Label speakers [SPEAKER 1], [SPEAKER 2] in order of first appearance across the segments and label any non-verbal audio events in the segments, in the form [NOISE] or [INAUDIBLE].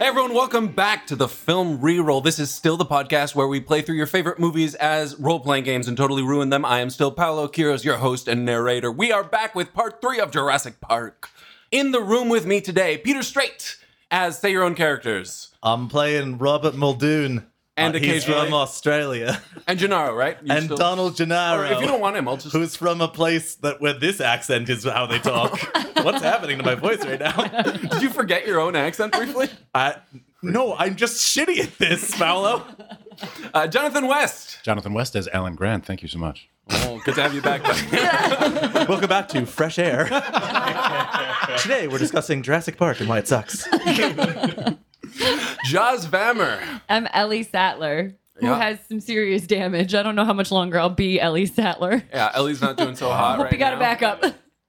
[SPEAKER 1] everyone, welcome back to the Film Reroll. This is still the podcast where we play through your favorite movies as role playing games and totally ruin them. I am still Paolo Quiros, your host and narrator. We are back with part three of Jurassic Park. In the room with me today, Peter Straight as Say Your Own Characters
[SPEAKER 2] I'm playing Robert Muldoon. Uh,
[SPEAKER 1] And
[SPEAKER 2] he's
[SPEAKER 1] occasionally-
[SPEAKER 2] from Australia.
[SPEAKER 1] and Gennaro, right? You
[SPEAKER 2] and
[SPEAKER 1] still-
[SPEAKER 2] Donald
[SPEAKER 1] Or
[SPEAKER 2] Gennaro,
[SPEAKER 1] if you don't want him, I'll just.
[SPEAKER 2] who's from a place that where this accent is how they talk. What's happening to my voice
[SPEAKER 1] [LAUGHS]
[SPEAKER 2] right now?
[SPEAKER 1] Did you forget your own accent [LAUGHS] briefly?
[SPEAKER 2] I, no, I'm just shitty at this, Paolo.
[SPEAKER 1] Uh, Jonathan West.
[SPEAKER 3] Jonathan West as Alan Grant. Thank you so much.
[SPEAKER 1] Oh, good to have you back. [LAUGHS]
[SPEAKER 2] Welcome back to Fresh Air. [LAUGHS] Today we're discussing Jurassic Park and why it sucks.
[SPEAKER 1] Jaws Vammer.
[SPEAKER 4] I'm Ellie Sattler, who
[SPEAKER 1] Yeah.
[SPEAKER 4] has some serious damage. I don't know how much longer I'll be Ellie Sattler.
[SPEAKER 1] Yeah, Ellie's not doing [LAUGHS] so hot
[SPEAKER 4] Hope
[SPEAKER 1] right
[SPEAKER 4] you got
[SPEAKER 1] now.
[SPEAKER 4] a backup.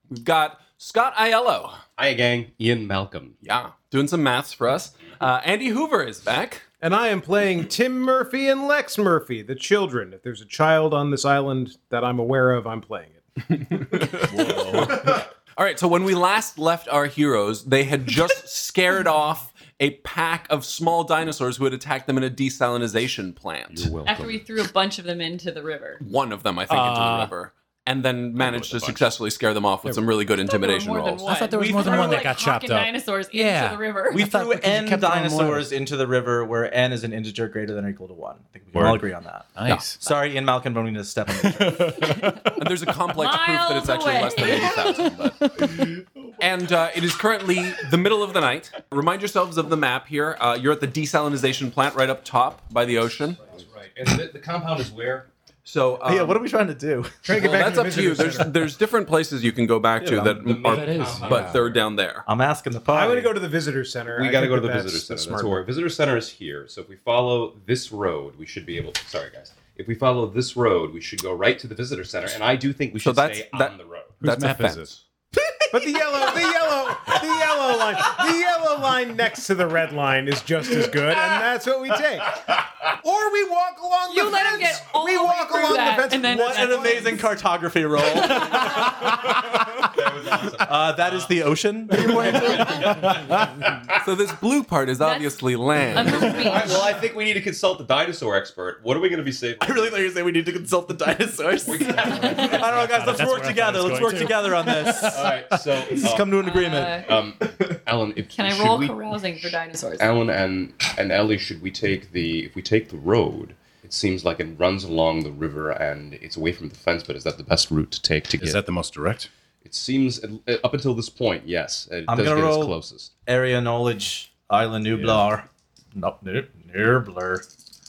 [SPEAKER 1] We've got Scott Aiello.
[SPEAKER 5] Hi, gang. Ian Malcolm.
[SPEAKER 1] Yeah, doing some maths for us. Uh, Andy Hoover is back.
[SPEAKER 6] And I am playing Tim Murphy and Lex Murphy, the children. If there's a child on this island that I'm aware of, I'm playing it.
[SPEAKER 1] All right, so when we last left our heroes, they had just scared off a pack of small dinosaurs who had attacked them in a desalinization plant.
[SPEAKER 4] After we threw a bunch of them into the river.
[SPEAKER 1] One of them, I think, into the river. And then managed to successfully scare them off with some really good intimidation rolls.
[SPEAKER 4] I thought
[SPEAKER 3] there was more than one that got chopped up.
[SPEAKER 4] dinosaurs
[SPEAKER 3] Yeah.
[SPEAKER 4] into the river.
[SPEAKER 3] We-
[SPEAKER 4] We,
[SPEAKER 3] I thought
[SPEAKER 7] threw
[SPEAKER 3] because you
[SPEAKER 7] n
[SPEAKER 3] kept throwing
[SPEAKER 7] dinosaurs
[SPEAKER 3] water.
[SPEAKER 7] into the river where n is an integer greater than or equal to 1. I think we can
[SPEAKER 3] Word.
[SPEAKER 7] all agree on that.
[SPEAKER 3] Nice.
[SPEAKER 7] Sorry, Ian Malcolm, don't need to step on it.
[SPEAKER 1] And there's a complex proof that it's actually less
[SPEAKER 4] Miles
[SPEAKER 1] than 80,000. but- And uh, it is currently the middle of the night. Remind yourselves of the map here. Uh, you're at the desalinization plant right up top by the ocean.
[SPEAKER 5] That's right. And the, the compound is where?
[SPEAKER 1] So
[SPEAKER 2] Oh,
[SPEAKER 1] um,
[SPEAKER 7] yeah, what are we trying to do?
[SPEAKER 1] well, that's up to you. There's there's different places you can go back to that
[SPEAKER 5] the main
[SPEAKER 1] are,
[SPEAKER 5] That is,
[SPEAKER 1] but
[SPEAKER 5] yeah.
[SPEAKER 1] they're down there.
[SPEAKER 7] I'm asking the party.
[SPEAKER 6] I'm going to go to the visitor center.
[SPEAKER 5] We
[SPEAKER 6] I
[SPEAKER 5] got to
[SPEAKER 6] think
[SPEAKER 5] go to
[SPEAKER 6] that
[SPEAKER 5] the visitor center.
[SPEAKER 6] that's the
[SPEAKER 5] That's
[SPEAKER 6] smart
[SPEAKER 5] where visitor center is here. So if we follow this road, we should be able. to... Sorry, guys. If we follow this road, we should go right to the visitor center. And I do think we
[SPEAKER 1] So
[SPEAKER 5] should
[SPEAKER 1] that's-
[SPEAKER 5] stay
[SPEAKER 1] that-
[SPEAKER 5] on the road.
[SPEAKER 1] that's
[SPEAKER 3] map
[SPEAKER 1] a
[SPEAKER 3] is
[SPEAKER 1] fence.
[SPEAKER 6] But the yellow, the yellow, the yellow line, the yellow line next to the red line is just as good, and that's what we take. Or we walk along the
[SPEAKER 4] You let
[SPEAKER 6] fence.
[SPEAKER 4] him get all
[SPEAKER 6] we
[SPEAKER 4] the way
[SPEAKER 6] walk
[SPEAKER 4] through
[SPEAKER 6] along
[SPEAKER 4] that,
[SPEAKER 6] the fence.
[SPEAKER 4] and then- "Oh,
[SPEAKER 6] What an amazing-
[SPEAKER 7] cartography [LAUGHS] roll. uh,
[SPEAKER 1] [LAUGHS]
[SPEAKER 7] that is the ocean. that you're pointing to? Ah.
[SPEAKER 1] So this blue part is obviously
[SPEAKER 4] I'm
[SPEAKER 1] land.
[SPEAKER 4] the
[SPEAKER 5] All right,
[SPEAKER 4] beach.
[SPEAKER 5] well, I think we need to consult the dinosaur expert. What are we going to
[SPEAKER 1] [LAUGHS]
[SPEAKER 5] be saving?
[SPEAKER 7] I really thought you were saying we need to consult the dinosaurs. [LAUGHS] I don't know, guys.
[SPEAKER 3] That's
[SPEAKER 7] Let's work
[SPEAKER 3] where I
[SPEAKER 7] together.
[SPEAKER 3] thought it was
[SPEAKER 7] Let's
[SPEAKER 3] going
[SPEAKER 7] work
[SPEAKER 3] to. Uh,
[SPEAKER 7] together
[SPEAKER 3] [LAUGHS]
[SPEAKER 7] on this.
[SPEAKER 5] All right. So
[SPEAKER 7] Let's
[SPEAKER 5] um,
[SPEAKER 7] come
[SPEAKER 2] [LAUGHS]
[SPEAKER 7] to an agreement.
[SPEAKER 4] Uh,
[SPEAKER 5] um, Alan, if,
[SPEAKER 4] can I
[SPEAKER 5] should
[SPEAKER 4] roll
[SPEAKER 5] we,
[SPEAKER 4] carousing for dinosaurs?
[SPEAKER 5] Alan and and Ellie, should we take the? If we take the road. It seems like it runs along the river and it's away from the fence, but is that the best route to take to
[SPEAKER 3] Is
[SPEAKER 5] get
[SPEAKER 3] that the most direct?
[SPEAKER 5] It seems uh, up until this point, yes, it
[SPEAKER 7] I'm
[SPEAKER 5] does get
[SPEAKER 7] gonna
[SPEAKER 5] us
[SPEAKER 7] roll-
[SPEAKER 5] closest.
[SPEAKER 7] area knowledge island nublar no nope nublar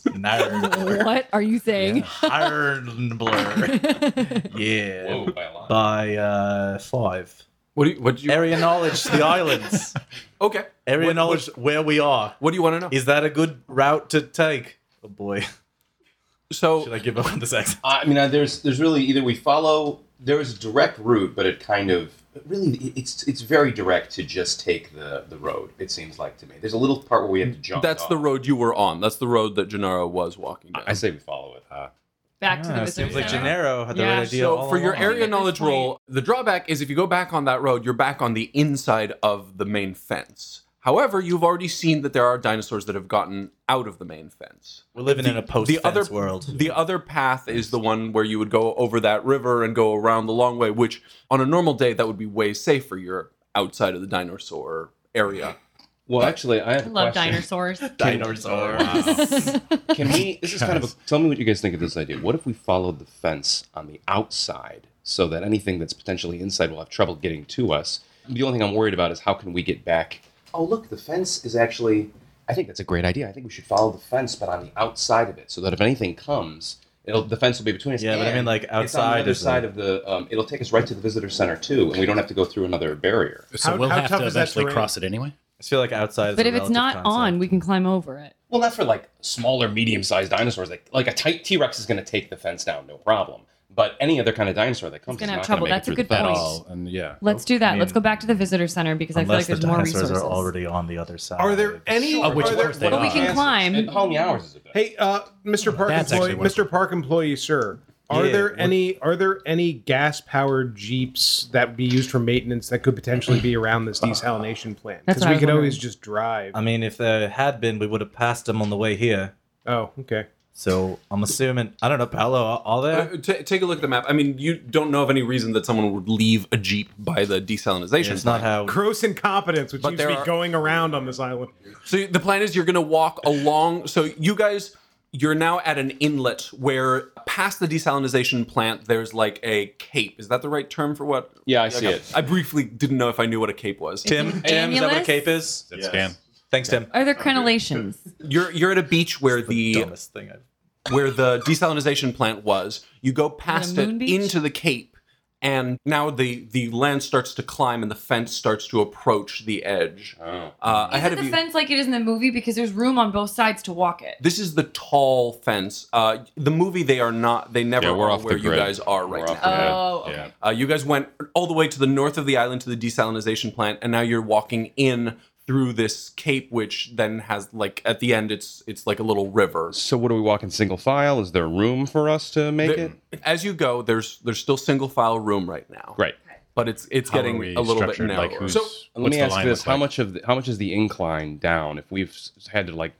[SPEAKER 3] [LAUGHS]
[SPEAKER 7] Nublar.
[SPEAKER 4] What are you saying?
[SPEAKER 3] [LAUGHS]
[SPEAKER 7] Ireland blur. Yeah.
[SPEAKER 5] Whoa, by a lot.
[SPEAKER 7] By uh, five.
[SPEAKER 1] What do you? What do you?
[SPEAKER 7] Area knowledge,
[SPEAKER 3] [LAUGHS]
[SPEAKER 7] the islands.
[SPEAKER 1] Okay.
[SPEAKER 7] Area
[SPEAKER 1] What-
[SPEAKER 7] knowledge, where we are.
[SPEAKER 1] What do you want to know?
[SPEAKER 7] Is that a good route to take? Oh boy. [LAUGHS] Should
[SPEAKER 1] so
[SPEAKER 7] I give up on this accent?
[SPEAKER 5] I mean, uh, there's there's really either we follow there is a direct route, but it kind of but really it- it's it's very direct to just take the the road. It seems like to me. There's a little part where we have to jump.
[SPEAKER 1] that's the
[SPEAKER 5] off.
[SPEAKER 1] road you were on. That's the road that Gennaro was walking down.
[SPEAKER 5] I say we follow it. Huh?
[SPEAKER 4] [LAUGHS] Back to
[SPEAKER 7] Ah,
[SPEAKER 4] the visitor
[SPEAKER 7] seems like
[SPEAKER 4] center.
[SPEAKER 7] Gennaro had the
[SPEAKER 4] Yeah.
[SPEAKER 7] right idea.
[SPEAKER 1] So
[SPEAKER 7] all
[SPEAKER 1] for your
[SPEAKER 7] along.
[SPEAKER 1] area
[SPEAKER 4] At this
[SPEAKER 1] knowledge
[SPEAKER 4] point-
[SPEAKER 1] roll, the drawback is if you go back on that road, you're back on the inside of the main fence. However, you've already seen that there are dinosaurs that have gotten out of the main fence.
[SPEAKER 7] We're living in a post
[SPEAKER 1] the other
[SPEAKER 7] fence world.
[SPEAKER 1] The other path is the one where you would go over that river and go around the long way, which on a normal day that would be way safer. You're outside of the dinosaur area.
[SPEAKER 5] Well, actually, I
[SPEAKER 4] I
[SPEAKER 5] have a
[SPEAKER 4] love
[SPEAKER 5] question.
[SPEAKER 4] dinosaurs.
[SPEAKER 7] Dinosaur.
[SPEAKER 2] [LAUGHS]
[SPEAKER 5] Can
[SPEAKER 7] [LAUGHS]
[SPEAKER 5] we? This is kind of. A, tell me what you guys think of this idea. What if we followed the fence on the outside so that anything that's potentially inside will have trouble getting to us? The only thing I'm worried about is how can we get back? Oh, look, the fence is actually. I think that's a great idea. I think we should follow the fence, but on the outside of it, so that if anything comes, it'll the fence will be between us.
[SPEAKER 7] Yeah, but I
[SPEAKER 5] and
[SPEAKER 7] mean, like,
[SPEAKER 5] it's on
[SPEAKER 7] outside
[SPEAKER 5] the other
[SPEAKER 7] is a-
[SPEAKER 5] side of the. Um, it'll take us right to the visitor center too, and we don't have to go through another barrier.
[SPEAKER 3] So
[SPEAKER 6] How-
[SPEAKER 3] we'll
[SPEAKER 6] how
[SPEAKER 3] have
[SPEAKER 6] tough
[SPEAKER 3] to
[SPEAKER 6] is that
[SPEAKER 3] eventually
[SPEAKER 6] terrain?
[SPEAKER 3] cross it anyway.
[SPEAKER 7] I feel like outside is
[SPEAKER 4] [LAUGHS] But
[SPEAKER 7] a
[SPEAKER 4] if it's
[SPEAKER 7] relative
[SPEAKER 4] not
[SPEAKER 7] concept.
[SPEAKER 4] on, we can climb over it.
[SPEAKER 5] Well, not for like smaller, medium-sized dinosaurs. Like like a tight T-Rex is going to take the fence down, no problem. But any other kind of dinosaur that comes
[SPEAKER 4] gonna
[SPEAKER 5] is
[SPEAKER 4] have
[SPEAKER 5] not
[SPEAKER 4] trouble.
[SPEAKER 5] Gonna make
[SPEAKER 4] That's
[SPEAKER 5] it
[SPEAKER 4] a
[SPEAKER 5] through the
[SPEAKER 4] good
[SPEAKER 3] At
[SPEAKER 4] point.
[SPEAKER 5] fence.
[SPEAKER 3] all, and yeah.
[SPEAKER 4] Let's do that.
[SPEAKER 3] I mean-
[SPEAKER 4] Let's go back to the visitor center because I feel like
[SPEAKER 7] Unless
[SPEAKER 4] there's
[SPEAKER 7] the
[SPEAKER 4] more
[SPEAKER 7] dinosaurs
[SPEAKER 4] resources.
[SPEAKER 7] are already on the other side.
[SPEAKER 6] Are there any?
[SPEAKER 3] Oh, which
[SPEAKER 6] are there-
[SPEAKER 3] course they
[SPEAKER 6] what
[SPEAKER 4] but
[SPEAKER 6] are
[SPEAKER 4] we
[SPEAKER 3] are.
[SPEAKER 6] the
[SPEAKER 4] can
[SPEAKER 6] chances-
[SPEAKER 4] climb.
[SPEAKER 5] And how many hours is it? been?
[SPEAKER 6] Hey, uh, Mr. Park
[SPEAKER 3] That's actually
[SPEAKER 6] employee,
[SPEAKER 3] one.
[SPEAKER 6] Mr. Park employee, sir. Are
[SPEAKER 2] Yeah,
[SPEAKER 6] there
[SPEAKER 2] what-
[SPEAKER 6] any are there any gas powered jeeps that would be used for maintenance that could potentially be around this desalination plant?
[SPEAKER 4] That's
[SPEAKER 6] Because
[SPEAKER 4] what I
[SPEAKER 6] we
[SPEAKER 4] was
[SPEAKER 6] could
[SPEAKER 4] wondering.
[SPEAKER 6] always just drive.
[SPEAKER 2] I mean, if there had been, we would have passed them on the way here.
[SPEAKER 6] oh, okay.
[SPEAKER 2] So I'm assuming I don't know, Paolo. Are, are
[SPEAKER 1] Uh,
[SPEAKER 2] there?
[SPEAKER 1] ta take a look at the map. I mean, you don't know of any reason that someone would leave a jeep by the desalinization.
[SPEAKER 2] It's not
[SPEAKER 1] plant.
[SPEAKER 2] how.
[SPEAKER 6] Gross incompetence, which
[SPEAKER 1] But
[SPEAKER 6] seems to
[SPEAKER 1] there
[SPEAKER 6] be
[SPEAKER 1] are-
[SPEAKER 6] going around on this island.
[SPEAKER 1] So the plan is you're going to walk along. So you guys, you're now at an inlet where, past the desalinization plant, there's like a cape. Is that the right term for what?
[SPEAKER 5] Yeah, I see
[SPEAKER 1] Okay.
[SPEAKER 5] it.
[SPEAKER 1] I briefly didn't know if I knew what a cape was.
[SPEAKER 2] Tim, Tim, is that what a
[SPEAKER 4] Annulus?
[SPEAKER 2] cape is?
[SPEAKER 3] That's Dan.
[SPEAKER 2] Thanks, Tim.
[SPEAKER 4] Are there crenellations?
[SPEAKER 1] You're you're at a beach where the
[SPEAKER 2] dumbest thing I've.
[SPEAKER 1] where the desalinization plant was. You go past
[SPEAKER 4] The
[SPEAKER 1] it
[SPEAKER 4] moon beach?
[SPEAKER 1] into the cape, and now the the land starts to climb and the fence starts to approach the edge.
[SPEAKER 5] Oh.
[SPEAKER 1] Uh,
[SPEAKER 4] Is
[SPEAKER 1] ahead
[SPEAKER 4] it
[SPEAKER 1] of
[SPEAKER 4] the
[SPEAKER 1] you,
[SPEAKER 4] fence like it is in the movie? Because there's room on both sides to walk it.
[SPEAKER 1] this is the tall fence. Uh, the movie they are not. They never
[SPEAKER 3] Yeah, we're
[SPEAKER 1] are
[SPEAKER 3] off the
[SPEAKER 1] where you
[SPEAKER 3] grid.
[SPEAKER 1] guys are
[SPEAKER 5] We're
[SPEAKER 1] right
[SPEAKER 5] off
[SPEAKER 1] now.
[SPEAKER 5] the grid.
[SPEAKER 4] Oh,
[SPEAKER 3] yeah.
[SPEAKER 4] okay.
[SPEAKER 1] Uh, you guys went all the way to the north of the island to the desalinization plant, and now you're walking in through this cape, which then has like at the end, it's it's like a little river.
[SPEAKER 5] So what do we walk in single file? Is there room for us to make
[SPEAKER 1] The-
[SPEAKER 5] it?
[SPEAKER 1] As you go, there's there's still single file room right now.
[SPEAKER 5] Great.
[SPEAKER 1] But it's it's
[SPEAKER 3] How are
[SPEAKER 1] getting
[SPEAKER 3] we
[SPEAKER 1] a little bit
[SPEAKER 3] structured?
[SPEAKER 1] narrower.
[SPEAKER 3] Like who's,
[SPEAKER 1] so
[SPEAKER 5] And
[SPEAKER 3] what's
[SPEAKER 5] Let me
[SPEAKER 3] the
[SPEAKER 5] ask
[SPEAKER 3] line
[SPEAKER 5] you this:
[SPEAKER 3] look
[SPEAKER 5] How
[SPEAKER 3] like?
[SPEAKER 5] much of the, how much is the incline down? If we've s- had to like,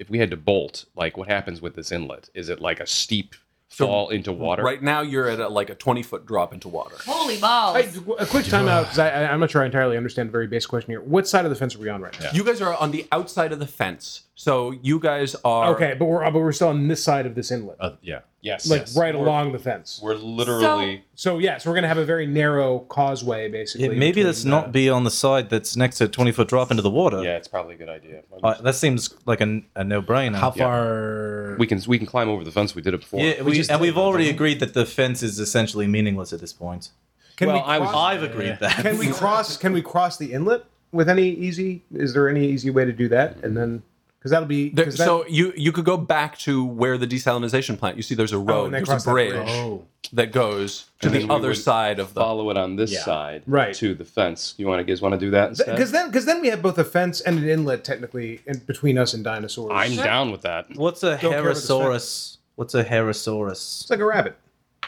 [SPEAKER 5] if we had to bolt, like what happens with this inlet? Is it like a steep
[SPEAKER 1] So,
[SPEAKER 5] fall into water?
[SPEAKER 1] right now you're at a, like a 20 foot drop into water.
[SPEAKER 4] Holy balls!
[SPEAKER 6] Hey, a quick timeout because I, I, I'm not sure I entirely understand the very basic question here. What side of the fence are we on right now?
[SPEAKER 1] You guys are on the outside of the fence, so you guys are
[SPEAKER 6] Okay, but we're uh, but we're still on this side of this inlet,
[SPEAKER 3] Uh, yeah.
[SPEAKER 5] Yes.
[SPEAKER 6] like
[SPEAKER 5] yes.
[SPEAKER 6] right along the fence.
[SPEAKER 5] We're literally.
[SPEAKER 6] So yes, we're gonna have a very narrow causeway basically.
[SPEAKER 2] Yeah, maybe
[SPEAKER 6] between
[SPEAKER 2] let's
[SPEAKER 6] the-
[SPEAKER 2] not be on the side that's next to a 20 foot drop into the water.
[SPEAKER 5] yeah, it's probably a good idea.
[SPEAKER 2] Uh, that seems like a, a no brainer.
[SPEAKER 3] How far?
[SPEAKER 5] we can we can climb over the fence. We did it before.
[SPEAKER 2] Yeah, we, and we've already agreed that the fence is essentially meaningless at this point.
[SPEAKER 6] Can
[SPEAKER 5] Well,
[SPEAKER 6] we
[SPEAKER 5] I was-
[SPEAKER 6] cross-
[SPEAKER 2] I've agreed that.
[SPEAKER 6] Can we cross? Can we cross the inlet with any easy? Is there any easy way to do that? And then because that'll be
[SPEAKER 1] There-
[SPEAKER 6] 'cause that-
[SPEAKER 1] so you you could go back to where the desalinization plant. You see, there's a road,
[SPEAKER 6] Oh, and they
[SPEAKER 1] there's
[SPEAKER 6] cross
[SPEAKER 1] a
[SPEAKER 6] that
[SPEAKER 1] bridge
[SPEAKER 6] bridge.
[SPEAKER 1] that, goes to
[SPEAKER 5] And
[SPEAKER 1] the
[SPEAKER 5] then we
[SPEAKER 1] other
[SPEAKER 5] would
[SPEAKER 1] side of the.
[SPEAKER 5] follow it on this side,
[SPEAKER 6] Right.
[SPEAKER 5] to the fence. You want to guys want to do that instead?
[SPEAKER 6] because then because then we have both a fence and an inlet technically in, between us and dinosaurs.
[SPEAKER 5] I'm down with that.
[SPEAKER 2] What's a
[SPEAKER 6] care about this
[SPEAKER 2] Herosaurus? What's a Herosaurus?
[SPEAKER 6] it's like a rabbit.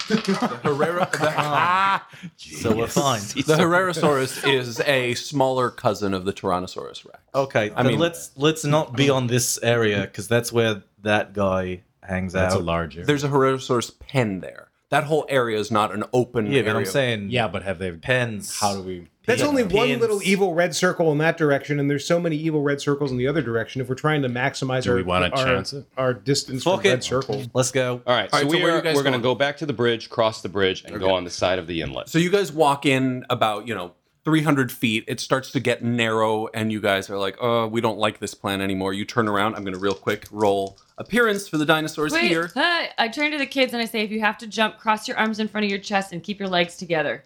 [SPEAKER 1] [LAUGHS] Herrera,
[SPEAKER 2] So
[SPEAKER 3] [LAUGHS]
[SPEAKER 2] we're
[SPEAKER 1] [LAUGHS]
[SPEAKER 2] fine.
[SPEAKER 1] the, the Herrerasaurus is a smaller cousin of the Tyrannosaurus Rex.
[SPEAKER 2] Okay, I
[SPEAKER 1] mean-
[SPEAKER 2] mean, let's let's not be on this area because that's where that guy hangs
[SPEAKER 3] That's
[SPEAKER 2] out.
[SPEAKER 3] a larger.
[SPEAKER 1] There's a Herrerasaurus pen there. That whole area is not an open
[SPEAKER 2] yeah, but
[SPEAKER 1] area.
[SPEAKER 2] I'm saying
[SPEAKER 3] yeah, but have they?
[SPEAKER 2] pens.
[SPEAKER 3] How do we?
[SPEAKER 6] That's only one
[SPEAKER 2] Pins.
[SPEAKER 6] little evil red circle in that direction, and there's so many evil red circles in the other direction. If we're trying to maximize
[SPEAKER 3] Do
[SPEAKER 6] our
[SPEAKER 3] we wanna
[SPEAKER 6] our,
[SPEAKER 3] chance it?
[SPEAKER 6] our distance
[SPEAKER 2] Fuck
[SPEAKER 6] from
[SPEAKER 2] it.
[SPEAKER 6] red circles,
[SPEAKER 2] Let's go.
[SPEAKER 5] All right,
[SPEAKER 1] All
[SPEAKER 5] so,
[SPEAKER 1] right, so
[SPEAKER 5] we
[SPEAKER 1] where are
[SPEAKER 5] are,
[SPEAKER 1] you guys
[SPEAKER 5] we're going to
[SPEAKER 1] going?
[SPEAKER 5] go back to the bridge, cross the bridge, and go on the side of the inlet.
[SPEAKER 1] So you guys walk in about, you know, 300 feet. It starts to get narrow, and you guys are like, oh, we don't like this plan anymore. You turn around. I'm going to real quick roll appearance for the dinosaurs
[SPEAKER 4] Wait,
[SPEAKER 1] here.
[SPEAKER 4] huh, I turn to the kids and I say, if you have to jump, cross your arms in front of your chest and keep your legs together.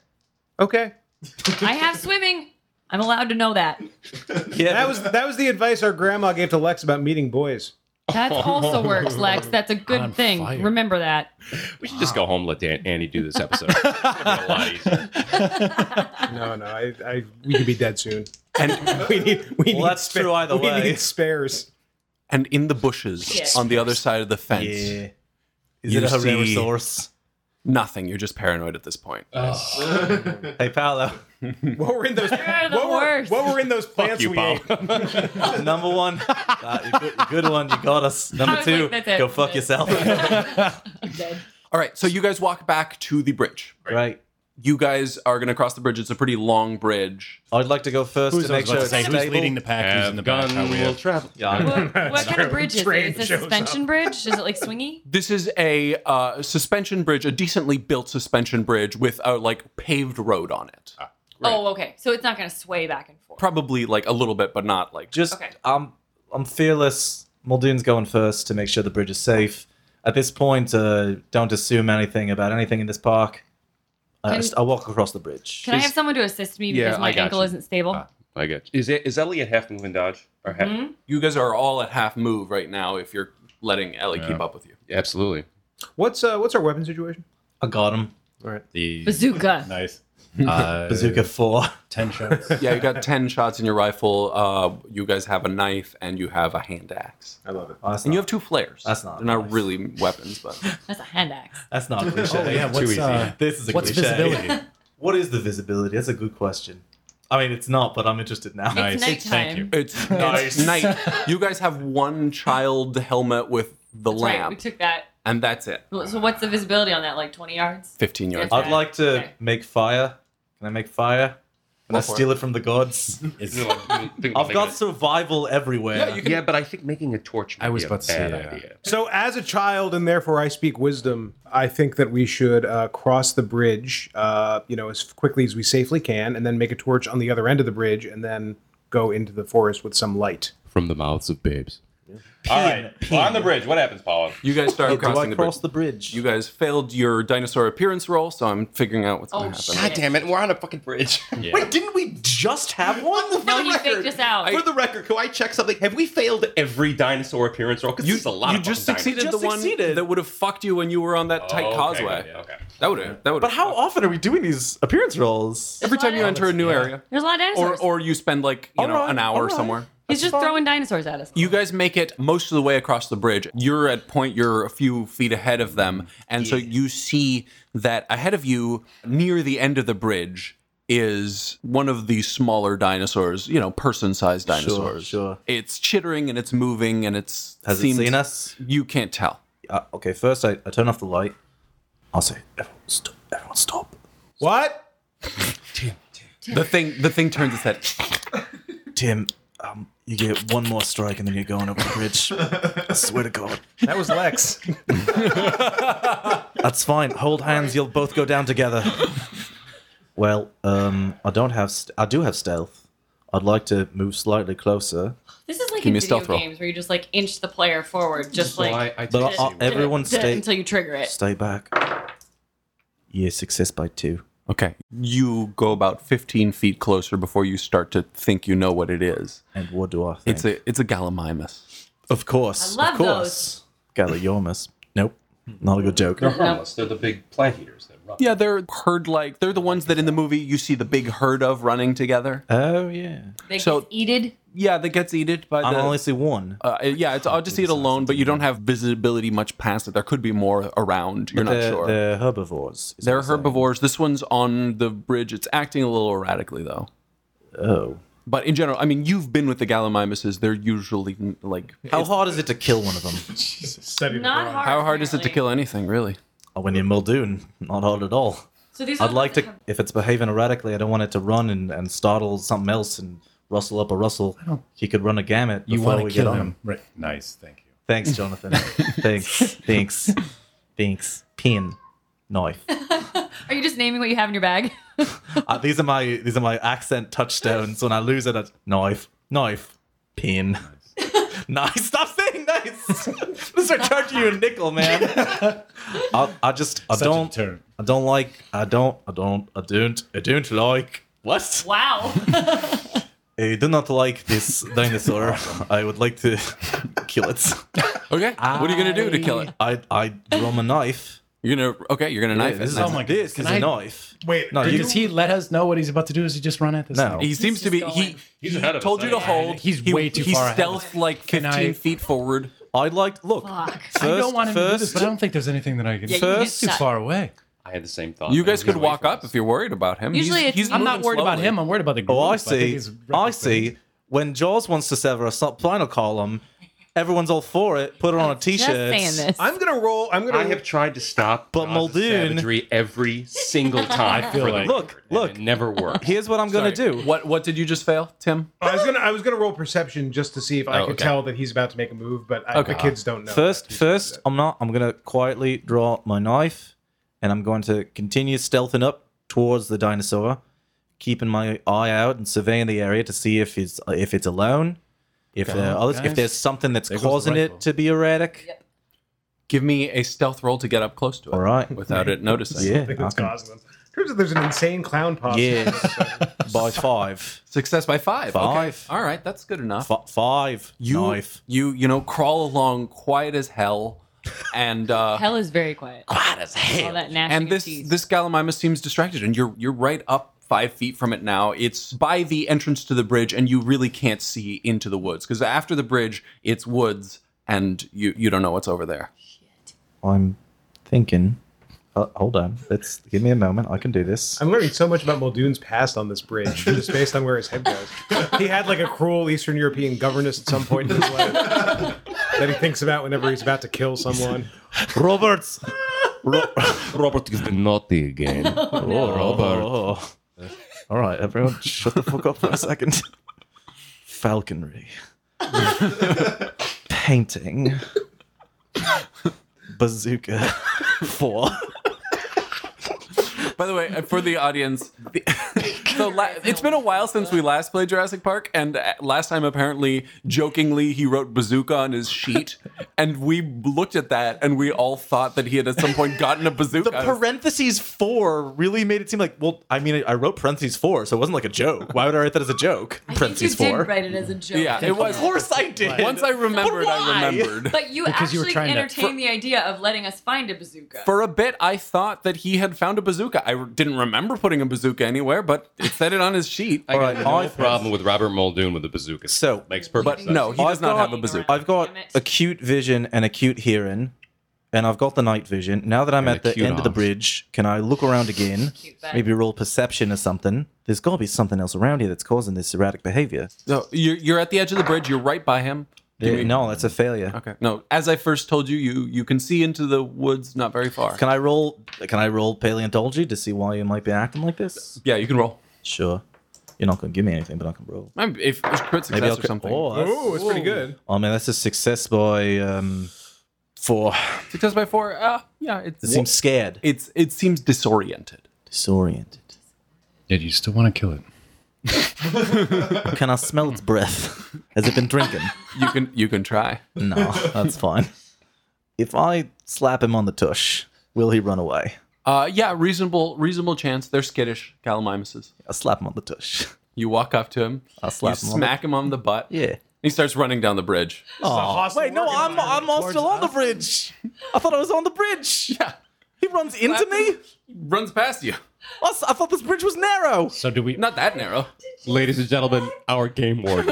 [SPEAKER 6] okay.
[SPEAKER 4] I have swimming. I'm allowed to know that.
[SPEAKER 2] Yeah,
[SPEAKER 6] That was that was the advice our grandma gave to Lex about meeting boys.
[SPEAKER 4] That also works, Lex. That's a good
[SPEAKER 3] On
[SPEAKER 4] thing.
[SPEAKER 3] fire.
[SPEAKER 4] Remember that.
[SPEAKER 5] We should just go home. Let Dan, Andy do this [LAUGHS] episode. It'll be a lot easier.
[SPEAKER 6] No, no, I, I we could be dead soon.
[SPEAKER 1] And,
[SPEAKER 6] [LAUGHS] We need we
[SPEAKER 2] Well,
[SPEAKER 6] need
[SPEAKER 2] that's true either
[SPEAKER 6] we
[SPEAKER 2] way.
[SPEAKER 6] need spares.
[SPEAKER 1] and in the bushes
[SPEAKER 4] Shit.
[SPEAKER 1] on the other side of the fence,
[SPEAKER 2] yeah. Is
[SPEAKER 1] You
[SPEAKER 2] it a
[SPEAKER 1] see-
[SPEAKER 2] Herosaurus?
[SPEAKER 1] nothing. You're just paranoid at this point.
[SPEAKER 2] Hey, uh,
[SPEAKER 3] [LAUGHS]
[SPEAKER 2] Paolo.
[SPEAKER 6] What were in those?
[SPEAKER 4] They're the
[SPEAKER 6] what, were,
[SPEAKER 4] worst.
[SPEAKER 6] what were in those plants
[SPEAKER 5] you,
[SPEAKER 6] we
[SPEAKER 5] Paul.
[SPEAKER 6] ate?
[SPEAKER 2] Number one, uh, good, good one. You got us.
[SPEAKER 4] I
[SPEAKER 2] Number
[SPEAKER 4] was
[SPEAKER 2] two,
[SPEAKER 4] like, that's it.
[SPEAKER 2] go
[SPEAKER 3] [LAUGHS]
[SPEAKER 2] fuck yourself. [LAUGHS]
[SPEAKER 4] [LAUGHS]
[SPEAKER 1] All right, so you guys walk back to the bridge.
[SPEAKER 2] right.
[SPEAKER 1] You guys are going to cross the bridge. It's a pretty long bridge.
[SPEAKER 2] I'd like to go first
[SPEAKER 3] Who's,
[SPEAKER 2] to
[SPEAKER 3] I
[SPEAKER 2] make
[SPEAKER 3] was about
[SPEAKER 2] sure
[SPEAKER 3] to
[SPEAKER 2] it's
[SPEAKER 3] say, who's
[SPEAKER 2] stable.
[SPEAKER 3] leading the pack? Who's in the back? How we have-
[SPEAKER 5] travel.
[SPEAKER 2] Yeah, I'm-
[SPEAKER 4] What, what kind of bridge is it?
[SPEAKER 6] Train
[SPEAKER 4] Is it a
[SPEAKER 6] shows
[SPEAKER 4] suspension bridge? Is it like swingy?
[SPEAKER 1] This is a uh, suspension bridge, a decently built suspension bridge with a like paved road on it.
[SPEAKER 4] Oh, okay. So it's not going to sway back and forth.
[SPEAKER 1] Probably like a little bit, but not like
[SPEAKER 2] Just
[SPEAKER 4] Okay.
[SPEAKER 2] I'm I'm fearless. Muldoon's going first to make sure the bridge is safe. At this point, uh, don't assume anything about anything in this park. I,
[SPEAKER 4] Can-
[SPEAKER 2] just- I walk across the bridge.
[SPEAKER 4] Can I have someone to assist me
[SPEAKER 5] Yeah,
[SPEAKER 4] because my
[SPEAKER 5] I got
[SPEAKER 4] ankle
[SPEAKER 5] you.
[SPEAKER 4] isn't stable? Hmm?
[SPEAKER 5] I get. You. Is it is Elliot half move and dodge or half?
[SPEAKER 4] Mm-hmm.
[SPEAKER 1] you guys are all at half move right now if you're letting Ellie keep up with you.
[SPEAKER 5] Absolutely.
[SPEAKER 6] What's uh what's our weapon situation?
[SPEAKER 2] I got him. Right.
[SPEAKER 3] The
[SPEAKER 4] Bazooka.
[SPEAKER 3] Nice. Uh,
[SPEAKER 2] Bazooka four.
[SPEAKER 3] Ten shots.
[SPEAKER 1] Yeah, you got 10 [LAUGHS] shots in your rifle. Uh, you guys have a knife and you have a hand axe.
[SPEAKER 6] I love it.
[SPEAKER 2] Oh, [LAUGHS] that's,
[SPEAKER 1] And
[SPEAKER 2] not,
[SPEAKER 1] you have two flares.
[SPEAKER 2] That's not
[SPEAKER 1] They're not
[SPEAKER 2] nice.
[SPEAKER 1] really weapons, but
[SPEAKER 4] [LAUGHS] That's a hand axe.
[SPEAKER 2] that's not
[SPEAKER 8] [LAUGHS]
[SPEAKER 2] a cliche.
[SPEAKER 8] Oh,
[SPEAKER 3] yeah, what's,
[SPEAKER 2] Too easy.
[SPEAKER 3] uh,
[SPEAKER 2] this is a
[SPEAKER 3] What's
[SPEAKER 2] cliche.
[SPEAKER 3] visibility?
[SPEAKER 2] What is the visibility? That's a good question. I mean, it's not, but I'm interested now.
[SPEAKER 4] Nice. It's
[SPEAKER 3] Thank you.
[SPEAKER 4] nighttime.
[SPEAKER 1] it's nice. night. You guys have one child helmet with the
[SPEAKER 4] That's right.
[SPEAKER 1] lamp,
[SPEAKER 4] We took that.
[SPEAKER 1] and that's it.
[SPEAKER 4] So what's the visibility on that? Like 20 yards?
[SPEAKER 1] 15 yards.
[SPEAKER 4] Yeah.
[SPEAKER 2] I'd like to
[SPEAKER 4] Okay.
[SPEAKER 2] make fire. Can I make fire? Can I
[SPEAKER 1] Go for
[SPEAKER 2] steal it. from the gods?
[SPEAKER 3] It's-
[SPEAKER 5] [LAUGHS]
[SPEAKER 2] I've got survival everywhere.
[SPEAKER 1] Yeah, you can-
[SPEAKER 5] Yeah, but I think making a torch. Might
[SPEAKER 3] I was
[SPEAKER 5] be a
[SPEAKER 3] about to say
[SPEAKER 5] bad
[SPEAKER 3] that.
[SPEAKER 5] idea.
[SPEAKER 6] So, as a child, and therefore I speak wisdom, I think that we should uh, cross the bridge, uh, you know, as quickly as we safely can, and then make a torch on the other end of the bridge, and then go into the forest with some light.
[SPEAKER 5] From the mouths of babes. All
[SPEAKER 2] Pin,
[SPEAKER 5] right, well, on the bridge. What happens, Paul?
[SPEAKER 1] You guys start
[SPEAKER 2] Do
[SPEAKER 1] crossing
[SPEAKER 2] I
[SPEAKER 1] the
[SPEAKER 2] cross
[SPEAKER 1] bridge.
[SPEAKER 2] the bridge?
[SPEAKER 1] You guys failed your dinosaur appearance roll, so I'm figuring out what's
[SPEAKER 4] Oh,
[SPEAKER 1] going to happen.
[SPEAKER 4] shit.
[SPEAKER 5] God damn it! We're on a fucking bridge.
[SPEAKER 3] Yeah.
[SPEAKER 7] Wait, didn't we just have one? [LAUGHS] For
[SPEAKER 4] No,
[SPEAKER 7] the
[SPEAKER 4] he
[SPEAKER 7] record-
[SPEAKER 4] faked us out.
[SPEAKER 7] I-
[SPEAKER 5] For the record, can I check something? Have we failed every dinosaur appearance roll? Because
[SPEAKER 1] You,
[SPEAKER 5] there's a lot
[SPEAKER 1] you
[SPEAKER 5] of
[SPEAKER 1] just
[SPEAKER 5] fucking
[SPEAKER 1] succeeded
[SPEAKER 7] Just
[SPEAKER 1] the one
[SPEAKER 7] succeeded.
[SPEAKER 1] that would have fucked you when you were on that tight
[SPEAKER 5] dinosaurs. Oh, okay,
[SPEAKER 1] causeway.
[SPEAKER 5] yeah, okay.
[SPEAKER 1] That would have. That would.
[SPEAKER 7] But how often are we doing these appearance rolls?
[SPEAKER 1] Every time you
[SPEAKER 4] Yeah.
[SPEAKER 1] enter a new area,
[SPEAKER 4] There's a lot of
[SPEAKER 1] or
[SPEAKER 4] dinosaurs.
[SPEAKER 1] or you spend like you know
[SPEAKER 7] Alright,
[SPEAKER 1] an hour
[SPEAKER 7] alright.
[SPEAKER 1] somewhere.
[SPEAKER 4] He's just
[SPEAKER 7] fine.
[SPEAKER 4] throwing dinosaurs at us.
[SPEAKER 1] You guys make it most of the way across the bridge. You're at point. You're a few feet ahead of them, and so you see that ahead of you, near the end of the bridge, is one of these smaller dinosaurs. You know, person-sized dinosaurs.
[SPEAKER 2] sure.
[SPEAKER 1] It's chittering and it's moving and it's
[SPEAKER 2] Has
[SPEAKER 1] seems-
[SPEAKER 2] it seen us?
[SPEAKER 1] You can't tell.
[SPEAKER 2] Uh, okay, first I, I turn off the light. I'll say, everyone stop. Everyone stop.
[SPEAKER 6] What?
[SPEAKER 1] The thing. The thing turns its head.
[SPEAKER 2] Tim, um, you get one more strike and then you're going over the bridge. I swear to God.
[SPEAKER 6] That was [LAUGHS] Lex.
[SPEAKER 2] That's fine. Hold hands. You'll both go down together. [LAUGHS] Well, um, I don't have. St- I do have stealth. I'd like to move slightly closer,
[SPEAKER 4] This is like
[SPEAKER 1] Give
[SPEAKER 4] in
[SPEAKER 1] me a
[SPEAKER 4] video
[SPEAKER 1] stealth roll.
[SPEAKER 4] games where you just like inch the player forward, just
[SPEAKER 5] So
[SPEAKER 4] [LAUGHS] like
[SPEAKER 5] I, I
[SPEAKER 2] but
[SPEAKER 5] take-
[SPEAKER 2] I, I,
[SPEAKER 4] [LAUGHS]
[SPEAKER 2] everyone stay
[SPEAKER 4] until you trigger it.
[SPEAKER 2] stay back. Yeah, success by two.
[SPEAKER 1] Okay. You go about 15 feet closer before you start to think you know what it is.
[SPEAKER 2] And what do I think?
[SPEAKER 1] It's a it's a Gallimimus.
[SPEAKER 2] of course,
[SPEAKER 4] I love
[SPEAKER 2] of course. Galliomus. Nope, not a good joke.
[SPEAKER 5] They're harmless. They're the big plant eaters that run.
[SPEAKER 1] Yeah, they're herd like. They're the ones that in the movie you see the big herd of running together.
[SPEAKER 2] Oh yeah,
[SPEAKER 4] They
[SPEAKER 1] So-
[SPEAKER 4] so, eated.
[SPEAKER 1] Yeah, that gets eated by the.
[SPEAKER 2] I only see one.
[SPEAKER 1] uh, yeah, it's odd to see it alone, but you don't have visibility much past it. There could be more around. You're not
[SPEAKER 2] they're,
[SPEAKER 1] sure. They're,
[SPEAKER 2] they're herbivores. is what I'm saying.
[SPEAKER 1] herbivores. This one's on the bridge. It's acting a little erratically though.
[SPEAKER 2] Oh,
[SPEAKER 1] But in general, I mean, you've been with the Gallimimuses. They're usually like.
[SPEAKER 2] how hard is it to kill one of them?
[SPEAKER 4] Not hard.
[SPEAKER 1] How hard is it to
[SPEAKER 4] apparently.
[SPEAKER 1] kill anything, really?
[SPEAKER 2] Oh, [LAUGHS] when you're Muldoon, not hard at all.
[SPEAKER 4] So these are
[SPEAKER 2] I'd
[SPEAKER 4] the
[SPEAKER 2] like
[SPEAKER 4] ones
[SPEAKER 2] to,
[SPEAKER 4] that have-
[SPEAKER 2] if it's behaving erratically, I don't want it to run and, and startle something else and rustle up a rustle. He could run a gamut
[SPEAKER 3] You
[SPEAKER 2] before
[SPEAKER 3] want
[SPEAKER 2] we
[SPEAKER 3] to kill
[SPEAKER 2] get on
[SPEAKER 3] him? Right. Nice. Thank you.
[SPEAKER 2] Thanks, Jonathan. thanks, thanks, thanks. Pin, knife.
[SPEAKER 4] Are you just naming what you have in your bag?
[SPEAKER 2] Uh, these are my these are my accent touchstones. When I lose it, it's knife, knife, pin.
[SPEAKER 3] [LAUGHS]
[SPEAKER 2] Nice. Stop saying nice. [LAUGHS] this are charging you a
[SPEAKER 3] [LAUGHS]
[SPEAKER 2] nickel, man. I, I just I
[SPEAKER 3] Such a
[SPEAKER 2] don't
[SPEAKER 3] turn.
[SPEAKER 2] I don't like I don't I don't I don't I don't like what.
[SPEAKER 4] wow.
[SPEAKER 2] I do not
[SPEAKER 3] [LAUGHS]
[SPEAKER 2] like this dinosaur. I would like to kill it.
[SPEAKER 1] Okay. what are you gonna do to kill it?
[SPEAKER 2] I I drum a knife.
[SPEAKER 1] You're gonna okay. You're gonna knife
[SPEAKER 2] this
[SPEAKER 1] it.
[SPEAKER 2] is,
[SPEAKER 3] Oh my
[SPEAKER 2] this
[SPEAKER 3] God. Can
[SPEAKER 2] is a
[SPEAKER 3] I-
[SPEAKER 2] knife.
[SPEAKER 6] Wait,
[SPEAKER 2] No, you-
[SPEAKER 3] Does he let us know what he's about to do? Does he just run at this?
[SPEAKER 2] No.
[SPEAKER 3] thing?
[SPEAKER 1] He seems to
[SPEAKER 4] just
[SPEAKER 1] be
[SPEAKER 4] going.
[SPEAKER 1] he.
[SPEAKER 5] He's ahead of
[SPEAKER 1] Told
[SPEAKER 5] us,
[SPEAKER 1] you to
[SPEAKER 5] anyway.
[SPEAKER 1] hold.
[SPEAKER 3] He's
[SPEAKER 1] He-
[SPEAKER 3] way too
[SPEAKER 1] he
[SPEAKER 3] far ahead of
[SPEAKER 1] stealth like
[SPEAKER 3] Can I-
[SPEAKER 1] 15 feet forward.
[SPEAKER 2] I like look.
[SPEAKER 4] Fuck.
[SPEAKER 2] First,
[SPEAKER 3] I don't want him
[SPEAKER 2] first,
[SPEAKER 3] to do this, but I don't think there's anything that I can.
[SPEAKER 4] Yeah, you
[SPEAKER 3] do.
[SPEAKER 4] can
[SPEAKER 3] he's too
[SPEAKER 4] just-
[SPEAKER 3] far away.
[SPEAKER 5] I had the same thought.
[SPEAKER 1] You guys
[SPEAKER 5] Oh, He's
[SPEAKER 1] could
[SPEAKER 5] away
[SPEAKER 1] walk
[SPEAKER 5] from
[SPEAKER 1] up
[SPEAKER 5] us.
[SPEAKER 1] if you're worried about him.
[SPEAKER 4] Usually it's-
[SPEAKER 3] I'm
[SPEAKER 4] I'm
[SPEAKER 3] not
[SPEAKER 1] moving
[SPEAKER 3] worried about
[SPEAKER 1] slowly.
[SPEAKER 3] him. I'm worried about the group.
[SPEAKER 2] Oh, I
[SPEAKER 3] think
[SPEAKER 2] see.
[SPEAKER 3] he's
[SPEAKER 2] I
[SPEAKER 3] reckless.
[SPEAKER 2] see. When Jaws wants to sever a sub- spinal column, everyone's all for it. Put it on a
[SPEAKER 4] Just
[SPEAKER 2] t-shirt.
[SPEAKER 4] saying this.
[SPEAKER 6] I'm gonna roll. I'm gonna.
[SPEAKER 5] I have tried to stop,
[SPEAKER 2] But
[SPEAKER 5] Jaws'
[SPEAKER 2] Muldoon-
[SPEAKER 5] savagery every single time.
[SPEAKER 3] I feel
[SPEAKER 5] for the
[SPEAKER 3] like-
[SPEAKER 2] Look,
[SPEAKER 5] record, and
[SPEAKER 2] look.
[SPEAKER 5] it never
[SPEAKER 2] [LAUGHS]
[SPEAKER 5] worked.
[SPEAKER 2] Here's what I'm gonna do.
[SPEAKER 1] What what did you just fail, Tim?
[SPEAKER 6] I was gonna. I was gonna roll perception just to see if I
[SPEAKER 1] Oh,
[SPEAKER 6] could
[SPEAKER 1] okay.
[SPEAKER 6] tell that he's about to make a move, but I,
[SPEAKER 1] Okay.
[SPEAKER 6] the kids don't know.
[SPEAKER 2] First, first, I'm not. I'm gonna quietly draw my knife, and I'm going to continue stealthing up towards the dinosaur, keeping my eye out and surveying the area to see if it's if it's alone, if there are others, if
[SPEAKER 3] guys.
[SPEAKER 2] there's something that's
[SPEAKER 3] There goes the
[SPEAKER 2] causing
[SPEAKER 3] rifle.
[SPEAKER 2] it to be erratic.
[SPEAKER 1] Give me a stealth roll to get up close to it.
[SPEAKER 2] All right.
[SPEAKER 1] Without it noticing.
[SPEAKER 2] Yeah.
[SPEAKER 6] I think
[SPEAKER 2] I
[SPEAKER 6] that's
[SPEAKER 2] can-
[SPEAKER 6] Gosling. In terms of there's an insane clown posse.
[SPEAKER 2] yeah.
[SPEAKER 3] [LAUGHS]
[SPEAKER 2] By five.
[SPEAKER 1] Success by five.
[SPEAKER 2] Five.
[SPEAKER 1] Okay. All right, that's good enough.
[SPEAKER 2] F- five.
[SPEAKER 1] You
[SPEAKER 2] knife.
[SPEAKER 1] you you know crawl along quiet as hell. and uh,
[SPEAKER 4] Hell is very quiet.
[SPEAKER 7] Hot as
[SPEAKER 4] All
[SPEAKER 7] hell.
[SPEAKER 4] that gnashing
[SPEAKER 1] and
[SPEAKER 4] of
[SPEAKER 1] this
[SPEAKER 4] teeth.
[SPEAKER 1] this gallimimus seems distracted, and you're you're right up five feet from it now. It's by the entrance to the bridge, and you really can't see into the woods because after the bridge, it's woods, and you you don't know what's over there.
[SPEAKER 2] I'm thinking. Uh, hold on. Let's give me a moment. I can do this.
[SPEAKER 6] I'm learning so much about Muldoon's past on this bridge, just based on where his head goes. He had like a cruel Eastern European governess at some point in his life that he thinks about whenever he's about to kill someone.
[SPEAKER 2] Roberts.
[SPEAKER 5] Robert, you've been naughty [LAUGHS] again. Oh, Robert.
[SPEAKER 2] Oh. [LAUGHS] All right, everyone, shut the fuck up for a second. [LAUGHS] Falconry. Painting. Bazooka. Four.
[SPEAKER 1] By the way, uh, for the audience, the, [LAUGHS] the la- it's been a while since we last played Jurassic Park, and uh, last time apparently, jokingly, he wrote bazooka on his [LAUGHS] sheet, and we looked at that and we all thought that he had at some point gotten [LAUGHS] a bazooka.
[SPEAKER 2] The parentheses four really made it seem like, well, I mean, I wrote parentheses four, so it wasn't like a joke. Why would I write that as a joke?
[SPEAKER 4] I think you
[SPEAKER 2] parentheses four.
[SPEAKER 4] did write it as a joke.
[SPEAKER 1] yeah, it was.
[SPEAKER 7] Of course I did.
[SPEAKER 1] Once I remembered, I
[SPEAKER 7] why?
[SPEAKER 1] remembered.
[SPEAKER 4] But you
[SPEAKER 3] Because you were
[SPEAKER 4] actually
[SPEAKER 3] trying to-
[SPEAKER 4] entertained the idea of letting us find a bazooka.
[SPEAKER 1] For a bit, I thought that he had found a bazooka. I re- didn't remember putting a bazooka anywhere, but it said it on his sheet.
[SPEAKER 5] I
[SPEAKER 2] Alright,
[SPEAKER 5] got
[SPEAKER 2] [LAUGHS]
[SPEAKER 5] no
[SPEAKER 2] I-
[SPEAKER 5] problem with Robert Muldoon with the bazooka.
[SPEAKER 2] So-
[SPEAKER 5] makes perfect
[SPEAKER 1] But
[SPEAKER 5] sense.
[SPEAKER 1] no, he does
[SPEAKER 2] I've
[SPEAKER 1] not
[SPEAKER 2] got-
[SPEAKER 1] have a bazooka.
[SPEAKER 2] I've got
[SPEAKER 4] Damn it.
[SPEAKER 2] acute vision and acute hearing, and I've got the night vision. Now that I'm
[SPEAKER 5] And
[SPEAKER 2] at the
[SPEAKER 5] acute
[SPEAKER 2] end of the
[SPEAKER 5] eyes.
[SPEAKER 2] bridge, can I look around
[SPEAKER 4] [LAUGHS]
[SPEAKER 2] again?
[SPEAKER 4] Cute bag.
[SPEAKER 2] maybe roll perception or something. There's got to be something else around here that's causing this erratic behavior.
[SPEAKER 1] No, you're, you're at the edge of the bridge. You're right by him.
[SPEAKER 2] There- no, that's a failure.
[SPEAKER 1] Okay. No, as I first told you, you you can see into the woods not very far.
[SPEAKER 2] Can I roll? Can I roll paleontology to see why you might be acting like this?
[SPEAKER 1] Yeah, you can roll.
[SPEAKER 2] Sure. You're not going to give me anything, but I can roll.
[SPEAKER 1] Um, If it's crit success
[SPEAKER 2] Maybe I'll
[SPEAKER 1] or
[SPEAKER 2] crit-
[SPEAKER 1] something.
[SPEAKER 2] Oh, that's-
[SPEAKER 6] Oh, it's pretty good.
[SPEAKER 2] I mean, that's a success by um, four.
[SPEAKER 1] Success by four. Uh, yeah,
[SPEAKER 2] It
[SPEAKER 1] it's,
[SPEAKER 2] seems scared,
[SPEAKER 1] it's it seems disoriented.
[SPEAKER 2] disoriented.
[SPEAKER 3] Yet you still want to kill it.
[SPEAKER 2] Can I smell its [LAUGHS] breath? Has it been drinking?
[SPEAKER 1] You can you can
[SPEAKER 2] [LAUGHS]
[SPEAKER 1] try.
[SPEAKER 2] No,
[SPEAKER 1] [LAUGHS]
[SPEAKER 2] that's fine. If I slap him on the tush, will he run away?
[SPEAKER 1] Uh, yeah, reasonable reasonable chance. They're skittish gallimimuses.
[SPEAKER 2] I slap him on the tush.
[SPEAKER 1] You walk up to him.
[SPEAKER 2] I'll slap
[SPEAKER 1] you
[SPEAKER 2] him on the-
[SPEAKER 1] smack him on the butt.
[SPEAKER 2] Yeah.
[SPEAKER 1] He starts running down the bridge.
[SPEAKER 2] Oh, wait, no, I'm, I'm all still on the bridge. I thought I was on the bridge.
[SPEAKER 1] Yeah.
[SPEAKER 2] He runs into me.
[SPEAKER 1] Runs past you.
[SPEAKER 2] I s- I thought this bridge was narrow.
[SPEAKER 3] So do we?
[SPEAKER 1] Not that narrow.
[SPEAKER 5] Ladies and gentlemen, our game [LAUGHS] warden.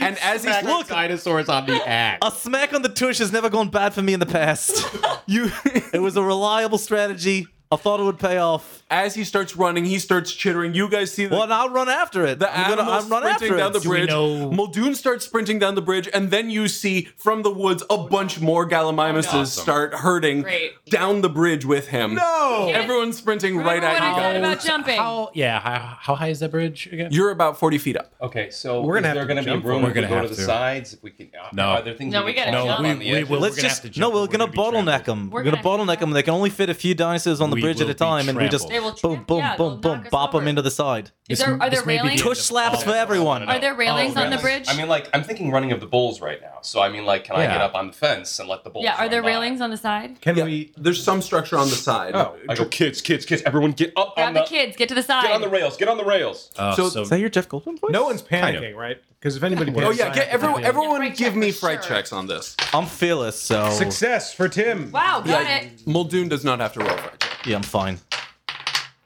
[SPEAKER 1] And as he's
[SPEAKER 5] Look, dinosaurs on the axe.
[SPEAKER 2] A smack on the tush has never gone bad for me in the past.
[SPEAKER 1] you [LAUGHS]
[SPEAKER 2] it was a reliable strategy. I thought it would pay off.
[SPEAKER 1] as he starts running, he starts chittering. You guys see the
[SPEAKER 2] Well, and I'll run after it.
[SPEAKER 1] The
[SPEAKER 2] I'm
[SPEAKER 1] animal
[SPEAKER 2] gonna I'm run
[SPEAKER 1] sprinting
[SPEAKER 2] after
[SPEAKER 1] down
[SPEAKER 2] it.
[SPEAKER 1] the
[SPEAKER 3] we
[SPEAKER 1] bridge.
[SPEAKER 3] know-
[SPEAKER 1] Muldoon starts sprinting down the bridge, and then you see from the woods a bunch more gallimimuses start herding
[SPEAKER 4] Great.
[SPEAKER 1] down the bridge with him. No,
[SPEAKER 4] Yes.
[SPEAKER 1] everyone's sprinting right
[SPEAKER 4] Remember
[SPEAKER 1] at
[SPEAKER 4] what I thought
[SPEAKER 1] you guys.
[SPEAKER 4] about jumping?
[SPEAKER 3] How? Yeah. How, how high is that bridge again?
[SPEAKER 1] You're about forty feet up.
[SPEAKER 5] Okay, so
[SPEAKER 6] We're
[SPEAKER 5] we're gonna
[SPEAKER 6] gonna have
[SPEAKER 5] is there
[SPEAKER 6] to
[SPEAKER 5] going to
[SPEAKER 6] jump.
[SPEAKER 5] be room
[SPEAKER 3] We're
[SPEAKER 5] if we
[SPEAKER 3] gonna
[SPEAKER 5] go
[SPEAKER 3] have
[SPEAKER 5] to
[SPEAKER 3] to.
[SPEAKER 5] the sides? If we can, uh,
[SPEAKER 3] No.
[SPEAKER 5] are there things
[SPEAKER 4] No,
[SPEAKER 5] we,
[SPEAKER 4] we
[SPEAKER 5] can
[SPEAKER 4] gotta
[SPEAKER 5] climb
[SPEAKER 4] jump.
[SPEAKER 5] on the
[SPEAKER 3] We- we
[SPEAKER 5] edges?
[SPEAKER 3] will-
[SPEAKER 2] Let's
[SPEAKER 3] We're gonna
[SPEAKER 2] just
[SPEAKER 3] have to
[SPEAKER 2] no.
[SPEAKER 3] jump,
[SPEAKER 2] We're
[SPEAKER 3] we're
[SPEAKER 2] gonna
[SPEAKER 3] gonna be
[SPEAKER 2] bottleneck
[SPEAKER 3] trampled.
[SPEAKER 2] them. We're
[SPEAKER 4] We're
[SPEAKER 2] gonna
[SPEAKER 4] gonna be
[SPEAKER 2] bottleneck them. They can only fit a few dinosaurs on the
[SPEAKER 3] We
[SPEAKER 2] bridge at
[SPEAKER 3] will
[SPEAKER 2] a
[SPEAKER 3] be
[SPEAKER 2] time, and we just
[SPEAKER 3] trampled.
[SPEAKER 4] They will
[SPEAKER 2] boom,
[SPEAKER 4] tramp-
[SPEAKER 2] boom, boom,
[SPEAKER 4] yeah, they'll
[SPEAKER 2] boom,
[SPEAKER 4] knock us
[SPEAKER 2] bop them
[SPEAKER 4] over.
[SPEAKER 2] into the side.
[SPEAKER 4] Is there- are there
[SPEAKER 3] this may be the
[SPEAKER 4] railings?
[SPEAKER 3] end
[SPEAKER 2] Tush
[SPEAKER 3] of
[SPEAKER 2] slaps
[SPEAKER 3] all-
[SPEAKER 2] for everyone.
[SPEAKER 4] Are there railings
[SPEAKER 3] Oh,
[SPEAKER 4] on the
[SPEAKER 3] railings.
[SPEAKER 4] bridge?
[SPEAKER 5] I mean, like I'm thinking running of the bulls right now. So I mean, like, can I
[SPEAKER 3] Yeah.
[SPEAKER 5] get up on the fence and let the bulls?
[SPEAKER 4] yeah, are
[SPEAKER 5] run
[SPEAKER 4] there
[SPEAKER 5] by?
[SPEAKER 4] railings on the side?
[SPEAKER 6] Can
[SPEAKER 1] Yeah,
[SPEAKER 6] we?
[SPEAKER 1] there's some structure on the side.
[SPEAKER 6] Oh,
[SPEAKER 5] I go, kids, kids, kids! Everyone, get up
[SPEAKER 4] Grab
[SPEAKER 5] on
[SPEAKER 4] the,
[SPEAKER 5] the,
[SPEAKER 4] kids, get to the side.
[SPEAKER 5] get on the rails, get on the rails.
[SPEAKER 3] Uh,
[SPEAKER 1] So-
[SPEAKER 3] so,
[SPEAKER 2] Is that your Jeff Goldblum voice?
[SPEAKER 6] No one's panicking,
[SPEAKER 3] Kind of.
[SPEAKER 6] right? Because if anybody,
[SPEAKER 1] Oh
[SPEAKER 6] panics, I
[SPEAKER 1] yeah,
[SPEAKER 6] have
[SPEAKER 1] get
[SPEAKER 6] to
[SPEAKER 1] everyone.
[SPEAKER 6] deal.
[SPEAKER 1] Everyone,
[SPEAKER 4] Fright
[SPEAKER 1] give
[SPEAKER 4] check
[SPEAKER 1] me
[SPEAKER 4] for
[SPEAKER 1] fright
[SPEAKER 4] sure.
[SPEAKER 1] checks on this.
[SPEAKER 2] I'm fearless, so
[SPEAKER 6] Oh. Success for Tim.
[SPEAKER 4] wow, got
[SPEAKER 1] Yeah,
[SPEAKER 4] it.
[SPEAKER 1] Muldoon does not have to roll fright check.
[SPEAKER 2] yeah, I'm fine.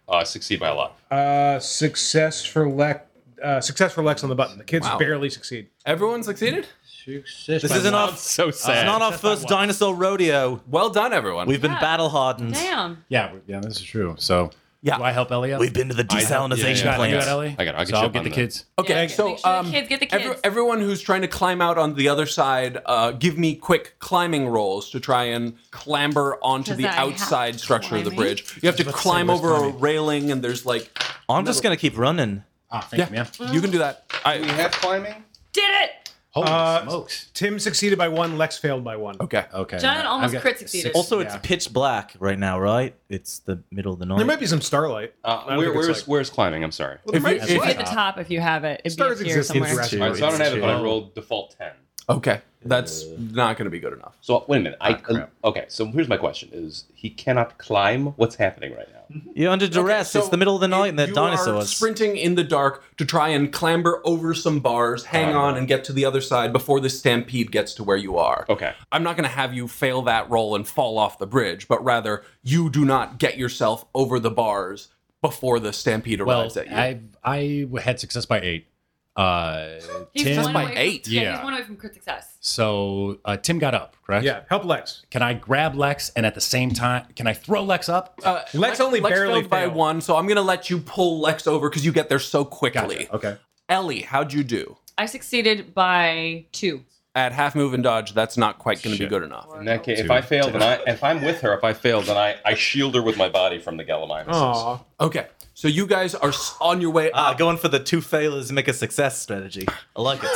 [SPEAKER 5] Uh, succeed by a lot.
[SPEAKER 6] Uh, success for Lex. Uh, success for Lex on the button. The kids
[SPEAKER 1] Wow.
[SPEAKER 6] barely succeed.
[SPEAKER 1] Everyone succeeded.
[SPEAKER 2] This isn't our, it's
[SPEAKER 5] so sad.
[SPEAKER 2] not our first dinosaur rodeo.
[SPEAKER 1] Well done, everyone.
[SPEAKER 2] We've been
[SPEAKER 4] Yeah.
[SPEAKER 2] battle hardened.
[SPEAKER 4] Damn.
[SPEAKER 3] yeah, we- yeah, this is true. So
[SPEAKER 1] Yeah.
[SPEAKER 3] do I help Ellie? Up?
[SPEAKER 2] We've been to the desalinization
[SPEAKER 3] You got, you got
[SPEAKER 2] plant.
[SPEAKER 3] Ellie.
[SPEAKER 5] I got it. I'll get
[SPEAKER 3] so
[SPEAKER 5] you
[SPEAKER 3] I'll
[SPEAKER 5] up
[SPEAKER 3] get
[SPEAKER 5] on
[SPEAKER 3] the
[SPEAKER 5] the-
[SPEAKER 3] kids.
[SPEAKER 1] Okay,
[SPEAKER 4] Yeah,
[SPEAKER 1] so
[SPEAKER 4] make sure the
[SPEAKER 1] um,
[SPEAKER 4] kids get the
[SPEAKER 1] every-
[SPEAKER 4] kids.
[SPEAKER 1] everyone who's trying to climb out on the other side, uh, give me quick climbing rolls to try and clamber onto
[SPEAKER 4] 'Cause
[SPEAKER 1] the
[SPEAKER 4] I have
[SPEAKER 1] outside structure of the
[SPEAKER 4] climbing.
[SPEAKER 1] bridge. You have to climb
[SPEAKER 3] where's
[SPEAKER 1] over a
[SPEAKER 3] climbing?
[SPEAKER 1] railing, and there's like
[SPEAKER 2] I'm just gonna keep running.
[SPEAKER 3] Ah, thank
[SPEAKER 1] yeah,
[SPEAKER 3] you, man.
[SPEAKER 1] you can do that.
[SPEAKER 5] We
[SPEAKER 1] I,
[SPEAKER 5] have climbing.
[SPEAKER 4] Did it!
[SPEAKER 3] Holy
[SPEAKER 6] Uh,
[SPEAKER 3] smokes.
[SPEAKER 6] Tim succeeded by one. Lex failed by one.
[SPEAKER 1] okay,
[SPEAKER 3] Okay.
[SPEAKER 4] John almost
[SPEAKER 3] I've got
[SPEAKER 4] crit succeeded.
[SPEAKER 3] six-
[SPEAKER 2] Also, it's
[SPEAKER 3] yeah.
[SPEAKER 2] pitch black right now, right? It's the middle of the night.
[SPEAKER 6] There might be some starlight. I
[SPEAKER 5] Uh,
[SPEAKER 6] don't
[SPEAKER 5] where,
[SPEAKER 6] think it's
[SPEAKER 5] where's
[SPEAKER 6] like-
[SPEAKER 5] where's climbing? I'm sorry.
[SPEAKER 6] Well, there
[SPEAKER 1] If
[SPEAKER 6] might
[SPEAKER 1] you-
[SPEAKER 6] be
[SPEAKER 1] if
[SPEAKER 4] Be
[SPEAKER 6] light.
[SPEAKER 4] at the top if you have it. It'd be
[SPEAKER 6] Stars
[SPEAKER 4] up here
[SPEAKER 6] exist in
[SPEAKER 4] somewhere.
[SPEAKER 6] Jurassic
[SPEAKER 5] All right, so I don't
[SPEAKER 2] It's
[SPEAKER 5] have it, but I
[SPEAKER 2] true.
[SPEAKER 5] rolled default ten.
[SPEAKER 1] Okay, that's not going to be good enough.
[SPEAKER 5] So wait a minute.
[SPEAKER 6] Ah,
[SPEAKER 5] I,
[SPEAKER 3] crap.
[SPEAKER 5] okay. So here's my question: Is he cannot climb? What's happening right now?
[SPEAKER 2] You're under duress.
[SPEAKER 1] So
[SPEAKER 2] it's the middle of the night and they're
[SPEAKER 1] you Are
[SPEAKER 2] dinosaurs.
[SPEAKER 1] sprinting in the dark to try and clamber over some bars, hang on, and get to the other side before the stampede gets to where you are.
[SPEAKER 5] Okay.
[SPEAKER 1] I'm not going to have you fail that roll and fall off the bridge, but rather you do not get yourself over the bars before the stampede
[SPEAKER 3] Well,
[SPEAKER 1] arrives at you.
[SPEAKER 3] I I had success by eight. Uh,
[SPEAKER 4] He's
[SPEAKER 3] Tim,
[SPEAKER 4] one
[SPEAKER 1] by
[SPEAKER 4] away
[SPEAKER 1] eight.
[SPEAKER 4] From, yeah,
[SPEAKER 3] Yeah.
[SPEAKER 4] he's one away from crit success.
[SPEAKER 3] so uh, Tim got up, correct?
[SPEAKER 6] Yeah, help Lex.
[SPEAKER 3] Can I grab Lex and at the same time, can I throw Lex up?
[SPEAKER 1] Uh,
[SPEAKER 6] Lex only barely
[SPEAKER 1] failed by
[SPEAKER 6] failed.
[SPEAKER 1] one, so I'm going to let you pull Lex over because you get there so quickly.
[SPEAKER 6] Okay.
[SPEAKER 1] Ellie, how'd you do?
[SPEAKER 4] I succeeded by two.
[SPEAKER 1] At half move and dodge, that's not quite going to be
[SPEAKER 3] Shit.
[SPEAKER 1] good enough.
[SPEAKER 5] In that case, if
[SPEAKER 3] Two.
[SPEAKER 5] I fail, then [LAUGHS] I if I'm with her, if I fail, then I, I shield her with my body from the gallimimuses.
[SPEAKER 6] Aw.
[SPEAKER 1] Okay, so you guys are s- on your way
[SPEAKER 2] Ah, going for the two failures and make a success strategy. I like it.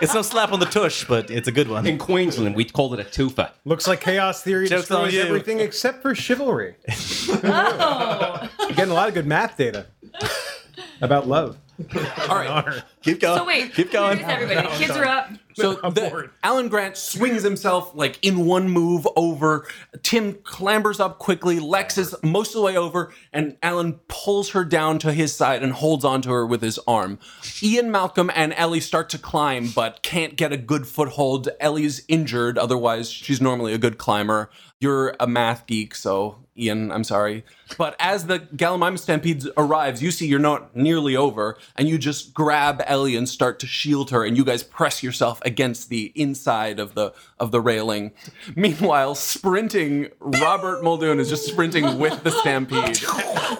[SPEAKER 2] it's no slap on the tush, but it's a good one.
[SPEAKER 5] Queensland, we called it a tufa.
[SPEAKER 6] Looks like chaos theory
[SPEAKER 2] Joke's on
[SPEAKER 6] destroys
[SPEAKER 2] you.
[SPEAKER 6] everything except for chivalry.
[SPEAKER 4] [LAUGHS] Oh.
[SPEAKER 6] You're getting a lot of good math data about love.
[SPEAKER 1] All right.
[SPEAKER 2] Keep going.
[SPEAKER 4] [LAUGHS] So wait,
[SPEAKER 2] Keep going.
[SPEAKER 4] Please, everybody, kids are up.
[SPEAKER 1] So the, Alan Grant swings himself like in one move over. Tim clambers up quickly. Lex is most of the way over, and Alan pulls her down to his side and holds onto her with his arm. Ian Malcolm and Ellie start to climb, but can't get a good foothold. Ellie's injured, otherwise, she's normally a good climber. You're a math geek, so Ian, I'm sorry. But as the Gallimimus Stampede arrives, you see you're not nearly over, and you just grab Ellie and start to shield her, and you guys press yourself against the inside of the of the railing. Meanwhile, sprinting, Robert Muldoon is just sprinting with the Stampede.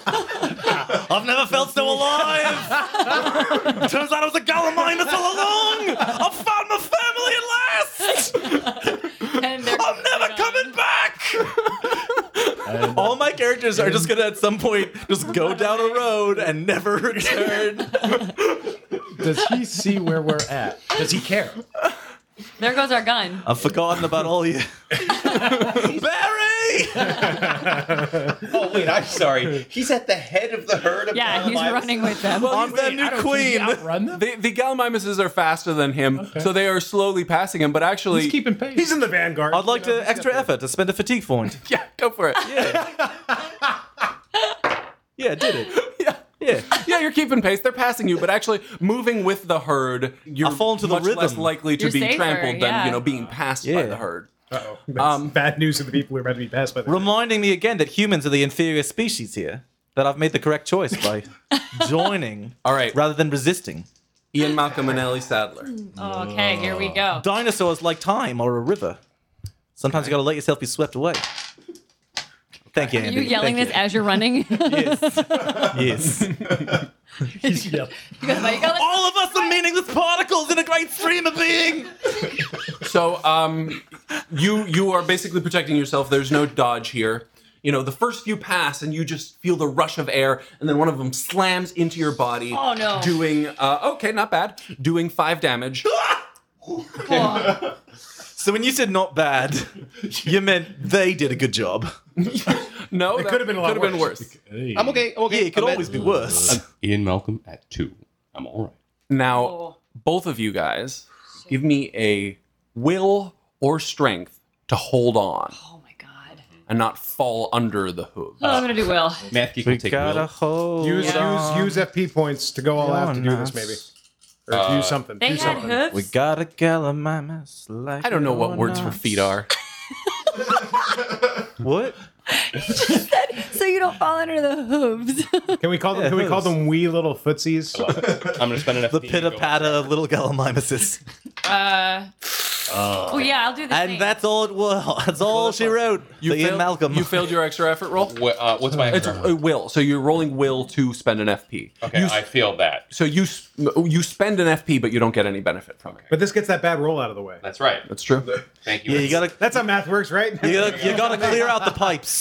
[SPEAKER 2] I've never felt so
[SPEAKER 4] [LAUGHS]
[SPEAKER 2] alive. Turns out I was a gallimimus all along. I found my family at last.
[SPEAKER 4] And they're
[SPEAKER 2] I'm never coming
[SPEAKER 6] uh,
[SPEAKER 2] back. all my characters are just gonna at some point just go down a road and never return.
[SPEAKER 3] Does he see where we're at? Does he care?
[SPEAKER 4] There goes our gun. [LAUGHS]
[SPEAKER 2] I've forgotten about all you. Barry.
[SPEAKER 5] Oh wait, I'm sorry. He's at the head of the herd of
[SPEAKER 4] Yeah, he's
[SPEAKER 5] gallimimuses.
[SPEAKER 4] running with them.
[SPEAKER 2] I'm the
[SPEAKER 3] I
[SPEAKER 2] new
[SPEAKER 3] don't- did he
[SPEAKER 2] queen.
[SPEAKER 3] outrun them?
[SPEAKER 1] The, the Gallimimuses are faster than him, so they are slowly passing him. But actually,
[SPEAKER 3] He's keeping pace.
[SPEAKER 6] He's in the vanguard.
[SPEAKER 2] I'd like to extra effort to spend a fatigue point.
[SPEAKER 1] yeah, go for it.
[SPEAKER 2] Yeah, did it. Yeah.
[SPEAKER 1] [LAUGHS]
[SPEAKER 4] [LAUGHS]
[SPEAKER 1] Yeah, you're keeping pace. They're passing you, but actually moving with the herd, you're
[SPEAKER 2] I'll fall into the
[SPEAKER 1] much
[SPEAKER 2] rhythm.
[SPEAKER 1] less likely to
[SPEAKER 4] You're
[SPEAKER 1] be
[SPEAKER 4] safer,
[SPEAKER 1] trampled than
[SPEAKER 4] yeah.
[SPEAKER 1] you know being passed by
[SPEAKER 2] Yeah.
[SPEAKER 1] the herd.
[SPEAKER 6] Uh-oh. [LAUGHS] That's
[SPEAKER 2] Um,
[SPEAKER 6] bad news to the people who are about to be passed by the
[SPEAKER 2] Reminding me again that humans are the inferior species here. That I've made the correct choice
[SPEAKER 4] [LAUGHS]
[SPEAKER 2] by joining
[SPEAKER 1] All right,
[SPEAKER 2] rather than resisting.
[SPEAKER 1] Ian Malcolm and Ellie Sadler.
[SPEAKER 4] Okay, here we go.
[SPEAKER 2] Dinosaurs like time or a river. Sometimes you gotta let yourself be swept away. Thank you,
[SPEAKER 4] Are
[SPEAKER 2] Andy.
[SPEAKER 4] you yelling this
[SPEAKER 2] Thank
[SPEAKER 4] as
[SPEAKER 2] [LAUGHS]
[SPEAKER 4] you're running? you
[SPEAKER 2] you.
[SPEAKER 4] [LAUGHS]
[SPEAKER 2] Yes.
[SPEAKER 3] He's yelling.
[SPEAKER 4] guys, you guys,
[SPEAKER 2] All of us are meaningless particles in a great stream of being.
[SPEAKER 1] So, um, you you are basically protecting yourself. There's no dodge here. You know, the first few pass, and you just feel the rush of air, and then one of them slams into your body.
[SPEAKER 4] Oh, no.
[SPEAKER 1] Doing uh, okay, not bad. Doing five damage.
[SPEAKER 4] oh,
[SPEAKER 2] So when you said
[SPEAKER 1] [LAUGHS]
[SPEAKER 2] not bad, you meant they did a good job.
[SPEAKER 1] No,
[SPEAKER 6] It could have been a lot
[SPEAKER 1] could have been worse.
[SPEAKER 5] I'm okay. I'm okay.
[SPEAKER 2] Yeah, it could
[SPEAKER 5] I'm at-
[SPEAKER 2] always be worse.
[SPEAKER 5] Ian Malcolm at two. I'm all right.
[SPEAKER 1] Now,
[SPEAKER 4] Oh.
[SPEAKER 1] both of you guys, give me a will or strength to hold on
[SPEAKER 4] oh my god.
[SPEAKER 1] and not fall under the hooves.
[SPEAKER 4] Oh, I'm gonna do well.
[SPEAKER 5] Math geek will take Will.
[SPEAKER 2] hold.
[SPEAKER 6] Use
[SPEAKER 2] on.
[SPEAKER 6] use use FP points to go all out to do this maybe, or
[SPEAKER 5] Uh,
[SPEAKER 6] to use something.
[SPEAKER 4] They
[SPEAKER 6] do
[SPEAKER 4] had
[SPEAKER 6] something.
[SPEAKER 4] hooves.
[SPEAKER 2] We gotta gallimimus like
[SPEAKER 1] I don't know what
[SPEAKER 4] Oh,
[SPEAKER 2] you're
[SPEAKER 1] words for
[SPEAKER 2] not.
[SPEAKER 1] feet are.
[SPEAKER 2] What?
[SPEAKER 4] so you don't fall under the hooves.
[SPEAKER 6] Can we call them?
[SPEAKER 2] Yeah,
[SPEAKER 6] can we call
[SPEAKER 2] hooves.
[SPEAKER 6] them wee little footsies?
[SPEAKER 5] I'm gonna spend enough.
[SPEAKER 2] The pitter patter of little gallimimuses. [LAUGHS]
[SPEAKER 4] uh, oh yeah, I'll do the same.
[SPEAKER 2] And that's all it was. That's all she wrote. You the Ian
[SPEAKER 1] failed-
[SPEAKER 2] Malcolm.
[SPEAKER 1] You failed your extra effort roll.
[SPEAKER 5] Uh, what's my?
[SPEAKER 1] It's a will, so you're rolling will to spend an FP.
[SPEAKER 5] okay,
[SPEAKER 1] You,
[SPEAKER 5] I feel that.
[SPEAKER 1] so you s- you spend an FP, but you don't get any benefit from it.
[SPEAKER 6] But this gets that bad roll out of the way.
[SPEAKER 5] That's right.
[SPEAKER 1] That's true.
[SPEAKER 5] Thank you.
[SPEAKER 2] [LAUGHS] yeah, you gotta,
[SPEAKER 6] That's how math works, right?
[SPEAKER 2] you gotta, you gotta clear out the
[SPEAKER 1] [LAUGHS]
[SPEAKER 2] pipes.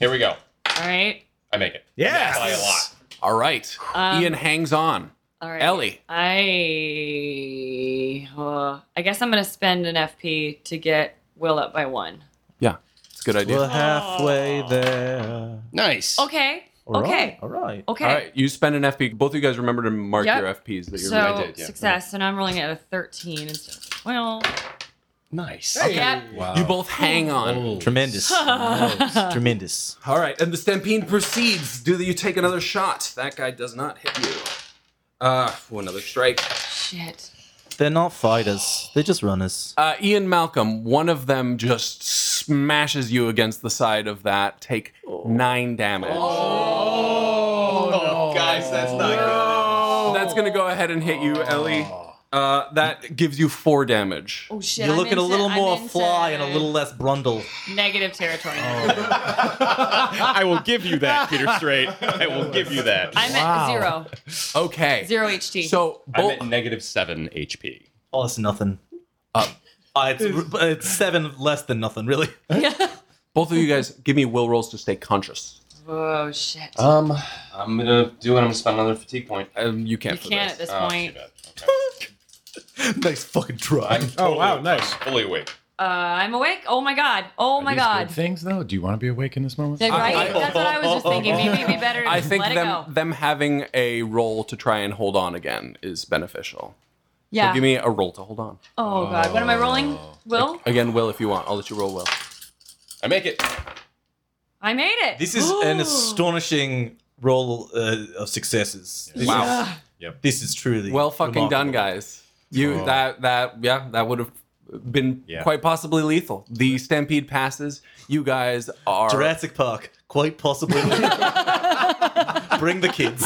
[SPEAKER 5] Here we go.
[SPEAKER 4] all right.
[SPEAKER 5] I make it.
[SPEAKER 6] Yes.
[SPEAKER 5] By a lot.
[SPEAKER 1] All right.
[SPEAKER 4] Um,
[SPEAKER 1] Ian hangs on.
[SPEAKER 4] All right.
[SPEAKER 1] Ellie.
[SPEAKER 4] I uh, I guess I'm gonna spend an FP to get Will up by one.
[SPEAKER 1] Yeah, it's a good idea.
[SPEAKER 2] We're halfway there.
[SPEAKER 5] Nice.
[SPEAKER 4] Okay.
[SPEAKER 2] All right,
[SPEAKER 4] okay.
[SPEAKER 2] All right.
[SPEAKER 4] Okay.
[SPEAKER 1] All right, you spend an FP. Both of you guys remember to mark
[SPEAKER 4] Yep.
[SPEAKER 1] your FPs that you're.
[SPEAKER 4] So
[SPEAKER 5] I did, yeah.
[SPEAKER 4] success, and I'm rolling at a 13 instead. Well,
[SPEAKER 5] Nice.
[SPEAKER 4] yeah.
[SPEAKER 1] You both hang on.
[SPEAKER 2] Tremendous. Tremendous.
[SPEAKER 1] All right, and the stampede proceeds. Do you take another shot? That guy does not hit you. Uh, for another strike.
[SPEAKER 4] Shit.
[SPEAKER 2] They're not fighters. They're just runners.
[SPEAKER 1] Uh, Ian Malcolm, one of them just smashes you against the side of that. Take nine damage.
[SPEAKER 5] Oh, guys, that's not
[SPEAKER 1] That's gonna go ahead and hit you, Ellie. Uh, that gives you four damage.
[SPEAKER 4] Oh shit.
[SPEAKER 2] You're
[SPEAKER 4] I'm
[SPEAKER 2] looking a
[SPEAKER 4] into-
[SPEAKER 2] little
[SPEAKER 4] I'm
[SPEAKER 2] more
[SPEAKER 4] into
[SPEAKER 2] fly and a little less brundle.
[SPEAKER 4] negative territory.
[SPEAKER 5] I will give you that, Peter Straight. I will give you that.
[SPEAKER 4] [LAUGHS] I'm Oh. at zero.
[SPEAKER 1] Okay.
[SPEAKER 4] Zero HT.
[SPEAKER 1] So
[SPEAKER 5] I'm
[SPEAKER 1] both.
[SPEAKER 5] at negative seven HP.
[SPEAKER 2] Oh, it's nothing. Uh, it's, it's seven less than nothing, really. [LAUGHS]
[SPEAKER 1] Both of you guys, give me will rolls to stay conscious.
[SPEAKER 4] [LAUGHS] Oh shit.
[SPEAKER 5] Um, I'm gonna do it. I'm gonna spend another fatigue point.
[SPEAKER 1] Um, you can't.
[SPEAKER 4] you can't at this point.
[SPEAKER 2] nice fucking try.
[SPEAKER 6] Oh, wow, nice.
[SPEAKER 5] Fully awake.
[SPEAKER 4] Uh, I'm awake. Oh my god. Oh my
[SPEAKER 8] These
[SPEAKER 4] god.
[SPEAKER 8] good things though. Do you want to be awake in this moment?
[SPEAKER 4] That- right?
[SPEAKER 1] I-
[SPEAKER 4] That's what I was just thinking. Maybe it'd be better to [LAUGHS]
[SPEAKER 1] I
[SPEAKER 4] just
[SPEAKER 1] think
[SPEAKER 4] let
[SPEAKER 1] them
[SPEAKER 4] it go.
[SPEAKER 1] them having a roll to try and hold on again is beneficial.
[SPEAKER 4] Yeah.
[SPEAKER 1] So give me a roll to hold on.
[SPEAKER 4] oh god. What am I rolling?
[SPEAKER 2] Oh.
[SPEAKER 4] Will?
[SPEAKER 1] Again, Will, if you want, I'll let you roll Will.
[SPEAKER 5] I make it.
[SPEAKER 4] I made it.
[SPEAKER 2] This is
[SPEAKER 4] [GASPS]
[SPEAKER 2] an astonishing roll uh, of successes. This
[SPEAKER 1] Wow.
[SPEAKER 2] Is, This is truly
[SPEAKER 1] Well fucking done,
[SPEAKER 2] remarkable.
[SPEAKER 1] guys. You
[SPEAKER 8] Oh.
[SPEAKER 1] that that yeah, that would have been
[SPEAKER 8] Yeah.
[SPEAKER 1] quite possibly lethal. The stampede passes. You guys are
[SPEAKER 2] Jurassic Park, quite possibly. Bring the kids.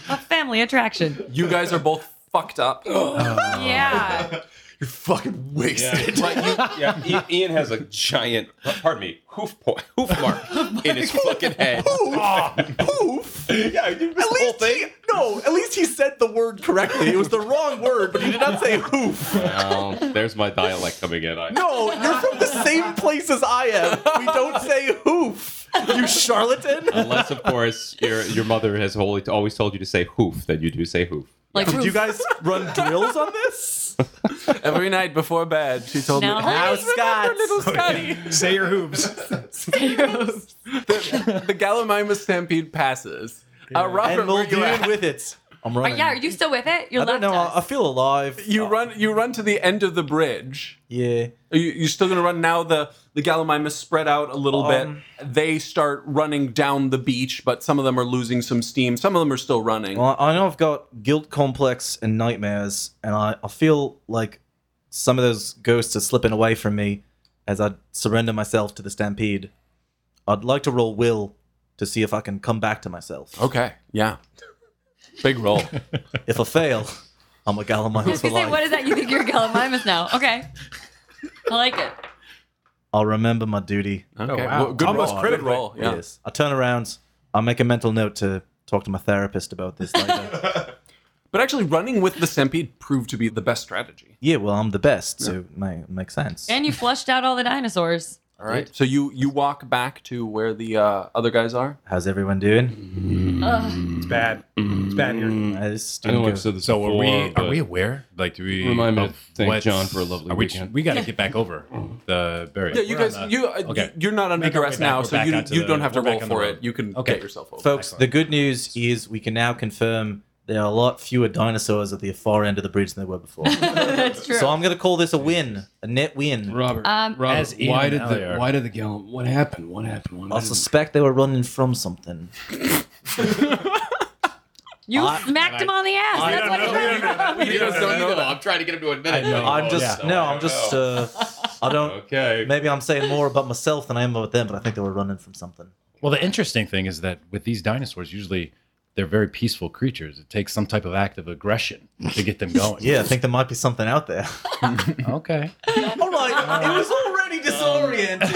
[SPEAKER 2] [LAUGHS]
[SPEAKER 4] a family attraction.
[SPEAKER 1] you guys are both fucked
[SPEAKER 2] [LAUGHS]
[SPEAKER 1] up.
[SPEAKER 4] yeah.
[SPEAKER 2] You're fucking
[SPEAKER 5] [LAUGHS]
[SPEAKER 2] wasted.
[SPEAKER 5] Yeah, I- Ian has a giant, pardon me, hoof po- hoof mark in his fucking
[SPEAKER 2] [LAUGHS]
[SPEAKER 5] head.
[SPEAKER 2] Poof! Yeah, you missed the Ah. whole thing. no, at least he said the word correctly. It was the wrong word, but he did not say hoof.
[SPEAKER 5] Well, Um, there's my dialect coming in. I,
[SPEAKER 2] No, you're from the same place as I am. We don't say hoof. You charlatan.
[SPEAKER 5] Unless, of course, your your mother has always always told you to say hoof, then you do say hoof.
[SPEAKER 4] Like
[SPEAKER 2] Did you
[SPEAKER 4] roof.
[SPEAKER 2] guys run drills on this?
[SPEAKER 1] Every night before bed, she told
[SPEAKER 4] Now
[SPEAKER 1] me
[SPEAKER 4] I
[SPEAKER 2] Scott. [LAUGHS]
[SPEAKER 6] Say your hooves.
[SPEAKER 1] [LAUGHS] the, the Gallimimus stampede passes. Uh, Robert,
[SPEAKER 2] And
[SPEAKER 1] where you,
[SPEAKER 2] Muldoon
[SPEAKER 1] at?
[SPEAKER 2] with it. I'm
[SPEAKER 4] Are-
[SPEAKER 2] running.
[SPEAKER 4] yeah, are you still with it? You're
[SPEAKER 2] I don't
[SPEAKER 4] left
[SPEAKER 2] know.
[SPEAKER 4] us.
[SPEAKER 2] I, I feel alive.
[SPEAKER 8] Oh.
[SPEAKER 1] you run. You run to the end of the bridge.
[SPEAKER 2] Yeah.
[SPEAKER 1] Are you, you're still gonna run now. The the Gallimimus spread out a little
[SPEAKER 2] Um,
[SPEAKER 1] bit. They start running down the beach, but some of them are losing some steam. Some of them are still running.
[SPEAKER 8] Oh.
[SPEAKER 2] Well, I know I've got guilt complex and nightmares, and I, I feel like some of those ghosts are slipping away from me as I surrender myself to the stampede. I'd like to roll will to see if I can come back to myself.
[SPEAKER 1] okay, yeah, big
[SPEAKER 8] [LAUGHS]
[SPEAKER 1] roll.
[SPEAKER 8] Oh,
[SPEAKER 2] If I fail, I'm a
[SPEAKER 4] I was
[SPEAKER 2] Gallimimus for
[SPEAKER 4] gonna say, what
[SPEAKER 2] life.
[SPEAKER 4] is that? You
[SPEAKER 2] [LAUGHS]
[SPEAKER 4] think you're Gallimimus now? Okay. I like it.
[SPEAKER 2] I'll remember my duty.
[SPEAKER 1] Okay,
[SPEAKER 6] wow.
[SPEAKER 1] well, good
[SPEAKER 6] Almost
[SPEAKER 1] roll.
[SPEAKER 6] critically.
[SPEAKER 1] Good roll. Uh, Yeah.
[SPEAKER 2] Yes. I turn around. I make a mental note to talk to my therapist about this later.
[SPEAKER 1] But actually, running with the stampede proved to be the best strategy.
[SPEAKER 2] yeah, well, I'm the best, so it ma- makes sense.
[SPEAKER 4] And you flushed out all
[SPEAKER 2] [LAUGHS]
[SPEAKER 4] the dinosaurs.
[SPEAKER 1] All right. So you you walk back to where the uh, other guys are.
[SPEAKER 2] How's everyone doing?
[SPEAKER 6] It's bad. It's bad here.
[SPEAKER 2] I just
[SPEAKER 5] I know
[SPEAKER 2] didn't
[SPEAKER 5] I've
[SPEAKER 2] go-
[SPEAKER 5] said this
[SPEAKER 8] so are
[SPEAKER 5] before,
[SPEAKER 8] we? Are
[SPEAKER 5] but
[SPEAKER 8] we aware? Like, do we?
[SPEAKER 5] Remind me to
[SPEAKER 8] of
[SPEAKER 5] thank
[SPEAKER 8] what's-
[SPEAKER 5] John for a lovely
[SPEAKER 8] are we,
[SPEAKER 5] weekend.
[SPEAKER 8] We got
[SPEAKER 4] [LAUGHS]
[SPEAKER 8] to get back over the barrier.
[SPEAKER 1] Yeah, you
[SPEAKER 8] We're on
[SPEAKER 1] guys,
[SPEAKER 8] the-
[SPEAKER 1] you uh,
[SPEAKER 8] okay.
[SPEAKER 1] you're not under
[SPEAKER 8] Make our way
[SPEAKER 1] duress
[SPEAKER 8] back.
[SPEAKER 1] now,
[SPEAKER 8] We're
[SPEAKER 1] so
[SPEAKER 8] back
[SPEAKER 1] you
[SPEAKER 8] onto
[SPEAKER 1] you
[SPEAKER 8] the-
[SPEAKER 1] don't have to
[SPEAKER 8] we're back
[SPEAKER 1] roll
[SPEAKER 8] on the
[SPEAKER 1] for
[SPEAKER 8] road.
[SPEAKER 1] it. You can
[SPEAKER 8] Okay.
[SPEAKER 1] get yourself over.
[SPEAKER 2] Folks, the good news is we can now confirm there are a lot fewer dinosaurs at the far end of the bridge than there were before.
[SPEAKER 4] That's true.
[SPEAKER 2] so I'm going to call this a win, a net win.
[SPEAKER 9] Robert,
[SPEAKER 4] Um,
[SPEAKER 9] Robert,
[SPEAKER 8] As Ian
[SPEAKER 9] why
[SPEAKER 8] and
[SPEAKER 9] did
[SPEAKER 8] Ellie
[SPEAKER 9] the
[SPEAKER 8] are.
[SPEAKER 9] why did the gallon? What happened? What happened? What
[SPEAKER 2] I
[SPEAKER 9] happened?
[SPEAKER 2] suspect they were running from something.
[SPEAKER 4] you
[SPEAKER 2] I-
[SPEAKER 4] smacked him on the ass. That's what he
[SPEAKER 1] You guys don't know that.
[SPEAKER 5] I'm trying to get him to admit it.
[SPEAKER 2] I'm just
[SPEAKER 8] yeah.
[SPEAKER 2] no, I'm just uh, I don't.
[SPEAKER 5] Oh, okay.
[SPEAKER 2] Maybe I'm saying more about myself than I am about them, but I think they were running from something.
[SPEAKER 8] Well, the interesting thing is that with these dinosaurs, usually they're very peaceful creatures. It takes some type of act of aggression to get them
[SPEAKER 2] [LAUGHS]
[SPEAKER 8] going.
[SPEAKER 2] Yeah, I think there might be something out there.
[SPEAKER 8] Okay.
[SPEAKER 2] [LAUGHS] All right, it was already disoriented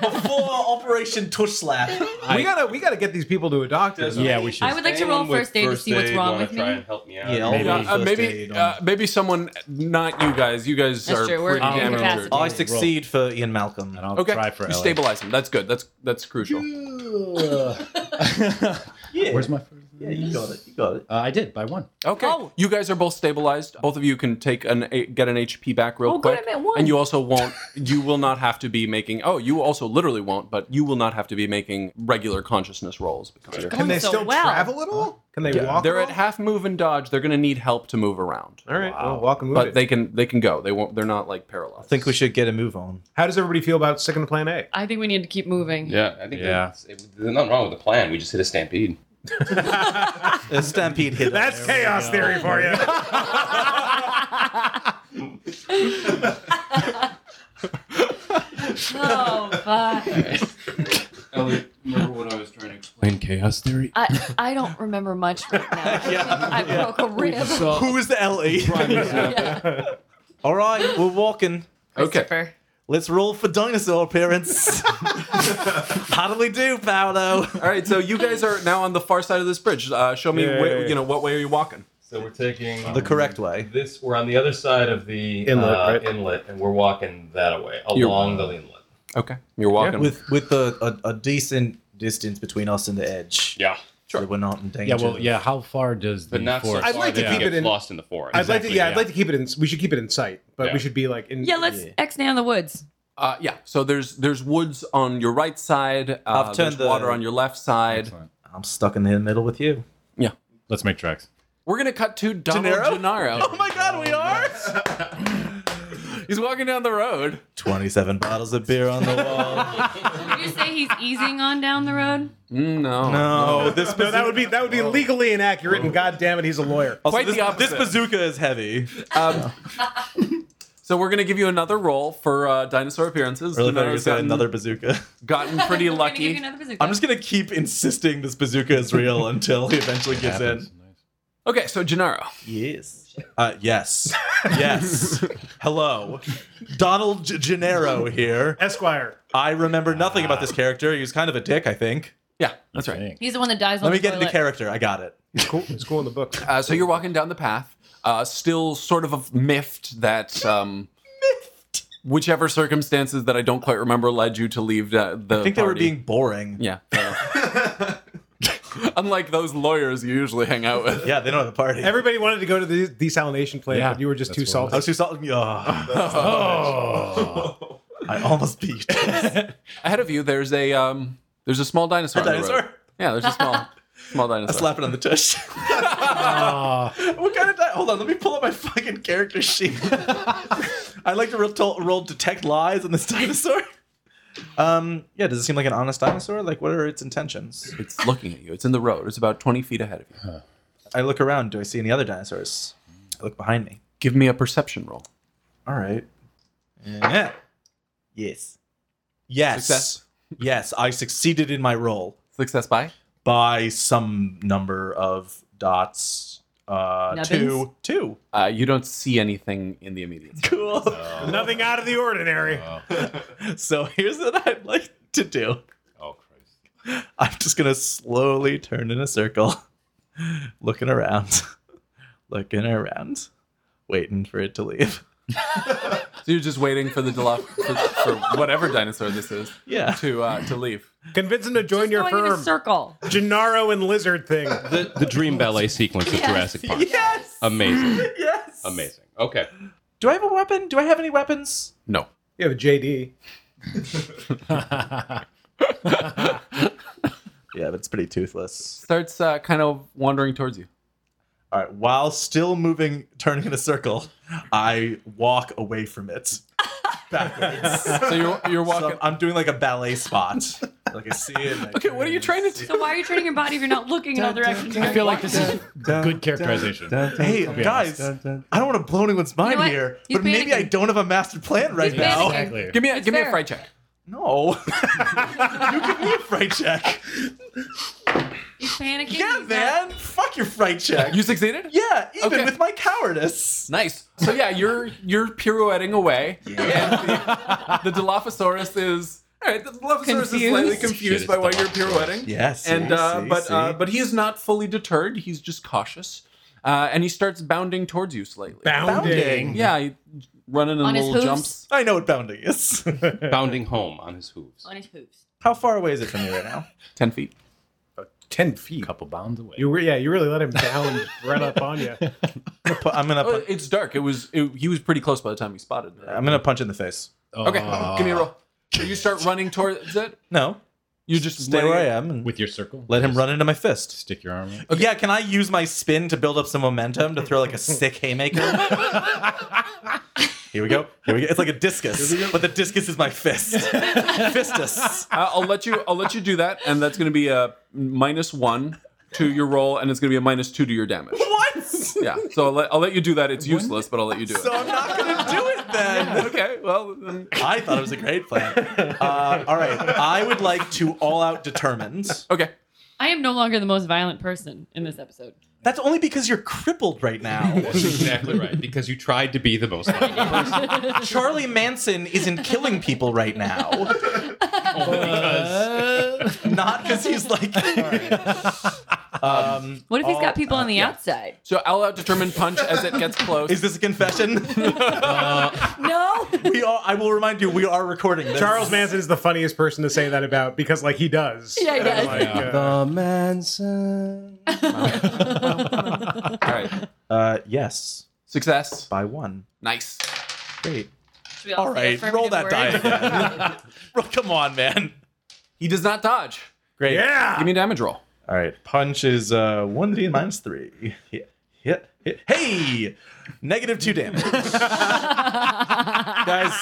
[SPEAKER 2] before Operation Tush Slap.
[SPEAKER 6] we gotta we gotta get these people to a doctor. though.
[SPEAKER 8] Yeah, we should.
[SPEAKER 4] I would like to roll
[SPEAKER 5] Anyone with
[SPEAKER 4] first aid to see what's
[SPEAKER 5] aid
[SPEAKER 4] wrong
[SPEAKER 5] wanna
[SPEAKER 4] with me.
[SPEAKER 5] try and help me out?
[SPEAKER 2] Yeah,
[SPEAKER 8] Maybe.
[SPEAKER 2] I'll roll
[SPEAKER 1] Uh,
[SPEAKER 2] first
[SPEAKER 1] maybe
[SPEAKER 2] aid on-
[SPEAKER 1] uh, maybe someone not you guys. You guys
[SPEAKER 4] That's
[SPEAKER 1] are
[SPEAKER 4] true, we're
[SPEAKER 1] pretty damn
[SPEAKER 4] incapacitated.
[SPEAKER 1] injured.
[SPEAKER 2] I succeed for Ian Malcolm.
[SPEAKER 8] and I'll
[SPEAKER 1] Okay,
[SPEAKER 8] try for
[SPEAKER 1] you
[SPEAKER 8] Ellie.
[SPEAKER 4] Mm.
[SPEAKER 1] stabilize him. That's good. That's that's crucial.
[SPEAKER 8] Where's my first?
[SPEAKER 2] Yeah, you got it. You got it.
[SPEAKER 8] Uh, I did by one.
[SPEAKER 1] Okay.
[SPEAKER 4] Oh.
[SPEAKER 1] You guys are both stabilized. Both of you can take an a, get an HP back real
[SPEAKER 4] Oh, good,
[SPEAKER 1] quick.
[SPEAKER 4] I'm at one.
[SPEAKER 1] And you also won't you will not have to be making Oh, you also literally won't, but you will not have to be making regular consciousness rolls because you're
[SPEAKER 4] Going
[SPEAKER 6] Can they
[SPEAKER 4] so
[SPEAKER 6] still
[SPEAKER 4] well.
[SPEAKER 6] travel at all? Can they walk?
[SPEAKER 1] They're
[SPEAKER 6] all?
[SPEAKER 1] at half move and dodge. They're going to need help to move around.
[SPEAKER 6] All right, well, walk and move.
[SPEAKER 1] But
[SPEAKER 6] it.
[SPEAKER 1] they can they can go. They won't they're not like paralyzed.
[SPEAKER 2] I think we should get a move on.
[SPEAKER 6] How does everybody feel about sticking to Plan A?
[SPEAKER 4] I think we need to keep moving.
[SPEAKER 2] [LAUGHS]
[SPEAKER 5] Yeah, I think
[SPEAKER 8] Yeah.
[SPEAKER 5] it's- it- there's nothing wrong with the plan. We just hit a stampede.
[SPEAKER 2] A stampede hit. us.
[SPEAKER 6] That's chaos theory for you.
[SPEAKER 4] [LAUGHS] Oh, fuck.
[SPEAKER 9] Elliot, remember what I was trying to explain?
[SPEAKER 8] Plain chaos theory.
[SPEAKER 4] I, I don't remember much right now. I think I broke a rib. [LAUGHS]
[SPEAKER 2] Who is the [LAUGHS] LE? All right, we're walking.
[SPEAKER 1] Okay.
[SPEAKER 4] Christopher.
[SPEAKER 2] Let's roll for dinosaur appearance. How do we do, Paolo?
[SPEAKER 1] All right, so you guys are now on the far side of this bridge. Uh, show me
[SPEAKER 6] Yeah,
[SPEAKER 1] where,
[SPEAKER 6] yeah, yeah.
[SPEAKER 1] you know what way are you walking?
[SPEAKER 10] So we're taking
[SPEAKER 2] The correct way.
[SPEAKER 10] This we're on the other side of the
[SPEAKER 6] Inlet,
[SPEAKER 10] uh,
[SPEAKER 6] right?
[SPEAKER 10] inlet, and we're walking that way
[SPEAKER 1] You're-
[SPEAKER 10] along the inlet.
[SPEAKER 1] Okay. You're walking.
[SPEAKER 2] With with a, a, a decent distance between us and the edge.
[SPEAKER 5] Yeah,
[SPEAKER 2] Sure. So we're not in danger.
[SPEAKER 8] Yeah, well, yeah. How far does the
[SPEAKER 5] but not so
[SPEAKER 8] forest?
[SPEAKER 5] far
[SPEAKER 6] I'd like to
[SPEAKER 5] that
[SPEAKER 6] keep
[SPEAKER 5] you
[SPEAKER 6] it
[SPEAKER 5] get
[SPEAKER 6] in-
[SPEAKER 5] lost in the forest.
[SPEAKER 6] I'd like to,
[SPEAKER 8] Exactly,
[SPEAKER 6] yeah, I'd
[SPEAKER 8] yeah.
[SPEAKER 6] like to keep it in. We should keep it in sight, but
[SPEAKER 5] Yeah.
[SPEAKER 6] we should be like in.
[SPEAKER 4] Yeah, let's X down the woods.
[SPEAKER 1] Uh, yeah. So there's there's woods on your right side. Uh,
[SPEAKER 2] I've turned
[SPEAKER 1] there's water
[SPEAKER 2] the-
[SPEAKER 1] on your left side.
[SPEAKER 8] Excellent.
[SPEAKER 2] I'm stuck in the middle with you.
[SPEAKER 8] Let's make tracks.
[SPEAKER 1] We're gonna cut to Donald
[SPEAKER 2] Gennaro?
[SPEAKER 1] Gennaro.
[SPEAKER 2] [LAUGHS] Oh my god, we are!
[SPEAKER 1] He's walking down the road.
[SPEAKER 2] 27 bottles of beer on the wall.
[SPEAKER 4] Did you say he's easing on down the road?
[SPEAKER 1] Mm, No.
[SPEAKER 2] [LAUGHS] No, this
[SPEAKER 6] No, that would be that would be legally inaccurate, and God damn it, he's a lawyer.
[SPEAKER 1] Quite
[SPEAKER 2] this,
[SPEAKER 1] the opposite.
[SPEAKER 2] This bazooka is heavy.
[SPEAKER 1] Um, so we're gonna give you another roll for uh, dinosaur appearances.
[SPEAKER 2] Really thought you were gonna
[SPEAKER 1] Gennaro's
[SPEAKER 2] say
[SPEAKER 1] gotten,
[SPEAKER 2] another bazooka.
[SPEAKER 1] gotten
[SPEAKER 4] [LAUGHS]
[SPEAKER 1] pretty
[SPEAKER 4] I'm gonna give you
[SPEAKER 1] lucky.
[SPEAKER 4] another bazooka.
[SPEAKER 2] I'm just gonna keep insisting this bazooka is [LAUGHS] real until he eventually gives in.
[SPEAKER 1] Okay, so Gennaro.
[SPEAKER 2] Yes. Uh, [LAUGHS] yes. Yes. Hello. Donald G- Gennaro here.
[SPEAKER 6] Esquire.
[SPEAKER 2] I remember nothing about this character. He was kind of a dick, I think.
[SPEAKER 1] Yeah, that's right.
[SPEAKER 4] He's the one that dies on
[SPEAKER 2] Let me
[SPEAKER 4] the
[SPEAKER 2] get into
[SPEAKER 4] toilet.
[SPEAKER 2] character. I got it.
[SPEAKER 6] It's cool. It's cool in the book.
[SPEAKER 1] Uh, so you're walking down the path, uh, still sort of miffed that um, whichever circumstances that I don't quite remember led you to leave uh, the.
[SPEAKER 2] I think they were being boring.
[SPEAKER 1] Yeah. fair
[SPEAKER 2] [LAUGHS]
[SPEAKER 1] enough. [LAUGHS] Unlike those lawyers you usually hang out with.
[SPEAKER 2] Yeah, they don't have a party.
[SPEAKER 6] Everybody wanted to go to the desalination plant,
[SPEAKER 8] Yeah,
[SPEAKER 6] but you were just
[SPEAKER 8] that's
[SPEAKER 6] too
[SPEAKER 8] what it
[SPEAKER 6] salty.
[SPEAKER 2] I was too salty. Oh,
[SPEAKER 8] [LAUGHS] Oh,
[SPEAKER 2] I almost beat. [LAUGHS]
[SPEAKER 1] Ahead of you, there's a um, there's a small dinosaur.
[SPEAKER 2] A
[SPEAKER 1] on the road.
[SPEAKER 2] dinosaur?
[SPEAKER 1] Yeah, there's a
[SPEAKER 2] [LAUGHS]
[SPEAKER 1] small small
[SPEAKER 2] I
[SPEAKER 1] dinosaur.
[SPEAKER 2] slap it on the tush. [LAUGHS] what kind of di- Hold on, let me pull up my fucking character sheet. [LAUGHS] I like to roll, to roll detect lies on this [LAUGHS] dinosaur. Um, yeah, does it seem like an honest dinosaur? Like, what are its intentions?
[SPEAKER 1] It's looking at you. It's in the road. It's about 20 feet ahead of you.
[SPEAKER 2] I look around. Do I see any other dinosaurs? I look behind me.
[SPEAKER 1] Give me a perception roll.
[SPEAKER 2] All right. Yeah. Yes. Yes.
[SPEAKER 1] Success.
[SPEAKER 2] Yes, I succeeded in my role
[SPEAKER 1] Success by?
[SPEAKER 2] by some number of dots. Uh,
[SPEAKER 4] Nubbins?
[SPEAKER 2] two. Two.
[SPEAKER 1] Uh, you don't see anything in the immediate.
[SPEAKER 2] Cool.
[SPEAKER 6] Nothing out of the ordinary.
[SPEAKER 2] So here's what I'd like to do.
[SPEAKER 10] Oh Christ!
[SPEAKER 2] I'm just gonna slowly turn in a circle, looking around, [LAUGHS] looking around, waiting for it to leave.
[SPEAKER 1] So you're just waiting for the dilo- for, for whatever dinosaur this is
[SPEAKER 2] Yeah.
[SPEAKER 1] to uh, to leave.
[SPEAKER 6] Convince him to join your
[SPEAKER 4] Going in a
[SPEAKER 6] firm.
[SPEAKER 4] circle.
[SPEAKER 6] Gennaro and lizard thing.
[SPEAKER 5] the, the dream
[SPEAKER 6] [LAUGHS]
[SPEAKER 5] ballet sequence of
[SPEAKER 4] Yes.
[SPEAKER 5] Jurassic Park.
[SPEAKER 2] Yes.
[SPEAKER 5] Amazing,
[SPEAKER 2] Yes.
[SPEAKER 5] amazing. Okay,
[SPEAKER 2] Do I have a weapon? Do I have any weapons?
[SPEAKER 1] No.
[SPEAKER 6] You have a JD.
[SPEAKER 2] Yeah, but it's pretty toothless.
[SPEAKER 1] Starts uh, kind of wandering towards you.
[SPEAKER 2] All right. While still moving, turning in a circle, I walk away from it backwards.
[SPEAKER 1] [LAUGHS] So you're you're
[SPEAKER 2] So
[SPEAKER 1] walking.
[SPEAKER 2] I'm- I'm doing like a ballet spot. Like I see it. and I
[SPEAKER 1] Okay, what are you trying to do?
[SPEAKER 4] So why are you turning your body if you're not looking in all directions?
[SPEAKER 8] I feel like this is good characterization.
[SPEAKER 2] Hey
[SPEAKER 8] be
[SPEAKER 2] guys, I don't want to blow anyone's mind
[SPEAKER 4] what?
[SPEAKER 2] here,
[SPEAKER 4] He's
[SPEAKER 2] but maybe I
[SPEAKER 4] panicking.
[SPEAKER 2] don't have a master plan right
[SPEAKER 4] He's
[SPEAKER 2] now.
[SPEAKER 4] panicking.
[SPEAKER 8] Exactly.
[SPEAKER 1] Give me a give me a
[SPEAKER 4] fair.
[SPEAKER 1] fright check.
[SPEAKER 2] No, [LAUGHS] you give me a fright check.
[SPEAKER 4] He's panicking.
[SPEAKER 2] Yeah,
[SPEAKER 4] He's not-
[SPEAKER 2] man, fuck your fright check.
[SPEAKER 1] You succeeded.
[SPEAKER 2] yeah, even
[SPEAKER 1] Okay.
[SPEAKER 2] with my cowardice.
[SPEAKER 1] Nice. So yeah, you're you're pirouetting away, and the, the Dilophosaurus is all right. The Dilophosaurus is slightly
[SPEAKER 4] Confused.
[SPEAKER 1] confused
[SPEAKER 5] Shit,
[SPEAKER 1] by
[SPEAKER 5] it's
[SPEAKER 1] why you're
[SPEAKER 5] Dilophosaurus.
[SPEAKER 1] pirouetting.
[SPEAKER 2] Yes,
[SPEAKER 1] and
[SPEAKER 2] see,
[SPEAKER 1] uh,
[SPEAKER 2] see,
[SPEAKER 1] but
[SPEAKER 2] see.
[SPEAKER 1] Uh, but he is not fully deterred. He's just cautious, uh, and he starts bounding towards you slightly.
[SPEAKER 2] Bounding.
[SPEAKER 1] Yeah, he, running in
[SPEAKER 4] On his
[SPEAKER 1] little
[SPEAKER 4] hooves?
[SPEAKER 1] jumps.
[SPEAKER 2] I know what bounding is. [LAUGHS]
[SPEAKER 5] bounding home on his hooves.
[SPEAKER 4] On his hooves.
[SPEAKER 2] How far away is it from me right now?
[SPEAKER 1] Ten feet.
[SPEAKER 6] ten feet. A
[SPEAKER 8] couple bounds away.
[SPEAKER 6] You re- yeah, you really let him down [LAUGHS] right up on you.
[SPEAKER 2] I'm gonna.
[SPEAKER 1] Oh, it's dark. It was. It, he was pretty close by the time we spotted. it.
[SPEAKER 2] I'm gonna punch in the face.
[SPEAKER 1] Okay,
[SPEAKER 8] Uh,
[SPEAKER 2] Ah.
[SPEAKER 1] give me a roll. So you start running towards it.
[SPEAKER 2] No,
[SPEAKER 1] You just
[SPEAKER 2] stay
[SPEAKER 1] letting
[SPEAKER 2] where I
[SPEAKER 1] it-
[SPEAKER 2] am and
[SPEAKER 8] With your circle?
[SPEAKER 2] let him run into my fist.
[SPEAKER 8] Stick your arm
[SPEAKER 2] [LAUGHS]
[SPEAKER 8] in.
[SPEAKER 2] Okay. Yeah, can I use my spin to build up some momentum to throw like a sick haymaker? Here we go. Here we go. It's like a discus, but the discus is my fist. Fistus.
[SPEAKER 1] I- I'll let you. I'll let you do that, and that's going to be a minus one to your roll, and it's going to be a minus two to your damage.
[SPEAKER 2] What?
[SPEAKER 1] Yeah. So I'll let, I'll let you do that. It's useless, but I'll let you do
[SPEAKER 2] So
[SPEAKER 1] it.
[SPEAKER 2] I'm not gonna do it
[SPEAKER 1] [LAUGHS]
[SPEAKER 2] then.
[SPEAKER 1] Okay. Well. Then.
[SPEAKER 2] I thought it was a great plan. Uh, all right, I would like to all out determined.
[SPEAKER 1] Okay.
[SPEAKER 4] I am no longer the most violent person in this episode.
[SPEAKER 2] That's only because you're crippled right now.
[SPEAKER 5] That's exactly right. Because you tried to be
[SPEAKER 10] [LAUGHS]
[SPEAKER 5] the most likely person.
[SPEAKER 2] Charlie Manson isn't killing people right now.
[SPEAKER 5] Only because
[SPEAKER 2] Not because he's [LAUGHS] like. um,
[SPEAKER 4] What if he's got people on the outside?
[SPEAKER 1] So I'll out determine punch as it gets close.
[SPEAKER 2] is this a [LAUGHS] confession? Uh,
[SPEAKER 4] No.
[SPEAKER 2] we are. I will remind you, we are recording this.
[SPEAKER 6] Charles
[SPEAKER 2] [LAUGHS]
[SPEAKER 6] Manson is the funniest person to say that about because like he does.
[SPEAKER 4] Yeah, he
[SPEAKER 6] And I'm
[SPEAKER 4] does.
[SPEAKER 6] like, uh,
[SPEAKER 10] the Manson.
[SPEAKER 1] All right.
[SPEAKER 2] Uh, yes,
[SPEAKER 1] Success.
[SPEAKER 2] by one.
[SPEAKER 1] Nice.
[SPEAKER 2] Great.
[SPEAKER 4] Should we
[SPEAKER 2] All
[SPEAKER 4] say
[SPEAKER 2] right, roll that
[SPEAKER 4] affirmative
[SPEAKER 2] die
[SPEAKER 4] words?
[SPEAKER 2] [LAUGHS]
[SPEAKER 4] [LAUGHS]
[SPEAKER 2] again. Bro, come on, man.
[SPEAKER 1] He does not dodge.
[SPEAKER 2] Great.
[SPEAKER 6] yeah.
[SPEAKER 1] Give me a damage roll.
[SPEAKER 2] All right. Punch is uh, one d minus three. Hit. Hit. Hit. Hey, negative two [LAUGHS] damage. Guys,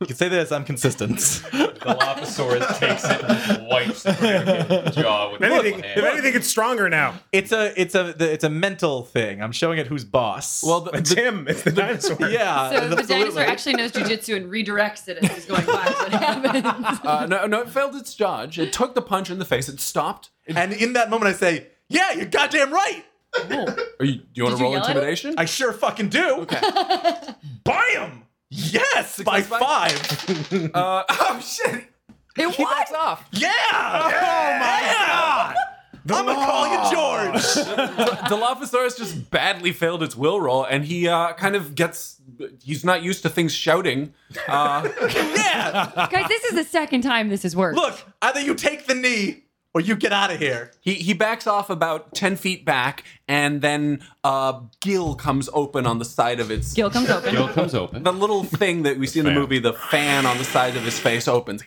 [SPEAKER 2] you can say this. I'm [LAUGHS] consistent.
[SPEAKER 10] Dilophosaurus takes it and wipes the
[SPEAKER 6] [LAUGHS]
[SPEAKER 10] freaking jaw with
[SPEAKER 6] if anything,
[SPEAKER 10] one
[SPEAKER 6] if
[SPEAKER 10] hand.
[SPEAKER 6] anything, it's stronger now.
[SPEAKER 2] It's a it's a the, it's a mental thing. I'm showing it who's boss.
[SPEAKER 1] Well, the,
[SPEAKER 2] [LAUGHS]
[SPEAKER 6] It's
[SPEAKER 1] the-
[SPEAKER 6] him. It's the dinosaur.
[SPEAKER 2] yeah.
[SPEAKER 8] Uh,
[SPEAKER 4] So the
[SPEAKER 2] absolutely.
[SPEAKER 4] dinosaur actually knows jujitsu and redirects it as he's going by. That's what happens.
[SPEAKER 1] uh, no, no, it failed its dodge. It took the punch in the face. It stopped.
[SPEAKER 2] And in that moment, I say, "Yeah, you're goddamn right.
[SPEAKER 1] Are you, do you want to
[SPEAKER 4] Did you
[SPEAKER 1] roll
[SPEAKER 4] yell at him?
[SPEAKER 1] intimidation?
[SPEAKER 2] I sure fucking do."
[SPEAKER 1] Okay.
[SPEAKER 2] Bam. Yes, by
[SPEAKER 1] by-
[SPEAKER 2] five.
[SPEAKER 1] Uh, [LAUGHS] oh shit!
[SPEAKER 4] it
[SPEAKER 1] He backs off.
[SPEAKER 2] yeah. Oh my god. I'm gonna call you George.
[SPEAKER 1] Dilophosaurus just badly failed its will roll, and he uh, kind of gets. He's not used to things shouting. Uh,
[SPEAKER 2] yeah.
[SPEAKER 4] Guys, this is the second time this has worked.
[SPEAKER 2] Look, either you take the knee or you get out of here.
[SPEAKER 1] he he backs off about ten feet back, and then uh, gill comes open on the side of its.
[SPEAKER 4] Gil comes open.
[SPEAKER 5] Bill comes open.
[SPEAKER 1] The little thing that we see in the
[SPEAKER 8] fan.
[SPEAKER 1] movie, the fan on the side of his face opens.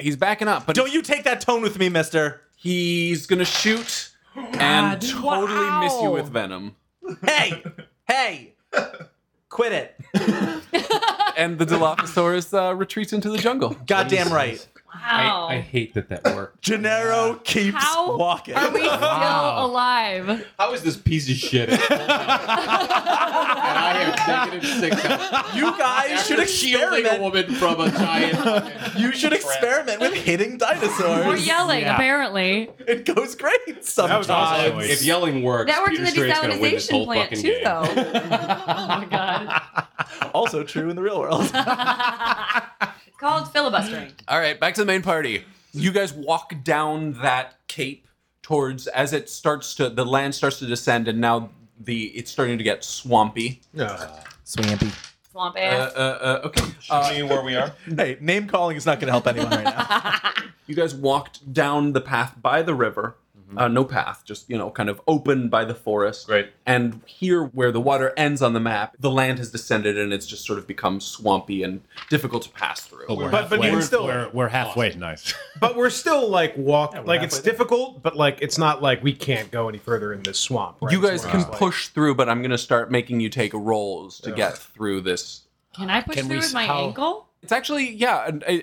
[SPEAKER 1] He's backing up, but
[SPEAKER 2] Don't you take that tone with me, Mister.
[SPEAKER 1] he's gonna shoot and totally miss you with venom.
[SPEAKER 2] Hey, hey, quit it.
[SPEAKER 1] And the Dilophosaurus uh, retreats into the jungle.
[SPEAKER 2] Goddamn right.
[SPEAKER 4] Wow.
[SPEAKER 5] I, I hate that that worked.
[SPEAKER 2] Gennaro keeps
[SPEAKER 4] How
[SPEAKER 2] walking.
[SPEAKER 4] Are we still alive?
[SPEAKER 5] How is this piece of
[SPEAKER 10] [LAUGHS]
[SPEAKER 5] shit? and I have negative six.
[SPEAKER 2] you guys should
[SPEAKER 9] Shielding a
[SPEAKER 2] experiment.
[SPEAKER 9] woman from a giant.
[SPEAKER 2] You should experiment with hitting
[SPEAKER 4] We're
[SPEAKER 2] dinosaurs.
[SPEAKER 4] yelling, apparently.
[SPEAKER 2] It goes great sometimes.
[SPEAKER 3] was awesome.
[SPEAKER 5] If yelling works,
[SPEAKER 4] That worked in
[SPEAKER 5] Peter
[SPEAKER 4] the
[SPEAKER 5] Strait's gonna win this
[SPEAKER 4] desalinization
[SPEAKER 5] whole
[SPEAKER 4] plant,
[SPEAKER 5] fucking
[SPEAKER 4] too,
[SPEAKER 5] game.
[SPEAKER 4] though. oh my god.
[SPEAKER 2] also true in the real
[SPEAKER 4] [LAUGHS]
[SPEAKER 2] world.
[SPEAKER 4] It's called filibustering.
[SPEAKER 1] All right, back to the main party. You guys walk down that cape towards as it starts to the land starts to descend, and now the it's starting to get swampy.
[SPEAKER 2] Swampy.
[SPEAKER 4] Swamp
[SPEAKER 1] Uh,
[SPEAKER 4] ass.
[SPEAKER 1] uh, uh, okay,
[SPEAKER 10] Show me where we are.
[SPEAKER 5] [LAUGHS]
[SPEAKER 2] Hey, name calling is not going to help anyone right now.
[SPEAKER 1] you guys walked down the path by the river. Uh, no path, just you know, kind of open by the forest.
[SPEAKER 10] Great.
[SPEAKER 1] And here, where the water ends on the map, the land has descended, and it's just sort of become swampy and difficult to pass through.
[SPEAKER 8] But we're
[SPEAKER 6] But- but
[SPEAKER 8] halfway.
[SPEAKER 6] even
[SPEAKER 8] we're,
[SPEAKER 6] still-
[SPEAKER 8] we're, we're halfway. [LAUGHS] Nice.
[SPEAKER 6] But we're still like walk. like it's
[SPEAKER 2] halfway there.
[SPEAKER 6] difficult, but like it's not like we can't go any further in this swamp. Right?
[SPEAKER 1] You guys
[SPEAKER 6] So we're
[SPEAKER 1] can
[SPEAKER 6] just like-
[SPEAKER 1] push through, but I'm going to start making you take rolls to get through this
[SPEAKER 4] Can I push
[SPEAKER 8] Can
[SPEAKER 4] through
[SPEAKER 8] we
[SPEAKER 4] with my
[SPEAKER 8] how-
[SPEAKER 4] ankle? Oh,
[SPEAKER 1] It's actually yeah, and [LAUGHS] I-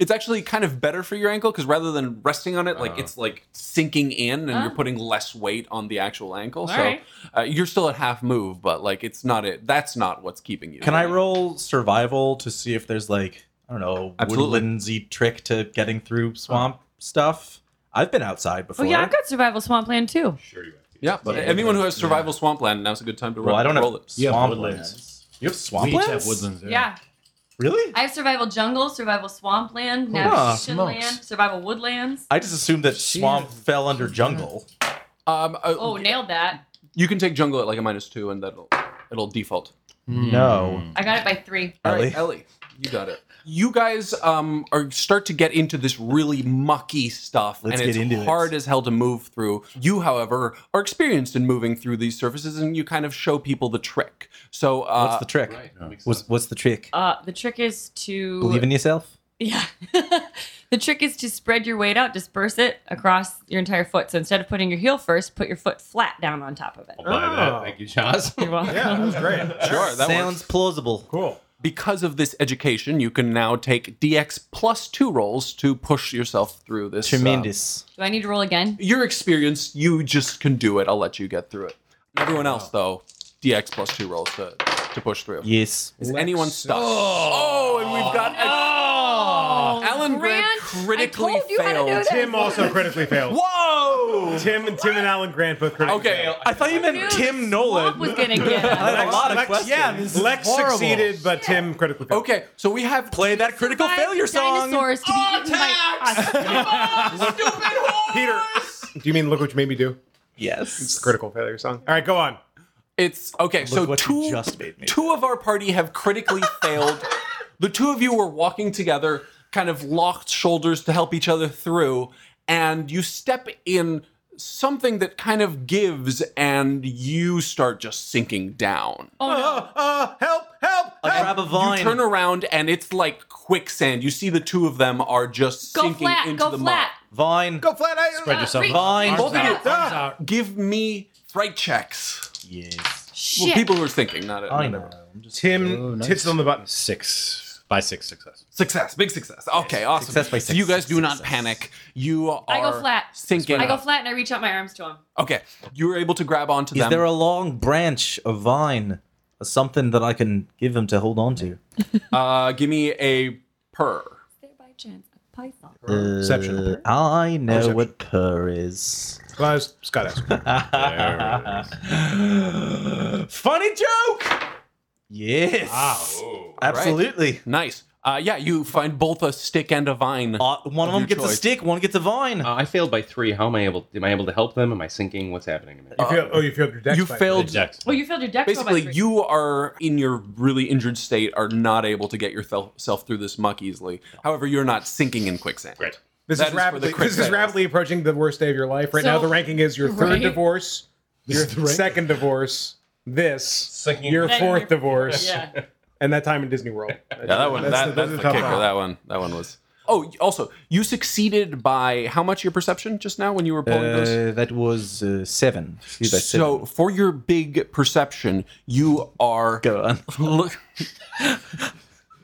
[SPEAKER 1] it's actually kind of better for your ankle because rather than resting on it,
[SPEAKER 2] Oh.
[SPEAKER 1] like it's like sinking in, and
[SPEAKER 4] Ah.
[SPEAKER 1] you're putting less weight on the actual ankle. so
[SPEAKER 4] Alright.
[SPEAKER 1] uh, you're still at half move, but like it's not it. That's not what's keeping you.
[SPEAKER 2] Can I roll survival to see if there's like I don't know
[SPEAKER 1] Absolutely.
[SPEAKER 2] woodlandsy trick to getting through swamp stuff? I've been outside
[SPEAKER 4] Oh
[SPEAKER 2] before.
[SPEAKER 4] yeah, I've got survival swamp land too.
[SPEAKER 10] Sure you have.
[SPEAKER 1] Yeah, but
[SPEAKER 2] Yeah,
[SPEAKER 1] anyone who has survival swampland, now's a good time to roll.
[SPEAKER 2] well, I don't
[SPEAKER 1] roll
[SPEAKER 2] have
[SPEAKER 1] it.
[SPEAKER 8] You have
[SPEAKER 2] swamp
[SPEAKER 8] woodlands.
[SPEAKER 2] lands. You have
[SPEAKER 8] we
[SPEAKER 2] swamp
[SPEAKER 8] each
[SPEAKER 2] lands.
[SPEAKER 8] have woodlands there.
[SPEAKER 4] Yeah.
[SPEAKER 2] Really?
[SPEAKER 4] I have survival jungle, survival swamp land,
[SPEAKER 2] Holy
[SPEAKER 4] navigation
[SPEAKER 8] smokes.
[SPEAKER 4] land, survival woodlands.
[SPEAKER 2] I just assumed that swamp fell under jungle.
[SPEAKER 1] Um, uh,
[SPEAKER 4] Oh, nailed that.
[SPEAKER 1] you can take jungle at like a minus two, and that'll it'll default.
[SPEAKER 2] No.
[SPEAKER 8] Hmm.
[SPEAKER 4] I got it by three.
[SPEAKER 1] All right,
[SPEAKER 2] Ellie.
[SPEAKER 1] Ellie, you got it. you guys um, are start to get into this really mucky stuff,
[SPEAKER 2] Let's
[SPEAKER 1] and
[SPEAKER 2] get into
[SPEAKER 1] it's
[SPEAKER 2] it.
[SPEAKER 1] hard as hell to move through. You, however, are experienced in moving through these surfaces, and you kind of show people the trick. So, uh,
[SPEAKER 2] What's the trick?
[SPEAKER 10] Right. that makes
[SPEAKER 2] What's, what's the trick?
[SPEAKER 4] Uh, the trick is to
[SPEAKER 2] Believe in yourself?
[SPEAKER 4] [LAUGHS] Yeah. the trick is to spread your weight out, disperse it across your entire foot. So instead of putting your heel first, put your foot flat down on top of it.
[SPEAKER 10] I'll buy
[SPEAKER 6] Oh.
[SPEAKER 10] that. Thank you, Chaz.
[SPEAKER 4] You're welcome.
[SPEAKER 6] [LAUGHS] Yeah, that was great.
[SPEAKER 2] [LAUGHS]
[SPEAKER 1] sure, that
[SPEAKER 2] Sounds
[SPEAKER 1] works.
[SPEAKER 2] plausible.
[SPEAKER 6] Cool.
[SPEAKER 1] Because of this education, you can now take DX plus two rolls to push yourself through this. uh,
[SPEAKER 2] Tremendous.
[SPEAKER 4] Do I need to roll again?
[SPEAKER 1] your experience, you just can do it. I'll let you get through it. Everyone else, though, DX plus two rolls to, to push through.
[SPEAKER 2] yes.
[SPEAKER 1] Is anyone stuck? Oh, and we've got.
[SPEAKER 2] Oh.
[SPEAKER 1] Alan Grant critically
[SPEAKER 4] I told you How to do
[SPEAKER 1] failed.
[SPEAKER 4] this.
[SPEAKER 6] Tim also critically failed.
[SPEAKER 1] Whoa!
[SPEAKER 6] Tim and Tim and Alan Grant both critically
[SPEAKER 1] Okay,
[SPEAKER 2] I thought you
[SPEAKER 4] Dude,
[SPEAKER 2] meant
[SPEAKER 4] the swamp was gonna get him.
[SPEAKER 6] [LAUGHS]
[SPEAKER 2] I had a lot of
[SPEAKER 6] Lex,
[SPEAKER 2] questions.
[SPEAKER 6] yeah, Lex succeeded, but Tim critically failed.
[SPEAKER 1] okay. So we have
[SPEAKER 2] Play that critical
[SPEAKER 4] Five
[SPEAKER 2] failure song.
[SPEAKER 4] Dinosaurs to be eaten by
[SPEAKER 6] Peter, do you mean look what you made me do?
[SPEAKER 2] Yes.
[SPEAKER 6] Critical failure song. All right, go on.
[SPEAKER 1] It's okay. so
[SPEAKER 2] what
[SPEAKER 1] two
[SPEAKER 2] you just made me
[SPEAKER 1] two of our party have
[SPEAKER 2] [LAUGHS]
[SPEAKER 1] critically failed. The two of you were walking together, kind of locked shoulders to help each other through, and you step in something that kind of gives, and you start just sinking down.
[SPEAKER 4] Oh,
[SPEAKER 6] [LAUGHS] Uh, help! Help!
[SPEAKER 2] I grab a vine.
[SPEAKER 1] You turn around, and it's like quicksand. You see the two of them are just
[SPEAKER 4] Go
[SPEAKER 1] sinking
[SPEAKER 4] flat,
[SPEAKER 1] into
[SPEAKER 4] go
[SPEAKER 1] the
[SPEAKER 4] flat. Uh,
[SPEAKER 2] Vine.
[SPEAKER 6] Go flat. I,
[SPEAKER 8] Spread yourself
[SPEAKER 4] Three.
[SPEAKER 8] out.
[SPEAKER 2] Vine.
[SPEAKER 8] Arms
[SPEAKER 1] Both of you-
[SPEAKER 6] uh,
[SPEAKER 8] out, arms out.
[SPEAKER 1] mud. Give me fright checks.
[SPEAKER 2] Yes.
[SPEAKER 4] Shit.
[SPEAKER 1] Well, people who are sinking, not
[SPEAKER 2] I
[SPEAKER 1] it.
[SPEAKER 2] know.
[SPEAKER 6] Tim
[SPEAKER 8] Oh, nice.
[SPEAKER 6] hits on the button.
[SPEAKER 8] Six by six success.
[SPEAKER 1] Success, big success. Okay, awesome.
[SPEAKER 2] Success by
[SPEAKER 1] So you guys
[SPEAKER 2] six,
[SPEAKER 1] do not
[SPEAKER 2] success.
[SPEAKER 1] panic. You are
[SPEAKER 4] I go flat.
[SPEAKER 1] sinking.
[SPEAKER 4] I go flat and I reach out my arms to him.
[SPEAKER 1] Okay, you were able to grab onto
[SPEAKER 2] Is
[SPEAKER 1] them.
[SPEAKER 2] there a long branch, a vine, or something that I can give him to hold on to?
[SPEAKER 1] uh, give me a purr.
[SPEAKER 4] There by chance, a python.
[SPEAKER 6] Perception.
[SPEAKER 2] Uh, I know
[SPEAKER 6] Perception.
[SPEAKER 2] what purr is.
[SPEAKER 6] Guys, Scott asked.
[SPEAKER 2] [LAUGHS]
[SPEAKER 5] [LAUGHS]
[SPEAKER 2] Funny joke. Yes.
[SPEAKER 10] Oh.
[SPEAKER 2] Absolutely.
[SPEAKER 1] Nice. Uh, yeah, you find both a stick and a vine.
[SPEAKER 2] Uh, one of
[SPEAKER 1] Your
[SPEAKER 2] them gets
[SPEAKER 1] choice.
[SPEAKER 2] a stick. One gets a vine.
[SPEAKER 5] Uh, I failed by three. How am I able? Am I able to help them? Am I sinking? What's happening to me?
[SPEAKER 6] You failed, oh, you failed your deck.
[SPEAKER 1] you failed.
[SPEAKER 8] Exactly.
[SPEAKER 4] Oh, you failed your deck. roll by
[SPEAKER 1] Basically,
[SPEAKER 4] three.
[SPEAKER 1] you are in your really injured state, are not able to get yourself through this muck easily. However, you're not sinking in quicksand.
[SPEAKER 10] Great.
[SPEAKER 6] This
[SPEAKER 1] That is
[SPEAKER 6] is,
[SPEAKER 1] for the
[SPEAKER 6] rapidly.
[SPEAKER 1] quick
[SPEAKER 6] This is
[SPEAKER 1] fails.
[SPEAKER 6] rapidly approaching the worst day of your life. Right now,
[SPEAKER 4] So-
[SPEAKER 6] the ranking is your third
[SPEAKER 4] Right.
[SPEAKER 6] divorce, your second divorce, this,
[SPEAKER 10] Second-
[SPEAKER 6] your
[SPEAKER 4] Then
[SPEAKER 6] fourth
[SPEAKER 4] you're-
[SPEAKER 6] divorce,
[SPEAKER 4] Yeah.
[SPEAKER 6] and that time in Disney World.
[SPEAKER 1] [LAUGHS] Yeah, that one. that, that's the,
[SPEAKER 6] tough
[SPEAKER 1] kicker.
[SPEAKER 6] [LAUGHS]
[SPEAKER 1] That one. That one was. Oh, also, you succeeded by how much your perception just now when you were pulling those?
[SPEAKER 2] Uh, that was uh, seven. Excuse me,
[SPEAKER 1] So
[SPEAKER 2] seven.
[SPEAKER 1] for your big perception, you are
[SPEAKER 2] go on.
[SPEAKER 1] look. [LAUGHS]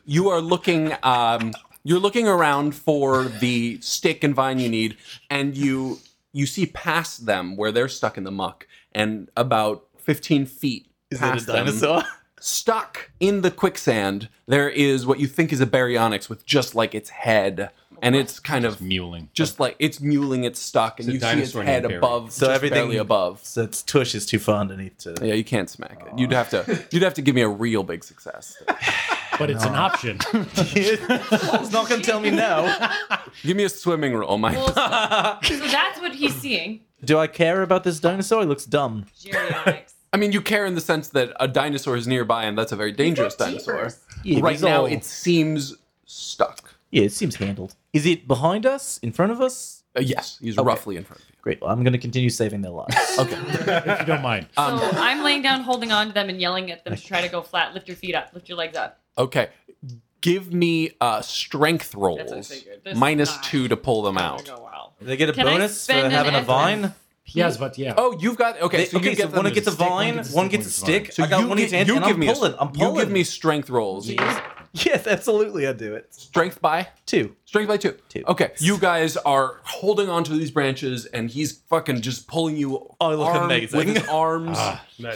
[SPEAKER 1] you are looking. Um, you're looking around for the stick and vine you need, and you you see past them where they're stuck in the muck, and about fifteen feet past them, stuck in the quicksand, there is what you think is a baryonyx with just like its head, and it's kind of
[SPEAKER 8] Muling.
[SPEAKER 1] just like it's muling, it's stuck, and
[SPEAKER 5] It's a
[SPEAKER 1] you see its
[SPEAKER 5] dinosaur
[SPEAKER 1] head
[SPEAKER 5] named Barry.
[SPEAKER 1] above,
[SPEAKER 2] So
[SPEAKER 1] just
[SPEAKER 2] everything-
[SPEAKER 1] barely above.
[SPEAKER 2] So its tush is too far underneath to. [LAUGHS]
[SPEAKER 1] Yeah, you can't smack it. You'd have to. You'd have to give me a real big success.
[SPEAKER 8] But it's an option.
[SPEAKER 2] it's not gonna tell
[SPEAKER 1] [LAUGHS]
[SPEAKER 2] me no.
[SPEAKER 1] give me a swimming roll, my.
[SPEAKER 4] Well, so, so that's what he's seeing.
[SPEAKER 2] Do I care about this dinosaur? It looks dumb.
[SPEAKER 1] [LAUGHS]
[SPEAKER 4] Gerionics.
[SPEAKER 1] [LAUGHS] I mean, you care in the sense that a dinosaur is nearby, and that's a very dangerous dinosaur.
[SPEAKER 2] Yeah,
[SPEAKER 1] right
[SPEAKER 2] these
[SPEAKER 1] now,
[SPEAKER 2] all-
[SPEAKER 1] it seems stuck.
[SPEAKER 2] Yeah, it seems handled. Is it behind us? In front of us?
[SPEAKER 1] Uh, yes, he's roughly in front of you.
[SPEAKER 2] Great. Well, I'm gonna continue saving
[SPEAKER 1] [LAUGHS]
[SPEAKER 2] their lives.
[SPEAKER 8] if you don't mind. [LAUGHS]
[SPEAKER 1] Um,
[SPEAKER 4] so I'm laying down, holding on to them, and yelling at them to try to go flat. Lift your feet up. Lift your legs up.
[SPEAKER 1] Okay, give me uh, strength
[SPEAKER 4] what I
[SPEAKER 1] rolls
[SPEAKER 4] figured. This is
[SPEAKER 1] minus
[SPEAKER 4] not-
[SPEAKER 1] two to pull them out.
[SPEAKER 4] Go wow.
[SPEAKER 2] They get a
[SPEAKER 4] Can I
[SPEAKER 2] bonus for
[SPEAKER 4] spend an
[SPEAKER 2] having a
[SPEAKER 4] effort?
[SPEAKER 2] vine.
[SPEAKER 8] Yes, but yeah.
[SPEAKER 1] Oh, you've got okay.
[SPEAKER 2] They-
[SPEAKER 1] so you
[SPEAKER 2] okay,
[SPEAKER 1] can get
[SPEAKER 2] so one
[SPEAKER 1] them-
[SPEAKER 2] gets a
[SPEAKER 8] stick, one
[SPEAKER 2] vine,
[SPEAKER 8] gets a
[SPEAKER 2] one gets
[SPEAKER 8] stick,
[SPEAKER 2] a
[SPEAKER 8] one gets a
[SPEAKER 2] stick.
[SPEAKER 1] So
[SPEAKER 2] I got
[SPEAKER 1] you
[SPEAKER 2] one
[SPEAKER 1] get-
[SPEAKER 2] each hand,
[SPEAKER 1] you
[SPEAKER 2] and
[SPEAKER 1] give
[SPEAKER 2] I'm
[SPEAKER 1] me a-
[SPEAKER 2] pulling. I'm
[SPEAKER 1] You give
[SPEAKER 2] pulling.
[SPEAKER 1] me strength rolls.
[SPEAKER 2] [LAUGHS] Yes, absolutely, I do it.
[SPEAKER 1] Strength by
[SPEAKER 2] Two.
[SPEAKER 1] Strength by two.
[SPEAKER 2] Two.
[SPEAKER 1] Okay. You guys are holding onto these branches, and he's fucking just pulling you.
[SPEAKER 2] I Oh, look
[SPEAKER 1] arm- With
[SPEAKER 2] amazing. [LAUGHS] Ah,
[SPEAKER 1] his arms.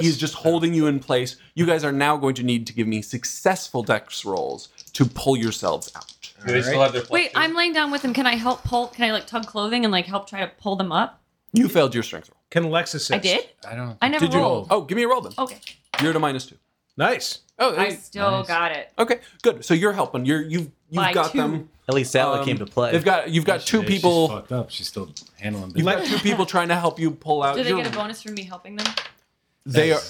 [SPEAKER 1] He's just holding you in place. You guys are now going to need to give me successful dex rolls to pull yourselves out.
[SPEAKER 10] Do they still have their?
[SPEAKER 4] Wait,
[SPEAKER 10] plus two?
[SPEAKER 4] I'm laying down with him. Can I help pull? Can I like tug clothing and like help try to pull them up?
[SPEAKER 1] You failed your strength roll.
[SPEAKER 6] Can Lex assist?
[SPEAKER 4] I did.
[SPEAKER 8] I don't.
[SPEAKER 4] I never
[SPEAKER 1] Did you?
[SPEAKER 4] rolled.
[SPEAKER 1] Oh, give me a roll then.
[SPEAKER 4] Okay.
[SPEAKER 1] You're at a minus two.
[SPEAKER 6] Nice.
[SPEAKER 1] Oh,
[SPEAKER 4] I still got it.
[SPEAKER 1] okay. Good. So you're helping. You're you've you've
[SPEAKER 4] By
[SPEAKER 1] got
[SPEAKER 4] two.
[SPEAKER 1] them.
[SPEAKER 2] At least Sally
[SPEAKER 1] Um,
[SPEAKER 2] came to play.
[SPEAKER 1] They've got you've got
[SPEAKER 8] She
[SPEAKER 1] two
[SPEAKER 8] is. She's
[SPEAKER 1] people.
[SPEAKER 8] fucked up. She's still handling
[SPEAKER 1] You've
[SPEAKER 8] business.
[SPEAKER 1] got two people trying to help Oh, you pull out.
[SPEAKER 4] Did they
[SPEAKER 1] You're- [LAUGHS]
[SPEAKER 4] get a bonus from me helping them?
[SPEAKER 6] They are.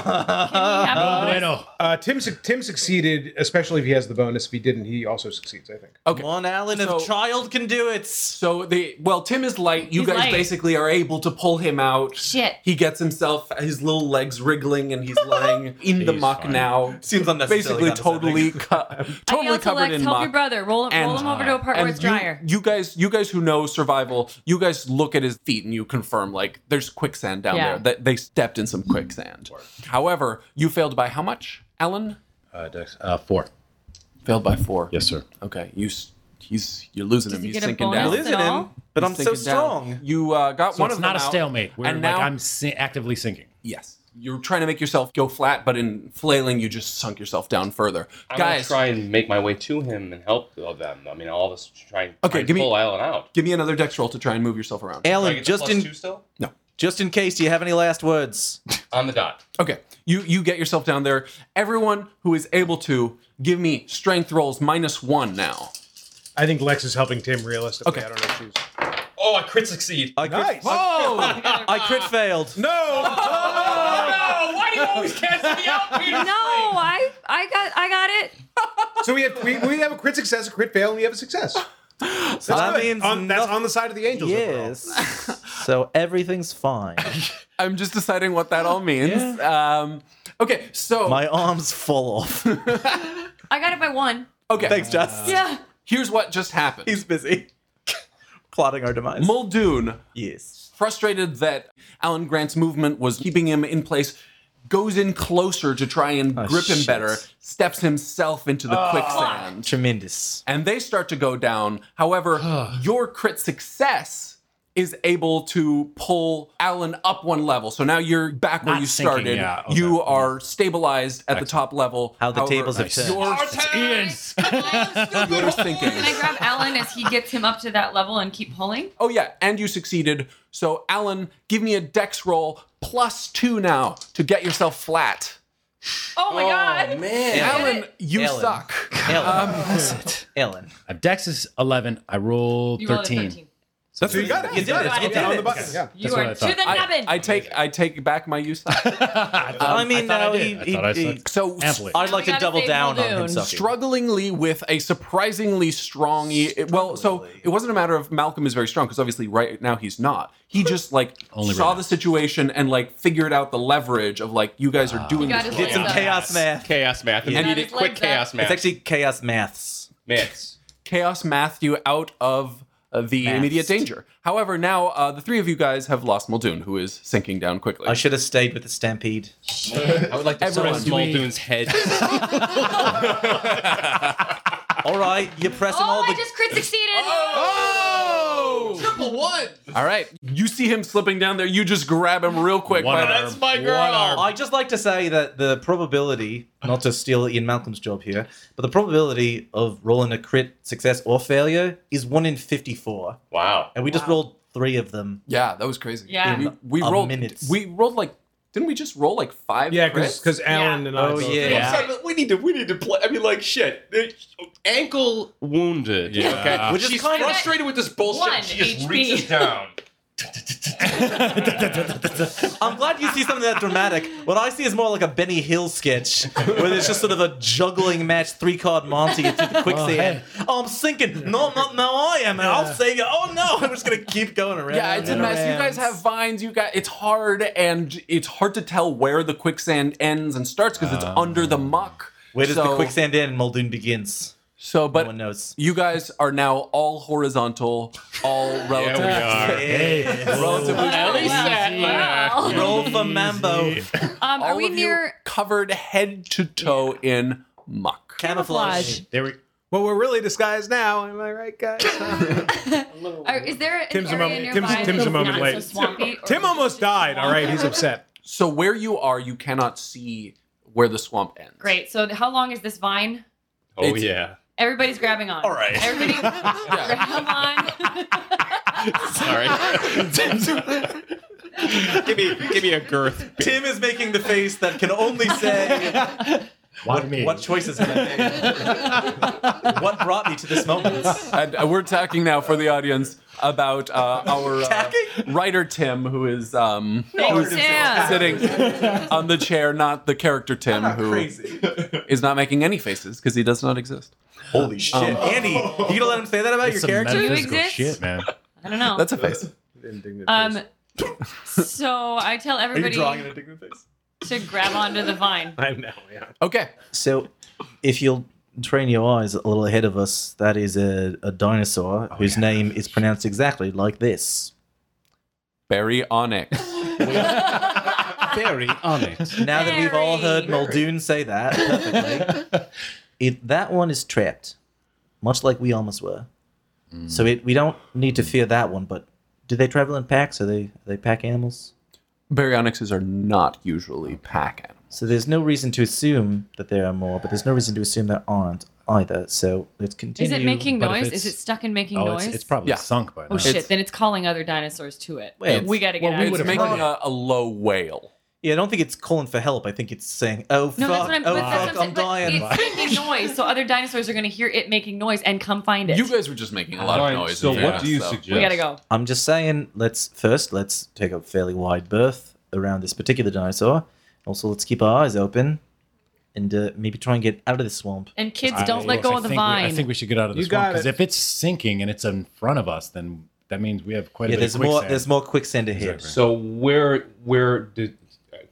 [SPEAKER 2] Oh,
[SPEAKER 8] Bueno.
[SPEAKER 6] Uh, Tim su- Tim succeeded, especially if he has the bonus. If he didn't, he also succeeds. I think.
[SPEAKER 1] Okay.
[SPEAKER 2] One Allen of
[SPEAKER 1] So-
[SPEAKER 2] child can do it.
[SPEAKER 1] So the well, Tim is light. You
[SPEAKER 4] He's
[SPEAKER 1] guys
[SPEAKER 4] light.
[SPEAKER 1] basically are able to pull him out.
[SPEAKER 4] Shit.
[SPEAKER 1] He gets himself his little legs wriggling,
[SPEAKER 4] [LAUGHS]
[SPEAKER 1] and he's lying in the
[SPEAKER 8] He's
[SPEAKER 1] muck
[SPEAKER 8] fine.
[SPEAKER 1] now.
[SPEAKER 2] Seems
[SPEAKER 1] Basically,
[SPEAKER 2] unnecessarily [LAUGHS]
[SPEAKER 1] totally, co-
[SPEAKER 4] I yell
[SPEAKER 1] totally
[SPEAKER 4] to
[SPEAKER 1] covered
[SPEAKER 4] Lex,
[SPEAKER 1] in
[SPEAKER 4] help
[SPEAKER 1] muck.
[SPEAKER 4] your brother. Roll, roll him over to a part where
[SPEAKER 1] and
[SPEAKER 4] it's
[SPEAKER 1] you-
[SPEAKER 4] drier.
[SPEAKER 1] [LAUGHS] You, guys, you guys who know survival, you guys look at his feet and you confirm like there's quicksand down
[SPEAKER 4] Yeah.
[SPEAKER 1] there. That they stepped in some quicksand. However, you failed by how much, Alan?
[SPEAKER 8] Uh, Dex, uh, four.
[SPEAKER 1] Failed by four.
[SPEAKER 8] Yes, sir.
[SPEAKER 1] Okay. You. s- He's you're losing
[SPEAKER 4] Does
[SPEAKER 1] him.
[SPEAKER 4] he
[SPEAKER 1] He's
[SPEAKER 4] get a
[SPEAKER 1] sinking
[SPEAKER 4] bonus?
[SPEAKER 1] down.
[SPEAKER 4] Losing
[SPEAKER 2] Losing him,
[SPEAKER 4] all?
[SPEAKER 2] but
[SPEAKER 1] He's
[SPEAKER 2] I'm so
[SPEAKER 1] sinking down.
[SPEAKER 2] strong.
[SPEAKER 1] You uh, got
[SPEAKER 8] So
[SPEAKER 1] one
[SPEAKER 8] it's
[SPEAKER 1] of
[SPEAKER 8] not
[SPEAKER 1] them
[SPEAKER 8] a
[SPEAKER 1] out,
[SPEAKER 8] stalemate. We're
[SPEAKER 1] and
[SPEAKER 8] like
[SPEAKER 1] now
[SPEAKER 8] I'm si- actively sinking.
[SPEAKER 1] Yes. You're trying to make yourself go flat, but in flailing, you just sunk yourself down further.
[SPEAKER 5] I'm
[SPEAKER 1] Guys,
[SPEAKER 5] gonna try and make my way to him and help them. I mean, all of us try and,
[SPEAKER 1] Okay,
[SPEAKER 5] try and
[SPEAKER 1] give me-
[SPEAKER 5] pull Alan out.
[SPEAKER 1] give me another dex roll to try and move yourself around.
[SPEAKER 5] Do I
[SPEAKER 2] Alan,
[SPEAKER 5] get the
[SPEAKER 2] just
[SPEAKER 5] plus
[SPEAKER 2] in
[SPEAKER 5] two still
[SPEAKER 2] just in case, do you have any last words?
[SPEAKER 5] on the dot.
[SPEAKER 1] Okay. You you get yourself down there. Everyone who is able to give me strength rolls minus one now.
[SPEAKER 6] I think Lex is helping Tim realistically.
[SPEAKER 1] Okay.
[SPEAKER 6] I don't know if she's.
[SPEAKER 5] Oh, I crit succeed.
[SPEAKER 2] I crit,
[SPEAKER 6] Nice.
[SPEAKER 1] [LAUGHS] Oh!
[SPEAKER 2] I crit failed.
[SPEAKER 6] No.
[SPEAKER 10] Oh, why do you always cancel me out, Peter?
[SPEAKER 4] no, I, I got, I got it.
[SPEAKER 6] so we have we, we have a crit success, a crit fail, and we have a success.
[SPEAKER 2] So that
[SPEAKER 6] Good.
[SPEAKER 2] means
[SPEAKER 6] on, that's
[SPEAKER 2] nothing-
[SPEAKER 6] on the side of the angels. overall.
[SPEAKER 2] Yes.
[SPEAKER 6] [LAUGHS]
[SPEAKER 2] so everything's fine.
[SPEAKER 1] I'm just deciding what that all means. Um, okay, so
[SPEAKER 2] My arms fall off.
[SPEAKER 4] I got it by one.
[SPEAKER 1] [LAUGHS] okay,
[SPEAKER 2] [LAUGHS] Thanks, Just.
[SPEAKER 4] yeah.
[SPEAKER 1] here's what just happened.
[SPEAKER 2] He's busy [LAUGHS] plotting our demise.
[SPEAKER 1] Muldoon
[SPEAKER 2] yes.
[SPEAKER 1] frustrated that Alan Grant's movement was keeping him in place, goes in closer to try and
[SPEAKER 2] Oh,
[SPEAKER 1] grip him
[SPEAKER 2] shit.
[SPEAKER 1] better, steps himself into the quicksand.
[SPEAKER 2] Tremendous.
[SPEAKER 1] And they start to go down.
[SPEAKER 8] [SIGHS]
[SPEAKER 1] However, your crit success is able to pull Alan up one level. So now you're back where
[SPEAKER 8] Not
[SPEAKER 1] you
[SPEAKER 8] sinking,
[SPEAKER 1] started.
[SPEAKER 8] yeah, okay.
[SPEAKER 1] You are stabilized at the top level.
[SPEAKER 2] How the
[SPEAKER 1] However,
[SPEAKER 2] tables have turned.
[SPEAKER 1] You're,
[SPEAKER 8] Ian's.
[SPEAKER 1] you're sinking.
[SPEAKER 4] Can I grab Alan as he gets him up to that level and keep pulling?
[SPEAKER 1] Oh yeah, and you succeeded. So Alan, give me a dex roll plus two now to get yourself flat.
[SPEAKER 4] Oh my god.
[SPEAKER 5] man.
[SPEAKER 1] Alan, you
[SPEAKER 2] Alan.
[SPEAKER 1] suck.
[SPEAKER 6] Um,
[SPEAKER 2] Ellen.
[SPEAKER 1] That's
[SPEAKER 6] [LAUGHS]
[SPEAKER 1] it.
[SPEAKER 2] Ellen.
[SPEAKER 8] Uh, Dex is 11. I roll
[SPEAKER 4] You rolled a
[SPEAKER 8] 13.
[SPEAKER 4] 13.
[SPEAKER 6] So you got it.
[SPEAKER 2] You did it.
[SPEAKER 6] Yeah,
[SPEAKER 2] You did
[SPEAKER 6] on the
[SPEAKER 2] it.
[SPEAKER 6] button. Yeah.
[SPEAKER 4] You
[SPEAKER 8] That's what
[SPEAKER 4] are
[SPEAKER 8] I
[SPEAKER 4] to
[SPEAKER 8] thought.
[SPEAKER 4] the
[SPEAKER 1] I,
[SPEAKER 4] nubbin.
[SPEAKER 1] I take I take back my you suck.
[SPEAKER 8] [LAUGHS] I, thought,
[SPEAKER 2] I mean,
[SPEAKER 8] thought
[SPEAKER 2] now
[SPEAKER 8] did.
[SPEAKER 2] he-
[SPEAKER 8] I thought I
[SPEAKER 2] he-
[SPEAKER 8] sucked
[SPEAKER 1] So
[SPEAKER 8] amply.
[SPEAKER 2] I'd like
[SPEAKER 4] We
[SPEAKER 2] to
[SPEAKER 4] gotta
[SPEAKER 2] double
[SPEAKER 4] save
[SPEAKER 2] down on him
[SPEAKER 4] Muldoon.
[SPEAKER 2] sucking.
[SPEAKER 1] strugglingly with a surprisingly strong well so
[SPEAKER 2] Strugglingly.
[SPEAKER 1] it wasn't a matter of malcolm is very strong because obviously right now he's not he
[SPEAKER 8] [LAUGHS]
[SPEAKER 1] just like
[SPEAKER 8] Only
[SPEAKER 1] saw
[SPEAKER 8] right
[SPEAKER 1] the situation and like figured out the leverage of like you guys
[SPEAKER 8] Ah.
[SPEAKER 1] are doing
[SPEAKER 4] You got
[SPEAKER 1] this
[SPEAKER 4] his
[SPEAKER 2] Did
[SPEAKER 1] wrong.
[SPEAKER 2] some
[SPEAKER 4] Yeah.
[SPEAKER 2] chaos math.
[SPEAKER 5] Chaos math.
[SPEAKER 1] Yeah.
[SPEAKER 5] And we
[SPEAKER 4] Got
[SPEAKER 5] need it
[SPEAKER 4] his
[SPEAKER 5] quick
[SPEAKER 4] legs up.
[SPEAKER 5] chaos math.
[SPEAKER 2] It's actually chaos maths.
[SPEAKER 1] [LAUGHS]
[SPEAKER 5] Maths.
[SPEAKER 1] chaos matthew out of uh, the
[SPEAKER 2] Maths.
[SPEAKER 1] immediate danger however now uh, the three of you guys have lost muldoon who is sinking down quickly
[SPEAKER 2] I should have stayed with the stampede.
[SPEAKER 5] I would like to
[SPEAKER 1] Everyone,
[SPEAKER 5] press
[SPEAKER 1] do we-
[SPEAKER 5] Muldoon's head.
[SPEAKER 2] All right, you're pressing all
[SPEAKER 4] oh,
[SPEAKER 2] the.
[SPEAKER 4] I just crit succeeded. Oh.
[SPEAKER 10] Oh! Triple one.
[SPEAKER 1] Oh! all right you see him slipping down there you just grab him real quick
[SPEAKER 8] One
[SPEAKER 1] by the-
[SPEAKER 8] arm.
[SPEAKER 10] That's my
[SPEAKER 8] One
[SPEAKER 10] girl.
[SPEAKER 8] arm.
[SPEAKER 2] I just like to say that the probability, not to steal Ian Malcolm's job here, but the probability of rolling a crit success or failure is 1 in 54.
[SPEAKER 5] [LAUGHS] wow.
[SPEAKER 2] And we just rolled three of them.
[SPEAKER 1] yeah that was crazy
[SPEAKER 4] Yeah.
[SPEAKER 1] we,
[SPEAKER 2] In
[SPEAKER 1] we
[SPEAKER 2] a
[SPEAKER 1] rolled
[SPEAKER 2] minute.
[SPEAKER 1] we rolled like didn't we just roll like five
[SPEAKER 6] Yeah,
[SPEAKER 1] crits?
[SPEAKER 6] because Alan and I.
[SPEAKER 2] Oh,
[SPEAKER 6] both-
[SPEAKER 2] yeah.
[SPEAKER 5] I'm sorry, but we need to. We need to play. I mean, like shit. Ankle wounded.
[SPEAKER 8] Yeah.
[SPEAKER 5] Okay.
[SPEAKER 2] Uh, Which is
[SPEAKER 5] She's
[SPEAKER 2] kinda-
[SPEAKER 5] frustrated with this bullshit.
[SPEAKER 4] One
[SPEAKER 5] and she just
[SPEAKER 4] HP.
[SPEAKER 5] reaches down.
[SPEAKER 2] I'm glad you see something that dramatic. What I see is more like a Benny Hill sketch, where there's just sort of a juggling match, three card Monty into the quicksand. Oh, I'm sinking. No, no, no, I am. And I'll save you. Oh, no. I'm just going to keep going around.
[SPEAKER 1] Yeah, it's a
[SPEAKER 2] and
[SPEAKER 1] mess. You
[SPEAKER 2] around.
[SPEAKER 1] guys have vines. You got it's hard and it's hard to tell where the quicksand ends and starts because it's under
[SPEAKER 2] Um,
[SPEAKER 1] the muck.
[SPEAKER 2] Where does the
[SPEAKER 1] So-
[SPEAKER 2] quicksand end and Muldoon begins?
[SPEAKER 1] So,
[SPEAKER 2] no one
[SPEAKER 1] but
[SPEAKER 2] knows.
[SPEAKER 1] you guys are now all horizontal,
[SPEAKER 2] [LAUGHS]
[SPEAKER 1] all relative.
[SPEAKER 2] Yes.
[SPEAKER 1] Relatively
[SPEAKER 4] At least that, wow.
[SPEAKER 2] Roll for Mambo.
[SPEAKER 4] Um,
[SPEAKER 1] all
[SPEAKER 4] are we
[SPEAKER 1] of you
[SPEAKER 4] near?
[SPEAKER 1] covered head to toe in muck.
[SPEAKER 4] Camouflage.
[SPEAKER 2] Camouflage.
[SPEAKER 8] There we
[SPEAKER 6] Well, we're really disguised now. Am I right, guys?
[SPEAKER 4] Are, is there an
[SPEAKER 6] Tim's a
[SPEAKER 4] area
[SPEAKER 6] moment-
[SPEAKER 4] nearby
[SPEAKER 6] Tim's- Tim's a
[SPEAKER 4] that's
[SPEAKER 6] moment
[SPEAKER 4] not
[SPEAKER 6] late.
[SPEAKER 4] So swampy, or
[SPEAKER 6] [LAUGHS] Tim
[SPEAKER 4] is it
[SPEAKER 6] almost
[SPEAKER 4] just
[SPEAKER 6] died.
[SPEAKER 4] swamp?
[SPEAKER 6] All right, he's upset.
[SPEAKER 1] So where you are, you cannot see where the swamp ends.
[SPEAKER 4] Great. So how long is this vine?
[SPEAKER 5] Oh
[SPEAKER 1] It's-
[SPEAKER 5] yeah.
[SPEAKER 4] Everybody's grabbing on. All right. [LAUGHS] Everybody grab on.
[SPEAKER 5] Sorry. give me, give me a girth.
[SPEAKER 2] Tim is making the face that can only say
[SPEAKER 3] Why me?
[SPEAKER 2] What choices have
[SPEAKER 4] [LAUGHS]
[SPEAKER 2] I made? what brought me to this moment?
[SPEAKER 1] [LAUGHS] And uh, we're talking now for the audience about uh, our uh, writer Tim, who is um,
[SPEAKER 4] Thanks,
[SPEAKER 1] who's
[SPEAKER 4] Tim.
[SPEAKER 1] sitting on the chair, not the character Tim, who is not making any faces because he does not exist.
[SPEAKER 2] Holy shit, Andy! Um, You gonna let him say that about
[SPEAKER 8] It's
[SPEAKER 2] your
[SPEAKER 8] some
[SPEAKER 2] character?
[SPEAKER 8] metaphysical
[SPEAKER 4] You exist?
[SPEAKER 8] shit, man.
[SPEAKER 4] I don't know.
[SPEAKER 1] That's a face.
[SPEAKER 6] Indignant
[SPEAKER 4] um,
[SPEAKER 6] face.
[SPEAKER 4] so I tell everybody
[SPEAKER 2] a dignity face?
[SPEAKER 4] to grab onto the vine.
[SPEAKER 6] I know. Yeah.
[SPEAKER 1] Okay.
[SPEAKER 2] So, if you'll train your eyes a little ahead of us, that is a, a dinosaur
[SPEAKER 1] Oh,
[SPEAKER 2] whose name is pronounced exactly like this.
[SPEAKER 1] Barry Onyx.
[SPEAKER 8] Very honest.
[SPEAKER 2] Now that we've all heard
[SPEAKER 4] Very.
[SPEAKER 2] Muldoon say that perfectly, it, that one is trapped, much like we almost were. So it, we don't need to fear that one. But do they travel in packs? Are they are they pack animals?
[SPEAKER 1] Barry Onyxes are not usually pack animals.
[SPEAKER 2] So there's no reason to assume that there are more, but there's no reason to assume there aren't either. So let's continue.
[SPEAKER 4] Is it making
[SPEAKER 8] but if
[SPEAKER 4] noise?
[SPEAKER 8] it's-
[SPEAKER 4] Is it stuck in making
[SPEAKER 8] Oh,
[SPEAKER 4] noise?
[SPEAKER 8] it's, it's probably
[SPEAKER 1] Yeah.
[SPEAKER 8] sunk by now.
[SPEAKER 4] oh shit! then it's calling other dinosaurs to it.
[SPEAKER 2] Wait,
[SPEAKER 4] we gotta get
[SPEAKER 8] well,
[SPEAKER 4] out.
[SPEAKER 8] we
[SPEAKER 4] of
[SPEAKER 1] It's
[SPEAKER 8] would've
[SPEAKER 4] here.
[SPEAKER 1] making
[SPEAKER 8] heard it.
[SPEAKER 1] a, a low wail.
[SPEAKER 2] Yeah, I don't think it's calling for help. I think it's saying, "Oh fuck,
[SPEAKER 4] No, that's what I'm.
[SPEAKER 2] oh
[SPEAKER 4] but that's
[SPEAKER 2] fuck,
[SPEAKER 4] what
[SPEAKER 2] I'm
[SPEAKER 4] I'm, saying,
[SPEAKER 2] dying."
[SPEAKER 4] but It's making noise, so other dinosaurs are gonna hear it making noise and come find it.
[SPEAKER 1] You guys were just making a lot
[SPEAKER 9] All
[SPEAKER 1] of
[SPEAKER 9] right,
[SPEAKER 1] noise.
[SPEAKER 9] so
[SPEAKER 1] in
[SPEAKER 9] what
[SPEAKER 1] there,
[SPEAKER 9] do you
[SPEAKER 1] so-
[SPEAKER 9] suggest?
[SPEAKER 4] we gotta go.
[SPEAKER 2] I'm just saying, let's first let's take a fairly wide berth around this particular dinosaur. Also, let's keep our eyes open and uh, maybe try and get out of the swamp.
[SPEAKER 4] And kids, don't let go
[SPEAKER 8] I
[SPEAKER 4] of the
[SPEAKER 8] think we-
[SPEAKER 4] vine.
[SPEAKER 8] I think we should get out of
[SPEAKER 6] You
[SPEAKER 8] this one
[SPEAKER 6] got
[SPEAKER 8] because
[SPEAKER 6] it.
[SPEAKER 8] if it's sinking and it's in front of us, then that means we have quite
[SPEAKER 2] Yeah,
[SPEAKER 8] a bit
[SPEAKER 2] there's
[SPEAKER 8] of
[SPEAKER 2] more.
[SPEAKER 8] quicksand.
[SPEAKER 2] There's more quicksand ahead.
[SPEAKER 8] Exactly.
[SPEAKER 5] So where where did uh,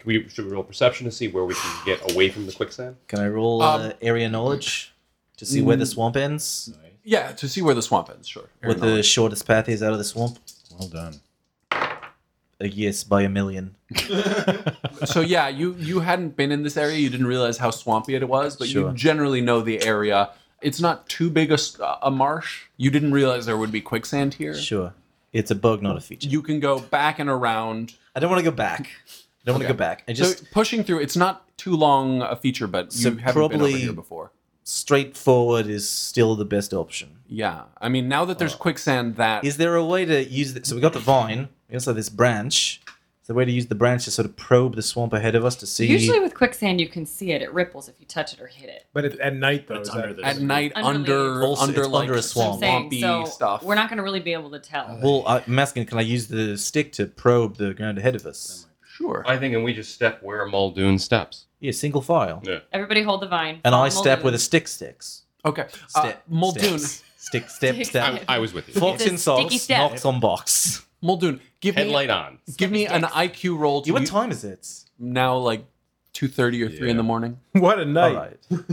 [SPEAKER 5] can we should we roll perception to see where we can get away from the quicksand?
[SPEAKER 2] Can I roll
[SPEAKER 1] Um,
[SPEAKER 2] uh, area knowledge to see where the swamp ends,
[SPEAKER 1] Yeah, to see where the swamp ends, sure.
[SPEAKER 2] where the shortest path is out of the swamp?
[SPEAKER 8] well done.
[SPEAKER 2] Uh, yes, by a million.
[SPEAKER 1] so yeah, you you hadn't been in this area. You didn't realize how swampy it was, but
[SPEAKER 2] Sure.
[SPEAKER 1] you generally know the area. It's not too big a, s- a marsh. You didn't realize there would be quicksand here.
[SPEAKER 2] Sure, it's a bug, not a feature.
[SPEAKER 1] You can go back and around.
[SPEAKER 2] I don't want to go back. I don't want to go back. I just
[SPEAKER 1] so pushing through, it's not too long a feature, but you
[SPEAKER 2] So
[SPEAKER 1] haven't been over
[SPEAKER 2] probably-
[SPEAKER 1] here before.
[SPEAKER 2] straightforward is still the best option.
[SPEAKER 1] Yeah, I mean now that
[SPEAKER 2] Oh.
[SPEAKER 1] there's quicksand, that
[SPEAKER 2] Is there a way to use the, so we got the vine, we also have this branch. Is there a way to use the branch to sort of probe the swamp ahead of us to see
[SPEAKER 4] Usually with quicksand, you can see it. It ripples if you touch it or hit it.
[SPEAKER 6] But at, at night though,
[SPEAKER 8] It's
[SPEAKER 6] is
[SPEAKER 8] under
[SPEAKER 6] that-
[SPEAKER 8] the-
[SPEAKER 1] at night under
[SPEAKER 4] Unrelated.
[SPEAKER 2] Also,
[SPEAKER 1] under
[SPEAKER 2] it's
[SPEAKER 1] like
[SPEAKER 2] under a
[SPEAKER 4] That's what I'm
[SPEAKER 2] swamp.
[SPEAKER 1] swampy
[SPEAKER 4] saying. So
[SPEAKER 1] stuff?
[SPEAKER 4] we're not gonna really be able to tell.
[SPEAKER 2] Well, I- I'm asking, can I use the stick to probe the ground ahead of us?
[SPEAKER 1] sure.
[SPEAKER 5] I think and we just step where Muldoon steps.
[SPEAKER 2] Yeah, single file.
[SPEAKER 5] Yeah.
[SPEAKER 4] Everybody hold the vine.
[SPEAKER 2] And I
[SPEAKER 4] Follow
[SPEAKER 2] step
[SPEAKER 4] Muldoon.
[SPEAKER 2] where the stick sticks.
[SPEAKER 1] Okay, uh,
[SPEAKER 2] Step,
[SPEAKER 1] Muldoon,
[SPEAKER 2] steps. stick, step,
[SPEAKER 4] Stick,
[SPEAKER 2] step.
[SPEAKER 4] step.
[SPEAKER 5] I was with you.
[SPEAKER 2] Fox
[SPEAKER 4] It's a
[SPEAKER 2] in sauce,
[SPEAKER 4] sticky step.
[SPEAKER 2] knocks on box.
[SPEAKER 1] Muldoon, give me
[SPEAKER 5] Headlight on.
[SPEAKER 1] give me an
[SPEAKER 4] Sticks.
[SPEAKER 1] IQ roll. To
[SPEAKER 2] Yeah, what
[SPEAKER 1] you-
[SPEAKER 2] time is it?
[SPEAKER 1] now like two thirty or three in the morning.
[SPEAKER 6] What a
[SPEAKER 2] All
[SPEAKER 6] night!
[SPEAKER 2] right.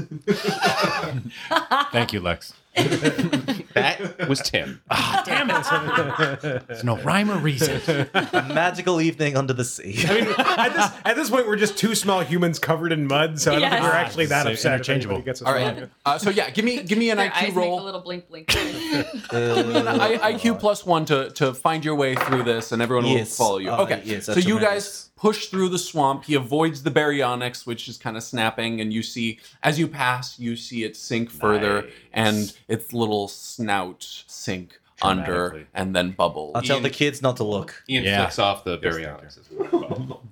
[SPEAKER 8] Thank you, Lex.
[SPEAKER 5] That was Tim.
[SPEAKER 8] Damn it!
[SPEAKER 6] [LAUGHS]
[SPEAKER 8] There's no rhyme or reason. [LAUGHS]
[SPEAKER 2] A magical evening under the sea. [LAUGHS]
[SPEAKER 6] I mean, at this at this point, we're just two small humans covered in mud, so I don't think
[SPEAKER 4] Yes.
[SPEAKER 6] we're actually that
[SPEAKER 8] So
[SPEAKER 6] upset. if anybody
[SPEAKER 8] interchangeable.
[SPEAKER 6] Gets us
[SPEAKER 1] All
[SPEAKER 6] wrong.
[SPEAKER 1] right. Uh, so yeah, give me give me an
[SPEAKER 4] [LAUGHS] Their eyes
[SPEAKER 1] IQ
[SPEAKER 4] make a
[SPEAKER 1] roll.
[SPEAKER 4] little
[SPEAKER 2] [LAUGHS]
[SPEAKER 4] blink blink.
[SPEAKER 2] Uh,
[SPEAKER 1] I, IQ plus one to to find your way through this, and everyone
[SPEAKER 2] Yes.
[SPEAKER 1] will follow you.
[SPEAKER 2] Uh,
[SPEAKER 1] okay.
[SPEAKER 2] yes,
[SPEAKER 1] so
[SPEAKER 2] that's
[SPEAKER 1] you guys
[SPEAKER 2] tremendous.
[SPEAKER 1] push through the swamp. He avoids the baryonyx, which is kind of snapping, and you see as you pass, you see it sink further, and its little snout sink under,
[SPEAKER 8] Dramatically.
[SPEAKER 1] and then bubble.
[SPEAKER 2] I'll tell
[SPEAKER 5] Ian-
[SPEAKER 2] the kids not to look.
[SPEAKER 5] Ian
[SPEAKER 8] Yeah.
[SPEAKER 5] flicks off the baryonyx.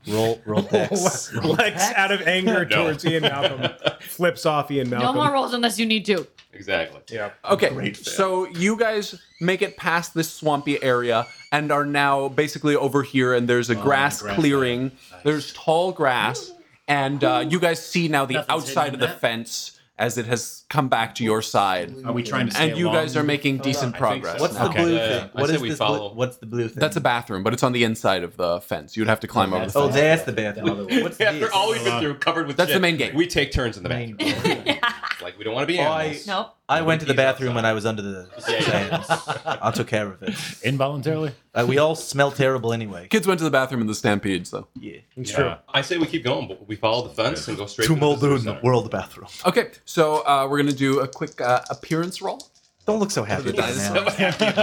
[SPEAKER 2] Roll, roll decks.
[SPEAKER 6] [LAUGHS] Lex, out of anger towards Ian Malcolm, flips off Ian
[SPEAKER 4] No
[SPEAKER 6] Malcolm.
[SPEAKER 4] more rolls unless you need [LAUGHS] to.
[SPEAKER 5] exactly.
[SPEAKER 6] yeah.
[SPEAKER 1] Okay, so you guys make it past this swampy area and are now basically over here, and there's a grass,
[SPEAKER 8] Oh, grass
[SPEAKER 1] clearing. There's tall grass, and uh, you guys see now the
[SPEAKER 8] Nothing's
[SPEAKER 1] outside of
[SPEAKER 8] hidden in
[SPEAKER 1] the
[SPEAKER 8] that.
[SPEAKER 1] fence as it has come back to your side.
[SPEAKER 8] Are we trying to? Stay
[SPEAKER 1] And you
[SPEAKER 8] along?
[SPEAKER 1] guys are making decent
[SPEAKER 5] I think so.
[SPEAKER 1] progress.
[SPEAKER 2] What's
[SPEAKER 1] now.
[SPEAKER 2] the blue
[SPEAKER 5] Okay.
[SPEAKER 2] thing?
[SPEAKER 5] I
[SPEAKER 2] What
[SPEAKER 5] say
[SPEAKER 2] is
[SPEAKER 5] we
[SPEAKER 2] this?
[SPEAKER 5] follow-
[SPEAKER 2] Blue, what's the blue thing?
[SPEAKER 1] That's a bathroom, but it's on the inside of the fence. You'd have to climb over the
[SPEAKER 2] Oh,
[SPEAKER 1] fence.
[SPEAKER 2] there's the bathroom.
[SPEAKER 5] [LAUGHS]
[SPEAKER 2] What's
[SPEAKER 5] After
[SPEAKER 2] this?
[SPEAKER 5] all we've been through, covered
[SPEAKER 1] Uh,
[SPEAKER 5] with
[SPEAKER 1] That's
[SPEAKER 5] shit,
[SPEAKER 1] the main gate.
[SPEAKER 5] We take turns in the back. Like we don't want to be animals.
[SPEAKER 4] Nope.
[SPEAKER 2] I went to the
[SPEAKER 5] He's
[SPEAKER 2] bathroom when
[SPEAKER 5] outside.
[SPEAKER 2] I was under the.
[SPEAKER 5] [LAUGHS] Yeah, yeah.
[SPEAKER 2] I took care of it.
[SPEAKER 8] involuntarily.
[SPEAKER 2] Uh, we all smell terrible anyway.
[SPEAKER 1] Kids went to the bathroom in the stampede, so.
[SPEAKER 2] Yeah.
[SPEAKER 6] It's
[SPEAKER 8] Yeah.
[SPEAKER 6] true.
[SPEAKER 5] I say we keep going, but we follow the fence and go straight
[SPEAKER 2] To
[SPEAKER 5] the visitor
[SPEAKER 2] Muldoon,
[SPEAKER 5] center.
[SPEAKER 2] world bathroom.
[SPEAKER 1] Okay, so uh, we're going to do a quick uh, appearance roll.
[SPEAKER 2] Don't look so happy about it
[SPEAKER 5] [LAUGHS]
[SPEAKER 2] now.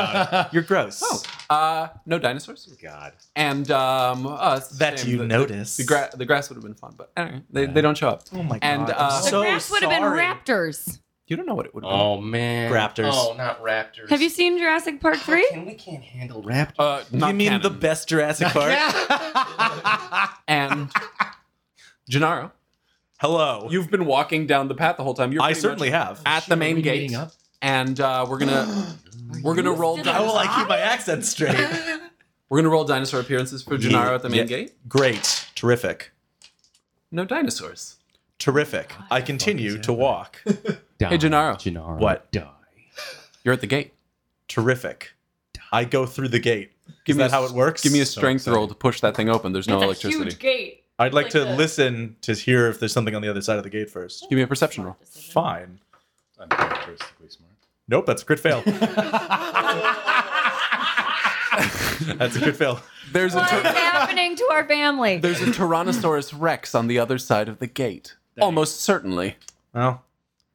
[SPEAKER 2] You're gross.
[SPEAKER 1] Uh, no dinosaurs.
[SPEAKER 5] God.
[SPEAKER 1] and um, us
[SPEAKER 2] Oh, That
[SPEAKER 1] same,
[SPEAKER 2] you
[SPEAKER 1] the,
[SPEAKER 2] notice.
[SPEAKER 1] The, gra- the grass would have been fun, but anyway, they, they don't show up.
[SPEAKER 2] Oh my god.
[SPEAKER 1] And, uh,
[SPEAKER 2] I'm
[SPEAKER 4] The
[SPEAKER 2] so
[SPEAKER 4] grass would have been
[SPEAKER 2] sorry.
[SPEAKER 4] raptors.
[SPEAKER 1] You don't know what it would. have
[SPEAKER 5] Oh man.
[SPEAKER 2] Raptors.
[SPEAKER 5] Oh, not raptors.
[SPEAKER 4] Have you seen Jurassic Park 3?
[SPEAKER 5] Can we can't handle raptors?
[SPEAKER 1] been. Uh, not
[SPEAKER 2] Oh. You mean the
[SPEAKER 1] canon. [LAUGHS]
[SPEAKER 2] best Jurassic Park?
[SPEAKER 1] and Gennaro?
[SPEAKER 2] Hello.
[SPEAKER 1] You've been walking down the path the whole time. You're
[SPEAKER 2] I
[SPEAKER 1] pretty
[SPEAKER 2] certainly
[SPEAKER 1] much
[SPEAKER 2] have. [LAUGHS]
[SPEAKER 1] at the main gate, and uh, we're
[SPEAKER 2] [GASPS]
[SPEAKER 1] gonna we're gonna roll.
[SPEAKER 4] still
[SPEAKER 1] di-
[SPEAKER 4] How will I keep
[SPEAKER 2] my accent straight?
[SPEAKER 1] We're gonna roll dinosaur appearances for Gennaro at the main
[SPEAKER 2] Yeah.
[SPEAKER 1] gate.
[SPEAKER 2] Great. Terrific.
[SPEAKER 1] No dinosaurs.
[SPEAKER 2] Terrific. I continue to walk.
[SPEAKER 1] Hey, Gennaro.
[SPEAKER 5] Gennaro.
[SPEAKER 2] What?
[SPEAKER 5] Die.
[SPEAKER 1] You're at the gate.
[SPEAKER 2] Terrific. I go through the gate.
[SPEAKER 1] Give
[SPEAKER 2] Is
[SPEAKER 1] me
[SPEAKER 2] that
[SPEAKER 1] a-
[SPEAKER 2] how it works?
[SPEAKER 1] Give me a strength roll to push that thing open. There's no
[SPEAKER 4] It's a
[SPEAKER 1] electricity.
[SPEAKER 4] huge gate.
[SPEAKER 2] I'd like,
[SPEAKER 4] like
[SPEAKER 2] to
[SPEAKER 4] this.
[SPEAKER 2] listen to hear if there's something on the other side of the gate first.
[SPEAKER 1] Give me a perception roll.
[SPEAKER 2] Fine.
[SPEAKER 8] I'm characteristically smart.
[SPEAKER 2] Nope, that's a crit fail. that's a crit fail.
[SPEAKER 1] There's a
[SPEAKER 4] What is
[SPEAKER 1] tyr-
[SPEAKER 4] happening to our family?
[SPEAKER 1] there's a Tyrannosaurus Rex on the other side of the gate. Almost certainly.
[SPEAKER 2] Well,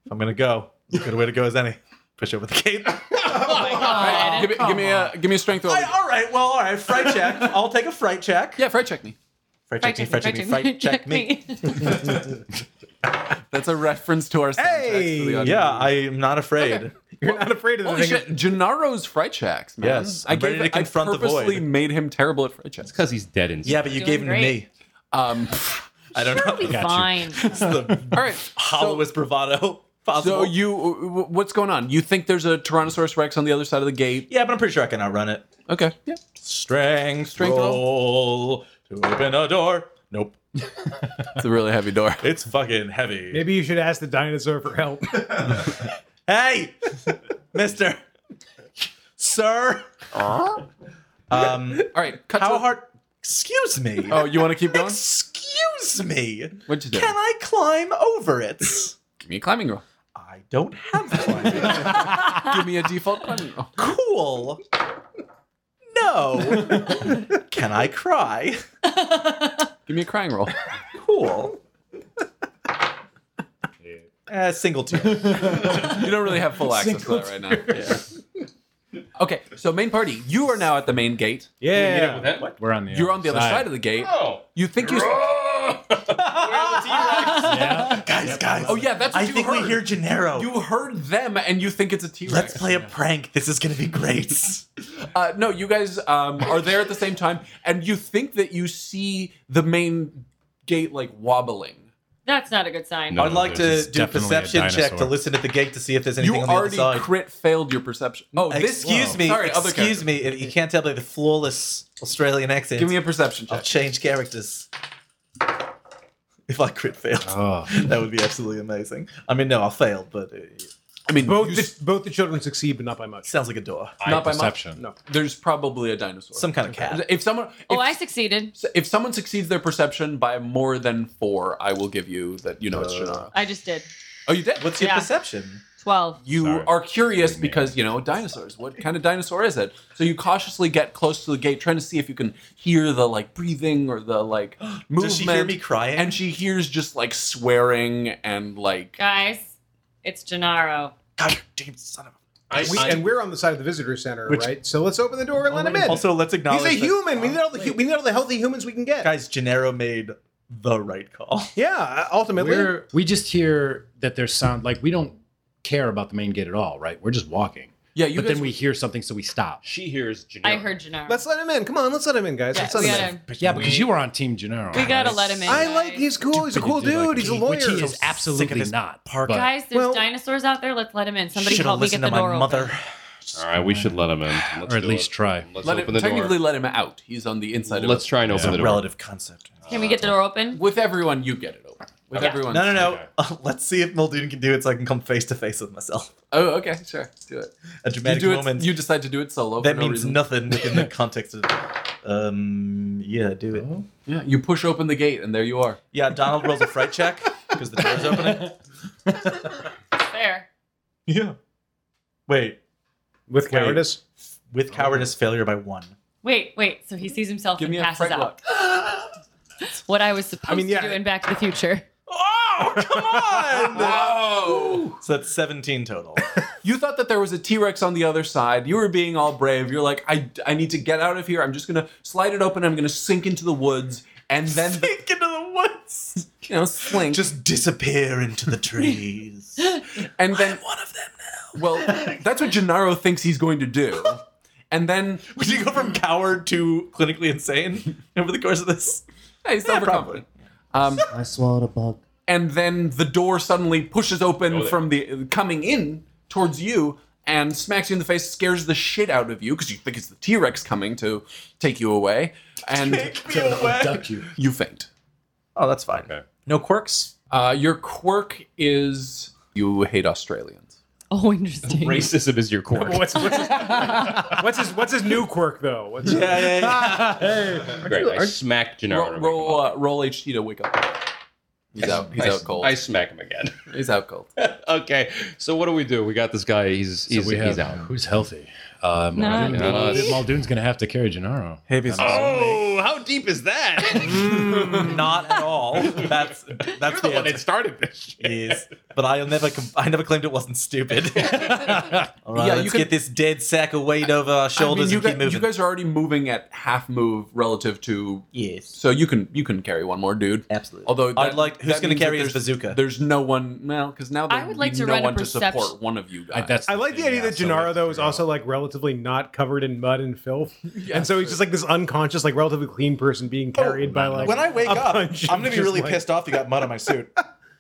[SPEAKER 2] if I'm gonna go, as good a way to go as any. Push over the gate.
[SPEAKER 1] Alright, give, me, give me a give me a strength roll.
[SPEAKER 2] all right, well, all right. Fright check. I'll take a fright check.
[SPEAKER 1] Yeah, fright check me.
[SPEAKER 2] Fright check me. Fright check me. Fright check me.
[SPEAKER 4] [LAUGHS]
[SPEAKER 1] That's a reference to our sound checks
[SPEAKER 6] Hey!
[SPEAKER 1] for the audience.
[SPEAKER 2] Yeah, I am not afraid.
[SPEAKER 6] You're not afraid of the
[SPEAKER 1] Holy
[SPEAKER 6] thing.
[SPEAKER 1] shit, Gennaro's fright checks, man.
[SPEAKER 2] Yes, I'm ready to
[SPEAKER 1] it-
[SPEAKER 2] confront
[SPEAKER 1] I
[SPEAKER 2] the void.
[SPEAKER 1] purposely made him terrible at fright checks.
[SPEAKER 5] Because he's dead inside.
[SPEAKER 2] Yeah, but you
[SPEAKER 4] Doing
[SPEAKER 2] gave him to
[SPEAKER 4] great.
[SPEAKER 2] me.
[SPEAKER 1] Um,
[SPEAKER 2] I don't
[SPEAKER 4] It'll
[SPEAKER 2] know.
[SPEAKER 4] be fine.
[SPEAKER 2] It's [LAUGHS] the
[SPEAKER 1] [LAUGHS] all right. So,
[SPEAKER 2] hollowest bravado
[SPEAKER 1] so
[SPEAKER 2] possible.
[SPEAKER 1] you, wh- what's going on? You think there's a Tyrannosaurus Rex on the other side of the gate?
[SPEAKER 2] yeah, but I'm pretty sure I can outrun it.
[SPEAKER 1] Okay. Yeah.
[SPEAKER 2] Strength,
[SPEAKER 1] Strength
[SPEAKER 2] roll to open a door. Nope,
[SPEAKER 1] It's a really heavy [LAUGHS] door.
[SPEAKER 2] it's fucking heavy.
[SPEAKER 6] Maybe you should ask the dinosaur for help. [LAUGHS]
[SPEAKER 2] [LAUGHS] Hey, Mister, Sir. [LAUGHS] Um,
[SPEAKER 1] All right. Cut to
[SPEAKER 2] how hard? Excuse me.
[SPEAKER 1] Oh, you want to keep going?
[SPEAKER 2] Excuse me.
[SPEAKER 1] What'd you do?
[SPEAKER 2] Can I climb over it?
[SPEAKER 1] Give me a climbing roll.
[SPEAKER 2] I don't have climbing.
[SPEAKER 1] Give me a default climbing roll.
[SPEAKER 2] [LAUGHS] cool. No. [LAUGHS] Can I cry?
[SPEAKER 1] Give me a crying roll.
[SPEAKER 2] Cool. [LAUGHS] Uh, single [LAUGHS] two.
[SPEAKER 1] You don't really have full access to that right now. Yeah. Okay, so main party, you are now at the main gate.
[SPEAKER 6] yeah.
[SPEAKER 10] What?
[SPEAKER 8] We're on the
[SPEAKER 1] You're on the other side of the gate.
[SPEAKER 10] Oh.
[SPEAKER 1] You think
[SPEAKER 5] [LAUGHS]
[SPEAKER 1] you. [LAUGHS]
[SPEAKER 8] Yeah.
[SPEAKER 2] guys, guys.
[SPEAKER 1] Oh yeah, that's what
[SPEAKER 2] I
[SPEAKER 1] you
[SPEAKER 2] think
[SPEAKER 1] heard.
[SPEAKER 2] we hear Gennaro.
[SPEAKER 1] You heard them, and you think it's a T Rex.
[SPEAKER 2] Let's play a prank. This is gonna
[SPEAKER 1] [LAUGHS]
[SPEAKER 2] be great.
[SPEAKER 1] Uh, no, you guys um, are there at the same time, and you think that you see the main gate like wobbling.
[SPEAKER 4] That's not a good sign.
[SPEAKER 8] No.
[SPEAKER 2] I'd like
[SPEAKER 8] there's
[SPEAKER 2] to do a
[SPEAKER 8] definitely a
[SPEAKER 2] perception check to
[SPEAKER 8] dinosaur.
[SPEAKER 2] listen at the gate to see if there's anything
[SPEAKER 1] you
[SPEAKER 2] on the other
[SPEAKER 1] already
[SPEAKER 2] side.
[SPEAKER 1] crit failed your perception. Oh, this
[SPEAKER 2] excuse me.
[SPEAKER 1] Sorry, other
[SPEAKER 2] excuse
[SPEAKER 1] character.
[SPEAKER 2] me. If you can't tell by the flawless Australian accent,
[SPEAKER 1] Give me a perception
[SPEAKER 2] I'll
[SPEAKER 1] check.
[SPEAKER 2] change characters. If I crit failed,
[SPEAKER 8] Oh.
[SPEAKER 2] [LAUGHS] that would be absolutely amazing. I mean, no, I failed, but it
[SPEAKER 1] I mean,
[SPEAKER 6] Both
[SPEAKER 1] you s-
[SPEAKER 6] the, both the children succeed, but not by much.
[SPEAKER 2] sounds like a door.
[SPEAKER 1] not by much.
[SPEAKER 8] Perception.
[SPEAKER 1] No, there's probably a dinosaur.
[SPEAKER 2] Some kind of cat.
[SPEAKER 1] If someone, if,
[SPEAKER 4] Oh, I succeeded.
[SPEAKER 1] if someone succeeds their perception by more than four, I will give you that. You know, it's Shannara.
[SPEAKER 4] I just did.
[SPEAKER 1] Oh, you did.
[SPEAKER 2] What's your
[SPEAKER 4] Yeah.
[SPEAKER 2] perception?
[SPEAKER 4] Twelve.
[SPEAKER 1] You
[SPEAKER 8] Sorry.
[SPEAKER 1] are curious
[SPEAKER 8] Big man.
[SPEAKER 1] because you know dinosaurs. What kind of dinosaur is it? So you cautiously get close to the gate, trying to see if you can hear the like breathing or the like movement.
[SPEAKER 2] Does she hear me crying?
[SPEAKER 1] And she hears just like swearing and like.
[SPEAKER 4] Guys, it's Gennaro.
[SPEAKER 2] God, James, son of a.
[SPEAKER 10] I,
[SPEAKER 6] We,
[SPEAKER 10] I,
[SPEAKER 6] and we're on the side of the visitor center,
[SPEAKER 2] Which-
[SPEAKER 6] right? So let's open the door and let him in.
[SPEAKER 2] Also, let's acknowledge
[SPEAKER 6] He's a
[SPEAKER 2] that-
[SPEAKER 6] human. We need all the hu- we need all the healthy humans we can get.
[SPEAKER 2] Guys, Gennaro made the right call.
[SPEAKER 6] Yeah, ultimately.
[SPEAKER 8] We're, we just hear that there's sound. Like we don't care about the main gate at all, right? We're just walking.
[SPEAKER 1] Yeah, you
[SPEAKER 8] but
[SPEAKER 1] guys.
[SPEAKER 8] then we hear something, so we stop.
[SPEAKER 10] she hears
[SPEAKER 4] I
[SPEAKER 10] generic.
[SPEAKER 4] heard Gennaro.
[SPEAKER 6] let's let him in. Come on, let's let him in, guys.
[SPEAKER 4] Yeah,
[SPEAKER 6] let's let
[SPEAKER 4] we
[SPEAKER 6] him
[SPEAKER 4] gotta-
[SPEAKER 6] in.
[SPEAKER 8] But yeah, because you were on Team Gennaro.
[SPEAKER 4] We gotta let him in.
[SPEAKER 6] I like he's cool. He's a cool dude. He's a lawyer.
[SPEAKER 8] Which he is
[SPEAKER 2] Sick of
[SPEAKER 8] absolutely
[SPEAKER 2] his
[SPEAKER 8] not.
[SPEAKER 2] park.
[SPEAKER 8] but-
[SPEAKER 4] Guys, there's
[SPEAKER 6] Well-
[SPEAKER 4] dinosaurs out there. Let's let him in. Somebody
[SPEAKER 2] Should've
[SPEAKER 4] help me get
[SPEAKER 2] listened
[SPEAKER 4] the
[SPEAKER 2] to my
[SPEAKER 4] door
[SPEAKER 2] mother. [LAUGHS]
[SPEAKER 4] open.
[SPEAKER 5] All right, we should let him in. Let's
[SPEAKER 8] Or at
[SPEAKER 5] do
[SPEAKER 8] least
[SPEAKER 5] it.
[SPEAKER 8] try.
[SPEAKER 5] Let's
[SPEAKER 1] let
[SPEAKER 5] open
[SPEAKER 1] him,
[SPEAKER 5] the
[SPEAKER 1] technically
[SPEAKER 5] door.
[SPEAKER 1] let him out. He's on the inside
[SPEAKER 5] Let's
[SPEAKER 1] of
[SPEAKER 5] try and
[SPEAKER 8] Yeah.
[SPEAKER 2] It's
[SPEAKER 5] open the
[SPEAKER 2] a
[SPEAKER 5] door.
[SPEAKER 2] relative concept.
[SPEAKER 4] Can we get the door open?
[SPEAKER 1] it. With everyone, you get it over. With
[SPEAKER 4] Yeah.
[SPEAKER 1] everyone.
[SPEAKER 2] No, no, no.
[SPEAKER 8] Okay.
[SPEAKER 2] Uh, [LAUGHS] let's see if Muldoon can do it so I can come face to face with myself.
[SPEAKER 1] Oh, okay, sure. Do it.
[SPEAKER 2] A
[SPEAKER 1] You
[SPEAKER 2] dramatic
[SPEAKER 1] do it.
[SPEAKER 2] moment.
[SPEAKER 1] You decide to do it solo.
[SPEAKER 2] that
[SPEAKER 1] for no
[SPEAKER 2] means
[SPEAKER 1] reason.
[SPEAKER 2] nothing within
[SPEAKER 6] [LAUGHS]
[SPEAKER 2] the context of. Um, yeah, do it.
[SPEAKER 6] Oh.
[SPEAKER 1] Yeah, you push open the gate, and there you are.
[SPEAKER 2] Yeah, Donald rolls a fright check because the door's
[SPEAKER 6] [LAUGHS]
[SPEAKER 2] opening.
[SPEAKER 4] There.
[SPEAKER 2] Yeah. Wait,
[SPEAKER 6] With
[SPEAKER 2] Wait.
[SPEAKER 6] cowardice. Oh.
[SPEAKER 2] with cowardice, failure by one.
[SPEAKER 4] Wait, wait. So he sees himself
[SPEAKER 1] Give
[SPEAKER 4] and
[SPEAKER 1] me a
[SPEAKER 4] passes
[SPEAKER 1] fright
[SPEAKER 4] out.
[SPEAKER 1] luck.
[SPEAKER 4] What I was supposed
[SPEAKER 6] mean, yeah.
[SPEAKER 4] to do in Back to the Future. [LAUGHS]
[SPEAKER 2] Oh, come on!
[SPEAKER 1] Whoa!
[SPEAKER 2] [LAUGHS] so that's 17 total.
[SPEAKER 1] You thought that there was a T Rex on the other side. You were being all brave. You're like, I, I need to get out of here. I'm just going to slide it open. I'm going to sink into the woods and [LAUGHS] then,
[SPEAKER 2] [LAUGHS] Sink into the woods.
[SPEAKER 1] you know, slink.
[SPEAKER 2] Just disappear into
[SPEAKER 1] [LAUGHS]
[SPEAKER 2] the trees.
[SPEAKER 1] and then. one of them now. Well, that's what Gennaro thinks he's going to do. And then
[SPEAKER 2] Would you go from coward to clinically insane over the course of this?
[SPEAKER 1] hey, he's
[SPEAKER 2] Yeah,
[SPEAKER 1] overconfident.
[SPEAKER 2] probably.
[SPEAKER 1] Um,
[SPEAKER 11] I swallowed a bug.
[SPEAKER 1] and then the door suddenly pushes open from the coming in towards you and smacks you in the face, scares the shit out of you because you think it's the T Rex coming to take you away, and
[SPEAKER 3] Duck you.
[SPEAKER 1] you faint.
[SPEAKER 2] Oh, that's fine. No quirks.
[SPEAKER 1] Uh, your quirk is you hate Australians.
[SPEAKER 4] Oh, interesting.
[SPEAKER 5] Racism is your
[SPEAKER 6] [LAUGHS]
[SPEAKER 5] quirk.
[SPEAKER 6] [LAUGHS] What's, what's, his, what's his what's his new quirk though? What's yeah,
[SPEAKER 1] Ah.
[SPEAKER 5] Great. I smack
[SPEAKER 1] Roll,
[SPEAKER 5] Gennaro. to wake him
[SPEAKER 1] roll, uh, roll HD to wake up. He's
[SPEAKER 5] up.
[SPEAKER 1] out. He's
[SPEAKER 5] I,
[SPEAKER 1] out cold.
[SPEAKER 5] I smack him again. [LAUGHS]
[SPEAKER 1] He's out cold.
[SPEAKER 5] okay. So what do we do? We got this guy. He's
[SPEAKER 8] So
[SPEAKER 5] he's,
[SPEAKER 8] we have
[SPEAKER 5] he's
[SPEAKER 8] [LAUGHS]
[SPEAKER 5] out.
[SPEAKER 8] who's healthy. Uh,
[SPEAKER 4] Not
[SPEAKER 8] Muldoon-
[SPEAKER 5] me.
[SPEAKER 8] Muldoon's gonna have to carry Gennaro.
[SPEAKER 2] Habeas
[SPEAKER 5] Oh, how deep is that?
[SPEAKER 2] [LAUGHS] not at all. That's [LAUGHS]
[SPEAKER 5] [LAUGHS]
[SPEAKER 2] that's the, answer.
[SPEAKER 5] started this. Shit.
[SPEAKER 2] Yes, but I never com- I never claimed it wasn't stupid. all right,
[SPEAKER 1] Yeah, you
[SPEAKER 2] let's
[SPEAKER 1] can-
[SPEAKER 2] get this dead sack of weight over our
[SPEAKER 1] I mean,
[SPEAKER 2] shoulders
[SPEAKER 1] you,
[SPEAKER 2] and keep
[SPEAKER 1] guys, you
[SPEAKER 2] moving.
[SPEAKER 1] guys are already moving at half move relative to
[SPEAKER 2] yes,
[SPEAKER 1] So you can you can carry one more dude.
[SPEAKER 2] absolutely.
[SPEAKER 1] Although
[SPEAKER 2] I'd like- who's
[SPEAKER 1] that
[SPEAKER 2] gonna
[SPEAKER 1] means
[SPEAKER 2] carry
[SPEAKER 1] that
[SPEAKER 2] his
[SPEAKER 1] there's-
[SPEAKER 2] bazooka?
[SPEAKER 1] There's no one now because now there
[SPEAKER 4] I would like
[SPEAKER 1] be
[SPEAKER 4] to
[SPEAKER 1] no
[SPEAKER 4] run a
[SPEAKER 1] one to
[SPEAKER 4] perception-
[SPEAKER 1] support one of you guys.
[SPEAKER 8] I, that's
[SPEAKER 6] I like the
[SPEAKER 8] thing,
[SPEAKER 6] idea
[SPEAKER 8] yeah,
[SPEAKER 6] that
[SPEAKER 8] so we
[SPEAKER 6] Gennaro
[SPEAKER 8] have to
[SPEAKER 6] though is
[SPEAKER 8] figure out-
[SPEAKER 6] also like relatively not covered in mud and [LAUGHS] filth, and so he's just like this unconscious, like relatively clean person being carried by like.
[SPEAKER 2] when I wake
[SPEAKER 6] a
[SPEAKER 2] up,
[SPEAKER 6] bunch of
[SPEAKER 2] I'm gonna be
[SPEAKER 6] just,
[SPEAKER 2] really
[SPEAKER 6] like-
[SPEAKER 2] pissed off. You got mud on my [LAUGHS] suit,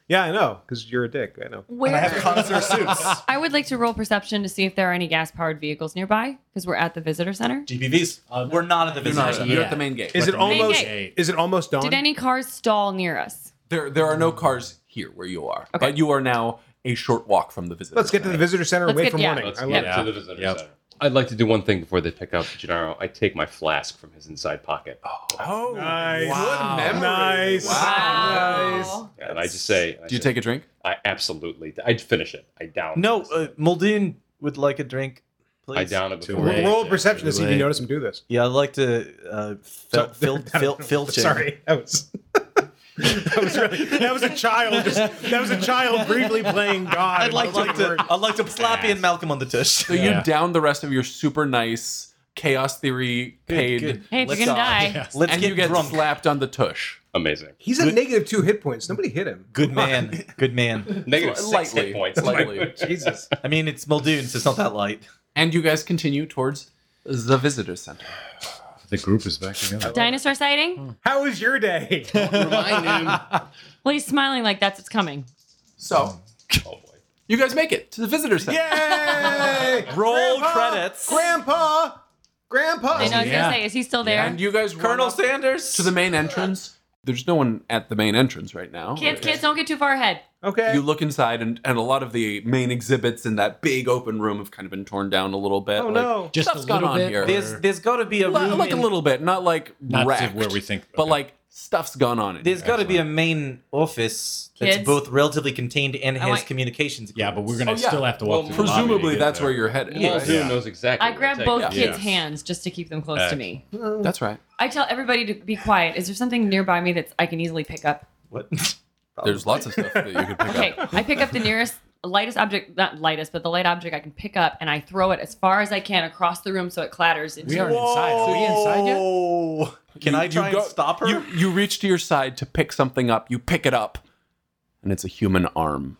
[SPEAKER 6] Yeah, I know, because you're a dick. I know.
[SPEAKER 2] and
[SPEAKER 4] Where
[SPEAKER 2] I have connoisseur suits.
[SPEAKER 4] I would like to roll perception to see if there are any gas powered vehicles nearby because we're at the visitor center.
[SPEAKER 2] GPVs. We're not at the
[SPEAKER 1] You're,
[SPEAKER 2] visitor
[SPEAKER 1] not,
[SPEAKER 2] center.
[SPEAKER 1] you're at the main gate.
[SPEAKER 6] Is it
[SPEAKER 4] main
[SPEAKER 6] almost?
[SPEAKER 4] gate.
[SPEAKER 6] Is it almost dawn?
[SPEAKER 4] Did any cars stall near us?
[SPEAKER 1] there there are no cars here where you are, but you are now a short walk from the visitor.
[SPEAKER 6] Let's get to the
[SPEAKER 1] center.
[SPEAKER 6] visitor center
[SPEAKER 4] Let's
[SPEAKER 6] and wait
[SPEAKER 4] get-
[SPEAKER 6] for
[SPEAKER 4] yeah.
[SPEAKER 5] [LAUGHS]
[SPEAKER 6] morning.
[SPEAKER 5] Let's
[SPEAKER 6] [LAUGHS] I
[SPEAKER 5] get
[SPEAKER 4] Yep.
[SPEAKER 6] love it.
[SPEAKER 5] to the visitor
[SPEAKER 8] Yep.
[SPEAKER 5] center. I'd like to do one thing before they pick up Gennaro. I take my flask from his inside pocket,
[SPEAKER 1] Oh,
[SPEAKER 6] Nice.
[SPEAKER 1] Good memory.
[SPEAKER 6] Nice.
[SPEAKER 4] Wow.
[SPEAKER 5] and I just say, I
[SPEAKER 1] Do you
[SPEAKER 5] say,
[SPEAKER 1] take a drink?
[SPEAKER 5] I absolutely. I'd finish it. I down.
[SPEAKER 2] No,
[SPEAKER 5] it.
[SPEAKER 2] uh, Muldoon would like a drink, please.
[SPEAKER 5] I down it
[SPEAKER 8] Too
[SPEAKER 5] before.
[SPEAKER 8] late.
[SPEAKER 6] Roll- Roll a perception to see if you
[SPEAKER 2] Wait.
[SPEAKER 6] notice him do this.
[SPEAKER 2] Yeah, I'd like to uh, fil- [LAUGHS] fil- fil- filch it.
[SPEAKER 6] Sorry, that was [LAUGHS] that was really that was a child. Just, that was a child briefly playing God.
[SPEAKER 2] I'd like, like to. I'd like to slap Ian Malcolm on the tush.
[SPEAKER 1] So you down the rest of your super nice chaos theory paid,
[SPEAKER 2] good.
[SPEAKER 4] Hey, if
[SPEAKER 2] Let's
[SPEAKER 4] you're gonna
[SPEAKER 2] die.
[SPEAKER 4] die,
[SPEAKER 2] [LAUGHS]
[SPEAKER 8] Yes.
[SPEAKER 2] Let's
[SPEAKER 1] and
[SPEAKER 2] get
[SPEAKER 1] you get
[SPEAKER 2] drunk.
[SPEAKER 1] slapped on the tush.
[SPEAKER 5] Amazing.
[SPEAKER 6] He's at negative two hit points. Nobody hit him.
[SPEAKER 2] Good man. Good
[SPEAKER 5] [LAUGHS]
[SPEAKER 2] man.
[SPEAKER 5] Negative six
[SPEAKER 1] Lightly,
[SPEAKER 5] hit points. [LAUGHS]
[SPEAKER 1] lightly.
[SPEAKER 6] Jesus.
[SPEAKER 2] I mean, it's Muldoon, so it's not that light.
[SPEAKER 1] And you guys continue towards the visitor center.
[SPEAKER 8] The group is back together.
[SPEAKER 4] dinosaur sighting?
[SPEAKER 6] How was your day?
[SPEAKER 4] Well, he's smiling like that's what's coming.
[SPEAKER 1] So
[SPEAKER 2] Hmm.
[SPEAKER 5] Oh boy.
[SPEAKER 1] you guys make it to the visitor center.
[SPEAKER 6] [LAUGHS] Yay!
[SPEAKER 2] Roll
[SPEAKER 6] Grandpa!
[SPEAKER 2] credits.
[SPEAKER 6] Grandpa, Grandpa.
[SPEAKER 4] I know. I was
[SPEAKER 8] yeah.
[SPEAKER 4] gonna say, is he still there?
[SPEAKER 1] And you guys
[SPEAKER 2] Colonel
[SPEAKER 1] run up
[SPEAKER 2] Sanders.
[SPEAKER 1] to the main entrance. There's no one at the main entrance right now.
[SPEAKER 4] Kids, kids, don't get too far ahead.
[SPEAKER 6] Okay.
[SPEAKER 1] You look inside, and, and a lot of the main exhibits in that big open room have kind of been torn down a little bit.
[SPEAKER 6] oh
[SPEAKER 1] like,
[SPEAKER 6] no.
[SPEAKER 8] Just
[SPEAKER 1] Stuff's
[SPEAKER 8] a
[SPEAKER 1] gone
[SPEAKER 8] little
[SPEAKER 1] on
[SPEAKER 8] bit.
[SPEAKER 1] here.
[SPEAKER 2] There's there's got to be a
[SPEAKER 1] Li-
[SPEAKER 2] room.
[SPEAKER 1] Like a
[SPEAKER 2] in-
[SPEAKER 1] little bit, not like
[SPEAKER 8] Not to
[SPEAKER 1] wrecked,
[SPEAKER 8] where we think.
[SPEAKER 1] but
[SPEAKER 8] okay.
[SPEAKER 1] like stuff's gone on. In
[SPEAKER 2] There's
[SPEAKER 1] here.
[SPEAKER 2] got to be a main office that's
[SPEAKER 4] Kids?
[SPEAKER 2] both relatively contained and has
[SPEAKER 4] want-
[SPEAKER 2] communications.
[SPEAKER 8] yeah, but we're
[SPEAKER 2] equipment.
[SPEAKER 8] gonna
[SPEAKER 1] Oh, yeah.
[SPEAKER 8] still have to
[SPEAKER 5] Well,
[SPEAKER 8] walk. through the lobby to
[SPEAKER 1] Presumably,
[SPEAKER 8] get
[SPEAKER 1] that's
[SPEAKER 8] there.
[SPEAKER 1] where you're headed.
[SPEAKER 5] Muldoon
[SPEAKER 1] right?
[SPEAKER 8] Yeah.
[SPEAKER 5] knows exactly.
[SPEAKER 4] I
[SPEAKER 5] where to
[SPEAKER 4] grab
[SPEAKER 5] take
[SPEAKER 4] both
[SPEAKER 5] it.
[SPEAKER 4] kids'
[SPEAKER 8] Yeah.
[SPEAKER 4] hands just to keep them close to me.
[SPEAKER 1] That's right.
[SPEAKER 4] I tell everybody to be quiet. Is there something nearby me that I can easily pick up?
[SPEAKER 2] What? [LAUGHS]
[SPEAKER 1] There's lots of stuff that you could pick
[SPEAKER 4] Okay,
[SPEAKER 1] up.
[SPEAKER 4] I pick up the nearest lightest object, not lightest, but the light object I can pick up, and I throw it as far as I can across the room so it clatters. Into
[SPEAKER 8] We are inside. Are we inside yet?
[SPEAKER 2] Oh. Can
[SPEAKER 1] You-
[SPEAKER 2] I
[SPEAKER 1] you
[SPEAKER 2] try
[SPEAKER 1] go-
[SPEAKER 2] and stop her?
[SPEAKER 1] You, you reach to your side to pick something up. You pick it up, and it's a human arm.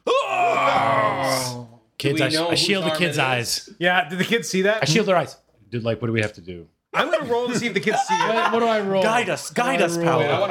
[SPEAKER 8] Kids,
[SPEAKER 5] Do we
[SPEAKER 8] I, sh-
[SPEAKER 5] know
[SPEAKER 8] I shield the
[SPEAKER 5] whose arm
[SPEAKER 8] kids'
[SPEAKER 5] it is?
[SPEAKER 8] eyes.
[SPEAKER 6] Yeah. Did the kids see
[SPEAKER 8] I
[SPEAKER 6] that?
[SPEAKER 8] shield their eyes. Dude, like, what do we have to do?
[SPEAKER 6] I'm gonna roll to see if the kids
[SPEAKER 8] [LAUGHS]
[SPEAKER 6] see it.
[SPEAKER 8] What do I roll?
[SPEAKER 2] guide us, guide us,
[SPEAKER 5] Wait, I
[SPEAKER 2] Paolo.
[SPEAKER 5] want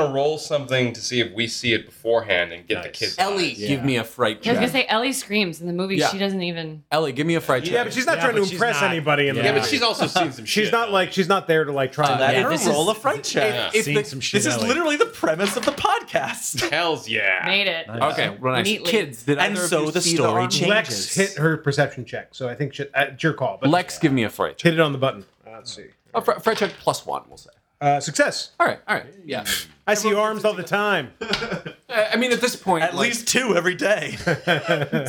[SPEAKER 8] Uh,
[SPEAKER 5] to roll something to see if we see it beforehand and get the
[SPEAKER 8] Nice.
[SPEAKER 5] kids.
[SPEAKER 1] Ellie, give me a fright
[SPEAKER 4] I was gonna
[SPEAKER 1] check.
[SPEAKER 4] say Ellie screams in the movie.
[SPEAKER 1] Yeah.
[SPEAKER 4] She doesn't even.
[SPEAKER 1] Ellie, give me a fright check.
[SPEAKER 6] Yeah, but she's not
[SPEAKER 8] Yeah,
[SPEAKER 6] trying to
[SPEAKER 8] but she's
[SPEAKER 6] impress
[SPEAKER 8] not-
[SPEAKER 6] anybody in the
[SPEAKER 8] Yeah, but
[SPEAKER 6] movie.
[SPEAKER 8] she's
[SPEAKER 5] also seen some
[SPEAKER 6] [LAUGHS] She's not like she's not there to like try.
[SPEAKER 2] That
[SPEAKER 6] and
[SPEAKER 2] is-
[SPEAKER 6] get her
[SPEAKER 2] roll a fright check.
[SPEAKER 1] If- if
[SPEAKER 8] Seeing
[SPEAKER 1] the-
[SPEAKER 8] some shit.
[SPEAKER 2] This is
[SPEAKER 8] Ellie.
[SPEAKER 2] literally the premise of the [LAUGHS] podcast.
[SPEAKER 5] Hells yeah.
[SPEAKER 4] Made it.
[SPEAKER 1] Okay, well, nice.
[SPEAKER 4] Neatly.
[SPEAKER 1] Kids, did
[SPEAKER 2] And
[SPEAKER 1] either of
[SPEAKER 2] so
[SPEAKER 1] you
[SPEAKER 2] the
[SPEAKER 1] see
[SPEAKER 2] story
[SPEAKER 1] arm?
[SPEAKER 2] changes.
[SPEAKER 6] Lex hit her perception check, so I think she, uh, it's your call. But
[SPEAKER 1] Lex, give me a fright check.
[SPEAKER 6] hit it on the button. Uh, let's see.
[SPEAKER 1] A fr- fright check plus one, we'll say.
[SPEAKER 6] Uh, success.
[SPEAKER 1] All right, all right, yeah.
[SPEAKER 6] I see arms all the time.
[SPEAKER 1] I I mean, at this point,
[SPEAKER 2] Hmm. At
[SPEAKER 1] like,
[SPEAKER 2] least two every day.
[SPEAKER 6] [LAUGHS]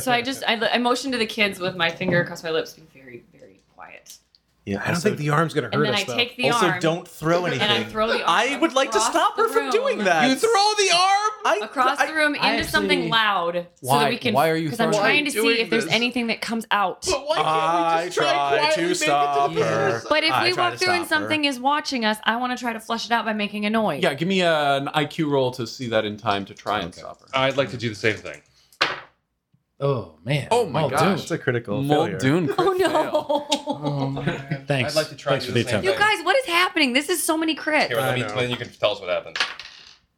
[SPEAKER 4] [LAUGHS] So I just I, I motioned to the kids with my finger across my lips, be very very quiet,
[SPEAKER 2] [LAUGHS] Yeah,
[SPEAKER 6] I don't think the arm's gonna
[SPEAKER 4] and
[SPEAKER 6] hurt
[SPEAKER 4] then
[SPEAKER 6] us
[SPEAKER 4] I
[SPEAKER 6] though.
[SPEAKER 4] take the
[SPEAKER 2] also,
[SPEAKER 4] arm
[SPEAKER 2] don't throw anything.
[SPEAKER 4] and I throw the arm.
[SPEAKER 2] I would like to
[SPEAKER 4] across
[SPEAKER 2] stop her
[SPEAKER 4] the
[SPEAKER 2] from
[SPEAKER 4] room.
[SPEAKER 2] doing that.
[SPEAKER 1] you throw the arm.
[SPEAKER 2] I,
[SPEAKER 4] Across
[SPEAKER 2] I-
[SPEAKER 4] the room into
[SPEAKER 3] I actually-
[SPEAKER 4] something loud, so
[SPEAKER 1] Why-
[SPEAKER 4] that we can.
[SPEAKER 1] why are you
[SPEAKER 4] Because I'm
[SPEAKER 1] throwing-
[SPEAKER 4] trying to
[SPEAKER 1] why are you
[SPEAKER 4] see if there's
[SPEAKER 1] doing this?
[SPEAKER 4] anything that comes out.
[SPEAKER 2] I try to stop her.
[SPEAKER 4] But if
[SPEAKER 2] I
[SPEAKER 4] we
[SPEAKER 2] try
[SPEAKER 4] walk
[SPEAKER 2] to
[SPEAKER 4] through and
[SPEAKER 2] stop her.
[SPEAKER 4] something is watching us, I want to try to flush it out by making a noise.
[SPEAKER 1] Yeah, give me uh an IQ roll to see that in time to try and stop her.
[SPEAKER 5] I'd like to do the same thing.
[SPEAKER 8] Oh man.
[SPEAKER 1] Oh, my
[SPEAKER 8] Muldoon.
[SPEAKER 1] gosh.
[SPEAKER 2] That's a critical failure.
[SPEAKER 1] Muldoon.
[SPEAKER 4] [LAUGHS] [LAUGHS] Oh
[SPEAKER 1] crit fail.
[SPEAKER 8] Oh,
[SPEAKER 4] no!
[SPEAKER 8] [LAUGHS] Thanks.
[SPEAKER 5] I'd like to try
[SPEAKER 8] Thanks
[SPEAKER 5] to
[SPEAKER 8] for the
[SPEAKER 5] do the same
[SPEAKER 8] attempt.
[SPEAKER 4] You
[SPEAKER 5] thing.
[SPEAKER 4] guys, what is happening? This is so many crits.
[SPEAKER 5] Here, let me,
[SPEAKER 6] know.
[SPEAKER 5] then you can tell us what happens.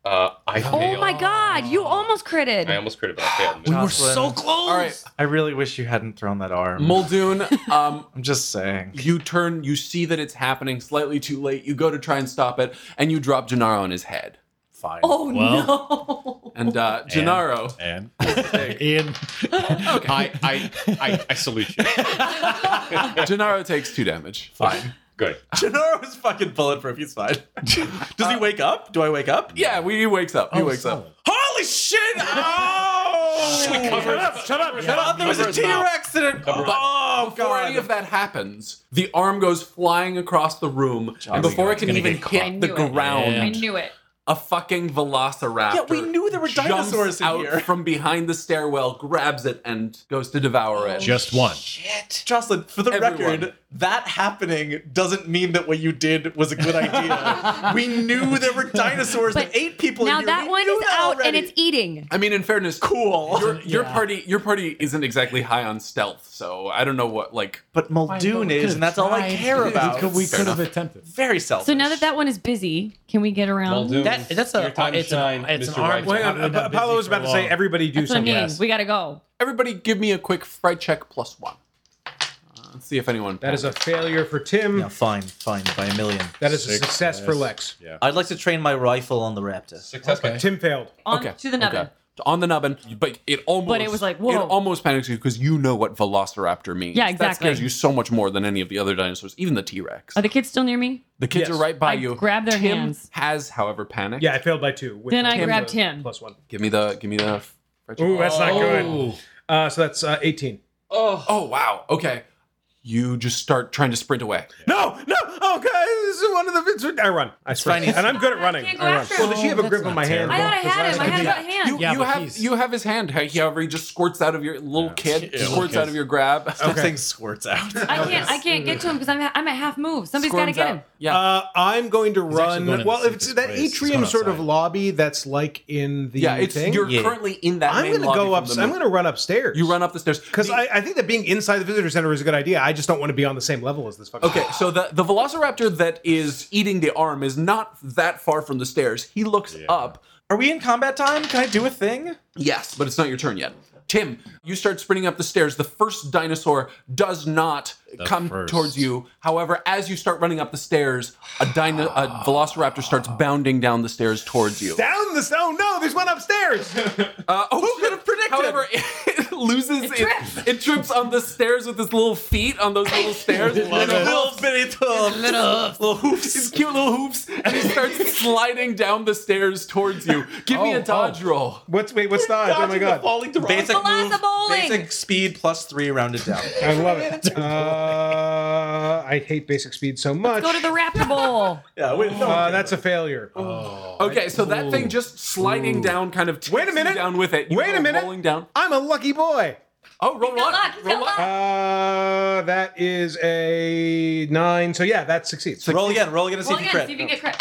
[SPEAKER 5] Uh, Uh, I
[SPEAKER 4] Oh
[SPEAKER 5] failed.
[SPEAKER 4] my god, you almost critted.
[SPEAKER 5] I almost crit it, but I
[SPEAKER 7] [LAUGHS]
[SPEAKER 5] failed.
[SPEAKER 2] We were so
[SPEAKER 1] close. All right,
[SPEAKER 2] I really wish you hadn't thrown that arm.
[SPEAKER 1] Muldoon. Um,
[SPEAKER 2] I'm just saying.
[SPEAKER 1] you turn. You see that it's happening slightly too late. You go to try and stop it, and you drop Gennaro on his head. Fine.
[SPEAKER 4] oh
[SPEAKER 2] [LAUGHS]
[SPEAKER 4] no.
[SPEAKER 1] And uh, Gennaro.
[SPEAKER 8] And Ian,
[SPEAKER 5] I, I, I, I salute you.
[SPEAKER 1] Gennaro takes two damage.
[SPEAKER 2] Fine.
[SPEAKER 5] [LAUGHS] Good.
[SPEAKER 2] Gennaro is fucking bulletproof. He's fine. [LAUGHS] Does he wake up? Do I wake up?
[SPEAKER 1] Yeah, we, he wakes up.
[SPEAKER 2] Oh,
[SPEAKER 1] He wakes up.
[SPEAKER 2] Holy shit!
[SPEAKER 4] [LAUGHS]
[SPEAKER 2] Oh! shut up! Shut up! Shut up! There was a
[SPEAKER 5] Cover his mouth.
[SPEAKER 2] tear accident.
[SPEAKER 5] Cover his-
[SPEAKER 2] Oh
[SPEAKER 1] Before any
[SPEAKER 2] god!
[SPEAKER 1] of that happens, the arm goes flying across the room, and before it can
[SPEAKER 8] gonna
[SPEAKER 1] even
[SPEAKER 8] get
[SPEAKER 4] I
[SPEAKER 1] hit the
[SPEAKER 4] knew it.
[SPEAKER 1] ground,
[SPEAKER 4] I knew it.
[SPEAKER 1] a fucking velociraptor.
[SPEAKER 2] Yeah, we knew there were
[SPEAKER 1] jumps
[SPEAKER 2] dinosaurs in
[SPEAKER 1] out
[SPEAKER 2] here.
[SPEAKER 1] from behind the stairwell, grabs it, and goes to devour it.
[SPEAKER 8] just one.
[SPEAKER 2] Jocelyn, for the
[SPEAKER 1] Everyone.
[SPEAKER 2] record, that happening doesn't mean that what you did was a good
[SPEAKER 4] [LAUGHS]
[SPEAKER 2] idea. we knew there were dinosaurs that
[SPEAKER 4] But
[SPEAKER 2] ate people. in
[SPEAKER 4] Now
[SPEAKER 2] here.
[SPEAKER 4] that
[SPEAKER 2] We
[SPEAKER 4] one
[SPEAKER 2] knew
[SPEAKER 4] is
[SPEAKER 2] that
[SPEAKER 4] out and
[SPEAKER 2] already.
[SPEAKER 4] it's eating.
[SPEAKER 1] I mean, in fairness,
[SPEAKER 2] cool.
[SPEAKER 1] Your, your party, your party isn't exactly high on stealth, so I don't know what like.
[SPEAKER 2] but Muldoon is, and that's all I care about.
[SPEAKER 3] We could, we could have attempted.
[SPEAKER 2] Very selfish.
[SPEAKER 4] So now that that one is busy, can we get around?
[SPEAKER 5] Muldoon,
[SPEAKER 7] Um, That- that's a-
[SPEAKER 5] your time
[SPEAKER 7] it's
[SPEAKER 5] to
[SPEAKER 7] a-
[SPEAKER 5] shine,
[SPEAKER 7] it's an
[SPEAKER 5] Mr.
[SPEAKER 7] arm-
[SPEAKER 5] White.
[SPEAKER 6] Hang
[SPEAKER 7] I've
[SPEAKER 6] on,
[SPEAKER 7] been
[SPEAKER 6] Ap-
[SPEAKER 7] busy
[SPEAKER 6] uh, Apollo was
[SPEAKER 7] for
[SPEAKER 6] about to
[SPEAKER 7] long.
[SPEAKER 6] say everybody
[SPEAKER 4] [LAUGHS]
[SPEAKER 6] do
[SPEAKER 4] That's what I mean.
[SPEAKER 6] something.
[SPEAKER 4] We gotta go.
[SPEAKER 1] Everybody, give me a quick fright check plus one. Uh, let's see if anyone.
[SPEAKER 6] That is a failure for Tim.
[SPEAKER 2] Yeah, fine, fine, by a million.
[SPEAKER 6] That is a success for Lex.
[SPEAKER 2] I'd like to train my rifle on the raptor.
[SPEAKER 5] Success. Okay.
[SPEAKER 6] Tim failed.
[SPEAKER 4] On to the nubbin.
[SPEAKER 1] On the nubbin, but it almost
[SPEAKER 4] But it was like,
[SPEAKER 1] it
[SPEAKER 4] whoa.
[SPEAKER 1] almost panics you because you know what Velociraptor means.
[SPEAKER 4] Yeah,
[SPEAKER 1] That
[SPEAKER 4] exactly.
[SPEAKER 1] scares you so much more than any of the other dinosaurs, even the T Rex.
[SPEAKER 4] Are the kids still near me?
[SPEAKER 1] The kids
[SPEAKER 6] Yes.
[SPEAKER 1] are right by
[SPEAKER 4] I
[SPEAKER 1] you.
[SPEAKER 4] grab their
[SPEAKER 1] Tim
[SPEAKER 4] hands.
[SPEAKER 1] Has, however, panicked.
[SPEAKER 6] Yeah, I failed by two. with
[SPEAKER 4] Then I
[SPEAKER 6] the-
[SPEAKER 4] grabbed
[SPEAKER 6] the
[SPEAKER 4] Tim.
[SPEAKER 6] Plus one.
[SPEAKER 1] Give me the. Give me the. fright check.
[SPEAKER 6] Ooh, that's not good.
[SPEAKER 8] Oh,
[SPEAKER 6] Uh, so that's uh, 18.
[SPEAKER 5] Oh,
[SPEAKER 1] Oh wow. Okay. You just start trying to sprint away.
[SPEAKER 6] No, no. Oh, God. This is one of the. it's- I run. I sprint.
[SPEAKER 2] Chinese.
[SPEAKER 6] And I'm good at running.
[SPEAKER 4] can't go
[SPEAKER 6] I run.
[SPEAKER 4] after him.
[SPEAKER 6] Well, does she have a grip on my hand?
[SPEAKER 4] I thought I had him. I had him by hand.
[SPEAKER 1] You,
[SPEAKER 7] Yeah,
[SPEAKER 1] you
[SPEAKER 7] but
[SPEAKER 1] have
[SPEAKER 7] he's-
[SPEAKER 1] you have his hand. Hey, However, he just squirts out of your little kid.
[SPEAKER 8] Yeah,
[SPEAKER 1] squirts
[SPEAKER 8] okay.
[SPEAKER 1] out of your grab.
[SPEAKER 2] That thing squirts out.
[SPEAKER 4] I can't. I can't get to him because I'm. at- I'm at half move. Somebody's
[SPEAKER 1] Squirms
[SPEAKER 4] gotta get
[SPEAKER 1] out.
[SPEAKER 4] him.
[SPEAKER 1] Yeah.
[SPEAKER 6] Uh, I'm going to
[SPEAKER 8] actually
[SPEAKER 6] run.
[SPEAKER 8] going in the
[SPEAKER 6] well, if it's
[SPEAKER 8] safest
[SPEAKER 6] that
[SPEAKER 8] place. He's
[SPEAKER 6] atrium
[SPEAKER 8] going
[SPEAKER 6] sort of
[SPEAKER 8] outside.
[SPEAKER 6] lobby that's like in the
[SPEAKER 1] yeah. It's
[SPEAKER 6] thing.
[SPEAKER 1] you're
[SPEAKER 2] Yeah.
[SPEAKER 1] currently in that.
[SPEAKER 6] I'm
[SPEAKER 1] main
[SPEAKER 6] going to
[SPEAKER 1] lobby
[SPEAKER 6] go
[SPEAKER 1] from
[SPEAKER 6] up.
[SPEAKER 1] the
[SPEAKER 6] I'm
[SPEAKER 1] mo-
[SPEAKER 6] going to run upstairs.
[SPEAKER 1] You run up the stairs
[SPEAKER 6] Because
[SPEAKER 1] The-
[SPEAKER 6] I, I think that being inside the visitor center is a good idea. I just don't want to be on the same level as this fucking.
[SPEAKER 1] Okay, so the, the velociraptor that is eating the arm is not that far from the stairs. He looks up.
[SPEAKER 2] Are we in combat time? Can I do a thing?
[SPEAKER 1] Yes, but it's not your turn yet. Tim, you start sprinting up the stairs. The first dinosaur does not come
[SPEAKER 8] first.
[SPEAKER 1] towards you. However, as you start running up the stairs, a, dino- a velociraptor starts bounding down the stairs towards you.
[SPEAKER 6] Down the stone. No, there's one
[SPEAKER 8] [LAUGHS]
[SPEAKER 6] upstairs.
[SPEAKER 1] Uh, oh, Who could have predicted? However, [LAUGHS] it, loses. It
[SPEAKER 4] trips.
[SPEAKER 1] It, trips on the stairs with his little feet on those
[SPEAKER 6] [LAUGHS]
[SPEAKER 1] little stairs.
[SPEAKER 2] Little bitty little, little hoofs.
[SPEAKER 1] His cute little hoops, and he starts sliding down the stairs towards you. Give me a dodge roll.
[SPEAKER 6] What's wait? What's that? Oh my god!
[SPEAKER 2] Basic move,
[SPEAKER 4] Velocibowling.
[SPEAKER 2] basic speed plus three rounded
[SPEAKER 1] [LAUGHS]
[SPEAKER 2] down.
[SPEAKER 6] I love it. Uh, I hate basic speed so much.
[SPEAKER 4] Go to the raptor bowl.
[SPEAKER 2] yeah,
[SPEAKER 1] Oh,
[SPEAKER 2] wait, no.
[SPEAKER 6] Uh, that's a failure.
[SPEAKER 1] Okay, so that thing just sliding down, kind of
[SPEAKER 6] Wait a
[SPEAKER 1] takes you
[SPEAKER 6] minute.
[SPEAKER 1] down with it. You
[SPEAKER 6] Wait a
[SPEAKER 1] go
[SPEAKER 6] minute.
[SPEAKER 1] rolling down.
[SPEAKER 6] I'm a lucky boy.
[SPEAKER 1] Oh, roll luck,
[SPEAKER 4] got luck, he's
[SPEAKER 1] roll
[SPEAKER 4] got
[SPEAKER 1] luck.
[SPEAKER 4] luck.
[SPEAKER 6] Uh, that is a nine. So yeah, that succeeds.
[SPEAKER 2] roll again. Roll again to see
[SPEAKER 4] Well,
[SPEAKER 2] if you
[SPEAKER 4] again,
[SPEAKER 2] crit.
[SPEAKER 4] see if you get crit.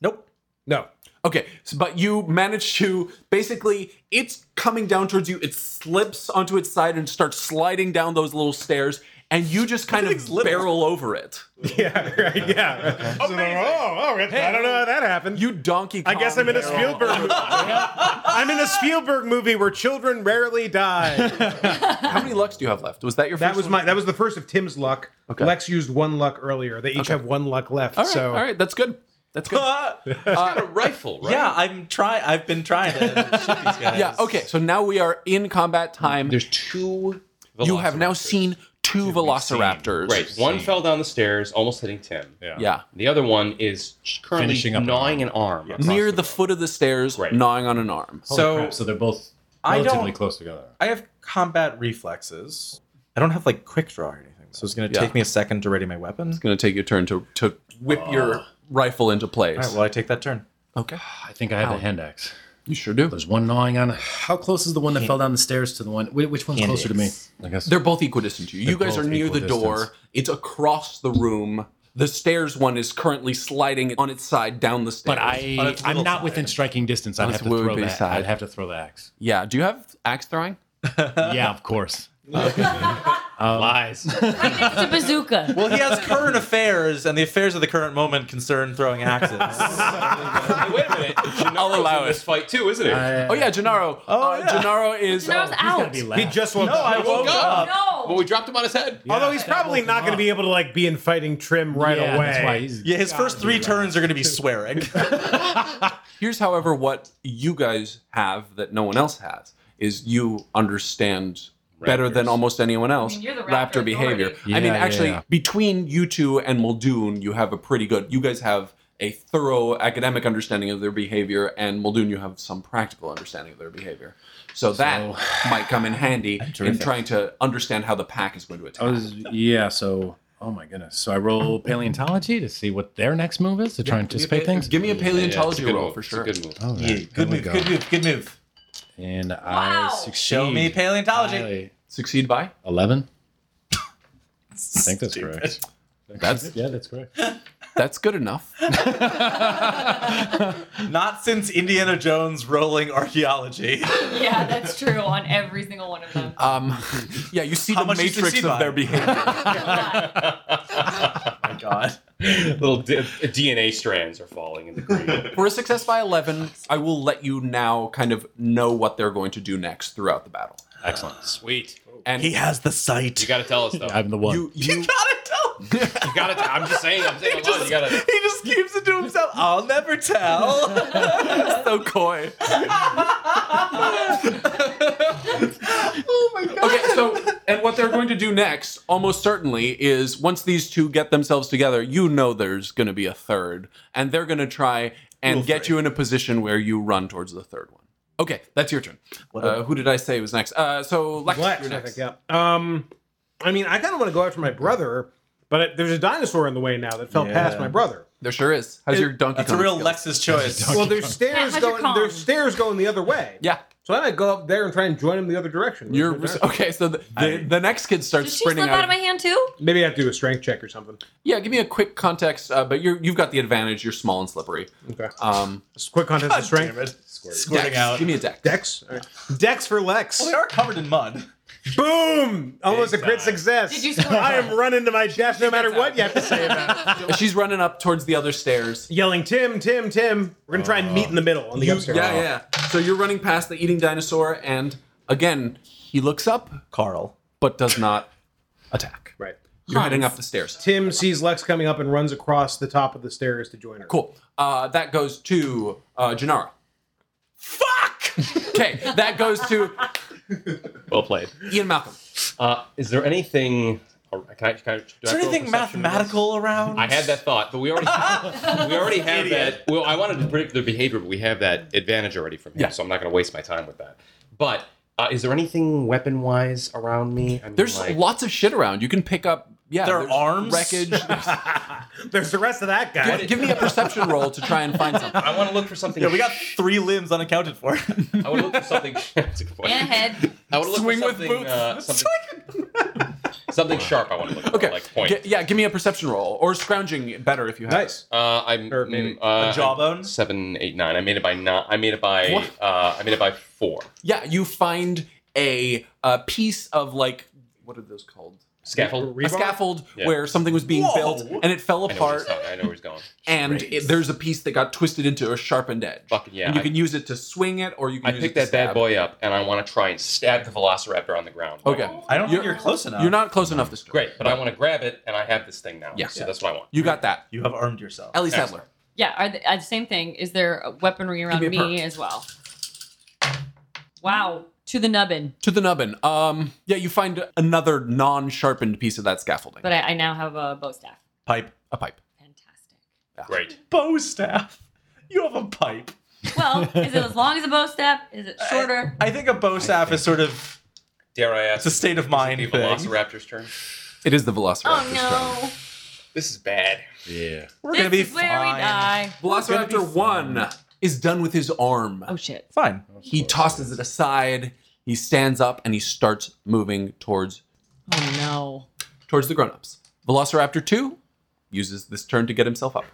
[SPEAKER 2] Nope.
[SPEAKER 6] no.
[SPEAKER 1] Okay, so, but you manage to basically, it's coming down towards you. It slips onto its side and starts sliding down those little stairs, and you just kind of barrel over it.
[SPEAKER 6] [LAUGHS] Yeah. Right. Yeah. So, oh, oh, I don't know how that happened.
[SPEAKER 1] You donkey.
[SPEAKER 6] I guess I'm in a
[SPEAKER 1] Kong
[SPEAKER 6] Spielberg. [LAUGHS] movie. I'm in a Spielberg movie where children rarely die.
[SPEAKER 1] barrel. How many lucks do you have left? Was that your?
[SPEAKER 6] [LAUGHS] That
[SPEAKER 1] first
[SPEAKER 6] was
[SPEAKER 1] one?
[SPEAKER 6] my. That was the first of Tim's luck.
[SPEAKER 1] Okay.
[SPEAKER 6] Lex used one luck earlier. They each have one luck left.
[SPEAKER 1] All right,
[SPEAKER 6] so
[SPEAKER 1] all right, that's good. That's good.
[SPEAKER 2] [LAUGHS] Uh,
[SPEAKER 5] a rifle, right?
[SPEAKER 2] yeah, I'm try. I've been
[SPEAKER 1] [LAUGHS]
[SPEAKER 2] trying to shoot these guys.
[SPEAKER 1] yeah. Okay, so now we are in combat time.
[SPEAKER 5] There's two.
[SPEAKER 1] You have now
[SPEAKER 5] velociraptors.
[SPEAKER 1] seen two velociraptors.
[SPEAKER 5] Right. One
[SPEAKER 8] seen.
[SPEAKER 5] fell down the stairs, almost hitting Tim.
[SPEAKER 8] yeah.
[SPEAKER 1] Yeah.
[SPEAKER 5] The other one is currently
[SPEAKER 8] Finishing up an
[SPEAKER 5] gnawing
[SPEAKER 8] arm.
[SPEAKER 5] an arm.
[SPEAKER 1] Near the foot of the stairs,
[SPEAKER 5] Right.
[SPEAKER 1] gnawing on an arm.
[SPEAKER 8] So,
[SPEAKER 2] So
[SPEAKER 8] so they're both
[SPEAKER 2] I don't-
[SPEAKER 8] relatively close together.
[SPEAKER 2] I have combat reflexes. I don't have like quick draw or anything. So it's gonna
[SPEAKER 1] Yeah.
[SPEAKER 2] take me a second to ready my weapon. All
[SPEAKER 1] going to take your turn to to whip your rifle into place.
[SPEAKER 2] right. Well, I take that turn.
[SPEAKER 1] okay.
[SPEAKER 8] I think I have the hand axe.
[SPEAKER 1] You sure do.
[SPEAKER 8] There's one gnawing on. How close is the one that fell down the stairs to the one? whi- Which one's
[SPEAKER 2] Hand
[SPEAKER 8] closer to me?
[SPEAKER 2] axe.
[SPEAKER 8] I guess.
[SPEAKER 1] They're both equidistant to you. You
[SPEAKER 8] They're
[SPEAKER 1] guys are
[SPEAKER 8] both
[SPEAKER 1] near the
[SPEAKER 8] equidistant.
[SPEAKER 1] door. It's across the room. The stairs one is currently sliding on its side down the stairs.
[SPEAKER 8] but I, I'm not within striking distance. I'd
[SPEAKER 1] On
[SPEAKER 8] have
[SPEAKER 1] its
[SPEAKER 8] to throw
[SPEAKER 1] would-be
[SPEAKER 8] that.
[SPEAKER 1] side.
[SPEAKER 8] I'd have to throw the axe.
[SPEAKER 1] Yeah. Do you have axe throwing?
[SPEAKER 8] yeah, of course.
[SPEAKER 5] Lies.
[SPEAKER 4] It's a bazooka.
[SPEAKER 2] Well, he has
[SPEAKER 4] [LAUGHS]
[SPEAKER 2] current affairs, and the affairs of the current moment concern throwing
[SPEAKER 1] [LAUGHS]
[SPEAKER 2] axes.
[SPEAKER 10] Wait a [LAUGHS] minute. Gennaro's
[SPEAKER 1] allow
[SPEAKER 10] in
[SPEAKER 1] it.
[SPEAKER 10] this fight too,
[SPEAKER 8] [LAUGHS]
[SPEAKER 10] isn't it?
[SPEAKER 8] Uh,
[SPEAKER 1] Oh yeah, Gennaro.
[SPEAKER 2] Oh,
[SPEAKER 1] Uh,
[SPEAKER 2] yeah.
[SPEAKER 1] Gennaro is.
[SPEAKER 4] Gennaro's
[SPEAKER 1] oh,
[SPEAKER 4] out.
[SPEAKER 3] He
[SPEAKER 7] just woke up.
[SPEAKER 2] I woke
[SPEAKER 10] up. But
[SPEAKER 4] No.
[SPEAKER 10] we dropped him on his head.
[SPEAKER 6] Although he's probably not going to be able to like be in fighting trim right
[SPEAKER 3] yeah,
[SPEAKER 6] away.
[SPEAKER 3] That's why he's
[SPEAKER 2] Yeah, his first three turns are going to be swearing.
[SPEAKER 1] Here's, however, what you guys have that no one else has is you understand better than
[SPEAKER 5] Raptors.
[SPEAKER 1] almost anyone else
[SPEAKER 4] I mean, you're the
[SPEAKER 1] raptor,
[SPEAKER 4] raptor
[SPEAKER 1] behavior. I
[SPEAKER 4] authority.
[SPEAKER 1] mean,
[SPEAKER 8] Yeah, yeah,
[SPEAKER 1] actually,
[SPEAKER 8] yeah.
[SPEAKER 1] between you two and Muldoon, you have a pretty good. You guys have a thorough academic understanding of their behavior, and Muldoon, you have some practical understanding of their behavior. So that might come in handy in
[SPEAKER 8] Terrific.
[SPEAKER 1] trying to understand how the pack is going to attack.
[SPEAKER 8] I was yeah. So oh my goodness. So I roll paleontology to see what their next move is to try and anticipate things.
[SPEAKER 1] Give me a
[SPEAKER 10] Yeah, it's a
[SPEAKER 1] paleontology
[SPEAKER 10] good move.
[SPEAKER 1] roll for
[SPEAKER 10] It's a
[SPEAKER 1] sure.
[SPEAKER 10] good
[SPEAKER 8] [LAUGHS]
[SPEAKER 10] move.
[SPEAKER 8] All right,
[SPEAKER 2] Yeah,
[SPEAKER 8] there
[SPEAKER 2] good
[SPEAKER 8] we
[SPEAKER 2] move,
[SPEAKER 8] go.
[SPEAKER 2] good move, good move.
[SPEAKER 8] And
[SPEAKER 4] Wow.
[SPEAKER 8] I succeed.
[SPEAKER 2] Show me paleontology.
[SPEAKER 8] By
[SPEAKER 1] Succeed by?
[SPEAKER 8] Eleven. I think that's correct.
[SPEAKER 1] That's
[SPEAKER 8] Yeah,
[SPEAKER 2] [LAUGHS]
[SPEAKER 8] that's correct. [LAUGHS]
[SPEAKER 1] that's good enough.
[SPEAKER 2] Not since Indiana Jones rolling archaeology.
[SPEAKER 4] Yeah, that's true on every single one of them.
[SPEAKER 1] Um, [LAUGHS] yeah, you see
[SPEAKER 2] How
[SPEAKER 1] the
[SPEAKER 2] much you
[SPEAKER 1] matrix
[SPEAKER 2] succeed
[SPEAKER 1] of
[SPEAKER 2] by?
[SPEAKER 1] their behavior.
[SPEAKER 2] My God.
[SPEAKER 10] [LAUGHS] Little d- DNA strands are falling in the green.
[SPEAKER 1] For a success by 11, I will let you now kind of know what they're going to do next throughout the battle.
[SPEAKER 10] Excellent. Sweet.
[SPEAKER 1] And
[SPEAKER 2] He has the sight.
[SPEAKER 10] You got to tell us
[SPEAKER 8] [LAUGHS]
[SPEAKER 10] though.
[SPEAKER 8] I'm the one.
[SPEAKER 1] you, you, [LAUGHS]
[SPEAKER 2] [LAUGHS] gotta tell.
[SPEAKER 10] You got to. I'm just saying. I'm saying. Just, [LAUGHS] you got to.
[SPEAKER 2] He just keeps it to himself. I'll never tell.
[SPEAKER 1] [LAUGHS] so coy.
[SPEAKER 2] oh my God.
[SPEAKER 1] Okay, so, and what they're going to do next, almost certainly, is once these two get themselves together, you know there's going to be a third, and they're going to try and
[SPEAKER 2] Rule
[SPEAKER 1] get
[SPEAKER 2] three.
[SPEAKER 1] you in a position where you run towards the third one. Okay, that's your turn. Uh, who did I say was next? Uh, so, Lex,
[SPEAKER 6] Lex,
[SPEAKER 1] you're
[SPEAKER 6] I
[SPEAKER 1] next.
[SPEAKER 6] think, yeah. Um, I mean, I kind of want to go after my brother, but it, there's a dinosaur in the way now that fell past my brother.
[SPEAKER 1] There sure is. How's your donkey?
[SPEAKER 2] That's a
[SPEAKER 1] Kong
[SPEAKER 2] real
[SPEAKER 1] skill?
[SPEAKER 2] Lexus choice. [LAUGHS]
[SPEAKER 6] Well, there's stairs
[SPEAKER 4] how's your
[SPEAKER 6] going.
[SPEAKER 4] Kong?
[SPEAKER 6] There's stairs going the other way.
[SPEAKER 1] Yeah.
[SPEAKER 6] So I might go up there and try and join him the other direction.
[SPEAKER 1] You're okay. So the, the, the next kid starts
[SPEAKER 4] Did she
[SPEAKER 1] sprinting
[SPEAKER 4] slip out of my hand too?
[SPEAKER 6] Maybe I have to do a strength check or something.
[SPEAKER 1] Yeah, give me a quick context. Uh, but you're you've got the advantage. You're small and slippery.
[SPEAKER 6] Okay.
[SPEAKER 1] Um,
[SPEAKER 6] Just quick contest of strength.
[SPEAKER 2] Squirting
[SPEAKER 1] Dex.
[SPEAKER 2] out.
[SPEAKER 1] Give me a
[SPEAKER 4] [LAUGHS]
[SPEAKER 1] deck.
[SPEAKER 6] Dex. All right. Dex for Lex.
[SPEAKER 4] Oh,
[SPEAKER 2] Well, they are covered in mud.
[SPEAKER 6] Boom! Almost a crit success.
[SPEAKER 4] Did you score?
[SPEAKER 6] [LAUGHS] I am running to my death no matter what you have to say about it.
[SPEAKER 1] She's running up towards the other stairs.
[SPEAKER 6] Yelling, Tim, Tim, Tim. We're gonna try and meet in the middle on the
[SPEAKER 1] You-
[SPEAKER 6] upstairs.
[SPEAKER 1] yeah, yeah. So you're running past the eating dinosaur, and again he looks up
[SPEAKER 2] Carl.
[SPEAKER 1] but does not attack.
[SPEAKER 6] Right.
[SPEAKER 1] You're heading up the stairs.
[SPEAKER 6] Tim sees Lex coming up and runs across the top of the stairs to join her.
[SPEAKER 1] Cool. Uh, that goes to uh, Gennaro. Fuck. Okay, that goes to
[SPEAKER 5] Well played.
[SPEAKER 1] Ian Malcolm.
[SPEAKER 5] Uh,
[SPEAKER 10] Is there anything? uh, Can I, can I, do
[SPEAKER 2] Is
[SPEAKER 10] I
[SPEAKER 2] there
[SPEAKER 10] throw a
[SPEAKER 2] anything
[SPEAKER 10] perception in this?
[SPEAKER 2] mathematical around?
[SPEAKER 10] I had that thought, but we already we already have that. Well, I wanted to predict their behavior, but we have that advantage already from him,
[SPEAKER 1] Yeah.
[SPEAKER 10] so I'm not going to waste my time with that. But uh, is there anything weapon wise around me? I mean,
[SPEAKER 1] There's
[SPEAKER 10] like,
[SPEAKER 1] lots of shit around. You can pick up. Yeah,
[SPEAKER 2] There are
[SPEAKER 1] there's
[SPEAKER 2] arms?
[SPEAKER 1] wreckage.
[SPEAKER 6] There's the rest of that guy.
[SPEAKER 1] Give me a perception roll to try and find something.
[SPEAKER 10] I want to look for something.
[SPEAKER 2] Yeah, we got three limbs unaccounted for.
[SPEAKER 10] I want to look for something. That's a good point.
[SPEAKER 4] And a head.
[SPEAKER 10] I want to look
[SPEAKER 1] Swing
[SPEAKER 10] for
[SPEAKER 1] with
[SPEAKER 10] something.
[SPEAKER 1] boots.
[SPEAKER 10] Uh, something, something sharp. I want to look. For,
[SPEAKER 1] Okay.
[SPEAKER 10] Like point.
[SPEAKER 1] G- yeah, give me a perception roll or scrounging better if you have. it.
[SPEAKER 6] Nice.
[SPEAKER 10] Uh, I'm
[SPEAKER 6] Or maybe
[SPEAKER 10] mm, uh,
[SPEAKER 2] a jawbone?
[SPEAKER 10] Seven, eight, nine. I made it by nine. I made it by.
[SPEAKER 1] What?
[SPEAKER 10] Uh, I made it by four.
[SPEAKER 1] Yeah, you find a, a piece of like what are those called?
[SPEAKER 10] Scaffold.
[SPEAKER 1] A scaffold
[SPEAKER 10] Yeah.
[SPEAKER 1] where something was being
[SPEAKER 2] Whoa!
[SPEAKER 1] built and it fell
[SPEAKER 10] I know, where he's
[SPEAKER 1] apart,
[SPEAKER 10] going. I know where he's going.
[SPEAKER 1] and it, there's a piece that got twisted into a sharpened edge.
[SPEAKER 10] Fucking yeah,
[SPEAKER 1] And you
[SPEAKER 10] I-
[SPEAKER 1] can use it to swing it, or you can.
[SPEAKER 10] I
[SPEAKER 1] use
[SPEAKER 10] picked
[SPEAKER 1] it to
[SPEAKER 10] that bad
[SPEAKER 1] stab.
[SPEAKER 10] boy up, and I want to try and stab the Velociraptor on the ground.
[SPEAKER 1] Okay.
[SPEAKER 2] I don't
[SPEAKER 1] You're-
[SPEAKER 2] think you're close enough.
[SPEAKER 1] You're not close enough this time.
[SPEAKER 10] Great, but I want to grab it, and I have this thing now.
[SPEAKER 1] Yeah.
[SPEAKER 10] So that's what I want.
[SPEAKER 1] You got that,
[SPEAKER 2] You have armed yourself.
[SPEAKER 1] Ellie Sadler.
[SPEAKER 4] Yeah, are the, uh, same thing. Is there uh, weaponry around
[SPEAKER 1] me a
[SPEAKER 4] me
[SPEAKER 1] perk.
[SPEAKER 4] as well? Wow, to the nubbin.
[SPEAKER 1] To the nubbin. Um, yeah, you find another non-sharpened piece of that scaffolding.
[SPEAKER 4] But I, I now have a bow staff.
[SPEAKER 2] Pipe.
[SPEAKER 1] a pipe.
[SPEAKER 4] Fantastic.
[SPEAKER 10] Great.
[SPEAKER 2] Bow staff. You have a pipe.
[SPEAKER 4] Well, is it as long as a bow staff? Is it shorter?
[SPEAKER 2] I think a bow staff is sort of
[SPEAKER 10] Dare I ask?
[SPEAKER 2] it's a state of mind
[SPEAKER 10] the
[SPEAKER 2] thing.
[SPEAKER 10] Velociraptor's turn.
[SPEAKER 1] It is the Velociraptor.
[SPEAKER 4] oh no!
[SPEAKER 10] This is bad.
[SPEAKER 8] yeah.
[SPEAKER 2] We're
[SPEAKER 4] This
[SPEAKER 2] gonna be
[SPEAKER 4] is where we
[SPEAKER 2] fine.
[SPEAKER 4] die.
[SPEAKER 1] Velociraptor one is done with his arm.
[SPEAKER 4] Oh shit!
[SPEAKER 2] Fine.
[SPEAKER 1] He tosses it aside. He stands up and he starts moving towards
[SPEAKER 4] Oh no!
[SPEAKER 1] towards the grown-ups. Velociraptor two uses this turn to get himself up.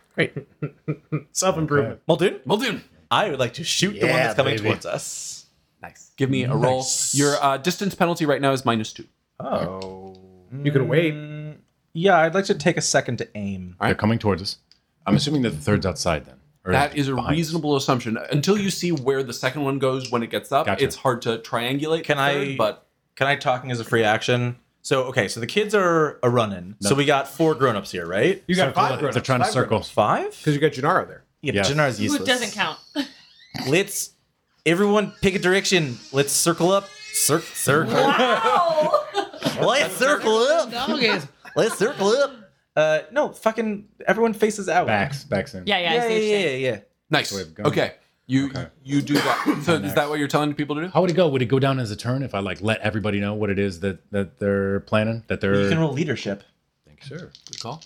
[SPEAKER 6] Self improvement.
[SPEAKER 2] Muldoon,
[SPEAKER 1] Muldoon,
[SPEAKER 2] I would like to shoot the one
[SPEAKER 8] Yeah,
[SPEAKER 2] that's coming
[SPEAKER 8] baby.
[SPEAKER 2] towards us.
[SPEAKER 1] nice. Give me a roll. Your uh, distance penalty right now is minus two.
[SPEAKER 2] Oh.
[SPEAKER 6] You can wait.
[SPEAKER 2] Mm, Yeah, I'd like to take a second to aim.
[SPEAKER 8] They're coming towards us. I'm assuming that the third's outside then. or
[SPEAKER 1] That is a
[SPEAKER 8] behind us.
[SPEAKER 1] reasonable assumption. Until you see where the second one goes when it gets up,
[SPEAKER 8] Gotcha.
[SPEAKER 1] it's hard to triangulate.
[SPEAKER 2] Can
[SPEAKER 1] the third,
[SPEAKER 2] I-
[SPEAKER 1] But
[SPEAKER 2] Can I talking as a free action? So okay, so the kids are a running. So we got four grown-ups here, right?
[SPEAKER 6] You got five.
[SPEAKER 8] They're trying to circle.
[SPEAKER 2] Five?
[SPEAKER 6] because you got Gennaro there.
[SPEAKER 2] Yeah,
[SPEAKER 8] Yeah.
[SPEAKER 2] but Jannar's useless.
[SPEAKER 4] Who doesn't count?
[SPEAKER 2] Let's everyone pick a direction. Let's circle up. Cir- circle.
[SPEAKER 4] Wow!
[SPEAKER 2] Let's circle up. Let's circle up. Uh, no, fucking everyone faces out.
[SPEAKER 8] Backs, backs in.
[SPEAKER 4] yeah, yeah,
[SPEAKER 2] Yeah,
[SPEAKER 4] I
[SPEAKER 2] yeah,
[SPEAKER 4] see what you're
[SPEAKER 2] yeah,
[SPEAKER 4] saying.
[SPEAKER 2] yeah.
[SPEAKER 1] nice.
[SPEAKER 8] Way of going.
[SPEAKER 1] Okay. You
[SPEAKER 8] Okay.
[SPEAKER 1] you do
[SPEAKER 8] [COUGHS]
[SPEAKER 1] that. So is that what you're telling people to do?
[SPEAKER 8] How would it go? Would it go down as a turn if I like let everybody know what it is that that they're planning? That they're
[SPEAKER 2] You can roll leadership.
[SPEAKER 8] sure.
[SPEAKER 1] Good call.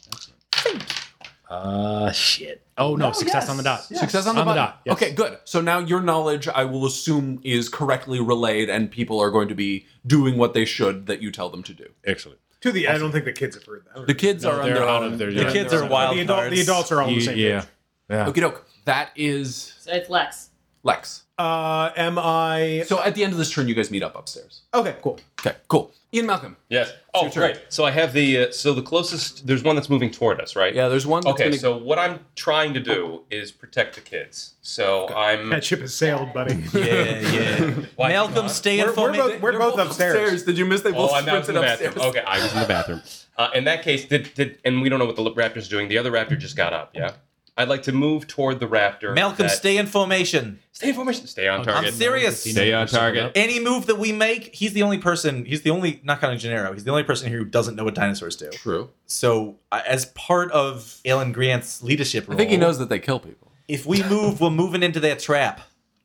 [SPEAKER 8] Uh shit. Oh no, success on the dot.
[SPEAKER 1] Success on the, button.
[SPEAKER 8] dot. yes.
[SPEAKER 1] Okay, good. So now your knowledge, I will assume, is correctly relayed, and people are going to be doing what they should that you tell them to do.
[SPEAKER 8] Excellent.
[SPEAKER 6] To the, I don't think the kids have heard that.
[SPEAKER 1] The kids
[SPEAKER 8] No,
[SPEAKER 1] are on
[SPEAKER 8] they're
[SPEAKER 1] their
[SPEAKER 8] out
[SPEAKER 1] own.
[SPEAKER 8] of their-
[SPEAKER 2] The
[SPEAKER 8] Yeah,
[SPEAKER 2] kids
[SPEAKER 8] they're
[SPEAKER 2] are
[SPEAKER 8] on-
[SPEAKER 2] wild
[SPEAKER 6] the, adult,
[SPEAKER 2] cards.
[SPEAKER 6] the adults are on the
[SPEAKER 8] You-
[SPEAKER 6] same
[SPEAKER 8] yeah.
[SPEAKER 6] page.
[SPEAKER 8] Yeah.
[SPEAKER 1] Okie doke. That is
[SPEAKER 4] So it's Lex.
[SPEAKER 1] Lex.
[SPEAKER 6] Uh, am I?
[SPEAKER 1] So at the end of this turn, you guys meet up upstairs.
[SPEAKER 6] Okay, cool.
[SPEAKER 1] Okay, cool. Ian Malcolm.
[SPEAKER 10] Yes. Oh,
[SPEAKER 1] your turn.
[SPEAKER 10] great. So I have the uh, so the closest. There's one that's moving toward us, right?
[SPEAKER 1] Yeah, there's one. That's
[SPEAKER 10] Okay.
[SPEAKER 1] gonna-
[SPEAKER 10] So what I'm trying to do is protect the kids. So I'm.
[SPEAKER 6] [LAUGHS] That ship has sailed, buddy.
[SPEAKER 2] Yeah, yeah.
[SPEAKER 10] Why-
[SPEAKER 2] [LAUGHS] Malcolm, stay
[SPEAKER 6] We're,
[SPEAKER 2] in
[SPEAKER 6] we're
[SPEAKER 2] for
[SPEAKER 6] both,
[SPEAKER 2] me.
[SPEAKER 6] we're both upstairs.
[SPEAKER 1] Did you miss? They both
[SPEAKER 10] Oh, I'm out in
[SPEAKER 1] sprinted
[SPEAKER 10] the
[SPEAKER 1] upstairs.
[SPEAKER 10] bathroom. Okay, I was in the bathroom. Uh, in that case, did, did and we don't know what the raptor's doing. The other raptor just got up. Yeah. I'd like to move toward the raptor.
[SPEAKER 2] Malcolm,
[SPEAKER 10] that-
[SPEAKER 2] stay in formation.
[SPEAKER 10] Stay in formation. Stay on target.
[SPEAKER 2] I'm serious.
[SPEAKER 10] Stay on target.
[SPEAKER 2] Any move that we make, he's the only person. He's the only not counting Gennaro. He's the only person here who doesn't know what dinosaurs do.
[SPEAKER 1] True.
[SPEAKER 2] So, uh, as part of Alan Grant's leadership role,
[SPEAKER 1] I think he knows that they kill people.
[SPEAKER 2] if we move, we're moving into their trap.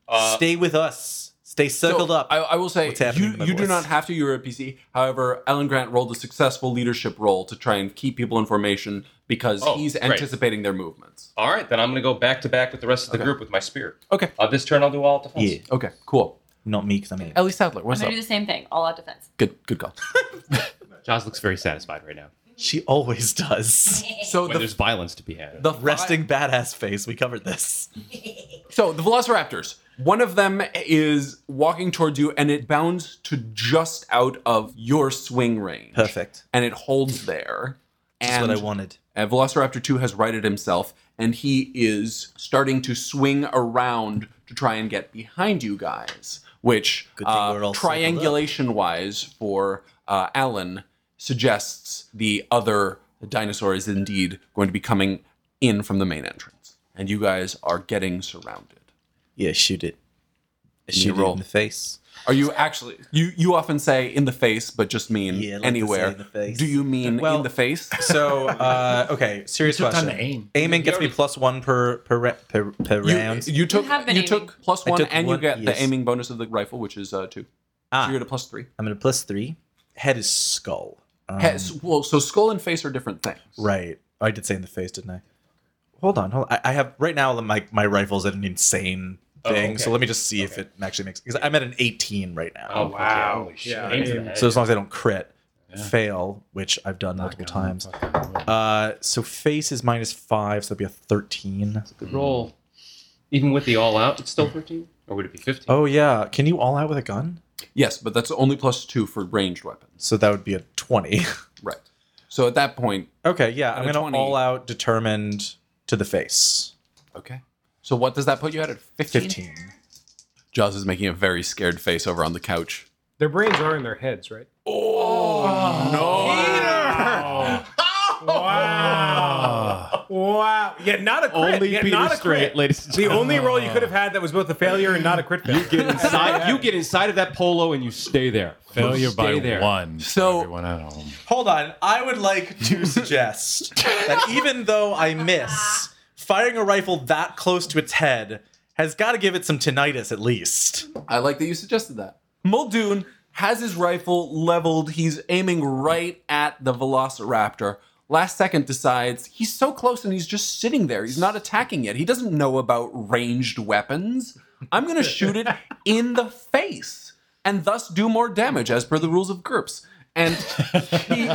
[SPEAKER 10] Uh,
[SPEAKER 2] stay with us. Stay circled
[SPEAKER 1] So,
[SPEAKER 2] up.
[SPEAKER 1] I, I will say,
[SPEAKER 2] What's happening
[SPEAKER 1] you,
[SPEAKER 2] to my
[SPEAKER 1] you do
[SPEAKER 2] voice?
[SPEAKER 1] not have to. You're a PC. However, Alan Grant rolled a successful leadership roll to try and keep people in formation because
[SPEAKER 10] Oh,
[SPEAKER 1] he's
[SPEAKER 10] great.
[SPEAKER 1] anticipating their movements.
[SPEAKER 10] All right, then I'm going to go back to back with the rest of the
[SPEAKER 1] Okay.
[SPEAKER 10] group with my spear.
[SPEAKER 1] Okay.
[SPEAKER 10] Uh, this turn, I'll do all defense.
[SPEAKER 2] yeah,
[SPEAKER 1] Okay. Cool.
[SPEAKER 2] not me because I'm in.
[SPEAKER 1] Ellie Sadler,
[SPEAKER 4] I'm
[SPEAKER 1] what's
[SPEAKER 4] gonna
[SPEAKER 1] up?
[SPEAKER 4] do the same thing, all out defense.
[SPEAKER 2] [LAUGHS]
[SPEAKER 4] [LAUGHS]
[SPEAKER 1] Good. Good call.
[SPEAKER 10] Jaws looks very satisfied right now.
[SPEAKER 2] She always
[SPEAKER 4] [LAUGHS]
[SPEAKER 2] does.
[SPEAKER 1] So
[SPEAKER 10] When
[SPEAKER 1] the
[SPEAKER 10] there's violence to be had.
[SPEAKER 1] the fi-
[SPEAKER 2] Resting badass face. We covered this.
[SPEAKER 1] So the velociraptors. One of them is walking towards you, and it bounds to just out of your swing range,
[SPEAKER 2] Perfect.
[SPEAKER 1] and it holds there.
[SPEAKER 2] That's
[SPEAKER 1] and
[SPEAKER 2] what I wanted.
[SPEAKER 1] Uh, Velociraptor 2 has righted himself and he is starting to swing around to try and get behind you guys, which
[SPEAKER 2] Good thing
[SPEAKER 1] uh,
[SPEAKER 2] we're all circled up.
[SPEAKER 1] triangulation wise for uh, Alan suggests the other dinosaur is indeed going to be coming in from the main entrance. And you guys are getting surrounded.
[SPEAKER 2] Yeah, shoot it. Shoot
[SPEAKER 1] roll.
[SPEAKER 2] it in the face.
[SPEAKER 1] Are you actually you you often say in the face but just mean
[SPEAKER 2] Yeah, I like to
[SPEAKER 1] anywhere.
[SPEAKER 2] say in the face.
[SPEAKER 1] Do you mean in
[SPEAKER 2] Well-
[SPEAKER 1] the face?
[SPEAKER 2] So, uh, okay, serious
[SPEAKER 8] took time
[SPEAKER 2] question.
[SPEAKER 8] to aim.
[SPEAKER 2] Aiming gets me plus one per per re- per, per round.
[SPEAKER 1] You, you took
[SPEAKER 4] have
[SPEAKER 1] you
[SPEAKER 4] been aiming.
[SPEAKER 1] took plus
[SPEAKER 2] I
[SPEAKER 1] one,
[SPEAKER 2] took
[SPEAKER 1] and you
[SPEAKER 2] one-
[SPEAKER 1] get
[SPEAKER 2] yes.
[SPEAKER 1] the aiming bonus of the rifle, which is uh, two.
[SPEAKER 2] ah,
[SPEAKER 1] So you're at a plus three.
[SPEAKER 2] I'm at a plus three. Head is skull. Um,
[SPEAKER 1] He- s- well, so skull and face are different things.
[SPEAKER 2] Right. I did say in the face, didn't I? Hold on, hold on. I, I have right now. My my rifle's at an insane
[SPEAKER 8] Oh,
[SPEAKER 2] thing, so
[SPEAKER 10] okay.
[SPEAKER 2] let me just see if it actually makes. Because I'm at an 18 right now.
[SPEAKER 10] Oh, wow. Holy shit.
[SPEAKER 6] Yeah,
[SPEAKER 10] Aim for the
[SPEAKER 6] aim.
[SPEAKER 10] head.
[SPEAKER 2] So as long as I don't crit, fail, which I've done multiple times. Uh, so face is minus five, so that'd be a 13.
[SPEAKER 10] Good roll. Even with the all out, it's still 13? Or would it be 15?
[SPEAKER 2] Oh yeah, can you all out with a gun?
[SPEAKER 1] Yes, but that's only plus two for ranged weapons.
[SPEAKER 2] So that would be a 20.
[SPEAKER 1] Right. So at that point,
[SPEAKER 2] [LAUGHS] Okay, yeah,
[SPEAKER 1] a
[SPEAKER 2] I'm gonna
[SPEAKER 1] 20.
[SPEAKER 2] all out determined to the face.
[SPEAKER 1] okay. So what does that put you at? At 15?
[SPEAKER 2] Fifteen.
[SPEAKER 1] Jaws is making a very scared face over on the couch.
[SPEAKER 6] Their brains are in their heads, right? Oh, no! [LAUGHS] Wow! Wow! Yet not a crit.
[SPEAKER 8] Uh, Only
[SPEAKER 6] Yet
[SPEAKER 8] Peter
[SPEAKER 6] not a
[SPEAKER 8] Strait,
[SPEAKER 6] crit.
[SPEAKER 8] ladies and
[SPEAKER 6] the only roll you could have had that was both a failure and not a crit. You get [LAUGHS]
[SPEAKER 9] Inside, you get inside of that polo and you stay there.
[SPEAKER 8] Failure
[SPEAKER 9] Stay
[SPEAKER 8] by
[SPEAKER 9] there.
[SPEAKER 8] one. for
[SPEAKER 1] So-
[SPEAKER 8] everyone at home.
[SPEAKER 2] Hold on, I would like to suggest that even though I miss, firing a rifle that close to its head has got to give it some tinnitus at least.
[SPEAKER 1] I like that you suggested that. Muldoon has his rifle leveled. He's aiming right at the velociraptor. Last second decides he's so close and he's just sitting there. He's not attacking yet. He doesn't know about ranged weapons. I'm going to shoot [LAUGHS] it in the face and thus do more damage as per the rules of GURPS. And he,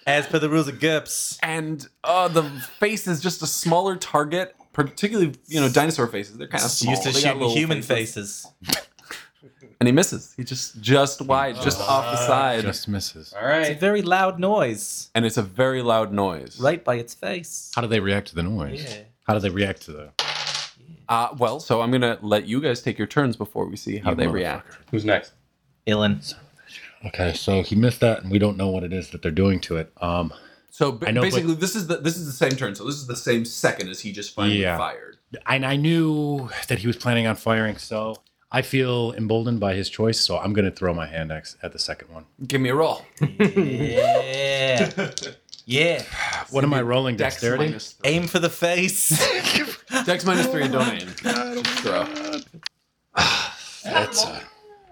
[SPEAKER 4] [LAUGHS]
[SPEAKER 2] As per the rules of GURPS,
[SPEAKER 1] and uh, the face is just a smaller target, particularly you know dinosaur faces. They're kind of
[SPEAKER 2] it's
[SPEAKER 1] small.
[SPEAKER 2] used to
[SPEAKER 1] They got
[SPEAKER 2] shooting
[SPEAKER 1] little
[SPEAKER 2] human
[SPEAKER 1] faces.
[SPEAKER 2] faces.
[SPEAKER 1] and he misses. He just just wide, just off the side,
[SPEAKER 8] [LAUGHS] Just misses.
[SPEAKER 10] All
[SPEAKER 2] It's a
[SPEAKER 10] right.
[SPEAKER 2] very loud noise
[SPEAKER 1] and it's a very loud noise.
[SPEAKER 2] right by its face.
[SPEAKER 8] How do they react to the noise?
[SPEAKER 2] Yeah.
[SPEAKER 8] How do they react to the?
[SPEAKER 1] Uh, well, so I'm gonna let you guys take your turns before we see how
[SPEAKER 8] You
[SPEAKER 1] they react.
[SPEAKER 10] Who's next?
[SPEAKER 2] Ilan.
[SPEAKER 8] Okay, so he missed that, and we don't know what it is that they're doing to it. Um,
[SPEAKER 1] So b-
[SPEAKER 8] I know, but-
[SPEAKER 1] basically, this is the this is the same turn. So this is the same second as he just finally
[SPEAKER 8] Yeah.
[SPEAKER 1] fired.
[SPEAKER 8] and I knew that he was planning on firing, so I feel emboldened by his choice. So I'm gonna throw my hand axe at the second one.
[SPEAKER 1] Give me a roll.
[SPEAKER 2] Yeah.
[SPEAKER 10] [LAUGHS]
[SPEAKER 2] yeah.
[SPEAKER 8] What am I rolling?
[SPEAKER 1] Dex
[SPEAKER 8] [LAUGHS] Dexterity.
[SPEAKER 1] minus three.
[SPEAKER 2] Aim for the
[SPEAKER 10] [LAUGHS]
[SPEAKER 2] face.
[SPEAKER 1] Dex minus three and don't aim. [LAUGHS] Just throw.
[SPEAKER 8] That's, uh,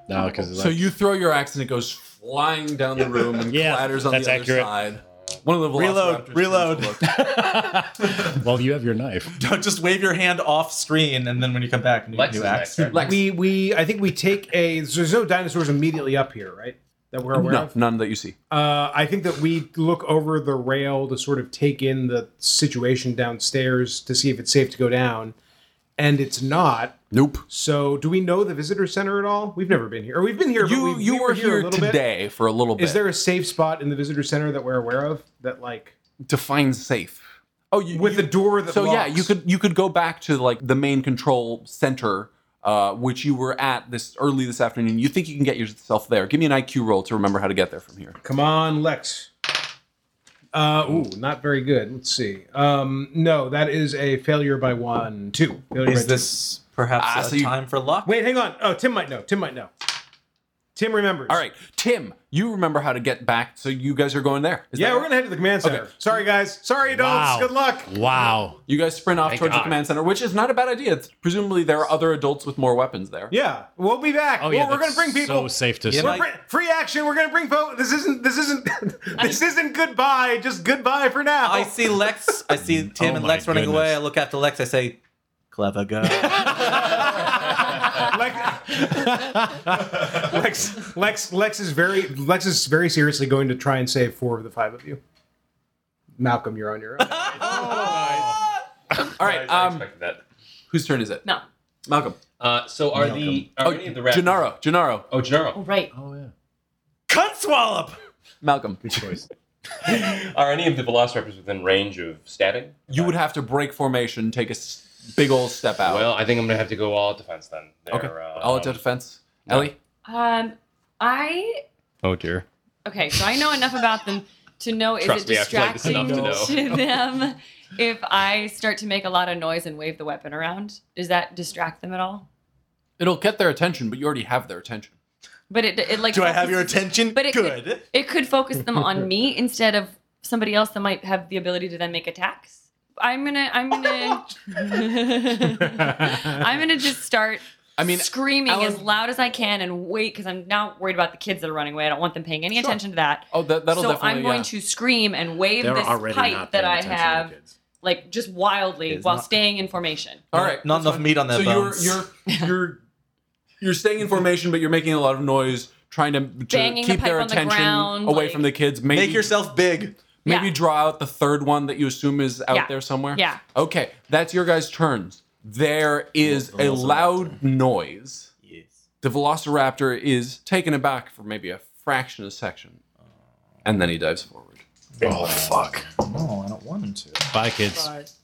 [SPEAKER 8] no, because
[SPEAKER 1] So you throw your axe and it goes flying down the room and
[SPEAKER 8] Yeah,
[SPEAKER 1] clatters on
[SPEAKER 8] that's
[SPEAKER 1] the other
[SPEAKER 8] accurate.
[SPEAKER 1] side. One of the
[SPEAKER 2] Reload,
[SPEAKER 1] velociraptors
[SPEAKER 2] reload.
[SPEAKER 1] turns to look.
[SPEAKER 8] well, you have your
[SPEAKER 2] [LAUGHS]
[SPEAKER 8] knife.
[SPEAKER 2] Don't just wave your hand off screen, and then when you come back, new,
[SPEAKER 10] Lex
[SPEAKER 2] new
[SPEAKER 10] is next,
[SPEAKER 2] axe.
[SPEAKER 10] right?
[SPEAKER 1] Lex.
[SPEAKER 6] We we I think we take a so there's no dinosaurs immediately up here, right? That we're
[SPEAKER 1] [LAUGHS]
[SPEAKER 6] aware
[SPEAKER 1] No,
[SPEAKER 8] [LAUGHS]
[SPEAKER 6] of.
[SPEAKER 1] none that you see.
[SPEAKER 6] Uh, I think that we look over the rail to sort of take in the situation downstairs to see if it's safe to go down, and it's not.
[SPEAKER 1] Nope.
[SPEAKER 6] So, do we know the visitor center at all? We've never been here, or we've been here. but
[SPEAKER 1] You
[SPEAKER 6] we-
[SPEAKER 1] you
[SPEAKER 6] we
[SPEAKER 1] were here,
[SPEAKER 6] a little bit.
[SPEAKER 1] today for a little bit.
[SPEAKER 6] Is there a safe spot in the visitor center that we're aware of that like
[SPEAKER 1] define safe? Oh, you,
[SPEAKER 6] with
[SPEAKER 1] you-
[SPEAKER 6] a door that
[SPEAKER 1] So yeah,
[SPEAKER 6] locks?
[SPEAKER 1] you could you could go back to like the main control center, uh, which you were at this early this afternoon. You think you can get yourself there? Give me an IQ roll to remember how to get there from here.
[SPEAKER 6] Come on, Lex. Uh, ooh, not very good. Let's see. Um, no, that is a failure by one, two. Failure by
[SPEAKER 2] Is
[SPEAKER 6] two.
[SPEAKER 2] this perhaps
[SPEAKER 1] Ah,
[SPEAKER 2] a
[SPEAKER 1] so you-
[SPEAKER 2] time for luck?
[SPEAKER 6] Wait, hang on. Oh, Tim might know. Tim might know. Tim remembers.
[SPEAKER 1] All right, Tim, you remember how to get back, so you guys are going there. Is
[SPEAKER 6] yeah,
[SPEAKER 1] that
[SPEAKER 6] we're
[SPEAKER 1] right?
[SPEAKER 6] gonna head to the command center. Sorry, guys. Sorry, adults.
[SPEAKER 8] Wow.
[SPEAKER 6] Good luck.
[SPEAKER 8] Wow.
[SPEAKER 1] You guys sprint off towards the
[SPEAKER 10] God.
[SPEAKER 1] command center, which is not a bad idea. It's, presumably, there are other adults with more weapons there.
[SPEAKER 6] Yeah, we'll be back.
[SPEAKER 8] Oh
[SPEAKER 6] Well,
[SPEAKER 8] yeah,
[SPEAKER 6] we're gonna
[SPEAKER 8] that's
[SPEAKER 6] bring people.
[SPEAKER 8] So safe to
[SPEAKER 2] Yeah,
[SPEAKER 8] say.
[SPEAKER 6] We're bring- free action. We're gonna bring folks. This isn't. This isn't. [LAUGHS] this isn't goodbye. Just goodbye for now.
[SPEAKER 2] I see Lex. I see Tim
[SPEAKER 8] Oh
[SPEAKER 2] and
[SPEAKER 8] my
[SPEAKER 2] Lex running away.
[SPEAKER 8] goodness.
[SPEAKER 2] I look after Lex. I say, "Clever girl."
[SPEAKER 6] Lex, Lex, Lex, Lex is very, Lex is very seriously going to try and save four of the five of you. Malcolm, you're on
[SPEAKER 2] [LAUGHS]
[SPEAKER 6] your own.
[SPEAKER 1] All
[SPEAKER 10] I,
[SPEAKER 1] right,
[SPEAKER 10] I
[SPEAKER 1] um,
[SPEAKER 10] expected that.
[SPEAKER 1] whose turn is it?
[SPEAKER 4] No.
[SPEAKER 1] Malcolm.
[SPEAKER 10] Uh, so are the are
[SPEAKER 1] Oh,
[SPEAKER 10] any of the raptors?
[SPEAKER 1] Gennaro. Gennaro.
[SPEAKER 10] Oh,
[SPEAKER 4] Oh,
[SPEAKER 10] Gennaro. [LAUGHS]
[SPEAKER 4] right.
[SPEAKER 8] Oh yeah.
[SPEAKER 2] Cunt swallop.
[SPEAKER 1] Malcolm.
[SPEAKER 10] Are any of the velociraptors within range of stabbing?
[SPEAKER 1] You would have to break formation, take a s- big old step out.
[SPEAKER 10] Well, I think I'm gonna have to go all out defense then. They're,
[SPEAKER 1] okay.
[SPEAKER 10] uh,
[SPEAKER 1] All out to defense. Ellie.
[SPEAKER 4] Um, I
[SPEAKER 8] Oh dear.
[SPEAKER 4] okay. So I know enough about them to know is
[SPEAKER 10] Trust
[SPEAKER 4] it
[SPEAKER 10] me, I played this
[SPEAKER 4] distracting
[SPEAKER 10] enough to
[SPEAKER 4] to, [LAUGHS] them if I start to make a lot of noise and wave the weapon around. Does that distract them at all?
[SPEAKER 1] It'll get their attention, but you already have their attention.
[SPEAKER 4] But it it like
[SPEAKER 2] Do I have your
[SPEAKER 4] focuses-
[SPEAKER 2] attention?
[SPEAKER 4] But it
[SPEAKER 2] Good.
[SPEAKER 4] Could, it could focus them on me instead of somebody else that might have the ability to then make attacks. I'm gonna I'm
[SPEAKER 2] [LAUGHS]
[SPEAKER 4] gonna [LAUGHS] I'm gonna just start
[SPEAKER 1] I mean,
[SPEAKER 4] screaming
[SPEAKER 1] Alan-
[SPEAKER 4] as loud as I can and wait because I'm now worried about the kids that are running away. I don't want them paying any
[SPEAKER 1] Sure.
[SPEAKER 4] attention to that.
[SPEAKER 1] oh, that, that'll
[SPEAKER 4] so
[SPEAKER 1] definitely.
[SPEAKER 4] I'm going
[SPEAKER 1] yeah.
[SPEAKER 4] to scream and wave this pipe that I have, like just wildly
[SPEAKER 2] It's
[SPEAKER 4] while
[SPEAKER 2] not-
[SPEAKER 4] staying in formation.
[SPEAKER 1] All right.
[SPEAKER 2] Not
[SPEAKER 1] that's
[SPEAKER 2] enough
[SPEAKER 1] fine.
[SPEAKER 2] meat on their
[SPEAKER 1] so
[SPEAKER 2] bones.
[SPEAKER 1] you're
[SPEAKER 2] [LAUGHS]
[SPEAKER 1] you're you're you're staying in formation, but you're making a lot of noise, trying to, to
[SPEAKER 4] Banging the
[SPEAKER 1] keep their
[SPEAKER 4] pipe on the
[SPEAKER 1] attention
[SPEAKER 4] ground,
[SPEAKER 1] away
[SPEAKER 4] like-
[SPEAKER 1] from the kids. Maybe
[SPEAKER 2] Make yourself big.
[SPEAKER 1] maybe
[SPEAKER 4] Yeah.
[SPEAKER 1] draw out the third one that you assume is out
[SPEAKER 4] Yeah.
[SPEAKER 1] there somewhere.
[SPEAKER 4] Yeah.
[SPEAKER 1] Okay, that's your guys' turns. There is a loud noise.
[SPEAKER 2] Yes.
[SPEAKER 1] The Velociraptor is taken aback for maybe a fraction of a second, and then he dives forward.
[SPEAKER 8] Oh fuck.
[SPEAKER 2] No, I don't want him to.
[SPEAKER 8] Bye, kids.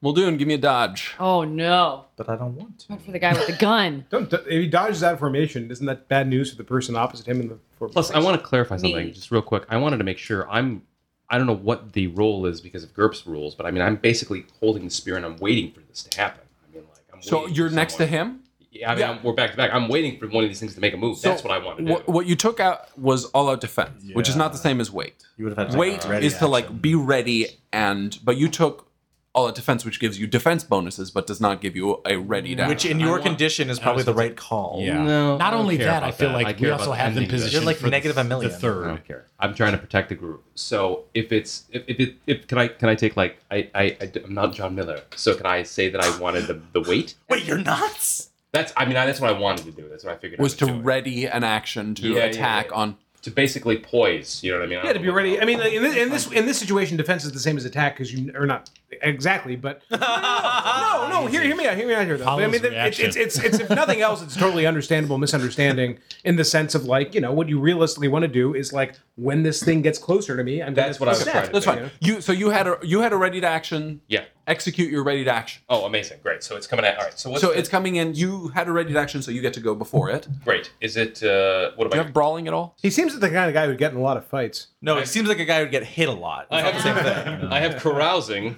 [SPEAKER 1] Muldoon, give me a dodge.
[SPEAKER 4] Oh no!
[SPEAKER 2] But I don't want to.
[SPEAKER 4] Went for the guy with the gun.
[SPEAKER 6] Don't, if he dodges out of formation, isn't that bad news for the person opposite him in the formation?
[SPEAKER 5] Plus, I want to clarify something
[SPEAKER 4] Me.
[SPEAKER 5] just real quick. I wanted to make sure I'm. I don't know what the role is because of GURPS rules, but I mean, I'm basically holding the spear and I'm waiting for this to happen. I mean, like, I'm
[SPEAKER 1] So
[SPEAKER 5] waiting
[SPEAKER 1] you're
[SPEAKER 5] for
[SPEAKER 1] next to
[SPEAKER 5] someone-
[SPEAKER 1] him.
[SPEAKER 5] Yeah, I mean,
[SPEAKER 1] Yeah.
[SPEAKER 5] I'm, we're back to back. I'm waiting for one of these things to make a move. That's what I want to do.
[SPEAKER 1] What, what you took out was all out defense, which is not the same as weight.
[SPEAKER 2] You would have had to
[SPEAKER 1] Weight
[SPEAKER 2] ready
[SPEAKER 1] is to like
[SPEAKER 2] action.
[SPEAKER 1] be ready and but you took all out defense, which gives you defense bonuses, but does not give you a ready down.
[SPEAKER 2] Which in your condition is probably the right call.
[SPEAKER 8] Yeah.
[SPEAKER 5] No, I
[SPEAKER 8] Not
[SPEAKER 5] don't
[SPEAKER 8] only
[SPEAKER 5] care
[SPEAKER 8] that,
[SPEAKER 5] about
[SPEAKER 8] I feel
[SPEAKER 5] that. I
[SPEAKER 8] like we
[SPEAKER 5] care
[SPEAKER 8] also
[SPEAKER 5] about
[SPEAKER 8] have them
[SPEAKER 5] ending this. Oh.
[SPEAKER 8] positioned.
[SPEAKER 2] You're like
[SPEAKER 8] for the-
[SPEAKER 2] negative a million.
[SPEAKER 8] The
[SPEAKER 5] I
[SPEAKER 8] third.
[SPEAKER 5] don't care. I'm trying to protect the group. So if it's if if, it, if can I can I take like I I I d- I'm not John Miller. So can I say that I wanted the the weight?
[SPEAKER 2] Wait, you're nuts?
[SPEAKER 5] That's I mean I, that's what I wanted to do. That's what I figured. I
[SPEAKER 1] was
[SPEAKER 5] would
[SPEAKER 1] to
[SPEAKER 5] do it.
[SPEAKER 1] ready an action to
[SPEAKER 5] Yeah, yeah,
[SPEAKER 1] attack
[SPEAKER 5] yeah.
[SPEAKER 1] on.
[SPEAKER 5] to basically poise. You know what I mean?
[SPEAKER 6] yeah, to be ready. I mean, in this, in this in this situation, defense is the same as attack because you or not Exactly,
[SPEAKER 10] [LAUGHS]
[SPEAKER 6] but no, no, no, hear, hear me out. Hear me out here, though. But I
[SPEAKER 8] Hollow's
[SPEAKER 6] mean, it's,
[SPEAKER 8] reaction.
[SPEAKER 6] it's it's it's if nothing else, it's totally understandable misunderstanding in the sense of like you know what you realistically want to do is like when this thing gets closer to me, and
[SPEAKER 10] That's what I was trying to
[SPEAKER 1] That's fine. You so you had a you had a ready to action.
[SPEAKER 10] Yeah.
[SPEAKER 1] Execute your ready to action.
[SPEAKER 10] Oh, amazing. Great. So it's coming out. All right. So what's
[SPEAKER 1] so
[SPEAKER 10] the-
[SPEAKER 1] it's coming in. You had a ready to action, so you get to go before it. Do
[SPEAKER 10] great. Is it uh what
[SPEAKER 1] you
[SPEAKER 10] about
[SPEAKER 1] have brawling at all?
[SPEAKER 6] He seems like the kind of guy who'd get in a lot of fights.
[SPEAKER 10] [LAUGHS]
[SPEAKER 2] No, it seems like a guy who'd get hit a lot.
[SPEAKER 10] I have, [LAUGHS] I have carousing.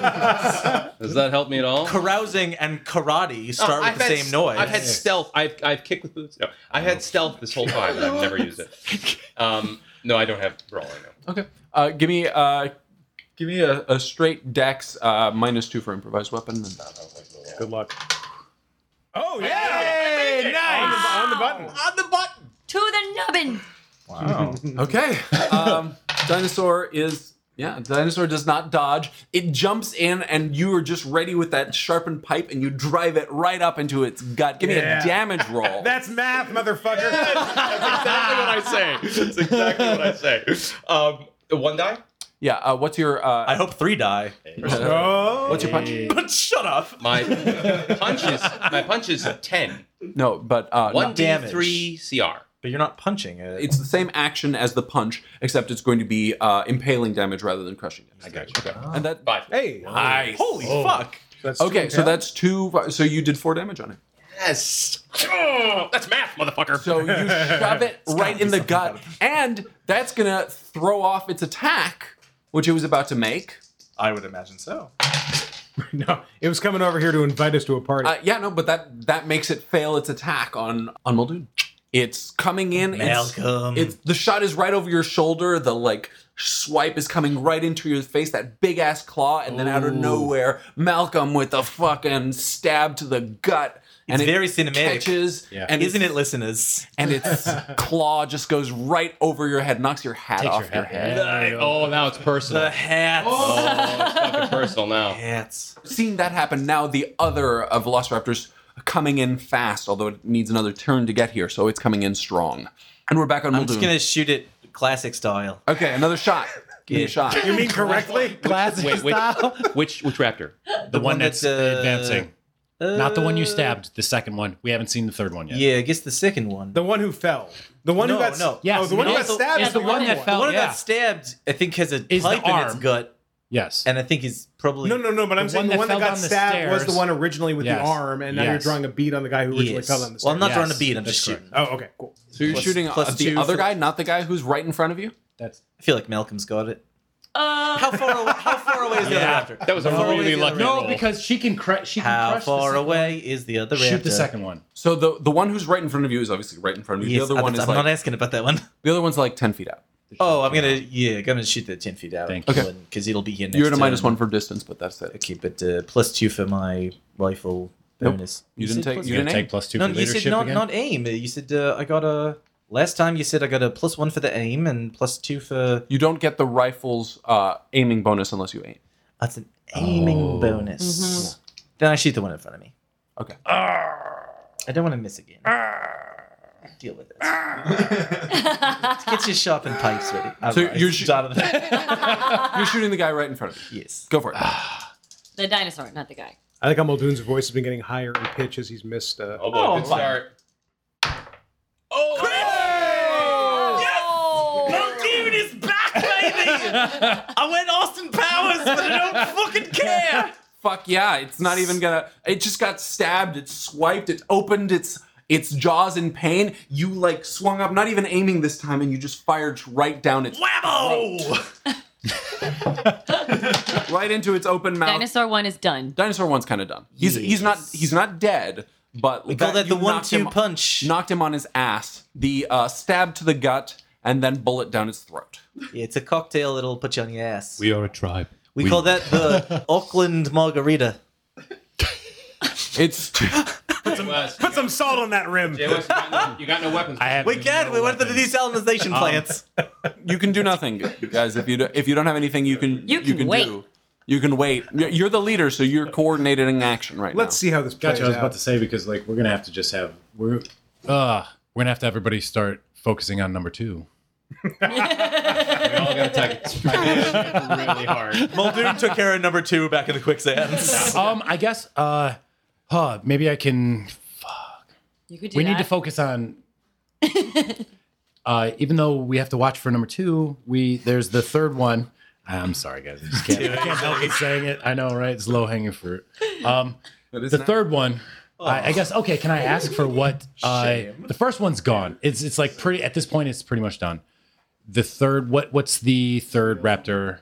[SPEAKER 10] Does that help me at all?
[SPEAKER 2] Carousing and karate start with
[SPEAKER 10] Oh, I've
[SPEAKER 2] the
[SPEAKER 10] had
[SPEAKER 2] same
[SPEAKER 10] s-
[SPEAKER 2] noise.
[SPEAKER 10] I've had stealth. I've, I've kicked with boots. No, I've had stealth this whole time, and I've never used it. [LAUGHS] Um, no, I don't have brawling. No.
[SPEAKER 1] Okay. Uh, give me uh, give me a, a straight dex uh, minus two for improvised weapon. And, uh,
[SPEAKER 6] Good luck. Oh yeah! Nice on the, button.
[SPEAKER 4] [LAUGHS] To the nubbin.
[SPEAKER 1] Okay. Um, dinosaur is yeah. Dinosaur does not dodge. It jumps in, and you are just ready with that sharpened pipe, and you drive it right up into its gut. Give me
[SPEAKER 6] Yeah.
[SPEAKER 1] a
[SPEAKER 6] [LAUGHS]
[SPEAKER 1] damage roll.
[SPEAKER 6] That's math, motherfucker.
[SPEAKER 10] That's exactly what I say. [LAUGHS] That's exactly what I say. Um, the one die.
[SPEAKER 1] yeah. Uh, what's your uh,
[SPEAKER 2] I hope three die.
[SPEAKER 6] oh,
[SPEAKER 1] what's your punch?
[SPEAKER 2] But shut up.
[SPEAKER 10] My punch is my punch is ten.
[SPEAKER 1] No, but uh,
[SPEAKER 10] One
[SPEAKER 1] no.
[SPEAKER 10] d three cr.
[SPEAKER 2] But you're not punching it.
[SPEAKER 1] It's the same action as the punch, except it's going to be uh, impaling damage rather than crushing damage. I got you.
[SPEAKER 6] Ah.
[SPEAKER 1] Okay. And that
[SPEAKER 10] Five.
[SPEAKER 6] hey,
[SPEAKER 1] nice.
[SPEAKER 2] holy fuck.
[SPEAKER 6] that's
[SPEAKER 1] Okay, so that's two. So you did four damage on it.
[SPEAKER 10] Yes. Oh, [LAUGHS] that's math, motherfucker. [LAUGHS]
[SPEAKER 1] So you shove it right in the gut, and that's gonna throw off its attack, which it was about to make.
[SPEAKER 2] I would imagine so.
[SPEAKER 6] [LAUGHS] no, it was coming over here to invite us to a party.
[SPEAKER 1] Uh, yeah, no, but that that makes it fail its attack on on Muldoon. It's coming in. it's-
[SPEAKER 2] Malcolm.
[SPEAKER 1] It's, the shot is right over your shoulder. The like swipe is coming right into your face. That big ass claw, and then out of nowhere, Malcolm with a fucking stab to the gut.
[SPEAKER 2] It's very cinematic.
[SPEAKER 1] Catches,
[SPEAKER 8] Yeah.
[SPEAKER 1] and
[SPEAKER 2] Isn't
[SPEAKER 1] it's-
[SPEAKER 2] it, listeners?
[SPEAKER 1] and its
[SPEAKER 2] [LAUGHS]
[SPEAKER 1] claw just goes right over your head, knocks your hat off your head.
[SPEAKER 8] Oh, now it's personal.
[SPEAKER 2] [LAUGHS] The hats.
[SPEAKER 10] Oh, it's fucking personal
[SPEAKER 2] [LAUGHS]
[SPEAKER 10] now.
[SPEAKER 2] Hats.
[SPEAKER 1] Seeing that happen, now the other uh, Velociraptors coming in fast, although it needs another turn to get here, so it's coming in strong. And we're back on
[SPEAKER 2] I'm just
[SPEAKER 1] Muldoon.
[SPEAKER 2] gonna shoot it classic style.
[SPEAKER 1] Okay, another shot. Give me a
[SPEAKER 2] Yeah.
[SPEAKER 1] shot.
[SPEAKER 6] you mean correctly?
[SPEAKER 2] [LAUGHS] Classic
[SPEAKER 10] Wait, which, which which raptor?
[SPEAKER 8] The, one, that's
[SPEAKER 2] uh,
[SPEAKER 8] advancing. Not the one you stabbed. The second one. We haven't seen the third one yet.
[SPEAKER 2] Uh, Yeah, I guess the second one.
[SPEAKER 6] The one who fell. The one
[SPEAKER 2] No,
[SPEAKER 6] who got
[SPEAKER 2] no.
[SPEAKER 6] yeah,
[SPEAKER 8] Yes,
[SPEAKER 6] oh, the one who got
[SPEAKER 8] no,
[SPEAKER 6] stabbed
[SPEAKER 8] it's
[SPEAKER 6] is
[SPEAKER 8] the one
[SPEAKER 6] other
[SPEAKER 8] that fell.
[SPEAKER 2] one that
[SPEAKER 8] yeah.
[SPEAKER 2] got stabbed, I think, has a
[SPEAKER 8] Is the
[SPEAKER 2] pipe in its
[SPEAKER 8] arm.
[SPEAKER 2] gut,
[SPEAKER 8] Yes.
[SPEAKER 2] and I think he's probably
[SPEAKER 6] No, no, no. But I'm
[SPEAKER 8] The one
[SPEAKER 6] saying the
[SPEAKER 8] that
[SPEAKER 6] one that
[SPEAKER 8] fell down
[SPEAKER 6] got
[SPEAKER 8] the
[SPEAKER 6] stabbed was the
[SPEAKER 8] stairs.
[SPEAKER 6] one originally with
[SPEAKER 8] Yes.
[SPEAKER 6] the arm, and now you're
[SPEAKER 8] Yes.
[SPEAKER 6] drawing a beat on the guy who originally
[SPEAKER 2] Yes.
[SPEAKER 6] fell down the stairs.
[SPEAKER 2] Well, I'm not
[SPEAKER 8] Yes,
[SPEAKER 2] drawing a beat. I'm
[SPEAKER 8] that's
[SPEAKER 2] just
[SPEAKER 8] correct.
[SPEAKER 2] shooting.
[SPEAKER 6] Oh, okay, cool.
[SPEAKER 1] So you're
[SPEAKER 2] Plus-
[SPEAKER 1] shooting
[SPEAKER 2] plus
[SPEAKER 1] uh, the
[SPEAKER 2] two
[SPEAKER 1] other
[SPEAKER 2] for-
[SPEAKER 1] guy, not the guy who's right in front of you?
[SPEAKER 8] That's
[SPEAKER 2] I feel like Malcolm's got it.
[SPEAKER 4] Uh,
[SPEAKER 2] How far? Away, how far away is the other raptor?
[SPEAKER 10] That was a
[SPEAKER 2] How far away
[SPEAKER 10] really
[SPEAKER 2] is the
[SPEAKER 10] lucky
[SPEAKER 2] other
[SPEAKER 10] roll.
[SPEAKER 2] raptor?
[SPEAKER 8] no, because she can crush. She can
[SPEAKER 2] How
[SPEAKER 8] crush the
[SPEAKER 2] far
[SPEAKER 8] second-
[SPEAKER 2] away is the other raptor?
[SPEAKER 8] Shoot the second one.
[SPEAKER 1] So the the one who's right in front of you is obviously right in front of you.
[SPEAKER 2] Yes,
[SPEAKER 1] the other one
[SPEAKER 2] I'm,
[SPEAKER 1] is
[SPEAKER 2] I'm
[SPEAKER 1] like
[SPEAKER 2] not asking about that one.
[SPEAKER 1] the other one's like ten feet out.
[SPEAKER 2] Oh, I'm gonna yeah, gonna shoot the ten feet out.
[SPEAKER 8] Thank
[SPEAKER 1] you.
[SPEAKER 2] because it'll be here next.
[SPEAKER 1] You're at a
[SPEAKER 2] turn.
[SPEAKER 1] minus one for distance, but that's it.
[SPEAKER 2] Okay, but uh, plus two for my rifle bonus.
[SPEAKER 1] You didn't
[SPEAKER 2] said
[SPEAKER 1] take-
[SPEAKER 2] plus-
[SPEAKER 1] you
[SPEAKER 8] You're
[SPEAKER 1] didn't
[SPEAKER 8] gonna
[SPEAKER 1] aim?
[SPEAKER 8] take plus two
[SPEAKER 2] No,
[SPEAKER 8] for
[SPEAKER 2] you
[SPEAKER 8] leadership
[SPEAKER 2] said not
[SPEAKER 8] again.
[SPEAKER 2] not aim. You said uh, I got a. Last time you said I got a plus one for the aim and plus two for.
[SPEAKER 1] You don't get the rifle's uh, aiming bonus unless you aim.
[SPEAKER 2] That's an aiming bonus. Then I shoot the one in front of me.
[SPEAKER 1] Oh. Okay.
[SPEAKER 2] I don't want to miss again. Deal with it. Get your sharpened pipes ready.
[SPEAKER 1] So you're shoo-
[SPEAKER 2] shooting.
[SPEAKER 1] [LAUGHS] You're shooting the guy right in front of you.
[SPEAKER 2] yes.
[SPEAKER 1] Go for it.
[SPEAKER 4] the dinosaur, not the guy.
[SPEAKER 6] I think Muldoon's voice has been getting higher in pitch as he's missed. Uh,
[SPEAKER 10] Oh boy,
[SPEAKER 2] Oh,
[SPEAKER 10] good
[SPEAKER 2] fine.
[SPEAKER 10] start. Oh,
[SPEAKER 4] Oh.
[SPEAKER 2] Dude is back, baby! I went Austin Powers, but I don't fucking care.
[SPEAKER 1] Fuck yeah! It's not even gonna. It just got stabbed. It swiped. It opened its its jaws in pain. You like swung up, not even aiming this time, and you just fired right down its
[SPEAKER 2] Wabbo!
[SPEAKER 1] [LAUGHS] right into its open mouth.
[SPEAKER 4] Dinosaur one is done.
[SPEAKER 1] Dinosaur one's kind of done. He's he's not he's not dead, but
[SPEAKER 2] We call that the
[SPEAKER 1] you knocked
[SPEAKER 2] one-two
[SPEAKER 1] him-
[SPEAKER 2] punch.
[SPEAKER 1] Knocked him on his ass. The uh, stab to the gut and then bullet down his throat.
[SPEAKER 2] Yeah, it's a cocktail that'll put you on your ass. We,
[SPEAKER 8] We are a tribe.
[SPEAKER 2] call that
[SPEAKER 1] [LAUGHS]
[SPEAKER 2] the Auckland margarita.
[SPEAKER 1] It's
[SPEAKER 10] Put uh,
[SPEAKER 6] some salt on that rim.
[SPEAKER 10] You got no- you got no weapons.
[SPEAKER 8] I have.
[SPEAKER 2] We can. We went to the desalinization plants.
[SPEAKER 1] you can do nothing, guys. If you do, if you don't have anything, you can
[SPEAKER 4] You can wait.
[SPEAKER 1] do. You can wait. You're you're the leader, so you're coordinating action right
[SPEAKER 6] Let's see how this plays
[SPEAKER 8] Gotcha. I was about
[SPEAKER 6] out.
[SPEAKER 8] to say because like we're gonna have to just have we're uh we're gonna have to everybody start focusing on number two.
[SPEAKER 10] [LAUGHS] We all got to take
[SPEAKER 8] [LAUGHS]
[SPEAKER 9] really hard.
[SPEAKER 2] [LAUGHS] Muldoon took care of number two back in the quicksand.
[SPEAKER 8] um, I guess. Uh, huh. Maybe I can.
[SPEAKER 4] You could do
[SPEAKER 8] We
[SPEAKER 4] that.
[SPEAKER 8] need to focus on. [LAUGHS] uh, even though we have to watch for number two, we there's the third one. I'm sorry, guys. I
[SPEAKER 1] [LAUGHS]
[SPEAKER 8] just can't, I can't help but saying it. I know, right? It's low hanging fruit. Um, the third one.
[SPEAKER 1] Oh.
[SPEAKER 8] I, I guess okay. Can I ask
[SPEAKER 1] [LAUGHS]
[SPEAKER 8] for what? Uh, the first one's gone. It's it's like pretty at this point. It's pretty much done. The third. What what's the third raptor?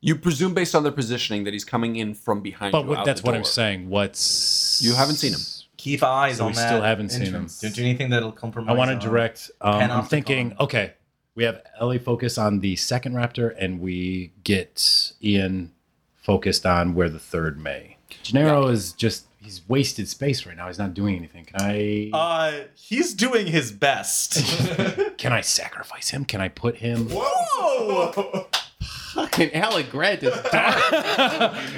[SPEAKER 1] You presume based on their positioning that he's coming in from behind
[SPEAKER 8] But
[SPEAKER 1] you.
[SPEAKER 8] what,
[SPEAKER 1] out
[SPEAKER 8] that's
[SPEAKER 1] the
[SPEAKER 8] what
[SPEAKER 1] door.
[SPEAKER 8] I'm saying. What's
[SPEAKER 1] You haven't seen him.
[SPEAKER 2] [LAUGHS] Keep eyes
[SPEAKER 8] So
[SPEAKER 2] on
[SPEAKER 8] we
[SPEAKER 2] that.
[SPEAKER 8] still haven't seen
[SPEAKER 2] entrance.
[SPEAKER 8] him.
[SPEAKER 2] Don't do anything that'll compromise.
[SPEAKER 8] I want
[SPEAKER 2] our-
[SPEAKER 8] to direct. Um, I'm
[SPEAKER 2] Panopticon.
[SPEAKER 8] thinking, okay, we have Ellie focus on the second raptor, and we get Ian focused on where the third may. Gennaro is just, he's wasted space right now. He's not doing anything. Can I,
[SPEAKER 2] Uh, he's doing his [LAUGHS] best.
[SPEAKER 8] can I sacrifice him? Can I put him? [LAUGHS]
[SPEAKER 2] Whoa!
[SPEAKER 9] Fucking Alec Grant is
[SPEAKER 8] [LAUGHS]
[SPEAKER 9] dark,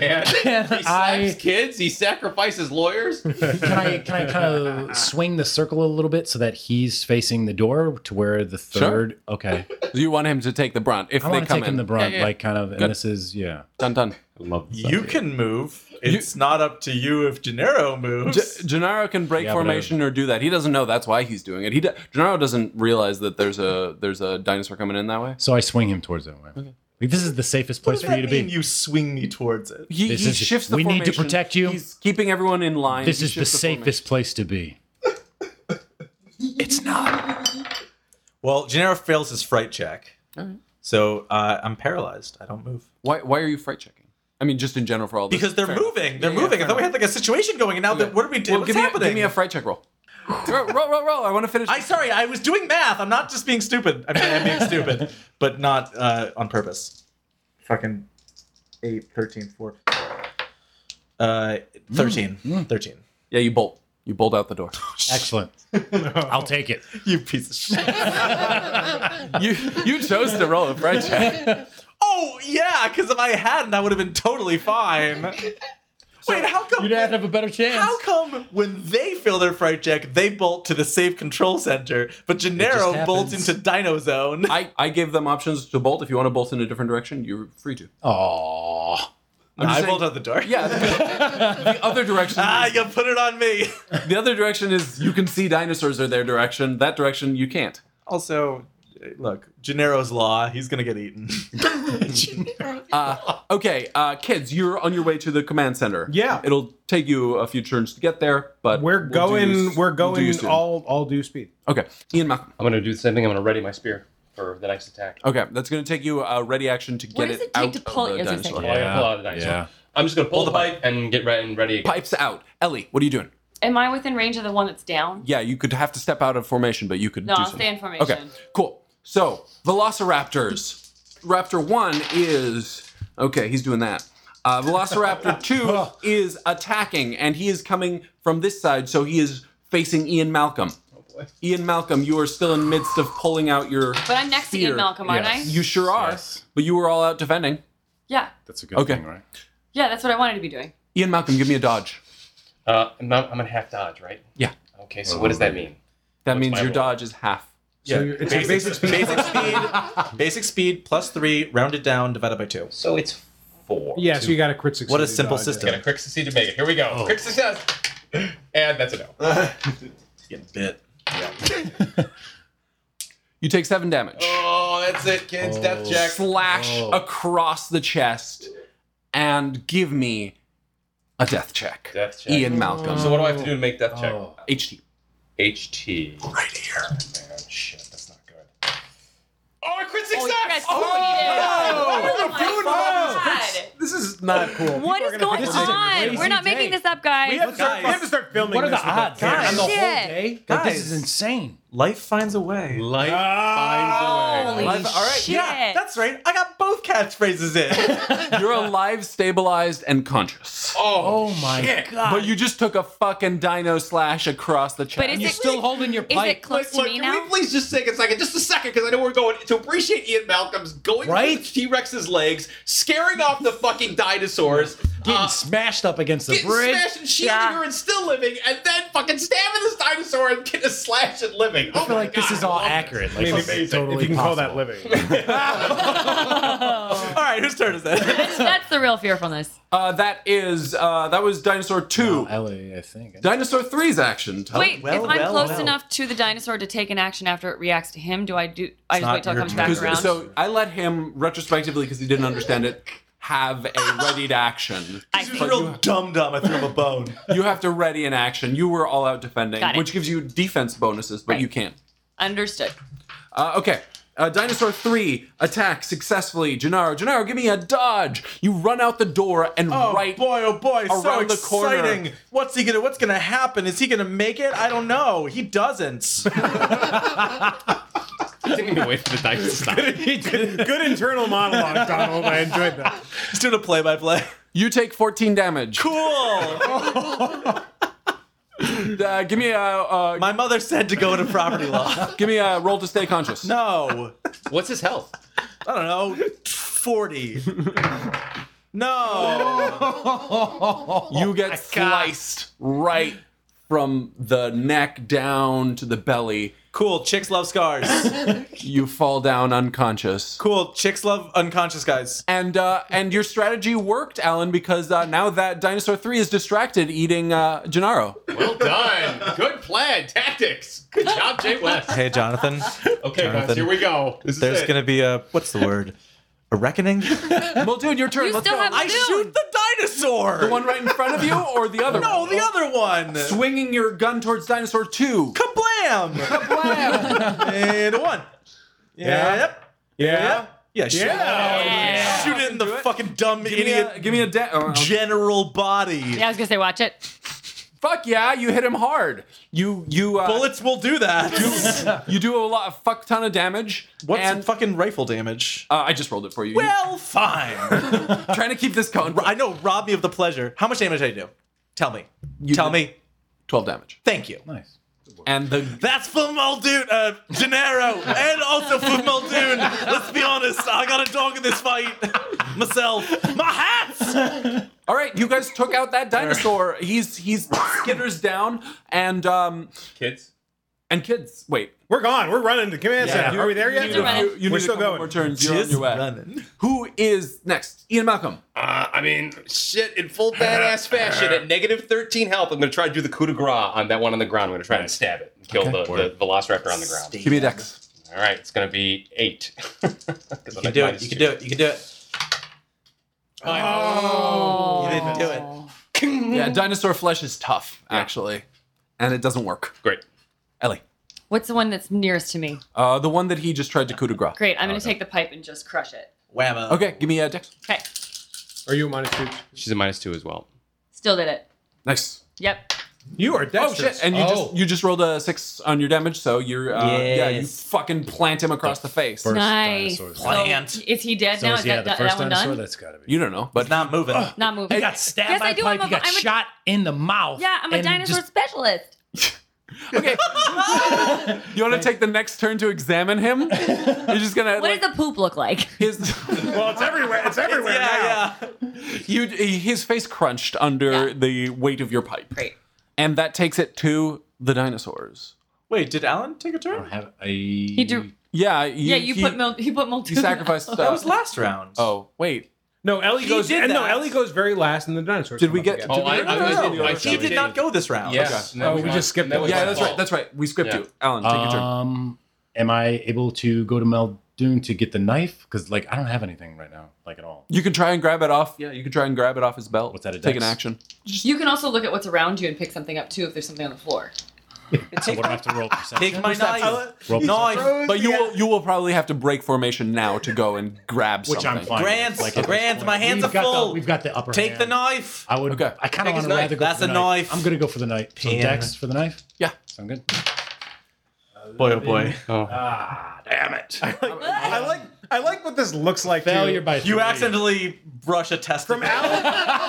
[SPEAKER 9] man. He slaps
[SPEAKER 8] I-
[SPEAKER 9] kids. He sacrifices
[SPEAKER 8] [LAUGHS]
[SPEAKER 9] lawyers.
[SPEAKER 8] Can I, can I kind of swing the circle a little bit so that he's facing the door to where the third, okay.
[SPEAKER 2] [LAUGHS]
[SPEAKER 1] You want him to take the brunt if
[SPEAKER 8] I
[SPEAKER 1] they
[SPEAKER 8] want to
[SPEAKER 1] come
[SPEAKER 8] take
[SPEAKER 1] in.
[SPEAKER 8] him the brunt,
[SPEAKER 9] Yeah, yeah.
[SPEAKER 8] like kind of, and
[SPEAKER 1] Good.
[SPEAKER 8] this is, yeah.
[SPEAKER 1] dun dun.
[SPEAKER 5] Love this
[SPEAKER 2] You
[SPEAKER 5] idea.
[SPEAKER 2] can move. It's not up to you if Gennaro moves.
[SPEAKER 1] G- Gennaro can break
[SPEAKER 8] Yeah, but I-
[SPEAKER 1] formation or do that. He doesn't know that's why he's doing it. He do- Gennaro doesn't realize that there's a there's a dinosaur coming in that way.
[SPEAKER 8] So I swing him towards that way. Like, this is the safest
[SPEAKER 2] what
[SPEAKER 8] place
[SPEAKER 2] does
[SPEAKER 8] for
[SPEAKER 2] that
[SPEAKER 8] you to be.
[SPEAKER 2] mean? You swing me towards it.
[SPEAKER 1] He,
[SPEAKER 8] This
[SPEAKER 1] he
[SPEAKER 8] is-
[SPEAKER 1] shifts the
[SPEAKER 8] we need to
[SPEAKER 1] formation.
[SPEAKER 8] protect you.
[SPEAKER 1] He's keeping everyone in line.
[SPEAKER 8] This
[SPEAKER 1] He
[SPEAKER 8] is the
[SPEAKER 1] shifts
[SPEAKER 8] safest place
[SPEAKER 2] [LAUGHS]
[SPEAKER 8] to be. it's not.
[SPEAKER 2] Well, Gennaro fails his fright check. So uh, I'm paralyzed. I don't move.
[SPEAKER 1] formation. Why, why are you fright checking? I mean, just in general for all this.
[SPEAKER 2] Because they're
[SPEAKER 1] Fair enough.
[SPEAKER 2] moving. They're
[SPEAKER 1] Yeah, yeah,
[SPEAKER 2] moving.
[SPEAKER 1] fair
[SPEAKER 2] I thought we
[SPEAKER 1] enough.
[SPEAKER 2] had like a situation going, and now that what are we doing?
[SPEAKER 1] Well,
[SPEAKER 2] What's
[SPEAKER 1] give me, a,
[SPEAKER 2] happening?
[SPEAKER 1] give me a fright check roll. [LAUGHS] roll, roll, roll, roll. I want to finish.
[SPEAKER 2] I sorry, I was doing math. I'm not just being stupid. I mean, I'm being stupid, but not uh, on purpose. Fucking 8, 13, 4. Uh, 13. 13.
[SPEAKER 1] yeah, you bolt. You bolt out the door.
[SPEAKER 8] Excellent. I'll take it.
[SPEAKER 2] You piece of shit.
[SPEAKER 1] [LAUGHS] you you chose to roll a fright check.
[SPEAKER 2] oh, yeah, because if I hadn't, I would have been totally fine. Wait, how come?
[SPEAKER 8] have a better chance.
[SPEAKER 2] How come when they fill their fright check, they bolt to the safe control center, but Gennaro bolts
[SPEAKER 8] happens.
[SPEAKER 2] into Dino Zone?
[SPEAKER 1] I, I gave them options to bolt. If you want to bolt in a different direction, you're free to.
[SPEAKER 8] Aw.
[SPEAKER 1] just
[SPEAKER 2] I
[SPEAKER 1] saying-
[SPEAKER 2] bolt out the door.
[SPEAKER 1] Oh. Yeah. the- the other direction.
[SPEAKER 2] Ah,
[SPEAKER 1] is-
[SPEAKER 2] you put it on me. [LAUGHS]
[SPEAKER 1] The other direction is you can see dinosaurs are their direction. That direction you can't.
[SPEAKER 2] Also, look, Gennaro's law, he's gonna get [LAUGHS] eaten.
[SPEAKER 1] Uh, okay, uh, kids, you're on your way to the command center.
[SPEAKER 6] Yeah.
[SPEAKER 1] it'll take you a few turns to get there, but
[SPEAKER 6] We're
[SPEAKER 1] we'll do
[SPEAKER 6] going.
[SPEAKER 1] you s-
[SPEAKER 6] we're
[SPEAKER 1] we'll do
[SPEAKER 6] going
[SPEAKER 1] you soon.
[SPEAKER 6] all all due speed.
[SPEAKER 1] Okay, Ian Malcolm.
[SPEAKER 10] I'm gonna do the same thing. I'm gonna ready my spear for the next attack.
[SPEAKER 1] Okay, that's going to take you a ready action to
[SPEAKER 4] What
[SPEAKER 1] get
[SPEAKER 4] does
[SPEAKER 1] it,
[SPEAKER 4] it take
[SPEAKER 1] out
[SPEAKER 4] to pull
[SPEAKER 1] of
[SPEAKER 4] it?
[SPEAKER 1] the
[SPEAKER 4] Yes, I
[SPEAKER 1] dinosaur.
[SPEAKER 4] said-
[SPEAKER 1] Yeah.
[SPEAKER 10] I gotta pull out the dinosaur.
[SPEAKER 8] Oh, Yeah.
[SPEAKER 10] I'm just gonna pull, the pipe and get ready and ready. Again.
[SPEAKER 1] Pipes out, Ellie. What are you doing?
[SPEAKER 4] Am I within range of the one that's down?
[SPEAKER 1] Yeah, you could have to step out of formation, but you could.
[SPEAKER 4] No,
[SPEAKER 1] do
[SPEAKER 4] I'll
[SPEAKER 1] something.
[SPEAKER 4] stay in formation.
[SPEAKER 1] Okay, cool. So Velociraptors. Raptor one is okay. He's doing that.
[SPEAKER 10] [LAUGHS]
[SPEAKER 1] Uh, Velociraptor two is attacking, and he is coming from this side, so he is facing Ian Malcolm.
[SPEAKER 10] Oh,
[SPEAKER 1] Ian Malcolm, you are still in midst of pulling out your.
[SPEAKER 4] But I'm next to
[SPEAKER 1] Fear.
[SPEAKER 4] Ian Malcolm, aren't
[SPEAKER 8] Yes.
[SPEAKER 4] I?
[SPEAKER 1] You sure are,
[SPEAKER 8] Yes.
[SPEAKER 1] but you were all out defending.
[SPEAKER 4] Yeah.
[SPEAKER 8] That's a good
[SPEAKER 1] Okay.
[SPEAKER 8] thing, right?
[SPEAKER 4] Yeah, that's what I wanted to be doing.
[SPEAKER 1] Ian Malcolm, give me a dodge.
[SPEAKER 10] Uh, I'm, not, I'm gonna half dodge, right?
[SPEAKER 1] Yeah.
[SPEAKER 10] Okay. So what does that mean?
[SPEAKER 1] That
[SPEAKER 10] What's
[SPEAKER 1] means
[SPEAKER 10] my
[SPEAKER 1] your
[SPEAKER 10] roll?
[SPEAKER 1] dodge is half.
[SPEAKER 2] Yeah,
[SPEAKER 6] you're- it's
[SPEAKER 2] basic,
[SPEAKER 6] your
[SPEAKER 2] basic
[SPEAKER 6] basic
[SPEAKER 2] speed.
[SPEAKER 6] speed.
[SPEAKER 2] Basic speed, plus three, rounded down, divided by two.
[SPEAKER 10] So it's four.
[SPEAKER 6] Yeah, so you got a crit success.
[SPEAKER 2] What a simple system.
[SPEAKER 10] Got a quick succeed to make it. Here we go. Quick success. And that's a no.
[SPEAKER 2] Getting bit.
[SPEAKER 1] You take seven damage.
[SPEAKER 10] Oh, that's it, kids. Death check.
[SPEAKER 1] Slash
[SPEAKER 10] Oh.
[SPEAKER 1] across the chest, and give me a death check.
[SPEAKER 10] Death check.
[SPEAKER 1] Ian Malcolm.
[SPEAKER 10] So what do I have to do to make death check?
[SPEAKER 8] Oh.
[SPEAKER 1] HT.
[SPEAKER 10] HT. Right here. Man, shit, that's not good. Oh, a crit
[SPEAKER 4] Oh,
[SPEAKER 10] success.
[SPEAKER 4] you guys
[SPEAKER 10] Oh,
[SPEAKER 4] oh, my God.
[SPEAKER 6] This is not cool.
[SPEAKER 4] [LAUGHS] What is going
[SPEAKER 6] this is a
[SPEAKER 4] on?
[SPEAKER 6] crazy
[SPEAKER 4] We're not making this up, guys.
[SPEAKER 6] We have, to start, we have to start filming.
[SPEAKER 8] What are
[SPEAKER 6] this
[SPEAKER 8] the
[SPEAKER 6] with a
[SPEAKER 8] odds?
[SPEAKER 6] camera.
[SPEAKER 8] Guys.
[SPEAKER 6] And the whole
[SPEAKER 4] Shit.
[SPEAKER 6] day?
[SPEAKER 8] Like, this
[SPEAKER 2] Guys.
[SPEAKER 8] is insane.
[SPEAKER 2] Life finds a way.
[SPEAKER 10] Life
[SPEAKER 2] Uh,
[SPEAKER 10] finds a way.
[SPEAKER 4] Holy
[SPEAKER 1] Live- all right,
[SPEAKER 4] shit.
[SPEAKER 2] Yeah, that's right. I got both catchphrases
[SPEAKER 1] [LAUGHS]
[SPEAKER 2] in. [LAUGHS]
[SPEAKER 1] You're alive, stabilized, and conscious.
[SPEAKER 10] Oh,
[SPEAKER 8] Oh my god.
[SPEAKER 1] But you just took a fucking dino slash across the chest.
[SPEAKER 4] But is
[SPEAKER 8] You're
[SPEAKER 4] it
[SPEAKER 8] still holding your
[SPEAKER 4] Is
[SPEAKER 8] pipe.
[SPEAKER 4] it close to
[SPEAKER 10] Look,
[SPEAKER 4] me
[SPEAKER 10] can
[SPEAKER 4] now?
[SPEAKER 10] we please just take a second, just a second, because I know we're going to appreciate Ian Malcolm's going
[SPEAKER 8] Right?
[SPEAKER 10] through T Rex's legs, scaring off the fucking dinosaurs,
[SPEAKER 8] Getting
[SPEAKER 10] uh,
[SPEAKER 8] smashed up against the
[SPEAKER 10] getting
[SPEAKER 8] bridge.
[SPEAKER 10] smashed and shielding her and still living, and then fucking stabbing this dinosaur and getting a slash and living. Oh
[SPEAKER 8] I feel
[SPEAKER 10] my
[SPEAKER 8] like this
[SPEAKER 10] God,
[SPEAKER 8] is
[SPEAKER 10] I
[SPEAKER 8] all
[SPEAKER 10] love
[SPEAKER 8] accurate.
[SPEAKER 10] this.
[SPEAKER 8] Like,
[SPEAKER 10] It's
[SPEAKER 8] this is
[SPEAKER 10] amazing. [LAUGHS]
[SPEAKER 8] totally
[SPEAKER 6] If you can call that
[SPEAKER 8] possible.
[SPEAKER 6] living.
[SPEAKER 1] or is that?
[SPEAKER 4] That's, [LAUGHS] that's the real fearfulness.
[SPEAKER 1] Uh, that is uh, that was dinosaur two.
[SPEAKER 8] Oh, Ellie, I think.
[SPEAKER 1] Dinosaur three's action. time.
[SPEAKER 4] Wait, if I'm close enough to the dinosaur to take an action after it reacts to him, do I do? I just wait till it comes back
[SPEAKER 1] 'Cause-
[SPEAKER 4] around.
[SPEAKER 1] So I let him retrospectively because he didn't understand it. Have a
[SPEAKER 4] [LAUGHS]
[SPEAKER 1] readied action.
[SPEAKER 4] He's
[SPEAKER 1] a
[SPEAKER 2] real dumb dumb. I threw him a bone.
[SPEAKER 1] You have to ready an action. You were all out defending,
[SPEAKER 4] Got it.
[SPEAKER 1] which gives you defense bonuses, but you can't.
[SPEAKER 4] Understood.
[SPEAKER 1] Uh, okay. Uh, Dinosaur 3 attack successfully. Gennaro, Gennaro, give me a dodge. You run out the door and
[SPEAKER 2] Oh
[SPEAKER 1] right.
[SPEAKER 2] boy, oh boy, so
[SPEAKER 1] around the corner.
[SPEAKER 2] exciting. What's he gonna what's gonna happen? Is he gonna make it? I don't know. He [LAUGHS] doesn't.
[SPEAKER 10] didn't even wait for the dice to
[SPEAKER 2] [LAUGHS]
[SPEAKER 10] stop.
[SPEAKER 3] Good internal monologue, Donald. I enjoyed that.
[SPEAKER 2] He's doing a play by play.
[SPEAKER 1] You take 14 damage.
[SPEAKER 2] Cool.
[SPEAKER 1] Uh, give me a uh,
[SPEAKER 2] My mother said to go into property law.
[SPEAKER 1] give me a roll to stay conscious.
[SPEAKER 2] [LAUGHS] No.
[SPEAKER 10] What's his health?
[SPEAKER 2] I don't know. 40. No.
[SPEAKER 1] You get sliced right from the neck down to the belly.
[SPEAKER 2] Cool. Chicks love scars. [LAUGHS]
[SPEAKER 1] You fall down unconscious.
[SPEAKER 2] Cool. Chicks love unconscious guys.
[SPEAKER 1] And uh, and your strategy worked, Alan, because uh, now that Dinosaur 3 is distracted eating uh, Gennaro.
[SPEAKER 10] Well done. Good plan. Tactics. Good job, Jay West.
[SPEAKER 2] Hey, Jonathan.
[SPEAKER 10] Okay,
[SPEAKER 2] Jonathan,
[SPEAKER 10] guys, here we go. This is
[SPEAKER 2] There's
[SPEAKER 10] it.
[SPEAKER 2] gonna be a what's the word? A reckoning?
[SPEAKER 1] Muldoon, your turn.
[SPEAKER 4] You
[SPEAKER 1] Let's
[SPEAKER 4] still
[SPEAKER 1] go.
[SPEAKER 4] have
[SPEAKER 2] I
[SPEAKER 4] Dude.
[SPEAKER 2] shoot the dinosaur!
[SPEAKER 1] The one right in front of you or the other
[SPEAKER 2] No,
[SPEAKER 1] one?
[SPEAKER 2] the other one!
[SPEAKER 1] Swinging your gun towards Dinosaur 2.
[SPEAKER 2] Kablam! Kablam! and a one.
[SPEAKER 3] Yeah.
[SPEAKER 2] Yep.
[SPEAKER 3] Yeah.
[SPEAKER 2] Yeah, shoot,
[SPEAKER 1] Oh,
[SPEAKER 4] Yeah.
[SPEAKER 2] shoot it in the fucking dumb
[SPEAKER 1] Give me
[SPEAKER 2] idiot
[SPEAKER 1] a, give me a da- oh, okay.
[SPEAKER 2] general body.
[SPEAKER 4] Yeah, I was gonna say, watch it.
[SPEAKER 1] Fuck yeah, you hit him hard. You you uh,
[SPEAKER 2] Bullets will do that. [LAUGHS]
[SPEAKER 1] You do a lot, a fuck ton of damage.
[SPEAKER 2] What's
[SPEAKER 1] and,
[SPEAKER 2] fucking rifle damage?
[SPEAKER 1] uh, I just rolled it for you.
[SPEAKER 2] Well, fine.
[SPEAKER 1] you trying to keep this going.
[SPEAKER 2] [LAUGHS] I know, rob me of the pleasure. How much damage did I do? Tell me.
[SPEAKER 1] You
[SPEAKER 2] Tell
[SPEAKER 1] did-
[SPEAKER 2] me.
[SPEAKER 1] Twelve damage.
[SPEAKER 2] Thank you.
[SPEAKER 8] Nice.
[SPEAKER 1] And the
[SPEAKER 2] That's for Muldoon, uh, Gennaro, and also for Muldoon. Let's be honest, I got a dog in this fight. Myself. My hats!
[SPEAKER 1] all right, you guys took out that dinosaur.
[SPEAKER 2] [LAUGHS]
[SPEAKER 1] He's he's skitters down and um
[SPEAKER 10] Kids.
[SPEAKER 1] and kids. Wait,
[SPEAKER 3] We're gone. We're running to command center. Are we there yet?
[SPEAKER 4] Still running.
[SPEAKER 1] you, you
[SPEAKER 3] We're
[SPEAKER 1] need
[SPEAKER 3] still
[SPEAKER 1] a couple
[SPEAKER 3] going.
[SPEAKER 1] more turns. You're on
[SPEAKER 2] Just
[SPEAKER 1] your way.
[SPEAKER 2] running.
[SPEAKER 1] Who is next? Ian Malcolm.
[SPEAKER 10] Uh, I mean, shit, in full badass fashion, at negative 13 health, I'm going to try to do the coup de grace on that one on the ground. I'm going to try and stab it and kill the, the velociraptor on the ground.
[SPEAKER 1] Give me a dex.
[SPEAKER 10] All right, it's going to be eight. [LAUGHS] you
[SPEAKER 2] You can do it. You can do it. You can do it.
[SPEAKER 4] Oh,
[SPEAKER 2] You didn't do it.
[SPEAKER 1] Yeah, dinosaur flesh is tough actually, and it doesn't work.
[SPEAKER 10] Great.
[SPEAKER 1] Ellie.
[SPEAKER 4] What's the one that's nearest to me?
[SPEAKER 1] Uh, the one that he just tried to coup de grace.
[SPEAKER 4] Great, I'm
[SPEAKER 8] Oh,
[SPEAKER 4] gonna take the pipe and just crush it.
[SPEAKER 2] Whammo.
[SPEAKER 1] Okay, give me a dex.
[SPEAKER 4] Okay,
[SPEAKER 6] Are you a minus two?
[SPEAKER 10] She's a minus two as well.
[SPEAKER 4] still did it.
[SPEAKER 1] Nice.
[SPEAKER 4] Yep.
[SPEAKER 3] You are
[SPEAKER 1] Oh
[SPEAKER 3] dexterous.
[SPEAKER 1] shit! And you
[SPEAKER 8] Oh.
[SPEAKER 1] just you just rolled a six on your damage, so you're uh, yeah you
[SPEAKER 2] Yes.
[SPEAKER 1] fucking plant him across the face.
[SPEAKER 8] First
[SPEAKER 4] Nice.
[SPEAKER 8] dinosaur's
[SPEAKER 4] So,
[SPEAKER 2] Plant.
[SPEAKER 4] is he dead
[SPEAKER 8] So
[SPEAKER 4] now?
[SPEAKER 8] is,
[SPEAKER 4] Is
[SPEAKER 8] yeah,
[SPEAKER 4] that,
[SPEAKER 8] the
[SPEAKER 4] that,
[SPEAKER 8] first
[SPEAKER 4] that one
[SPEAKER 8] dinosaur.
[SPEAKER 4] done?
[SPEAKER 8] That's gotta be.
[SPEAKER 1] You don't know, but
[SPEAKER 2] It's not moving.
[SPEAKER 4] Not moving.
[SPEAKER 8] He got stabbed
[SPEAKER 4] Yes,
[SPEAKER 8] by
[SPEAKER 4] I
[SPEAKER 8] a
[SPEAKER 4] do.
[SPEAKER 8] pipe.
[SPEAKER 4] I'm
[SPEAKER 8] He
[SPEAKER 4] a-
[SPEAKER 8] got
[SPEAKER 4] I'm a-
[SPEAKER 8] shot in the mouth.
[SPEAKER 4] yeah, I'm a
[SPEAKER 8] and
[SPEAKER 4] dinosaur
[SPEAKER 8] just-
[SPEAKER 4] specialist.
[SPEAKER 1] okay. you want to take the next turn to examine him? You're just gonna
[SPEAKER 4] What
[SPEAKER 1] like,
[SPEAKER 4] does the poop look like?
[SPEAKER 1] his [LAUGHS]
[SPEAKER 3] Well, it's everywhere. It's everywhere now.
[SPEAKER 2] yeah, yeah.
[SPEAKER 1] you his face crunched under
[SPEAKER 4] Yeah.
[SPEAKER 1] the weight of your pipe,
[SPEAKER 4] Great.
[SPEAKER 1] and that takes it to the dinosaurs.
[SPEAKER 2] Wait, did Alan take a
[SPEAKER 8] I
[SPEAKER 2] turn?
[SPEAKER 1] Oh.
[SPEAKER 8] don't have a.
[SPEAKER 4] He do-
[SPEAKER 1] Yeah, you,
[SPEAKER 4] Yeah, you
[SPEAKER 1] he,
[SPEAKER 4] put mil- he put multi.
[SPEAKER 1] he
[SPEAKER 4] [LAUGHS]
[SPEAKER 1] sacrificed.
[SPEAKER 2] That
[SPEAKER 1] uh,
[SPEAKER 2] was last round.
[SPEAKER 1] Oh wait,
[SPEAKER 6] No, Ellie
[SPEAKER 2] He
[SPEAKER 6] goes.
[SPEAKER 2] did
[SPEAKER 6] and no,
[SPEAKER 2] that.
[SPEAKER 6] Ellie goes very last, and the dinosaurs.
[SPEAKER 1] did
[SPEAKER 6] come
[SPEAKER 1] we
[SPEAKER 6] up
[SPEAKER 1] get?
[SPEAKER 6] again.
[SPEAKER 10] Oh,
[SPEAKER 1] did we
[SPEAKER 10] I-
[SPEAKER 1] get
[SPEAKER 10] I-
[SPEAKER 1] another
[SPEAKER 10] I
[SPEAKER 1] round?
[SPEAKER 10] did- I
[SPEAKER 2] he did not go this round.
[SPEAKER 10] Yes.
[SPEAKER 1] Okay.
[SPEAKER 10] no,
[SPEAKER 6] Oh, we
[SPEAKER 10] mine-
[SPEAKER 6] just skipped
[SPEAKER 10] that
[SPEAKER 6] it.
[SPEAKER 10] was
[SPEAKER 1] Yeah,
[SPEAKER 10] my
[SPEAKER 1] that's
[SPEAKER 10] fault.
[SPEAKER 1] right. That's right. We skipped
[SPEAKER 10] Yeah.
[SPEAKER 1] you, Alan. Take your turn.
[SPEAKER 8] Um, am I able to go to Meldoon to get the knife? Because like I don't have anything right now, like at all.
[SPEAKER 1] You can try and grab it off. Yeah, you can try and grab it off his belt.
[SPEAKER 8] What's that, a
[SPEAKER 1] Take an
[SPEAKER 8] dex?
[SPEAKER 1] action.
[SPEAKER 4] You can also look at what's around you and pick something up too if there's something on the floor.
[SPEAKER 8] So what do I have to roll? Perception?
[SPEAKER 2] Take my knife.
[SPEAKER 8] Roll
[SPEAKER 2] Knife.
[SPEAKER 1] But you will you will probably have to break formation now to go and grab
[SPEAKER 8] Which
[SPEAKER 1] something.
[SPEAKER 8] I'm fine.
[SPEAKER 2] Grants,
[SPEAKER 8] with, at this
[SPEAKER 2] Grants,
[SPEAKER 8] point.
[SPEAKER 2] my hands
[SPEAKER 8] We've
[SPEAKER 2] are
[SPEAKER 8] got the-
[SPEAKER 2] full.
[SPEAKER 8] we've got the upper.
[SPEAKER 2] Take the
[SPEAKER 8] hand.
[SPEAKER 2] knife.
[SPEAKER 8] I would.
[SPEAKER 1] Okay.
[SPEAKER 8] I kind
[SPEAKER 1] Take
[SPEAKER 8] of
[SPEAKER 1] his
[SPEAKER 8] want to
[SPEAKER 1] knife.
[SPEAKER 8] rather go
[SPEAKER 2] That's
[SPEAKER 8] for the
[SPEAKER 2] a knife.
[SPEAKER 8] I'm gonna go for the knife. So
[SPEAKER 2] Pin.
[SPEAKER 8] Dex for the knife.
[SPEAKER 1] Yeah.
[SPEAKER 8] Sound good.
[SPEAKER 2] Boy, oh boy.
[SPEAKER 8] Ah, damn it!
[SPEAKER 3] I like. I like what this looks like. too.
[SPEAKER 8] [LAUGHS] Failure by
[SPEAKER 2] You
[SPEAKER 8] three.
[SPEAKER 2] accidentally brush a testicle.
[SPEAKER 3] From Alan,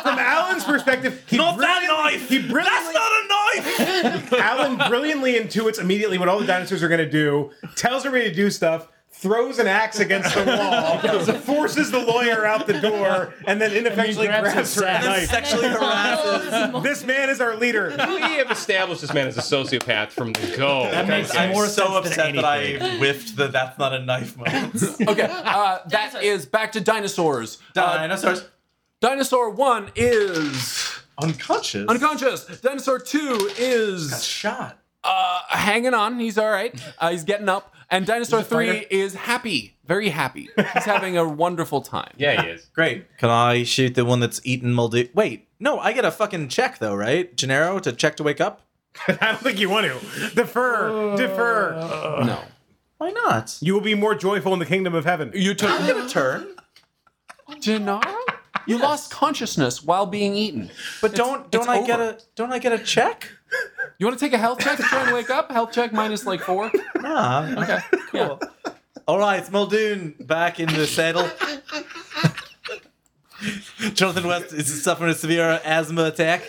[SPEAKER 3] from Alan's perspective, he
[SPEAKER 2] Not that
[SPEAKER 3] brilliantly-
[SPEAKER 2] knife!
[SPEAKER 3] He brilliantly,
[SPEAKER 2] That's not a knife!
[SPEAKER 6] [LAUGHS]
[SPEAKER 3] Alan brilliantly intuits immediately what all the dinosaurs are going to do. Tells everybody to do stuff.
[SPEAKER 6] throws an axe against the wall, [LAUGHS] forces the lawyer out the door, and then ineffectually
[SPEAKER 10] grabs
[SPEAKER 6] grabs,
[SPEAKER 10] his
[SPEAKER 6] her
[SPEAKER 10] sack.
[SPEAKER 6] knife.
[SPEAKER 10] Sexually harasses.
[SPEAKER 6] This man is our leader. [LAUGHS]
[SPEAKER 10] We have established this man as a sociopath from the go.
[SPEAKER 1] That makes
[SPEAKER 10] Okay.
[SPEAKER 1] I'm more so sense than upset that I
[SPEAKER 2] I [LAUGHS] whiffed the that's not a knife moment.
[SPEAKER 1] [LAUGHS] okay, uh, that is back to dinosaurs. Uh,
[SPEAKER 2] Dinosaurs.
[SPEAKER 1] dinosaur one is
[SPEAKER 2] Unconscious.
[SPEAKER 1] unconscious. Dinosaur two is
[SPEAKER 2] shot.
[SPEAKER 1] Uh, hanging on. He's all right. Uh, he's getting up. And dinosaur
[SPEAKER 2] He's a fighter.
[SPEAKER 1] three is happy, very happy. He's having a wonderful time.
[SPEAKER 10] Yeah, he is.
[SPEAKER 2] Great. Can I shoot the one that's eaten moldy? Wait, no, I get a fucking check though, right? Gennaro to check to wake up?
[SPEAKER 6] I don't think you want to. Defer. Defer.
[SPEAKER 1] no.
[SPEAKER 2] Why not?
[SPEAKER 6] You will be more joyful in the kingdom of heaven.
[SPEAKER 1] You took
[SPEAKER 2] I'm gonna turn.
[SPEAKER 1] Gennaro? You lost consciousness while being eaten.
[SPEAKER 2] But don't don't
[SPEAKER 1] it's
[SPEAKER 2] I
[SPEAKER 1] over.
[SPEAKER 2] get a don't I get a check?
[SPEAKER 1] You want to take a health check to try and wake up? Health check minus like four.
[SPEAKER 2] Nah.
[SPEAKER 1] Okay.
[SPEAKER 2] Cool. All right, Muldoon back in the saddle. Jonathan West is suffering a severe asthma attack.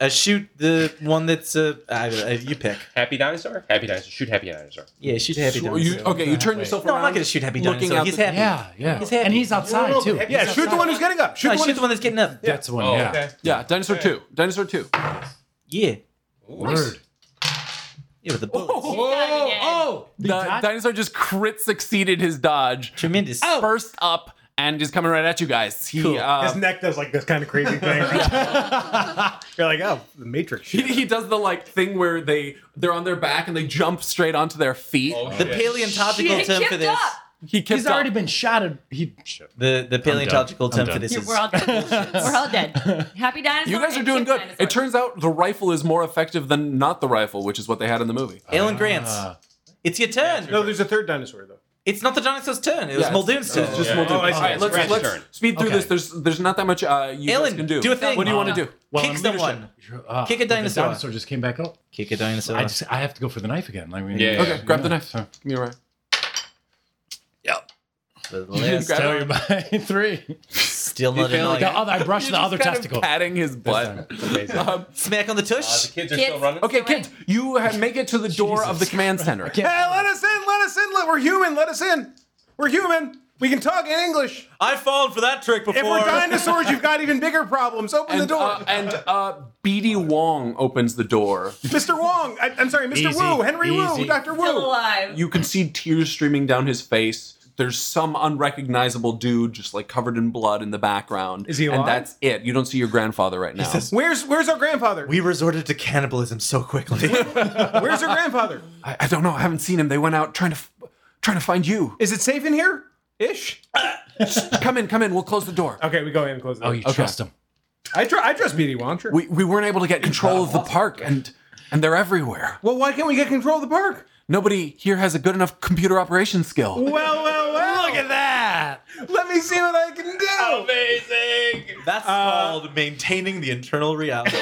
[SPEAKER 2] Uh, shoot the one that's uh, I, uh, you pick.
[SPEAKER 10] Happy dinosaur? Happy dinosaur. Shoot happy dinosaur.
[SPEAKER 2] Yeah, shoot happy
[SPEAKER 1] So
[SPEAKER 2] dinosaur.
[SPEAKER 1] Oh, you- okay, you turn yourself
[SPEAKER 2] no,
[SPEAKER 1] around.
[SPEAKER 2] I'm not gonna shoot happy
[SPEAKER 1] looking
[SPEAKER 2] dinosaur.
[SPEAKER 1] out
[SPEAKER 2] He's
[SPEAKER 1] the-
[SPEAKER 2] happy.
[SPEAKER 8] Yeah, yeah.
[SPEAKER 2] He's happy.
[SPEAKER 8] And he's outside too.
[SPEAKER 6] Yeah, shoot the one who's getting up. Shoot
[SPEAKER 2] No,
[SPEAKER 6] the one.
[SPEAKER 2] shoot the one that's getting up.
[SPEAKER 8] That's the one.
[SPEAKER 10] Oh,
[SPEAKER 8] yeah.
[SPEAKER 10] okay.
[SPEAKER 1] Yeah, dinosaur two. Dinosaur two.
[SPEAKER 2] Yeah.
[SPEAKER 8] Word.
[SPEAKER 2] Yeah, with the bullets.
[SPEAKER 8] Oh,
[SPEAKER 1] Di- dinosaur just crit succeeded his dodge.
[SPEAKER 2] Tremendous.
[SPEAKER 1] Burst up and is coming right at you guys. He
[SPEAKER 2] Oh! Cool.
[SPEAKER 1] uh,
[SPEAKER 6] His neck does like this kind of crazy thing. [LAUGHS] You're like, oh, the Matrix.
[SPEAKER 1] he,
[SPEAKER 6] Shit.
[SPEAKER 1] he does the like thing where they they're on their back and they jump straight onto their feet.
[SPEAKER 2] The paleontological term for this.
[SPEAKER 1] He kicked
[SPEAKER 8] He's already
[SPEAKER 1] up.
[SPEAKER 8] been shot. At, he.
[SPEAKER 2] The the paleontological
[SPEAKER 8] I'm
[SPEAKER 2] term
[SPEAKER 8] done.
[SPEAKER 2] for this is
[SPEAKER 4] We're all dead. We're all dead. Happy dinosaur.
[SPEAKER 1] You guys are
[SPEAKER 4] and
[SPEAKER 1] doing
[SPEAKER 4] kick
[SPEAKER 1] good.
[SPEAKER 4] dinosaur.
[SPEAKER 1] It turns out the rifle is more effective than not the rifle, which is what they had in the movie.
[SPEAKER 2] Alan Grant's. It's your turn.
[SPEAKER 6] No, there's a third dinosaur though.
[SPEAKER 2] It's not the dinosaur's turn. It was
[SPEAKER 1] Yeah, Oh,
[SPEAKER 2] Muldoon's turn.
[SPEAKER 1] It's just Muldoon. All right, let's,
[SPEAKER 10] Rat's
[SPEAKER 1] let's
[SPEAKER 10] turn.
[SPEAKER 1] speed through
[SPEAKER 8] Okay.
[SPEAKER 1] this. There's there's not that much uh, you guys
[SPEAKER 2] Alan,
[SPEAKER 1] can do.
[SPEAKER 2] do a thing.
[SPEAKER 1] What do you want to do?
[SPEAKER 8] Well,
[SPEAKER 2] Kick
[SPEAKER 8] in
[SPEAKER 2] someone.
[SPEAKER 8] leadership, uh,
[SPEAKER 2] Kick a
[SPEAKER 8] the
[SPEAKER 2] dinosaur.
[SPEAKER 8] dinosaur just came back up.
[SPEAKER 2] Kick a dinosaur.
[SPEAKER 8] I just. I have to go for the knife again. Like, we-
[SPEAKER 10] Yeah.
[SPEAKER 1] Okay, grab the knife.
[SPEAKER 8] So-
[SPEAKER 1] Give me a right.
[SPEAKER 2] For the
[SPEAKER 8] You
[SPEAKER 1] [LAUGHS]
[SPEAKER 2] last-
[SPEAKER 1] Grab
[SPEAKER 8] tell
[SPEAKER 1] it.
[SPEAKER 8] you by three.
[SPEAKER 2] Still not
[SPEAKER 10] feel
[SPEAKER 2] enough.
[SPEAKER 8] The other, I brushed
[SPEAKER 1] You're
[SPEAKER 8] the
[SPEAKER 1] just
[SPEAKER 8] other
[SPEAKER 1] kind of
[SPEAKER 8] testicle.
[SPEAKER 1] patting his butt.
[SPEAKER 10] Amazing.
[SPEAKER 1] Um,
[SPEAKER 2] Smack on the
[SPEAKER 10] Uh, the
[SPEAKER 2] tush.
[SPEAKER 10] kids are
[SPEAKER 4] Kids.
[SPEAKER 10] still running.
[SPEAKER 1] okay, Kent, you ha- make it to the door of the command center.
[SPEAKER 6] Hey, let us in. Let us in. Let, we're human. Let us in. We're human. We can talk in English.
[SPEAKER 2] I've fallen for that trick before.
[SPEAKER 6] If we're dinosaurs, you've got even bigger problems. Open the
[SPEAKER 1] And,
[SPEAKER 6] door.
[SPEAKER 1] uh, and uh, BD Wong opens the door.
[SPEAKER 6] Mr. Wong. I, I'm sorry, Mr.
[SPEAKER 8] Easy,
[SPEAKER 6] Wu. Henry Wu.
[SPEAKER 8] easy.
[SPEAKER 6] Dr. Wu.
[SPEAKER 4] still alive.
[SPEAKER 1] You can see tears streaming down his face. There's some unrecognizable dude just like covered in blood in the background.
[SPEAKER 6] Is he
[SPEAKER 1] And
[SPEAKER 6] alive?
[SPEAKER 1] that's it. You don't see your grandfather right now.
[SPEAKER 6] Where's Where's our
[SPEAKER 2] [LAUGHS]
[SPEAKER 6] grandfather?
[SPEAKER 2] we resorted to cannibalism
[SPEAKER 1] [LAUGHS]
[SPEAKER 2] so quickly.
[SPEAKER 6] Where's our grandfather?
[SPEAKER 1] I, I don't know. I haven't seen him. They went out trying to f- trying to find you.
[SPEAKER 6] Is it safe in here? Ish.
[SPEAKER 1] come in, come in. We'll close the door.
[SPEAKER 6] Okay, we go in and close. The
[SPEAKER 8] Oh, you trust him?
[SPEAKER 6] I, tr- I trust BD Wong. Sure.
[SPEAKER 1] We, we weren't able to get control of the park, and and they're everywhere.
[SPEAKER 6] well, why can't we get control of the park?
[SPEAKER 1] Nobody here has a good enough computer operation skill.
[SPEAKER 6] Well, well, well. Oh. Look at
[SPEAKER 8] that.
[SPEAKER 6] Let me see what I can do.
[SPEAKER 10] Amazing.
[SPEAKER 2] That's
[SPEAKER 1] Uh,
[SPEAKER 2] called maintaining the internal reality.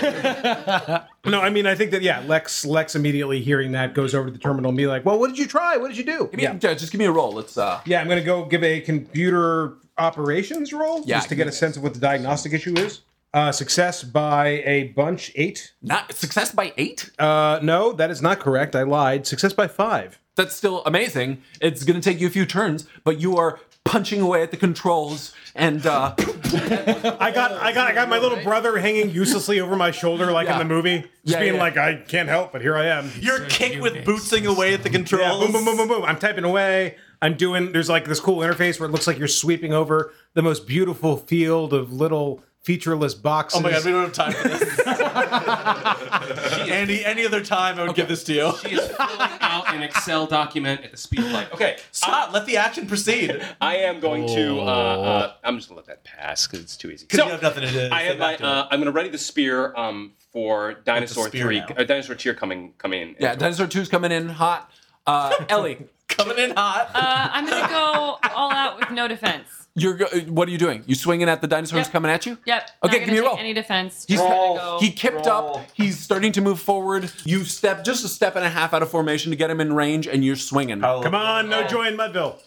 [SPEAKER 6] No, I mean I think that yeah, Lex Lex immediately hearing that goes over to the terminal and be like, "Well, what did you try? What did you do?"
[SPEAKER 1] Give me,
[SPEAKER 6] Yeah,
[SPEAKER 1] yeah, just give me a roll. Let's uh.
[SPEAKER 6] yeah, I'm gonna go give a computer operations roll
[SPEAKER 1] Yeah,
[SPEAKER 6] just to get a sense of what the diagnostic issue is. Uh, success by a bunch eight.
[SPEAKER 1] Not success by eight.
[SPEAKER 6] Uh, no, that is not correct. I lied. Success by five.
[SPEAKER 1] That's still amazing. It's going to take you a few turns, but you are punching away at the controls and [COUGHS] uh,
[SPEAKER 6] I got I got I got my little brother hanging uselessly over my shoulder like
[SPEAKER 1] Yeah.
[SPEAKER 6] in the movie, just
[SPEAKER 1] Yeah,
[SPEAKER 6] being
[SPEAKER 1] yeah.
[SPEAKER 6] like, "I can't help, but here I am."
[SPEAKER 2] You're kick with bootsing away at the controls.
[SPEAKER 6] Yeah, boom, boom, boom, boom, boom. I'm typing away. I'm doing. There's like this cool interface where it looks like you're sweeping over the most beautiful field of little featureless boxes.
[SPEAKER 2] Oh my god, we don't have time for this. [LAUGHS] any any other time, I would give this to you.
[SPEAKER 10] She is filling out an Excel document at the speed of light. Okay,
[SPEAKER 2] Stop. let the action proceed.
[SPEAKER 10] I am going to. Uh, uh, I'm just gonna let that pass because it's too easy.
[SPEAKER 2] Because you have nothing to do.
[SPEAKER 10] I have
[SPEAKER 2] Sit
[SPEAKER 10] my.
[SPEAKER 2] back to it.
[SPEAKER 10] Uh, I'm gonna ready the spear um, for dinosaur
[SPEAKER 2] spear
[SPEAKER 10] three.
[SPEAKER 2] now.
[SPEAKER 10] Uh, dinosaur tier coming coming in.
[SPEAKER 1] yeah, dinosaur two's coming in hot. Uh, [LAUGHS] Ellie,
[SPEAKER 2] coming in hot.
[SPEAKER 4] Uh, I'm gonna go all out with no defense.
[SPEAKER 1] you're go- what are you doing? You swinging at the dinosaur who's
[SPEAKER 4] Yep.
[SPEAKER 1] coming at you?
[SPEAKER 4] Yep.
[SPEAKER 1] Okay,
[SPEAKER 4] not
[SPEAKER 1] give me a
[SPEAKER 4] gonna
[SPEAKER 1] roll.
[SPEAKER 4] take Any defense.
[SPEAKER 1] He's
[SPEAKER 4] Just gonna
[SPEAKER 1] kinda-
[SPEAKER 4] go-
[SPEAKER 1] he kipped up. He's starting to move forward. You step just a step and a half out of formation to get him in range, and you're swinging.
[SPEAKER 6] Come on, no joy in Mudville.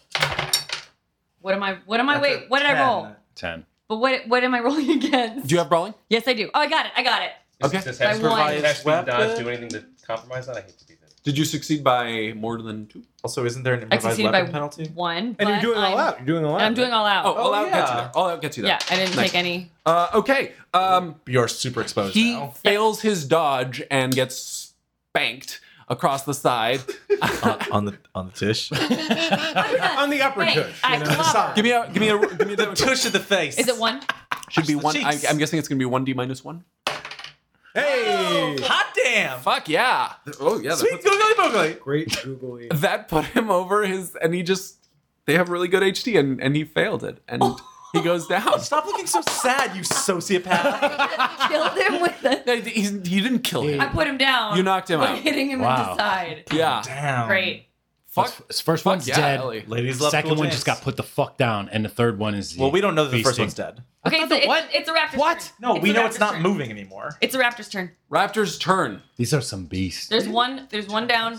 [SPEAKER 4] What am I? What am I? Wait. What did I roll?
[SPEAKER 8] Ten.
[SPEAKER 4] But what? What am I [LAUGHS] rolling against?
[SPEAKER 1] Do you have brawling?
[SPEAKER 4] Yes, I do. Oh, I got it. I got it.
[SPEAKER 10] Does-
[SPEAKER 1] Okay.
[SPEAKER 10] Does Hesper
[SPEAKER 4] I won.
[SPEAKER 10] Hesper and Dodge
[SPEAKER 2] Weapon.
[SPEAKER 10] do anything to compromise that? I hate to be this.
[SPEAKER 1] Did you succeed by more than two?
[SPEAKER 2] Also, isn't there an
[SPEAKER 4] I succeeded by one.
[SPEAKER 1] And you're
[SPEAKER 4] but
[SPEAKER 1] doing all
[SPEAKER 4] I'm-
[SPEAKER 1] out. You're doing all
[SPEAKER 4] and
[SPEAKER 1] out,
[SPEAKER 4] I'm doing
[SPEAKER 1] right?
[SPEAKER 4] all out.
[SPEAKER 1] Oh, all out gets you there. All out gets you there.
[SPEAKER 4] Yeah, I didn't
[SPEAKER 1] Nice.
[SPEAKER 4] take any.
[SPEAKER 1] Uh, okay. Um,
[SPEAKER 2] You're super exposed.
[SPEAKER 1] he
[SPEAKER 4] [LAUGHS]
[SPEAKER 1] fails his dodge and gets spanked across the side.
[SPEAKER 2] on, on the on the
[SPEAKER 4] [LAUGHS]
[SPEAKER 2] tush.
[SPEAKER 6] on the upper
[SPEAKER 4] Wait,
[SPEAKER 6] tush.
[SPEAKER 4] I
[SPEAKER 6] You know, the
[SPEAKER 4] clobber.
[SPEAKER 6] side.
[SPEAKER 1] give me a give me a give [LAUGHS] me a damage roll.
[SPEAKER 2] Tush in the face.
[SPEAKER 4] Is it one?
[SPEAKER 1] Should be one. I,
[SPEAKER 2] cheeks.
[SPEAKER 1] I'm guessing it's gonna be one d minus one.
[SPEAKER 6] Hey!
[SPEAKER 2] Hot damn!
[SPEAKER 1] Fuck yeah! Oh yeah. that
[SPEAKER 2] Sweet
[SPEAKER 1] puts-
[SPEAKER 2] googly boogly.
[SPEAKER 6] Great googly.
[SPEAKER 1] that put him over his, and he just they have really good HT, and and he failed it, and he [LAUGHS] goes down.
[SPEAKER 2] Stop looking so sad, you sociopath.
[SPEAKER 4] [LAUGHS] Killed him with the.
[SPEAKER 1] No, he- he's- he didn't kill him.
[SPEAKER 4] I put him down.
[SPEAKER 1] You knocked him
[SPEAKER 4] by
[SPEAKER 1] out.
[SPEAKER 4] Hitting him in
[SPEAKER 8] Wow.
[SPEAKER 4] the side.
[SPEAKER 1] Yeah.
[SPEAKER 2] Damn.
[SPEAKER 4] Ah. Great.
[SPEAKER 1] Fuck.
[SPEAKER 8] His first
[SPEAKER 1] Fuck
[SPEAKER 8] one's
[SPEAKER 1] yeah,
[SPEAKER 8] dead.
[SPEAKER 1] Ellie.
[SPEAKER 2] Ladies
[SPEAKER 8] The
[SPEAKER 2] love
[SPEAKER 8] second
[SPEAKER 2] cool
[SPEAKER 8] one
[SPEAKER 2] dance.
[SPEAKER 8] just got put the fuck down, and the third one is
[SPEAKER 2] Well, we don't know that the first
[SPEAKER 8] Feasting.
[SPEAKER 2] one's dead.
[SPEAKER 4] Okay, so it's, it's a raptor's turn.
[SPEAKER 2] What? No,
[SPEAKER 4] It's
[SPEAKER 2] we
[SPEAKER 4] a
[SPEAKER 2] know it's
[SPEAKER 4] raptor's
[SPEAKER 2] not
[SPEAKER 4] turn.
[SPEAKER 2] moving anymore.
[SPEAKER 4] It's a raptor's turn.
[SPEAKER 1] Raptor's turn.
[SPEAKER 8] These are some beasts.
[SPEAKER 4] There's one. There's one down.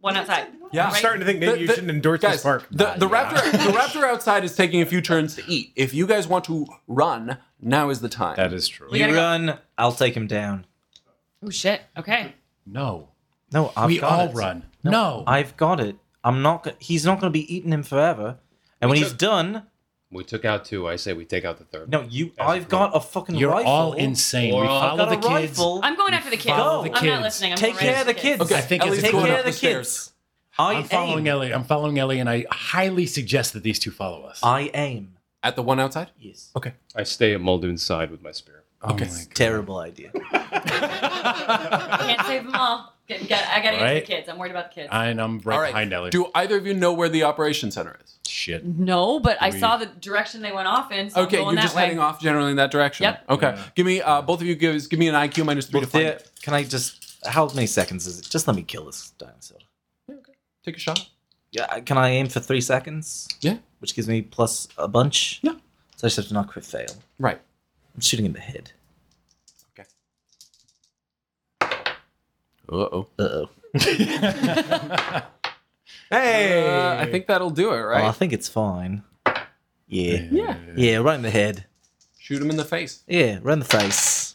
[SPEAKER 4] One outside.
[SPEAKER 1] Yeah.
[SPEAKER 6] I'm starting to think maybe
[SPEAKER 1] The-
[SPEAKER 6] you
[SPEAKER 1] the-
[SPEAKER 6] shouldn't endorse
[SPEAKER 1] guys,
[SPEAKER 6] this park.
[SPEAKER 1] The, the raptor, the raptor outside is taking a few turns to eat. If you guys want to run, now is the time.
[SPEAKER 8] That is true.
[SPEAKER 4] We gotta
[SPEAKER 2] You
[SPEAKER 4] go.
[SPEAKER 2] run, I'll take him down.
[SPEAKER 4] Oh shit. Okay.
[SPEAKER 8] No,
[SPEAKER 2] No, I've
[SPEAKER 8] we
[SPEAKER 2] got
[SPEAKER 8] all
[SPEAKER 2] it.
[SPEAKER 8] run. No,
[SPEAKER 2] I've got it. I'm not. go- He's not going to be eating him forever. And when he's done,
[SPEAKER 10] We took out two. I say we take out the third.
[SPEAKER 2] no, you.
[SPEAKER 10] As a
[SPEAKER 2] I've got a fucking
[SPEAKER 8] you're
[SPEAKER 2] rifle.
[SPEAKER 8] all insane.
[SPEAKER 10] We're
[SPEAKER 8] we
[SPEAKER 10] all-
[SPEAKER 8] follow
[SPEAKER 2] Got
[SPEAKER 8] the
[SPEAKER 2] a
[SPEAKER 8] kids.
[SPEAKER 2] rifle.
[SPEAKER 4] I'm going after the kids.
[SPEAKER 8] follow
[SPEAKER 4] I'm
[SPEAKER 8] the
[SPEAKER 4] not
[SPEAKER 8] kids.
[SPEAKER 4] listening. I'm
[SPEAKER 2] Take
[SPEAKER 4] going
[SPEAKER 2] care of the
[SPEAKER 4] right
[SPEAKER 2] kids.
[SPEAKER 4] after
[SPEAKER 8] I think
[SPEAKER 1] Ellie's
[SPEAKER 8] it's
[SPEAKER 2] Take
[SPEAKER 1] going
[SPEAKER 2] care
[SPEAKER 1] up
[SPEAKER 2] of the
[SPEAKER 1] the stairs.
[SPEAKER 2] kids. I
[SPEAKER 8] I'm following
[SPEAKER 2] aim.
[SPEAKER 8] Ellie. I'm following Ellie, and I highly suggest that these two follow us.
[SPEAKER 2] I aim.
[SPEAKER 1] At the one outside?
[SPEAKER 2] Yes.
[SPEAKER 10] I stay at Muldoon's side with my spear.
[SPEAKER 8] oh my
[SPEAKER 2] It's a terrible idea.
[SPEAKER 4] I can't save them all. Get, get, I gotta get
[SPEAKER 8] Right. Uh,
[SPEAKER 4] to the kids. I'm worried about the kids.
[SPEAKER 8] And I'm right,
[SPEAKER 1] All right.
[SPEAKER 8] behind Ellie.
[SPEAKER 1] Do either of you know where the operation center is?
[SPEAKER 8] Shit.
[SPEAKER 4] no, but I
[SPEAKER 8] We-
[SPEAKER 4] saw the direction they went off in. So
[SPEAKER 1] Okay,
[SPEAKER 4] I'm going
[SPEAKER 1] you're
[SPEAKER 4] that
[SPEAKER 1] just
[SPEAKER 4] way.
[SPEAKER 1] heading off generally in that direction.
[SPEAKER 4] Yep.
[SPEAKER 1] Okay. Give me uh, both of you gives give me an IQ minus three
[SPEAKER 2] Well,
[SPEAKER 1] to find.
[SPEAKER 2] there-
[SPEAKER 1] it.
[SPEAKER 2] can I just? How many seconds is it? Just let me kill this dinosaur.
[SPEAKER 1] Take a shot.
[SPEAKER 2] Yeah. I- Can I aim for three seconds?
[SPEAKER 1] Yeah.
[SPEAKER 2] Which gives me plus a bunch.
[SPEAKER 1] Yeah.
[SPEAKER 2] So I just have to not crit fail.
[SPEAKER 1] Right.
[SPEAKER 2] I'm shooting in the head.
[SPEAKER 1] Uh oh.
[SPEAKER 2] Uh oh.
[SPEAKER 1] Hey. I think that'll do it, right?
[SPEAKER 2] Oh, I think it's fine. Yeah.
[SPEAKER 1] yeah.
[SPEAKER 2] Yeah. Right in the head.
[SPEAKER 1] Shoot him in the face.
[SPEAKER 2] Yeah. Right in the face.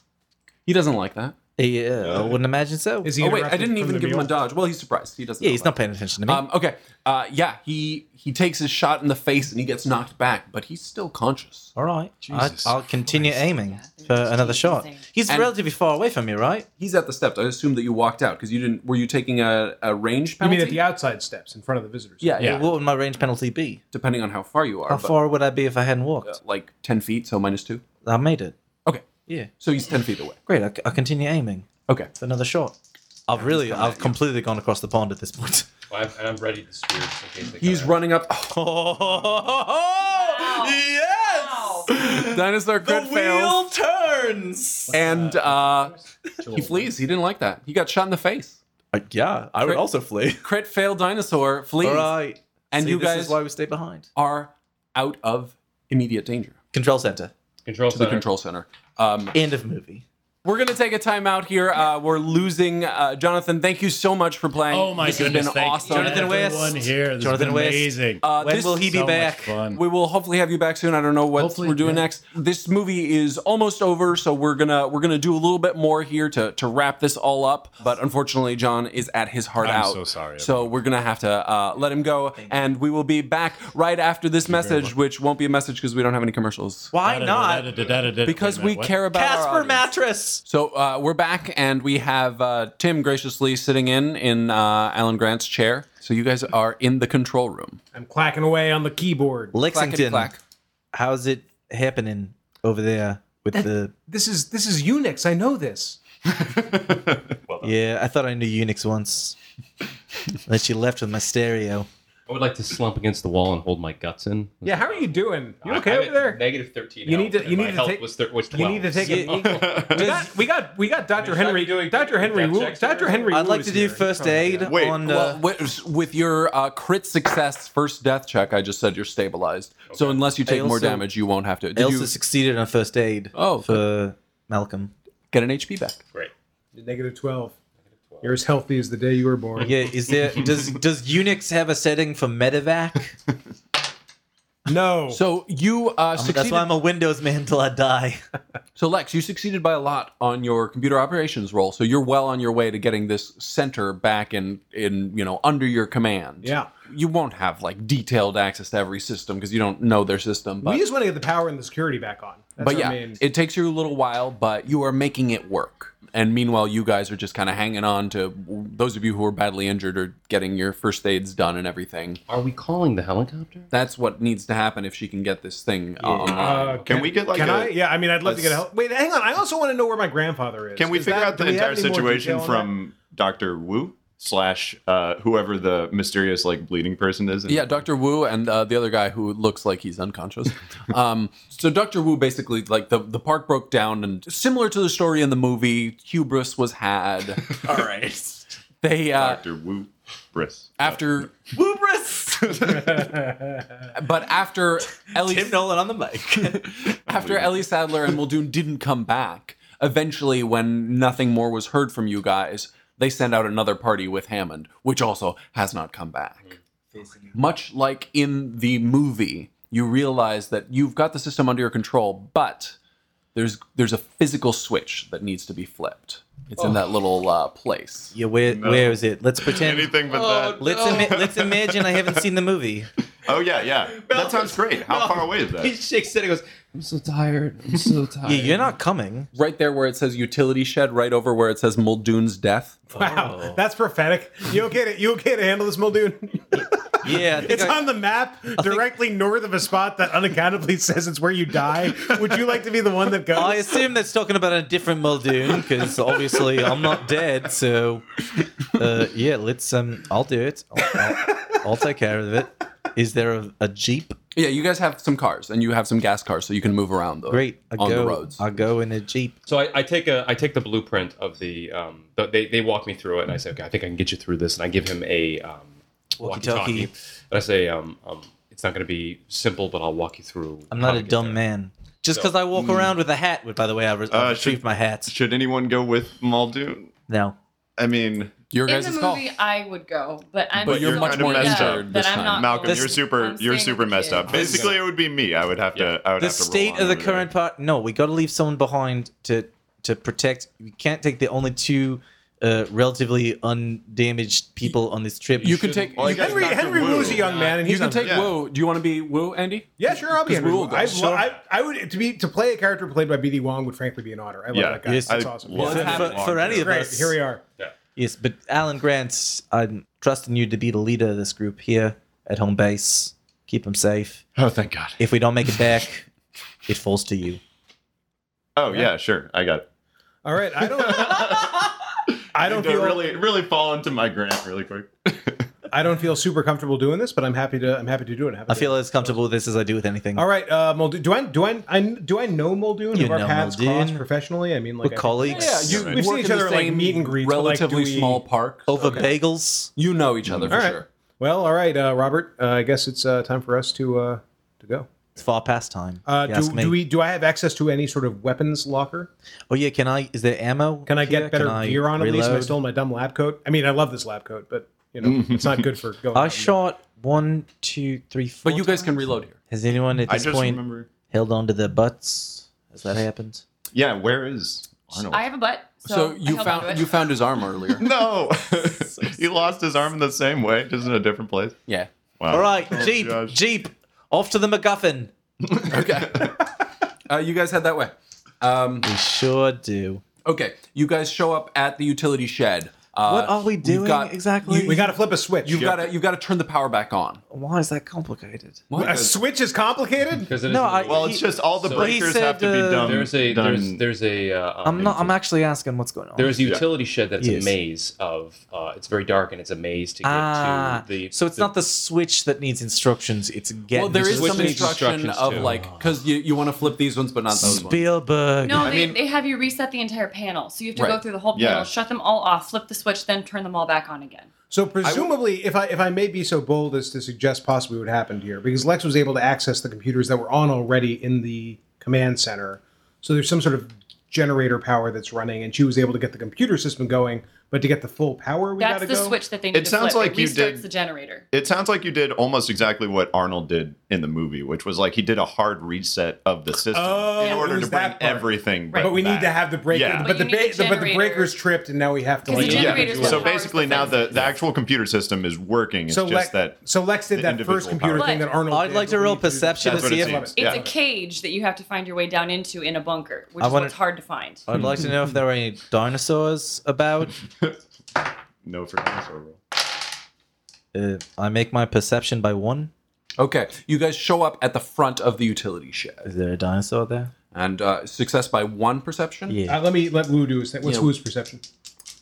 [SPEAKER 1] He doesn't like that.
[SPEAKER 2] Yeah. I wouldn't imagine so.
[SPEAKER 6] Is he
[SPEAKER 1] Oh wait, I
[SPEAKER 6] interrupted
[SPEAKER 1] didn't
[SPEAKER 6] from
[SPEAKER 1] even
[SPEAKER 6] the
[SPEAKER 1] give him a
[SPEAKER 6] meal?
[SPEAKER 1] dodge. Well, he's surprised. He doesn't.
[SPEAKER 2] yeah.
[SPEAKER 1] know
[SPEAKER 2] He's
[SPEAKER 1] that.
[SPEAKER 2] not paying attention to me.
[SPEAKER 1] Um, okay. Uh, yeah, he he takes his shot in the face and he gets knocked back, but he's still conscious.
[SPEAKER 2] All right. I,
[SPEAKER 8] Jesus
[SPEAKER 2] I'll continue aiming for another shot.
[SPEAKER 4] Jesus.
[SPEAKER 2] He's
[SPEAKER 1] And-
[SPEAKER 2] relatively far away from me, right?
[SPEAKER 1] He's at the steps. I assume that you walked out because you didn't. Were you taking a, a range
[SPEAKER 6] You
[SPEAKER 1] penalty?
[SPEAKER 6] mean at the outside steps in front of the visitors?
[SPEAKER 1] yeah, yeah.
[SPEAKER 8] Yeah.
[SPEAKER 2] What would my range penalty be?
[SPEAKER 1] Depending on how far you are.
[SPEAKER 2] How
[SPEAKER 1] but,
[SPEAKER 2] far would I be if I hadn't walked?
[SPEAKER 1] uh, like ten feet, so minus two.
[SPEAKER 2] I made it.
[SPEAKER 1] Okay,
[SPEAKER 2] Yeah.
[SPEAKER 1] so he's ten feet away.
[SPEAKER 2] Great. I, I continue aiming
[SPEAKER 1] Okay.
[SPEAKER 2] for another shot. I've really, I've completely gone across the pond at this point. [LAUGHS]
[SPEAKER 10] Well, I'm, and I'm ready to spear just in case they come
[SPEAKER 1] He's
[SPEAKER 10] out.
[SPEAKER 1] running up. Oh,
[SPEAKER 4] Wow.
[SPEAKER 2] Oh, Yes!
[SPEAKER 4] Wow.
[SPEAKER 1] dinosaur crit fails,
[SPEAKER 2] turns.
[SPEAKER 1] and uh, he flees. He didn't like that. He got shot in the face.
[SPEAKER 2] Uh, yeah, I would also flee.
[SPEAKER 1] Crit fail dinosaur flees,
[SPEAKER 2] All right.
[SPEAKER 1] and
[SPEAKER 2] See,
[SPEAKER 1] you
[SPEAKER 2] this
[SPEAKER 1] guys
[SPEAKER 2] is why we stay behind.
[SPEAKER 1] are out of immediate danger.
[SPEAKER 2] Control center.
[SPEAKER 10] control
[SPEAKER 1] To the
[SPEAKER 10] center.
[SPEAKER 1] control center. Um,
[SPEAKER 2] End of movie.
[SPEAKER 1] We're gonna take a time out here. Uh, we're losing uh, Jonathan. Thank you so much for playing.
[SPEAKER 8] Oh my
[SPEAKER 1] this
[SPEAKER 8] goodness!
[SPEAKER 1] has been
[SPEAKER 8] thank
[SPEAKER 1] awesome.
[SPEAKER 2] Jonathan West.
[SPEAKER 8] Everyone here. This
[SPEAKER 2] Jonathan
[SPEAKER 8] has been
[SPEAKER 2] West.
[SPEAKER 8] amazing.
[SPEAKER 1] Uh,
[SPEAKER 2] When
[SPEAKER 1] this-
[SPEAKER 2] will he be
[SPEAKER 8] so
[SPEAKER 2] back?
[SPEAKER 8] Much fun.
[SPEAKER 1] We will hopefully have you back soon. I don't know what
[SPEAKER 8] Hopefully,
[SPEAKER 1] we're doing
[SPEAKER 8] yeah.
[SPEAKER 1] next. This movie is almost over, so we're gonna we're gonna do a little bit more here to to wrap this all up. But unfortunately, John is at his heart
[SPEAKER 8] I'm
[SPEAKER 1] out.
[SPEAKER 8] so sorry,
[SPEAKER 1] So we're gonna have to uh, let him go, and we will be back right after this message, which won't be a message because we don't have any commercials.
[SPEAKER 2] Why not?
[SPEAKER 8] Da-da-da-da-da-da-da.
[SPEAKER 1] Because
[SPEAKER 8] Wait a
[SPEAKER 1] we
[SPEAKER 8] minute, what?
[SPEAKER 1] care about our
[SPEAKER 2] Casper
[SPEAKER 1] audience.
[SPEAKER 2] mattress.
[SPEAKER 1] So uh, we're back, and we have uh, Tim graciously sitting in in uh, Alan Grant's chair. So you guys are in the control room.
[SPEAKER 6] I'm clacking away on the keyboard.
[SPEAKER 1] Clackety
[SPEAKER 2] Lexington.
[SPEAKER 1] clack.
[SPEAKER 2] How's it happening over there with the?
[SPEAKER 6] This is this is Unix. I know this.
[SPEAKER 2] Yeah, I thought I knew Unix [LAUGHS] once. That she left with my stereo.
[SPEAKER 10] I would like to slump against the wall and hold my guts in.
[SPEAKER 6] Yeah, how are you doing? You okay
[SPEAKER 10] I'm
[SPEAKER 6] over
[SPEAKER 10] at
[SPEAKER 6] there?
[SPEAKER 10] Negative thirteen.
[SPEAKER 6] You
[SPEAKER 10] health,
[SPEAKER 6] need to-
[SPEAKER 10] and
[SPEAKER 6] you
[SPEAKER 10] my
[SPEAKER 6] need to
[SPEAKER 10] health
[SPEAKER 6] take-
[SPEAKER 10] Was thir- was
[SPEAKER 6] You need to
[SPEAKER 10] 12.
[SPEAKER 6] take a.
[SPEAKER 5] [LAUGHS]
[SPEAKER 6] we, got, we got we got Dr. Henry
[SPEAKER 10] doing
[SPEAKER 6] Dr. Henry
[SPEAKER 10] gut
[SPEAKER 6] Wu-
[SPEAKER 10] checks
[SPEAKER 6] Dr.
[SPEAKER 10] or-
[SPEAKER 6] Henry.
[SPEAKER 2] I'd
[SPEAKER 6] Wu
[SPEAKER 2] like
[SPEAKER 6] is
[SPEAKER 2] to do
[SPEAKER 6] here.
[SPEAKER 2] first aid
[SPEAKER 9] Wait,
[SPEAKER 2] on.
[SPEAKER 1] Well,
[SPEAKER 2] uh,
[SPEAKER 1] with, with your uh, crit success first death check, I just said you're stabilized. So unless you take more
[SPEAKER 2] also-
[SPEAKER 1] damage, you won't have to.
[SPEAKER 2] I
[SPEAKER 1] Did
[SPEAKER 2] also
[SPEAKER 1] you
[SPEAKER 2] succeeded on first aid
[SPEAKER 1] Oh,
[SPEAKER 2] for Malcolm.
[SPEAKER 1] get an HP back?
[SPEAKER 10] Great.
[SPEAKER 6] Negative 12. You're as healthy as the day you were
[SPEAKER 1] [LAUGHS]
[SPEAKER 6] born.
[SPEAKER 2] Yeah, is there does does Unix have a setting for medevac?
[SPEAKER 6] No.
[SPEAKER 1] So you uh,
[SPEAKER 2] I'm-
[SPEAKER 1] succeeded.
[SPEAKER 2] Um, that's why I'm a Windows man till I [LAUGHS] die.
[SPEAKER 1] so Lex, you succeeded by a lot on your computer operations role. So you're well on your way to getting this center back in in you know under your command.
[SPEAKER 6] Yeah.
[SPEAKER 1] You won't have like detailed access to every system because you don't know their system. But
[SPEAKER 6] we just want to get the power and the security back on. That's
[SPEAKER 1] but
[SPEAKER 6] our
[SPEAKER 1] yeah,
[SPEAKER 6] main-
[SPEAKER 1] it takes you a little while, but you are making it work. And meanwhile, you guys are just kind of hanging on to those of you who are badly injured are getting your first aids done and everything.
[SPEAKER 5] Are we calling the [LAUGHS] helicopter?
[SPEAKER 1] That's what needs to happen if she can get this thing uh, online.
[SPEAKER 6] Uh,
[SPEAKER 9] Can we get like
[SPEAKER 6] Can
[SPEAKER 9] a-
[SPEAKER 6] I? Yeah, I mean, I'd love
[SPEAKER 9] a
[SPEAKER 6] to get
[SPEAKER 9] s-
[SPEAKER 6] help. Wait, hang on. I also want to know where my grandfather is.
[SPEAKER 9] Can we
[SPEAKER 6] Is
[SPEAKER 9] figure
[SPEAKER 6] that-
[SPEAKER 9] out the
[SPEAKER 6] do we have
[SPEAKER 9] entire
[SPEAKER 6] any more
[SPEAKER 9] situation
[SPEAKER 6] detail on
[SPEAKER 9] from Doctor Wu slash uh, whoever the mysterious like bleeding person is?
[SPEAKER 1] Yeah, Dr. Wu and uh, the other guy who looks like
[SPEAKER 9] [LAUGHS]
[SPEAKER 1] he's unconscious. um, so Dr. Wu basically like the the park broke down, and similar to the story in the movie, hubris
[SPEAKER 9] [LAUGHS]
[SPEAKER 1] was had.
[SPEAKER 9] All right.
[SPEAKER 1] They uh,
[SPEAKER 9] Doctor Wu Briss.
[SPEAKER 1] after,
[SPEAKER 2] [LAUGHS]
[SPEAKER 9] Wubris.
[SPEAKER 1] but after Ellie
[SPEAKER 2] Tim Nolan on the mic.
[SPEAKER 1] after Ellie Sadler and Muldoon didn't come back, eventually, when nothing more was heard from you guys, they send out another party with Hammond, which also has not come back. Much like in the movie, you realize that you've got the system under your control, but there's there's a physical switch that needs to be flipped. It's in that little uh, place.
[SPEAKER 2] [LAUGHS] yeah, where where is it? Let's pretend.
[SPEAKER 9] Anything but that.
[SPEAKER 2] Let's ima- let's imagine I haven't seen the [LAUGHS] movie.
[SPEAKER 9] Oh yeah, yeah. that sounds great. How far away is that?
[SPEAKER 10] He shakes it and goes, I'm so tired. I'm
[SPEAKER 6] [LAUGHS]
[SPEAKER 10] so tired.
[SPEAKER 2] Yeah, you're not coming.
[SPEAKER 1] Right there where it says utility shed, right over where it says Muldoon's death.
[SPEAKER 2] [LAUGHS]
[SPEAKER 6] Wow,
[SPEAKER 2] Oh.
[SPEAKER 6] that's prophetic. You okay to you okay to handle this, Muldoon?
[SPEAKER 2] Yeah, I think
[SPEAKER 6] It's
[SPEAKER 2] I-
[SPEAKER 6] on the map, directly north of a spot that unaccountably [LAUGHS] says it's where you die. Would you like to be the one that
[SPEAKER 2] I
[SPEAKER 6] goes?
[SPEAKER 2] assume that's talking about a different Muldoon because obviously I'm not dead. So, uh, yeah, let's. Um, I'll do it. I'll, I'll, I'll take care of it. Is there a, a jeep?
[SPEAKER 1] Yeah, you guys have some cars and you have some gas cars, so you can move around though.
[SPEAKER 2] Great. I
[SPEAKER 1] on
[SPEAKER 2] go, Uh,
[SPEAKER 1] the roads.
[SPEAKER 2] I go in a jeep.
[SPEAKER 5] So I, I take a I take the blueprint of the um the, they they walk me through it and I say okay I think I can get you through this and I give him a um,
[SPEAKER 2] Walkie-talkie.
[SPEAKER 5] walkie-talkie and I say um, um it's not going to be simple but I'll walk you through.
[SPEAKER 2] I'm
[SPEAKER 5] how
[SPEAKER 2] not
[SPEAKER 5] to
[SPEAKER 2] a
[SPEAKER 5] get
[SPEAKER 2] dumb
[SPEAKER 5] there."
[SPEAKER 2] man. Just because I walk around with a hat, which by the way, I re- I've
[SPEAKER 9] mm. Uh,
[SPEAKER 2] retrieved
[SPEAKER 9] should-
[SPEAKER 2] my hat.
[SPEAKER 9] Should anyone go with Muldoon?
[SPEAKER 2] No.
[SPEAKER 9] I mean,
[SPEAKER 1] Your
[SPEAKER 4] In
[SPEAKER 1] guys'
[SPEAKER 4] the
[SPEAKER 1] call.
[SPEAKER 4] movie, I would go, but I'm
[SPEAKER 9] But you're
[SPEAKER 4] so
[SPEAKER 9] much more
[SPEAKER 4] fucked
[SPEAKER 9] messed
[SPEAKER 4] up
[SPEAKER 1] up
[SPEAKER 4] that
[SPEAKER 1] this
[SPEAKER 4] I'm
[SPEAKER 1] time.
[SPEAKER 4] not
[SPEAKER 9] Malcolm,
[SPEAKER 4] going.
[SPEAKER 9] you're super.
[SPEAKER 4] I'm
[SPEAKER 9] You're
[SPEAKER 4] staying
[SPEAKER 9] super
[SPEAKER 4] with the
[SPEAKER 9] messed
[SPEAKER 4] kids.
[SPEAKER 9] up. Basically, it would be me. I would have to. I would
[SPEAKER 2] The
[SPEAKER 9] have to. roll
[SPEAKER 2] state
[SPEAKER 9] on
[SPEAKER 2] of the
[SPEAKER 9] over
[SPEAKER 2] current part. No, we got to leave someone behind to to protect. We can't take the only two uh, relatively undamaged people on this trip.
[SPEAKER 1] You can take.
[SPEAKER 9] Well, I
[SPEAKER 1] you
[SPEAKER 9] guess
[SPEAKER 1] can-
[SPEAKER 6] Henry
[SPEAKER 9] Dr.
[SPEAKER 6] Henry
[SPEAKER 9] Wu.
[SPEAKER 6] Wu's a young man, and
[SPEAKER 1] You
[SPEAKER 6] he's
[SPEAKER 1] can
[SPEAKER 6] on-
[SPEAKER 1] take
[SPEAKER 9] Yeah.
[SPEAKER 1] Woo. Do you want to be Woo, Andy?
[SPEAKER 6] Yeah, sure, I'll be
[SPEAKER 1] 'Cause
[SPEAKER 6] Henry
[SPEAKER 1] Wu
[SPEAKER 6] Wu.
[SPEAKER 1] will go.
[SPEAKER 6] I,
[SPEAKER 1] Sure.
[SPEAKER 6] I, I would to be to play a character played by BD Wong would frankly be an honor. I love
[SPEAKER 9] Yeah.
[SPEAKER 6] that guy.
[SPEAKER 2] Yes,
[SPEAKER 6] That's
[SPEAKER 9] I
[SPEAKER 6] awesome.
[SPEAKER 9] love
[SPEAKER 2] For-
[SPEAKER 9] that.
[SPEAKER 2] for, for any of
[SPEAKER 6] Great.
[SPEAKER 2] us.
[SPEAKER 6] Here we are.
[SPEAKER 2] Yes, but Alan Grant, I'm trusting you to be the leader of this group here at home base. Keep them safe.
[SPEAKER 8] Oh, thank God.
[SPEAKER 2] If we don't make
[SPEAKER 9] [LAUGHS]
[SPEAKER 2] it back, it falls to you.
[SPEAKER 9] Oh yeah, sure. I got it.
[SPEAKER 6] All right. I don't. I don't
[SPEAKER 9] Don't
[SPEAKER 6] feel
[SPEAKER 9] really, really fall into my grant really [LAUGHS] quick.
[SPEAKER 6] I don't feel super comfortable doing this, but I'm happy to. I'm happy to do it. Have a
[SPEAKER 2] I
[SPEAKER 6] good
[SPEAKER 2] feel as comfortable with this as I do with anything.
[SPEAKER 6] All right, uh, Muldoon. Do I do I, I do I know Muldoon?
[SPEAKER 2] You
[SPEAKER 6] Have our
[SPEAKER 2] know
[SPEAKER 6] paths
[SPEAKER 2] Muldoon.
[SPEAKER 6] crossed professionally? I mean, like
[SPEAKER 2] We're
[SPEAKER 6] I-
[SPEAKER 2] colleagues
[SPEAKER 1] Yeah, you,
[SPEAKER 6] We've
[SPEAKER 1] work
[SPEAKER 6] seen
[SPEAKER 1] in
[SPEAKER 6] each
[SPEAKER 1] the
[SPEAKER 6] other at, like,
[SPEAKER 1] same
[SPEAKER 6] meet and greets, but, like, do
[SPEAKER 1] Relatively
[SPEAKER 6] we-
[SPEAKER 1] small park.
[SPEAKER 2] over bagels.
[SPEAKER 1] You know each other for
[SPEAKER 6] All right.
[SPEAKER 1] sure.
[SPEAKER 6] Well, all right, uh, Robert. Uh, I guess it's uh, time for us to uh, to go.
[SPEAKER 2] It's far past time.
[SPEAKER 6] Uh,
[SPEAKER 2] if you ask
[SPEAKER 6] do,
[SPEAKER 2] me.
[SPEAKER 6] do we? Do I have access to any sort of weapons locker?
[SPEAKER 2] Oh yeah, can I? Is there ammo?
[SPEAKER 6] Can I
[SPEAKER 2] here?
[SPEAKER 6] get better
[SPEAKER 2] Can I
[SPEAKER 6] gear on at least? and I
[SPEAKER 2] reload? Mm-hmm.
[SPEAKER 6] stole my dumb lab coat. I mean, I love this lab coat, but you know, it's not good for going.
[SPEAKER 2] [LAUGHS]
[SPEAKER 6] out
[SPEAKER 2] I
[SPEAKER 6] in the-
[SPEAKER 2] shot one, two, three, four.
[SPEAKER 1] But you guys can
[SPEAKER 2] times.
[SPEAKER 1] reload here.
[SPEAKER 2] Has anyone at
[SPEAKER 9] I
[SPEAKER 2] this
[SPEAKER 9] just
[SPEAKER 2] point
[SPEAKER 9] remember.
[SPEAKER 2] held onto their butts? Has that happened?
[SPEAKER 9] Yeah, where is Arnold?
[SPEAKER 4] I have a butt. So,
[SPEAKER 1] So,
[SPEAKER 4] I
[SPEAKER 1] you
[SPEAKER 4] held onto
[SPEAKER 1] found
[SPEAKER 4] it.
[SPEAKER 1] you found his arm
[SPEAKER 6] [LAUGHS]
[SPEAKER 1] earlier.
[SPEAKER 11] [LAUGHS]
[SPEAKER 9] No, he lost his arm in the same way, just in a different place.
[SPEAKER 1] yeah.
[SPEAKER 9] Wow.
[SPEAKER 2] All right,
[SPEAKER 9] Oh,
[SPEAKER 2] jeep,
[SPEAKER 9] gosh.
[SPEAKER 2] jeep, off to the MacGuffin.
[SPEAKER 1] Okay.
[SPEAKER 6] [LAUGHS]
[SPEAKER 1] uh, you guys head that way. Um,
[SPEAKER 2] We sure do.
[SPEAKER 1] okay. You guys show up at the utility shed. Uh,
[SPEAKER 2] What are we
[SPEAKER 1] you've
[SPEAKER 2] doing
[SPEAKER 1] got-
[SPEAKER 2] exactly?
[SPEAKER 6] We got to flip a switch.
[SPEAKER 1] You've got to you've got to turn the power back on.
[SPEAKER 2] Why is that complicated?
[SPEAKER 6] a switch is complicated.
[SPEAKER 5] 'Cause it is
[SPEAKER 2] No,
[SPEAKER 5] in the
[SPEAKER 2] I-
[SPEAKER 5] movie.
[SPEAKER 9] Well, it's
[SPEAKER 2] He-
[SPEAKER 9] just all the
[SPEAKER 5] so-
[SPEAKER 2] he
[SPEAKER 9] breakers
[SPEAKER 2] said,
[SPEAKER 9] have to be
[SPEAKER 2] uh,
[SPEAKER 9] done.
[SPEAKER 5] there's a
[SPEAKER 9] done.
[SPEAKER 5] there's there's a uh, um,
[SPEAKER 2] I'm not. I'm actually asking what's going on.
[SPEAKER 5] There's a utility shed that's
[SPEAKER 2] Yes.
[SPEAKER 5] a maze of. Uh, it's very dark and it's a maze to get
[SPEAKER 2] ah,
[SPEAKER 5] to the.
[SPEAKER 2] so it's
[SPEAKER 5] the-
[SPEAKER 2] not the switch that needs instructions. It's getting
[SPEAKER 1] Well, there is
[SPEAKER 5] Which
[SPEAKER 1] some
[SPEAKER 5] needs
[SPEAKER 1] instruction
[SPEAKER 5] instructions,
[SPEAKER 1] of
[SPEAKER 5] too.
[SPEAKER 1] like because you, you want to flip these ones but not those ones.
[SPEAKER 2] Spielberg.
[SPEAKER 4] No,
[SPEAKER 9] I
[SPEAKER 4] they,
[SPEAKER 9] mean-
[SPEAKER 4] they have you reset the entire panel, so you have to go
[SPEAKER 1] Right.
[SPEAKER 4] through the whole
[SPEAKER 9] Yeah.
[SPEAKER 4] panel, shut them all off, flip the switch, then turn them all back on again.
[SPEAKER 6] So presumably, if I if I may be so bold as to suggest possibly what happened here, because Lex was able to access the computers that were on already in the command center, so there's some sort of generator power that's running, and she was able to get the computer system going But to get the full power, we
[SPEAKER 4] That's
[SPEAKER 6] gotta
[SPEAKER 4] the
[SPEAKER 6] go.
[SPEAKER 4] switch that they
[SPEAKER 11] It
[SPEAKER 4] need to
[SPEAKER 11] sounds
[SPEAKER 4] flip.
[SPEAKER 11] like
[SPEAKER 4] it
[SPEAKER 11] you
[SPEAKER 4] restarts
[SPEAKER 11] did-
[SPEAKER 4] the generator.
[SPEAKER 11] It sounds like you did almost exactly what Arnold did in the movie, which was like he did a hard reset of the system
[SPEAKER 6] Oh,
[SPEAKER 11] in
[SPEAKER 6] it
[SPEAKER 11] order
[SPEAKER 6] was
[SPEAKER 11] to bring
[SPEAKER 6] that part.
[SPEAKER 11] everything.
[SPEAKER 6] But we
[SPEAKER 11] back.
[SPEAKER 6] need to have the breaker.
[SPEAKER 11] Yeah.
[SPEAKER 6] But, the,
[SPEAKER 4] you need
[SPEAKER 6] ba-
[SPEAKER 4] the
[SPEAKER 6] but the
[SPEAKER 4] generator.
[SPEAKER 6] breaker's tripped, and now we have to.
[SPEAKER 4] Because
[SPEAKER 6] like,
[SPEAKER 4] the
[SPEAKER 11] Yeah.
[SPEAKER 4] generators will
[SPEAKER 11] So
[SPEAKER 4] power the
[SPEAKER 11] basically, now the, the actual computer system is working. It's
[SPEAKER 6] So
[SPEAKER 11] just
[SPEAKER 6] Lex-
[SPEAKER 11] that.
[SPEAKER 6] So Lex did
[SPEAKER 11] the
[SPEAKER 6] that first
[SPEAKER 11] individual
[SPEAKER 6] computer
[SPEAKER 4] power.
[SPEAKER 6] thing that
[SPEAKER 4] But-
[SPEAKER 6] Arnold.
[SPEAKER 2] I'd
[SPEAKER 6] did.
[SPEAKER 2] like uh, to roll perception to
[SPEAKER 11] That's what it
[SPEAKER 2] see if
[SPEAKER 11] seems.
[SPEAKER 4] It's
[SPEAKER 11] Yeah.
[SPEAKER 4] a cage that you have to find your way down into in a bunker, which
[SPEAKER 2] I
[SPEAKER 4] is
[SPEAKER 2] wanna-
[SPEAKER 4] what's hard to find.
[SPEAKER 2] I'd like to know if there were any dinosaurs about.
[SPEAKER 11] No for dinosaur roll.
[SPEAKER 2] Uh, I make my perception by one.
[SPEAKER 1] Okay, you guys show up at the front of the utility shed,
[SPEAKER 2] Is there a dinosaur there?
[SPEAKER 1] and uh, success by one perception.
[SPEAKER 2] Yeah.
[SPEAKER 6] Uh, let me let Wu do his thing. What's
[SPEAKER 1] Yeah.
[SPEAKER 6] Wu's perception?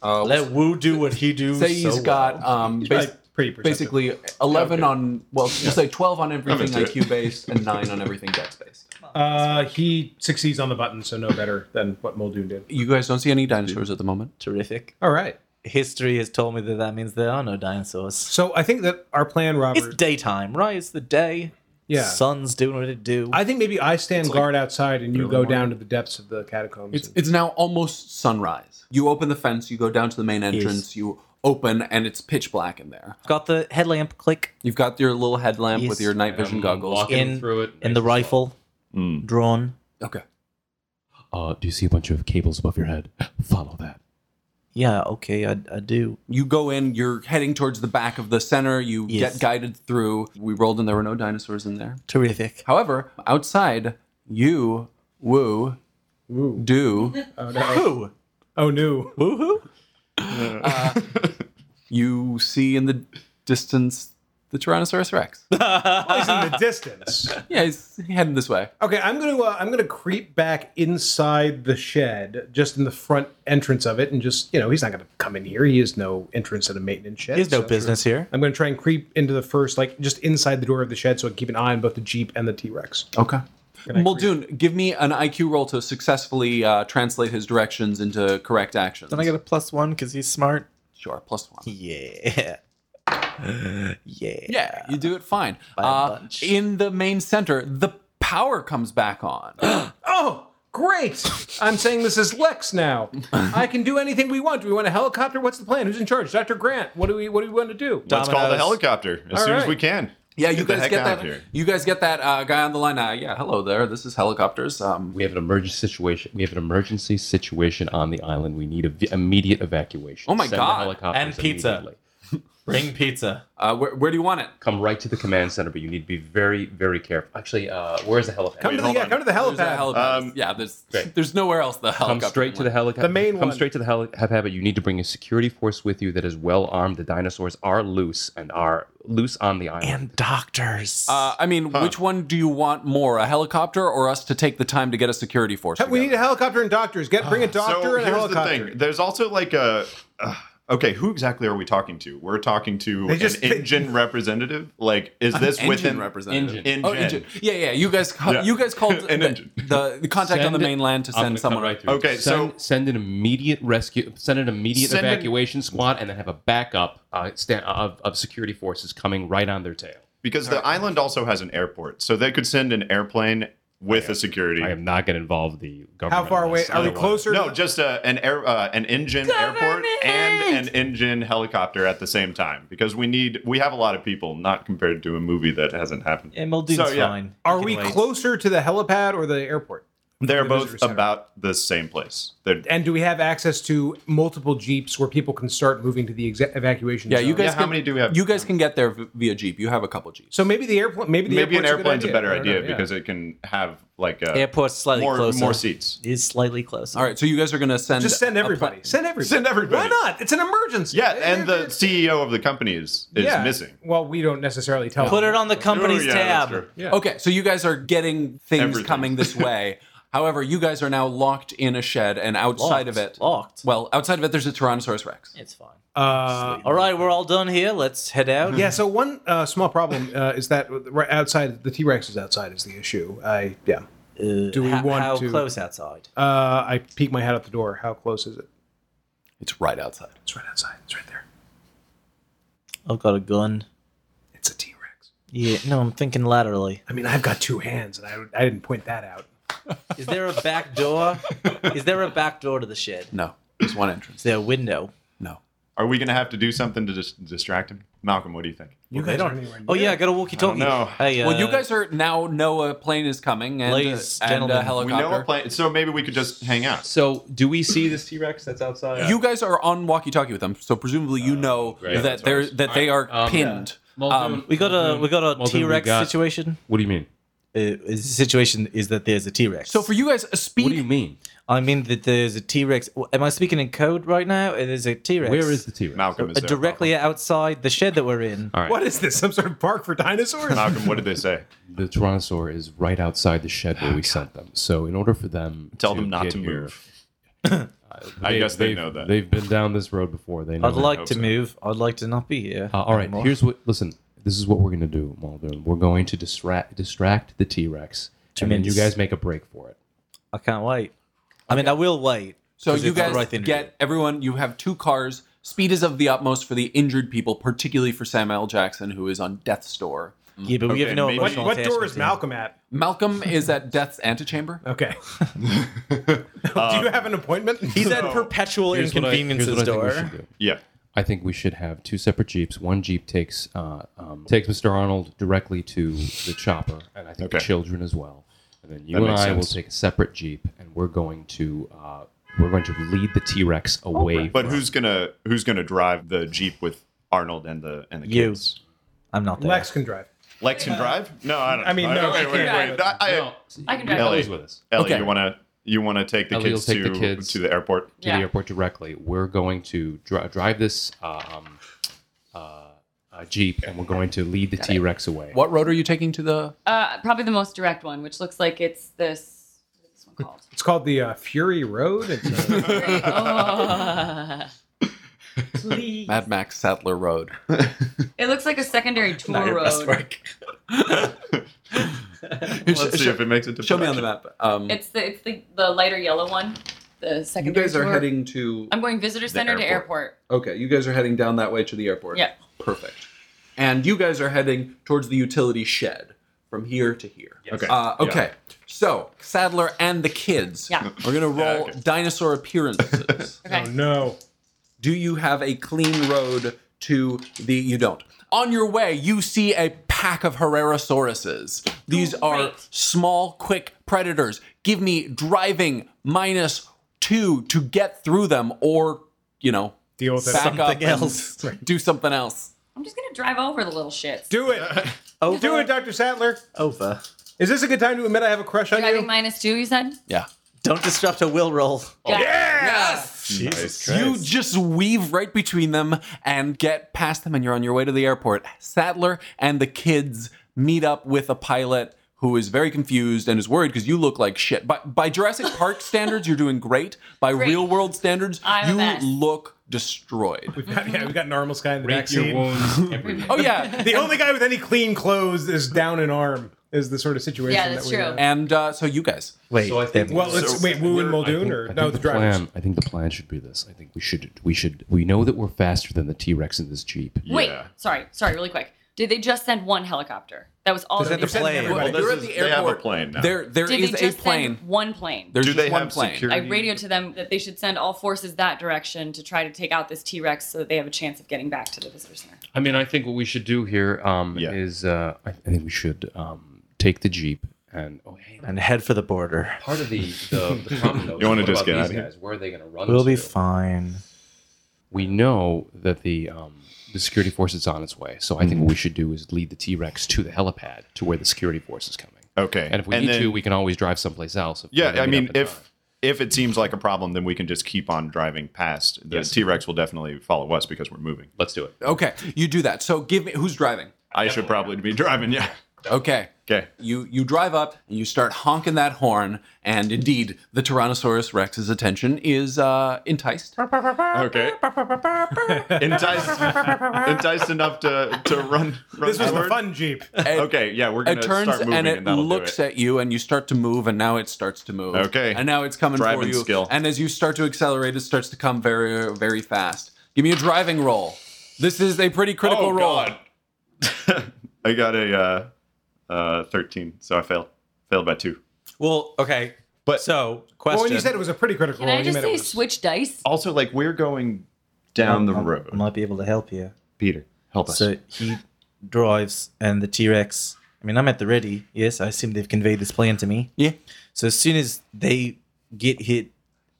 [SPEAKER 1] Uh,
[SPEAKER 2] Let Wu do what he do.
[SPEAKER 1] say he's got um, bas-
[SPEAKER 6] probably pretty perceptive.
[SPEAKER 1] basically eleven on well, just say twelve on everything
[SPEAKER 11] into it.
[SPEAKER 1] IQ based and nine on everything dex based.
[SPEAKER 6] Uh, he succeeds on the button, so no better than what Muldoon did.
[SPEAKER 1] You guys don't see any dinosaurs at the moment.
[SPEAKER 2] terrific.
[SPEAKER 6] All right.
[SPEAKER 2] History has told me that that means there are no dinosaurs.
[SPEAKER 6] So I think that our plan,
[SPEAKER 2] It's
[SPEAKER 6] Robert.
[SPEAKER 2] daytime, right? It's the day.
[SPEAKER 6] yeah.
[SPEAKER 2] Sun's doing what it do.
[SPEAKER 6] I think maybe I stand guard outside and you go down to the depths of the catacombs.
[SPEAKER 1] It's
[SPEAKER 6] and-
[SPEAKER 1] it's now almost sunrise. You open the fence, you go down to the main entrance, you open, and it's pitch black in there.
[SPEAKER 2] Got the headlamp click
[SPEAKER 1] You've got your little headlamp
[SPEAKER 2] Yes.
[SPEAKER 1] with your night
[SPEAKER 5] And I'm
[SPEAKER 1] vision goggles.
[SPEAKER 5] walking
[SPEAKER 2] In-
[SPEAKER 5] through it.
[SPEAKER 2] and the rifle
[SPEAKER 11] Mm.
[SPEAKER 2] drawn.
[SPEAKER 1] Okay.
[SPEAKER 9] Uh, do you see a bunch of cables above your head? Follow that.
[SPEAKER 2] Yeah, okay, I, I do.
[SPEAKER 1] You go in, you're heading towards the back of the center, you
[SPEAKER 2] Yes.
[SPEAKER 1] get guided through. We rolled and there were no dinosaurs in there.
[SPEAKER 2] Terrific.
[SPEAKER 1] However, outside, you, woo,
[SPEAKER 6] Woo.
[SPEAKER 1] do,
[SPEAKER 6] Oh no. Oh no.
[SPEAKER 2] Woohoo!
[SPEAKER 1] you see in the distance the Tyrannosaurus
[SPEAKER 2] [LAUGHS]
[SPEAKER 1] Rex.
[SPEAKER 6] [LAUGHS] He's in the distance.
[SPEAKER 1] yeah, he's heading this way.
[SPEAKER 6] Okay, I'm gonna uh, I'm gonna creep back inside the shed, just in the front entrance of it, and just you know he's not gonna come in here. He is no entrance at a maintenance shed.
[SPEAKER 2] There's no
[SPEAKER 6] so-
[SPEAKER 2] business here.
[SPEAKER 6] I'm gonna try and creep into the first, like just inside the door of the shed, so I can keep an eye on both the jeep and the T Rex.
[SPEAKER 1] Okay. Muldoon, give me an IQ roll to successfully uh, translate his directions into correct actions.
[SPEAKER 2] Then I get a plus one because he's smart.
[SPEAKER 1] sure plus one.
[SPEAKER 2] Yeah. [LAUGHS] yeah.
[SPEAKER 1] Yeah, you do it fine.
[SPEAKER 2] a
[SPEAKER 1] Uh,
[SPEAKER 2] bunch.
[SPEAKER 1] in the main center, the power comes back on.
[SPEAKER 6] Oh, great! I'm saying this is Lex now. I can do anything we want. Do we want a helicopter? What's the plan? Who's in charge? Dr. Grant. What do we What do we want to do?
[SPEAKER 11] Let's call the
[SPEAKER 2] Dominoes.
[SPEAKER 11] helicopter as
[SPEAKER 6] All
[SPEAKER 11] soon as
[SPEAKER 6] right.
[SPEAKER 11] we can.
[SPEAKER 1] Yeah, you
[SPEAKER 11] Get the
[SPEAKER 1] guys
[SPEAKER 11] heck
[SPEAKER 1] get
[SPEAKER 11] out of
[SPEAKER 1] that. You guys get that uh, guy on the line. Uh, yeah, hello there. This is helicopters. Um,
[SPEAKER 5] We have an emergency situation. We have an emergency situation on the island. We need a v- immediate evacuation.
[SPEAKER 1] Oh my
[SPEAKER 5] Send the
[SPEAKER 1] God.
[SPEAKER 5] helicopters
[SPEAKER 2] And pizza.
[SPEAKER 5] immediately.
[SPEAKER 2] Bring pizza.
[SPEAKER 1] uh, where, where do you want it?
[SPEAKER 5] Come right to the command center, but you need to be very, very careful. Actually, uh, where is the helipad?
[SPEAKER 6] Come to the
[SPEAKER 11] hold
[SPEAKER 6] yeah,
[SPEAKER 11] on.
[SPEAKER 6] come to the
[SPEAKER 1] There's a
[SPEAKER 6] helipad.
[SPEAKER 1] helipad.
[SPEAKER 11] Um,
[SPEAKER 1] yeah, there's
[SPEAKER 5] Great.
[SPEAKER 1] there's nowhere else the
[SPEAKER 5] Come
[SPEAKER 1] helicopter.
[SPEAKER 5] straight to the
[SPEAKER 1] went.
[SPEAKER 5] helicopter.
[SPEAKER 6] The main
[SPEAKER 5] Come
[SPEAKER 6] one.
[SPEAKER 5] straight to the helicopter. You need to bring a security force with you that is well armed. The dinosaurs are loose and are loose on the island.
[SPEAKER 2] And doctors.
[SPEAKER 1] Uh, I mean, which one do you want more, a helicopter or us to take the time to get a security force?
[SPEAKER 6] We
[SPEAKER 1] together?
[SPEAKER 6] need a helicopter and doctors. Get bring a doctor
[SPEAKER 11] Uh, so
[SPEAKER 6] and a
[SPEAKER 11] here's
[SPEAKER 6] helicopter.
[SPEAKER 11] the thing. There's also like a. Uh, okay, who exactly are we talking to? We're talking to
[SPEAKER 6] They just-
[SPEAKER 11] an engine representative. Like, is this
[SPEAKER 1] engine
[SPEAKER 11] within
[SPEAKER 1] representative.
[SPEAKER 11] Engine.
[SPEAKER 1] Oh, engine. Yeah, yeah. You guys, ca-
[SPEAKER 11] Yeah.
[SPEAKER 1] you guys called
[SPEAKER 11] An
[SPEAKER 1] the,
[SPEAKER 11] engine.
[SPEAKER 1] the, the contact on the
[SPEAKER 5] Send-
[SPEAKER 1] mainland to
[SPEAKER 5] I'm gonna
[SPEAKER 1] send
[SPEAKER 5] come
[SPEAKER 1] someone.
[SPEAKER 5] right through.
[SPEAKER 11] Okay,
[SPEAKER 5] send,
[SPEAKER 11] so
[SPEAKER 5] send an immediate rescue, send an immediate
[SPEAKER 11] Send an-
[SPEAKER 5] evacuation squad, and then have a backup uh, stand, of, of security forces coming right on their tail.
[SPEAKER 11] because the island also has an airport, so they could send an airplane
[SPEAKER 6] Oh,
[SPEAKER 11] with a security.
[SPEAKER 5] I am not going to involve the government.
[SPEAKER 6] How far
[SPEAKER 5] in
[SPEAKER 6] away
[SPEAKER 5] this.
[SPEAKER 6] are we?
[SPEAKER 5] Otherwise-
[SPEAKER 6] Closer?
[SPEAKER 11] No, just a, an air, uh, an engine airport and an engine helicopter at the same time because we need we have a lot of people, not compared to a movie that hasn't happened.
[SPEAKER 2] and Muldoon's
[SPEAKER 11] so, yeah.
[SPEAKER 2] fine.
[SPEAKER 6] Are
[SPEAKER 2] He
[SPEAKER 6] we
[SPEAKER 2] can wait.
[SPEAKER 6] closer to the helipad or the airport?
[SPEAKER 11] They're
[SPEAKER 6] the visitor
[SPEAKER 11] both
[SPEAKER 6] center.
[SPEAKER 11] about the same place. They're
[SPEAKER 6] And do we have access to multiple jeeps where people can start moving to the exa- evacuation?
[SPEAKER 1] Yeah,
[SPEAKER 6] zone?
[SPEAKER 1] you guys.
[SPEAKER 11] Yeah, how
[SPEAKER 1] can-
[SPEAKER 11] many do we have?
[SPEAKER 1] You guys can get there v- via jeep. You have a couple jeeps.
[SPEAKER 6] So maybe the airplane. Maybe the
[SPEAKER 11] maybe an
[SPEAKER 6] airport's
[SPEAKER 11] airplane's a, better
[SPEAKER 6] I don't know, yeah.
[SPEAKER 11] idea because it can have like a
[SPEAKER 2] Airport's slightly
[SPEAKER 11] more
[SPEAKER 2] closer.
[SPEAKER 11] more seats.
[SPEAKER 2] Is slightly closer.
[SPEAKER 1] All right, so you guys are gonna send.
[SPEAKER 6] just send
[SPEAKER 1] a pla-
[SPEAKER 6] everybody. send everybody.
[SPEAKER 11] Send everybody.
[SPEAKER 6] Why not? It's an emergency.
[SPEAKER 11] Yeah, and the CEO of the company is, is
[SPEAKER 6] Yeah.
[SPEAKER 11] missing.
[SPEAKER 6] Well, we don't necessarily tell.
[SPEAKER 2] Put
[SPEAKER 6] them.
[SPEAKER 2] it on the company's
[SPEAKER 11] Ooh, yeah, that's
[SPEAKER 2] tab.
[SPEAKER 11] true.
[SPEAKER 1] [LAUGHS] Okay, so you guys are getting things
[SPEAKER 11] Everything.
[SPEAKER 1] coming this way. However, you guys are now locked in a shed, and outside of it,
[SPEAKER 2] Locked, locked.
[SPEAKER 1] well, outside of it, there's a Tyrannosaurus Rex.
[SPEAKER 2] It's fine.
[SPEAKER 6] Uh,
[SPEAKER 2] All right, we're all done here. Let's head out.
[SPEAKER 6] yeah. So one uh, small problem uh, is that right outside the T Rex is outside is the issue. I yeah.
[SPEAKER 2] Uh,
[SPEAKER 6] Do we
[SPEAKER 2] ho-
[SPEAKER 6] want
[SPEAKER 2] how
[SPEAKER 6] to-
[SPEAKER 2] close outside?
[SPEAKER 6] Uh, I peek my head out the door. How close is it?
[SPEAKER 1] It's right outside.
[SPEAKER 6] It's right outside. It's right there.
[SPEAKER 2] I've got a gun.
[SPEAKER 6] It's a T Rex.
[SPEAKER 2] Yeah, no, I'm thinking laterally.
[SPEAKER 6] I mean, I've got two hands, and I, I didn't point that out.
[SPEAKER 2] Is there a back door? Is there a back door to the shed?
[SPEAKER 1] No, there's one entrance.
[SPEAKER 2] Is there a window?
[SPEAKER 1] No,
[SPEAKER 11] Are we going to have to do something to dis- distract him? Malcolm, what do you think?
[SPEAKER 2] You guys don't. Oh yeah, I got a walkie-talkie.
[SPEAKER 11] know.
[SPEAKER 2] Hey,
[SPEAKER 1] well,
[SPEAKER 2] uh,
[SPEAKER 1] you guys are now know a plane is coming and,
[SPEAKER 2] Ladies,
[SPEAKER 1] and a
[SPEAKER 2] gentlemen,
[SPEAKER 1] helicopter.
[SPEAKER 11] We know a plane, so maybe we could just hang out.
[SPEAKER 5] So, do we see this T Rex that's outside?
[SPEAKER 1] You guys are on walkie-talkie with them, so presumably you know
[SPEAKER 5] great,
[SPEAKER 1] that
[SPEAKER 5] that's
[SPEAKER 1] they're
[SPEAKER 5] ours.
[SPEAKER 1] that they are
[SPEAKER 5] Alright, um,
[SPEAKER 1] pinned.
[SPEAKER 5] yeah.
[SPEAKER 1] Um,
[SPEAKER 2] we got a we got a
[SPEAKER 1] Well, then we
[SPEAKER 2] T-Rex
[SPEAKER 1] got-
[SPEAKER 2] situation.
[SPEAKER 5] What do you mean?
[SPEAKER 2] Uh, the situation is that there's a T-Rex.
[SPEAKER 1] so for you guys, a speed. What do
[SPEAKER 5] you mean?
[SPEAKER 2] I mean that there's a T-Rex. Am I speaking in code right now? There's a T-Rex.
[SPEAKER 5] Where is the T Rex?
[SPEAKER 11] Malcolm is
[SPEAKER 2] Uh,
[SPEAKER 11] there.
[SPEAKER 2] directly outside the shed that we're in.
[SPEAKER 5] All right.
[SPEAKER 6] What is this? Some sort of park for dinosaurs?
[SPEAKER 11] Malcolm, what did they say?
[SPEAKER 5] The Tyrannosaur is right outside the shed where we sent them. So, in order for them,
[SPEAKER 11] [LAUGHS] Tell them not
[SPEAKER 5] get
[SPEAKER 11] to
[SPEAKER 5] here-
[SPEAKER 11] move. I guess they
[SPEAKER 5] they've-
[SPEAKER 11] know that.
[SPEAKER 5] They've been down this road before. They know
[SPEAKER 2] I'd
[SPEAKER 5] that.
[SPEAKER 2] like to move. I'd like to not be here.
[SPEAKER 5] Uh, all right,
[SPEAKER 2] anymore.
[SPEAKER 5] here's what. Listen, this is what we're going to do, Muldoon. We're going to distract distract the T Rex, and then you
[SPEAKER 2] Tremendous.
[SPEAKER 5] guys make a break for it.
[SPEAKER 2] I can't wait. I mean, I will wait.
[SPEAKER 1] So
[SPEAKER 2] 'cause
[SPEAKER 1] you
[SPEAKER 2] it's the
[SPEAKER 1] guys
[SPEAKER 2] right thing to do.
[SPEAKER 1] get everyone. You have two cars. Speed is of the utmost for the injured people, particularly for Samuel L. Jackson, who is on death's door.
[SPEAKER 2] Yeah, but we
[SPEAKER 11] Okay,
[SPEAKER 2] have no
[SPEAKER 11] maybe-
[SPEAKER 6] What,
[SPEAKER 2] emotional
[SPEAKER 6] what door
[SPEAKER 2] attachment
[SPEAKER 6] is
[SPEAKER 2] to him.
[SPEAKER 6] Malcolm at?
[SPEAKER 4] [LAUGHS]
[SPEAKER 1] Malcolm is at death's antechamber.
[SPEAKER 11] [LAUGHS]
[SPEAKER 6] Okay.
[SPEAKER 11] Um,
[SPEAKER 6] Do you have an appointment?
[SPEAKER 2] He's
[SPEAKER 11] [LAUGHS]
[SPEAKER 2] at perpetual
[SPEAKER 5] Here's what I- here's
[SPEAKER 2] inconveniences
[SPEAKER 5] what I think we
[SPEAKER 2] door.
[SPEAKER 5] should do.
[SPEAKER 11] Yeah.
[SPEAKER 5] I think we should have two separate jeeps. One jeep takes uh, um, takes Mr. Arnold directly to the chopper, and I think the
[SPEAKER 11] Okay.
[SPEAKER 5] children as well. And then you
[SPEAKER 11] That
[SPEAKER 5] and I
[SPEAKER 11] makes
[SPEAKER 5] will
[SPEAKER 11] sense.
[SPEAKER 5] take a separate jeep, and we're going to uh, we're going to lead the T Rex away.
[SPEAKER 11] But who's gonna who's gonna drive the jeep with Arnold and the and the
[SPEAKER 2] You.
[SPEAKER 11] kids?
[SPEAKER 2] I'm not there.
[SPEAKER 6] Lex can drive.
[SPEAKER 11] Lex can drive? No, I don't.
[SPEAKER 6] Uh, I mean, no,
[SPEAKER 11] Wait,
[SPEAKER 6] he
[SPEAKER 11] wait,
[SPEAKER 6] can
[SPEAKER 11] wait.
[SPEAKER 6] drive.
[SPEAKER 11] I- I-
[SPEAKER 5] No,
[SPEAKER 4] I can drive.
[SPEAKER 11] Ellie,
[SPEAKER 5] Ellie's with us.
[SPEAKER 11] Ellie,
[SPEAKER 1] Okay.
[SPEAKER 11] you wanna you wanna take the
[SPEAKER 5] Ellie will
[SPEAKER 11] kids
[SPEAKER 5] take
[SPEAKER 11] to
[SPEAKER 5] the kids.
[SPEAKER 11] to
[SPEAKER 1] [LAUGHS]
[SPEAKER 11] the airport?
[SPEAKER 5] to
[SPEAKER 4] Yeah.
[SPEAKER 5] the airport directly. We're going to dri- drive this um, uh, uh, jeep, and we're going to lead the T Rex away.
[SPEAKER 1] What road are you taking to the?
[SPEAKER 4] Uh, probably the most direct one, which looks like it's this. What's this one called?
[SPEAKER 6] It's called the uh, Fury Road. It's, uh,
[SPEAKER 4] Oh.
[SPEAKER 11] [LAUGHS]
[SPEAKER 4] Please.
[SPEAKER 1] Mad Max Sattler [LAUGHS] Road.
[SPEAKER 4] It looks like a secondary tour road.
[SPEAKER 1] [LAUGHS]
[SPEAKER 11] Let's see if it makes it to
[SPEAKER 1] Show me on the
[SPEAKER 11] production.
[SPEAKER 1] map. Um,
[SPEAKER 4] It's the it's the, the lighter yellow one. The
[SPEAKER 1] you
[SPEAKER 4] secondary.
[SPEAKER 1] guys are
[SPEAKER 4] tour.
[SPEAKER 1] heading to.
[SPEAKER 4] I'm going visitor center to airport.
[SPEAKER 1] Okay, you guys are heading down that way to the airport.
[SPEAKER 4] Yeah.
[SPEAKER 1] Perfect. And you guys are heading towards the utility shed from here to here.
[SPEAKER 11] [LAUGHS] Okay.
[SPEAKER 1] Uh, okay. So Sadler and the kids.
[SPEAKER 4] Yeah.
[SPEAKER 1] We're gonna roll
[SPEAKER 11] Yeah, okay.
[SPEAKER 1] dinosaur appearances.
[SPEAKER 4] [LAUGHS] Okay.
[SPEAKER 6] Oh, no.
[SPEAKER 1] Do you have a clean road to the? You don't. On your way, you see a pack of Herrerasauruses. These are
[SPEAKER 4] Great.
[SPEAKER 1] small, quick predators. Give me driving minus two to get through them, or you know,
[SPEAKER 6] Deal with it.
[SPEAKER 1] back up
[SPEAKER 2] Something
[SPEAKER 1] and
[SPEAKER 2] else.
[SPEAKER 1] do something else.
[SPEAKER 4] I'm just gonna drive over the little shits.
[SPEAKER 6] Do it. [LAUGHS] Do it, Dr. Sattler.
[SPEAKER 2] Over.
[SPEAKER 6] Is this a good time to admit I have a crush on
[SPEAKER 4] Driving
[SPEAKER 6] you?
[SPEAKER 4] minus two, you said.
[SPEAKER 1] Yeah.
[SPEAKER 2] Don't disrupt a will roll.
[SPEAKER 11] Oh,
[SPEAKER 1] Yes.
[SPEAKER 11] Jesus
[SPEAKER 1] You
[SPEAKER 11] Christ.
[SPEAKER 1] just weave right between them and get past them, and you're on your way to the airport. Sattler and the kids meet up with a pilot who is very confused and is worried because you look like shit. By, by
[SPEAKER 4] [LAUGHS]
[SPEAKER 1] Jurassic Park standards, you're doing great. By
[SPEAKER 4] Great.
[SPEAKER 1] real world standards,
[SPEAKER 4] I'm a
[SPEAKER 1] you
[SPEAKER 4] mess.
[SPEAKER 1] look
[SPEAKER 4] [LAUGHS]
[SPEAKER 1] destroyed.
[SPEAKER 6] We've got, yeah, we've got an armless guy in the back
[SPEAKER 10] Break your
[SPEAKER 6] seat.
[SPEAKER 10] wounds. every-
[SPEAKER 1] Oh, yeah.
[SPEAKER 6] The only guy with any clean clothes is down an arm. Is the sort of situation.
[SPEAKER 4] Yeah, that's
[SPEAKER 6] that we
[SPEAKER 4] true.
[SPEAKER 6] Have.
[SPEAKER 1] And uh, so, you guys.
[SPEAKER 2] Wait.
[SPEAKER 10] So I think-
[SPEAKER 2] then-
[SPEAKER 6] Well, let's
[SPEAKER 11] So-
[SPEAKER 6] wait. Wu and
[SPEAKER 5] I
[SPEAKER 6] Muldoon,
[SPEAKER 5] think-
[SPEAKER 6] or
[SPEAKER 5] I
[SPEAKER 6] no,
[SPEAKER 5] think
[SPEAKER 6] the
[SPEAKER 5] the
[SPEAKER 6] drivers.
[SPEAKER 5] plan. I think the plan should be this. I think we should. We should. We know that we're faster than the T Rex in this jeep.
[SPEAKER 4] Wait,
[SPEAKER 11] Yeah.
[SPEAKER 4] sorry, sorry, really quick. Did they just send one helicopter? That was all.
[SPEAKER 2] They sent
[SPEAKER 4] they
[SPEAKER 2] the
[SPEAKER 4] needed.
[SPEAKER 6] Send
[SPEAKER 2] plane.
[SPEAKER 6] everybody.
[SPEAKER 11] Well, this
[SPEAKER 1] You're at
[SPEAKER 11] is-
[SPEAKER 1] the
[SPEAKER 11] They have a
[SPEAKER 1] airport.
[SPEAKER 11] plane now.
[SPEAKER 1] There, there
[SPEAKER 4] Did
[SPEAKER 1] is
[SPEAKER 4] they
[SPEAKER 1] a
[SPEAKER 4] just
[SPEAKER 1] plane.
[SPEAKER 4] send one plane?
[SPEAKER 1] There's
[SPEAKER 11] Do
[SPEAKER 1] just
[SPEAKER 11] they
[SPEAKER 1] one
[SPEAKER 11] have
[SPEAKER 1] plane.
[SPEAKER 11] security?
[SPEAKER 4] I radioed to them that they should send all forces that direction to try to take out this T Rex so that they have a chance of getting back to the visitor center.
[SPEAKER 5] I mean, I think what we should do here um,
[SPEAKER 11] Yeah.
[SPEAKER 5] is uh, I, I think we should um, take the jeep and oh hey,
[SPEAKER 2] and head for the border.
[SPEAKER 5] part of the the,
[SPEAKER 11] [LAUGHS]
[SPEAKER 5] the problem though.
[SPEAKER 11] You wanna
[SPEAKER 5] is what
[SPEAKER 11] just
[SPEAKER 5] about
[SPEAKER 11] get out
[SPEAKER 5] these
[SPEAKER 11] of here?
[SPEAKER 5] guys? Where are they going to run?
[SPEAKER 2] We'll
[SPEAKER 5] us
[SPEAKER 2] be
[SPEAKER 5] to?
[SPEAKER 2] fine.
[SPEAKER 5] We know that the um, the security force is on its way, so I think what we should do is lead the T Rex to the helipad to where the security force is coming.
[SPEAKER 11] Okay.
[SPEAKER 5] And if we need
[SPEAKER 11] then-
[SPEAKER 5] to, we can always drive someplace else. if we
[SPEAKER 11] Yeah, I
[SPEAKER 5] meet up
[SPEAKER 11] mean,
[SPEAKER 5] in time.
[SPEAKER 11] if if it seems like a problem, then we can just keep on driving past. The T Rex will definitely follow us because we're moving.
[SPEAKER 5] let's do it.
[SPEAKER 1] Okay, you do that. So, give me who's driving.
[SPEAKER 11] I should probably be driving. Yeah.
[SPEAKER 1] Okay.
[SPEAKER 11] Okay.
[SPEAKER 1] You you drive up and you start honking that horn, and indeed the Tyrannosaurus Rex's attention is uh, enticed. [LAUGHS]
[SPEAKER 11] Okay. enticed, enticed enough to to run. run
[SPEAKER 6] This was the
[SPEAKER 11] forward?
[SPEAKER 6] fun Jeep.
[SPEAKER 11] Okay. Yeah, we're gonna
[SPEAKER 1] It turns
[SPEAKER 11] start moving,
[SPEAKER 1] and
[SPEAKER 11] and,
[SPEAKER 1] it
[SPEAKER 11] that'll
[SPEAKER 1] looks
[SPEAKER 11] do it.
[SPEAKER 1] at you, and you start to move, and now it starts to move.
[SPEAKER 11] Okay.
[SPEAKER 1] And now it's coming for
[SPEAKER 11] Driving
[SPEAKER 1] you.
[SPEAKER 11] skill.
[SPEAKER 1] And as you start to accelerate, it starts to come very very fast. Give me a driving roll. This is a pretty critical
[SPEAKER 11] oh
[SPEAKER 1] roll.
[SPEAKER 11] God. [LAUGHS] I got a uh, uh, thirteen, so I failed. Failed by two.
[SPEAKER 2] Well, okay. But so question.
[SPEAKER 6] Well, when you said it was a pretty critical
[SPEAKER 4] Can
[SPEAKER 6] role,
[SPEAKER 4] I
[SPEAKER 6] you
[SPEAKER 4] just
[SPEAKER 6] meant
[SPEAKER 4] say
[SPEAKER 6] it was.
[SPEAKER 4] switch dice?
[SPEAKER 11] Also, like we're going down the
[SPEAKER 2] I-
[SPEAKER 11] road.
[SPEAKER 2] I might be able to help you.
[SPEAKER 11] Peter, help us.
[SPEAKER 2] So he drives, and the T Rex. I mean, I'm at the ready. Yes, I assume they've conveyed this plan to me.
[SPEAKER 1] Yeah.
[SPEAKER 2] So as soon as they get hit,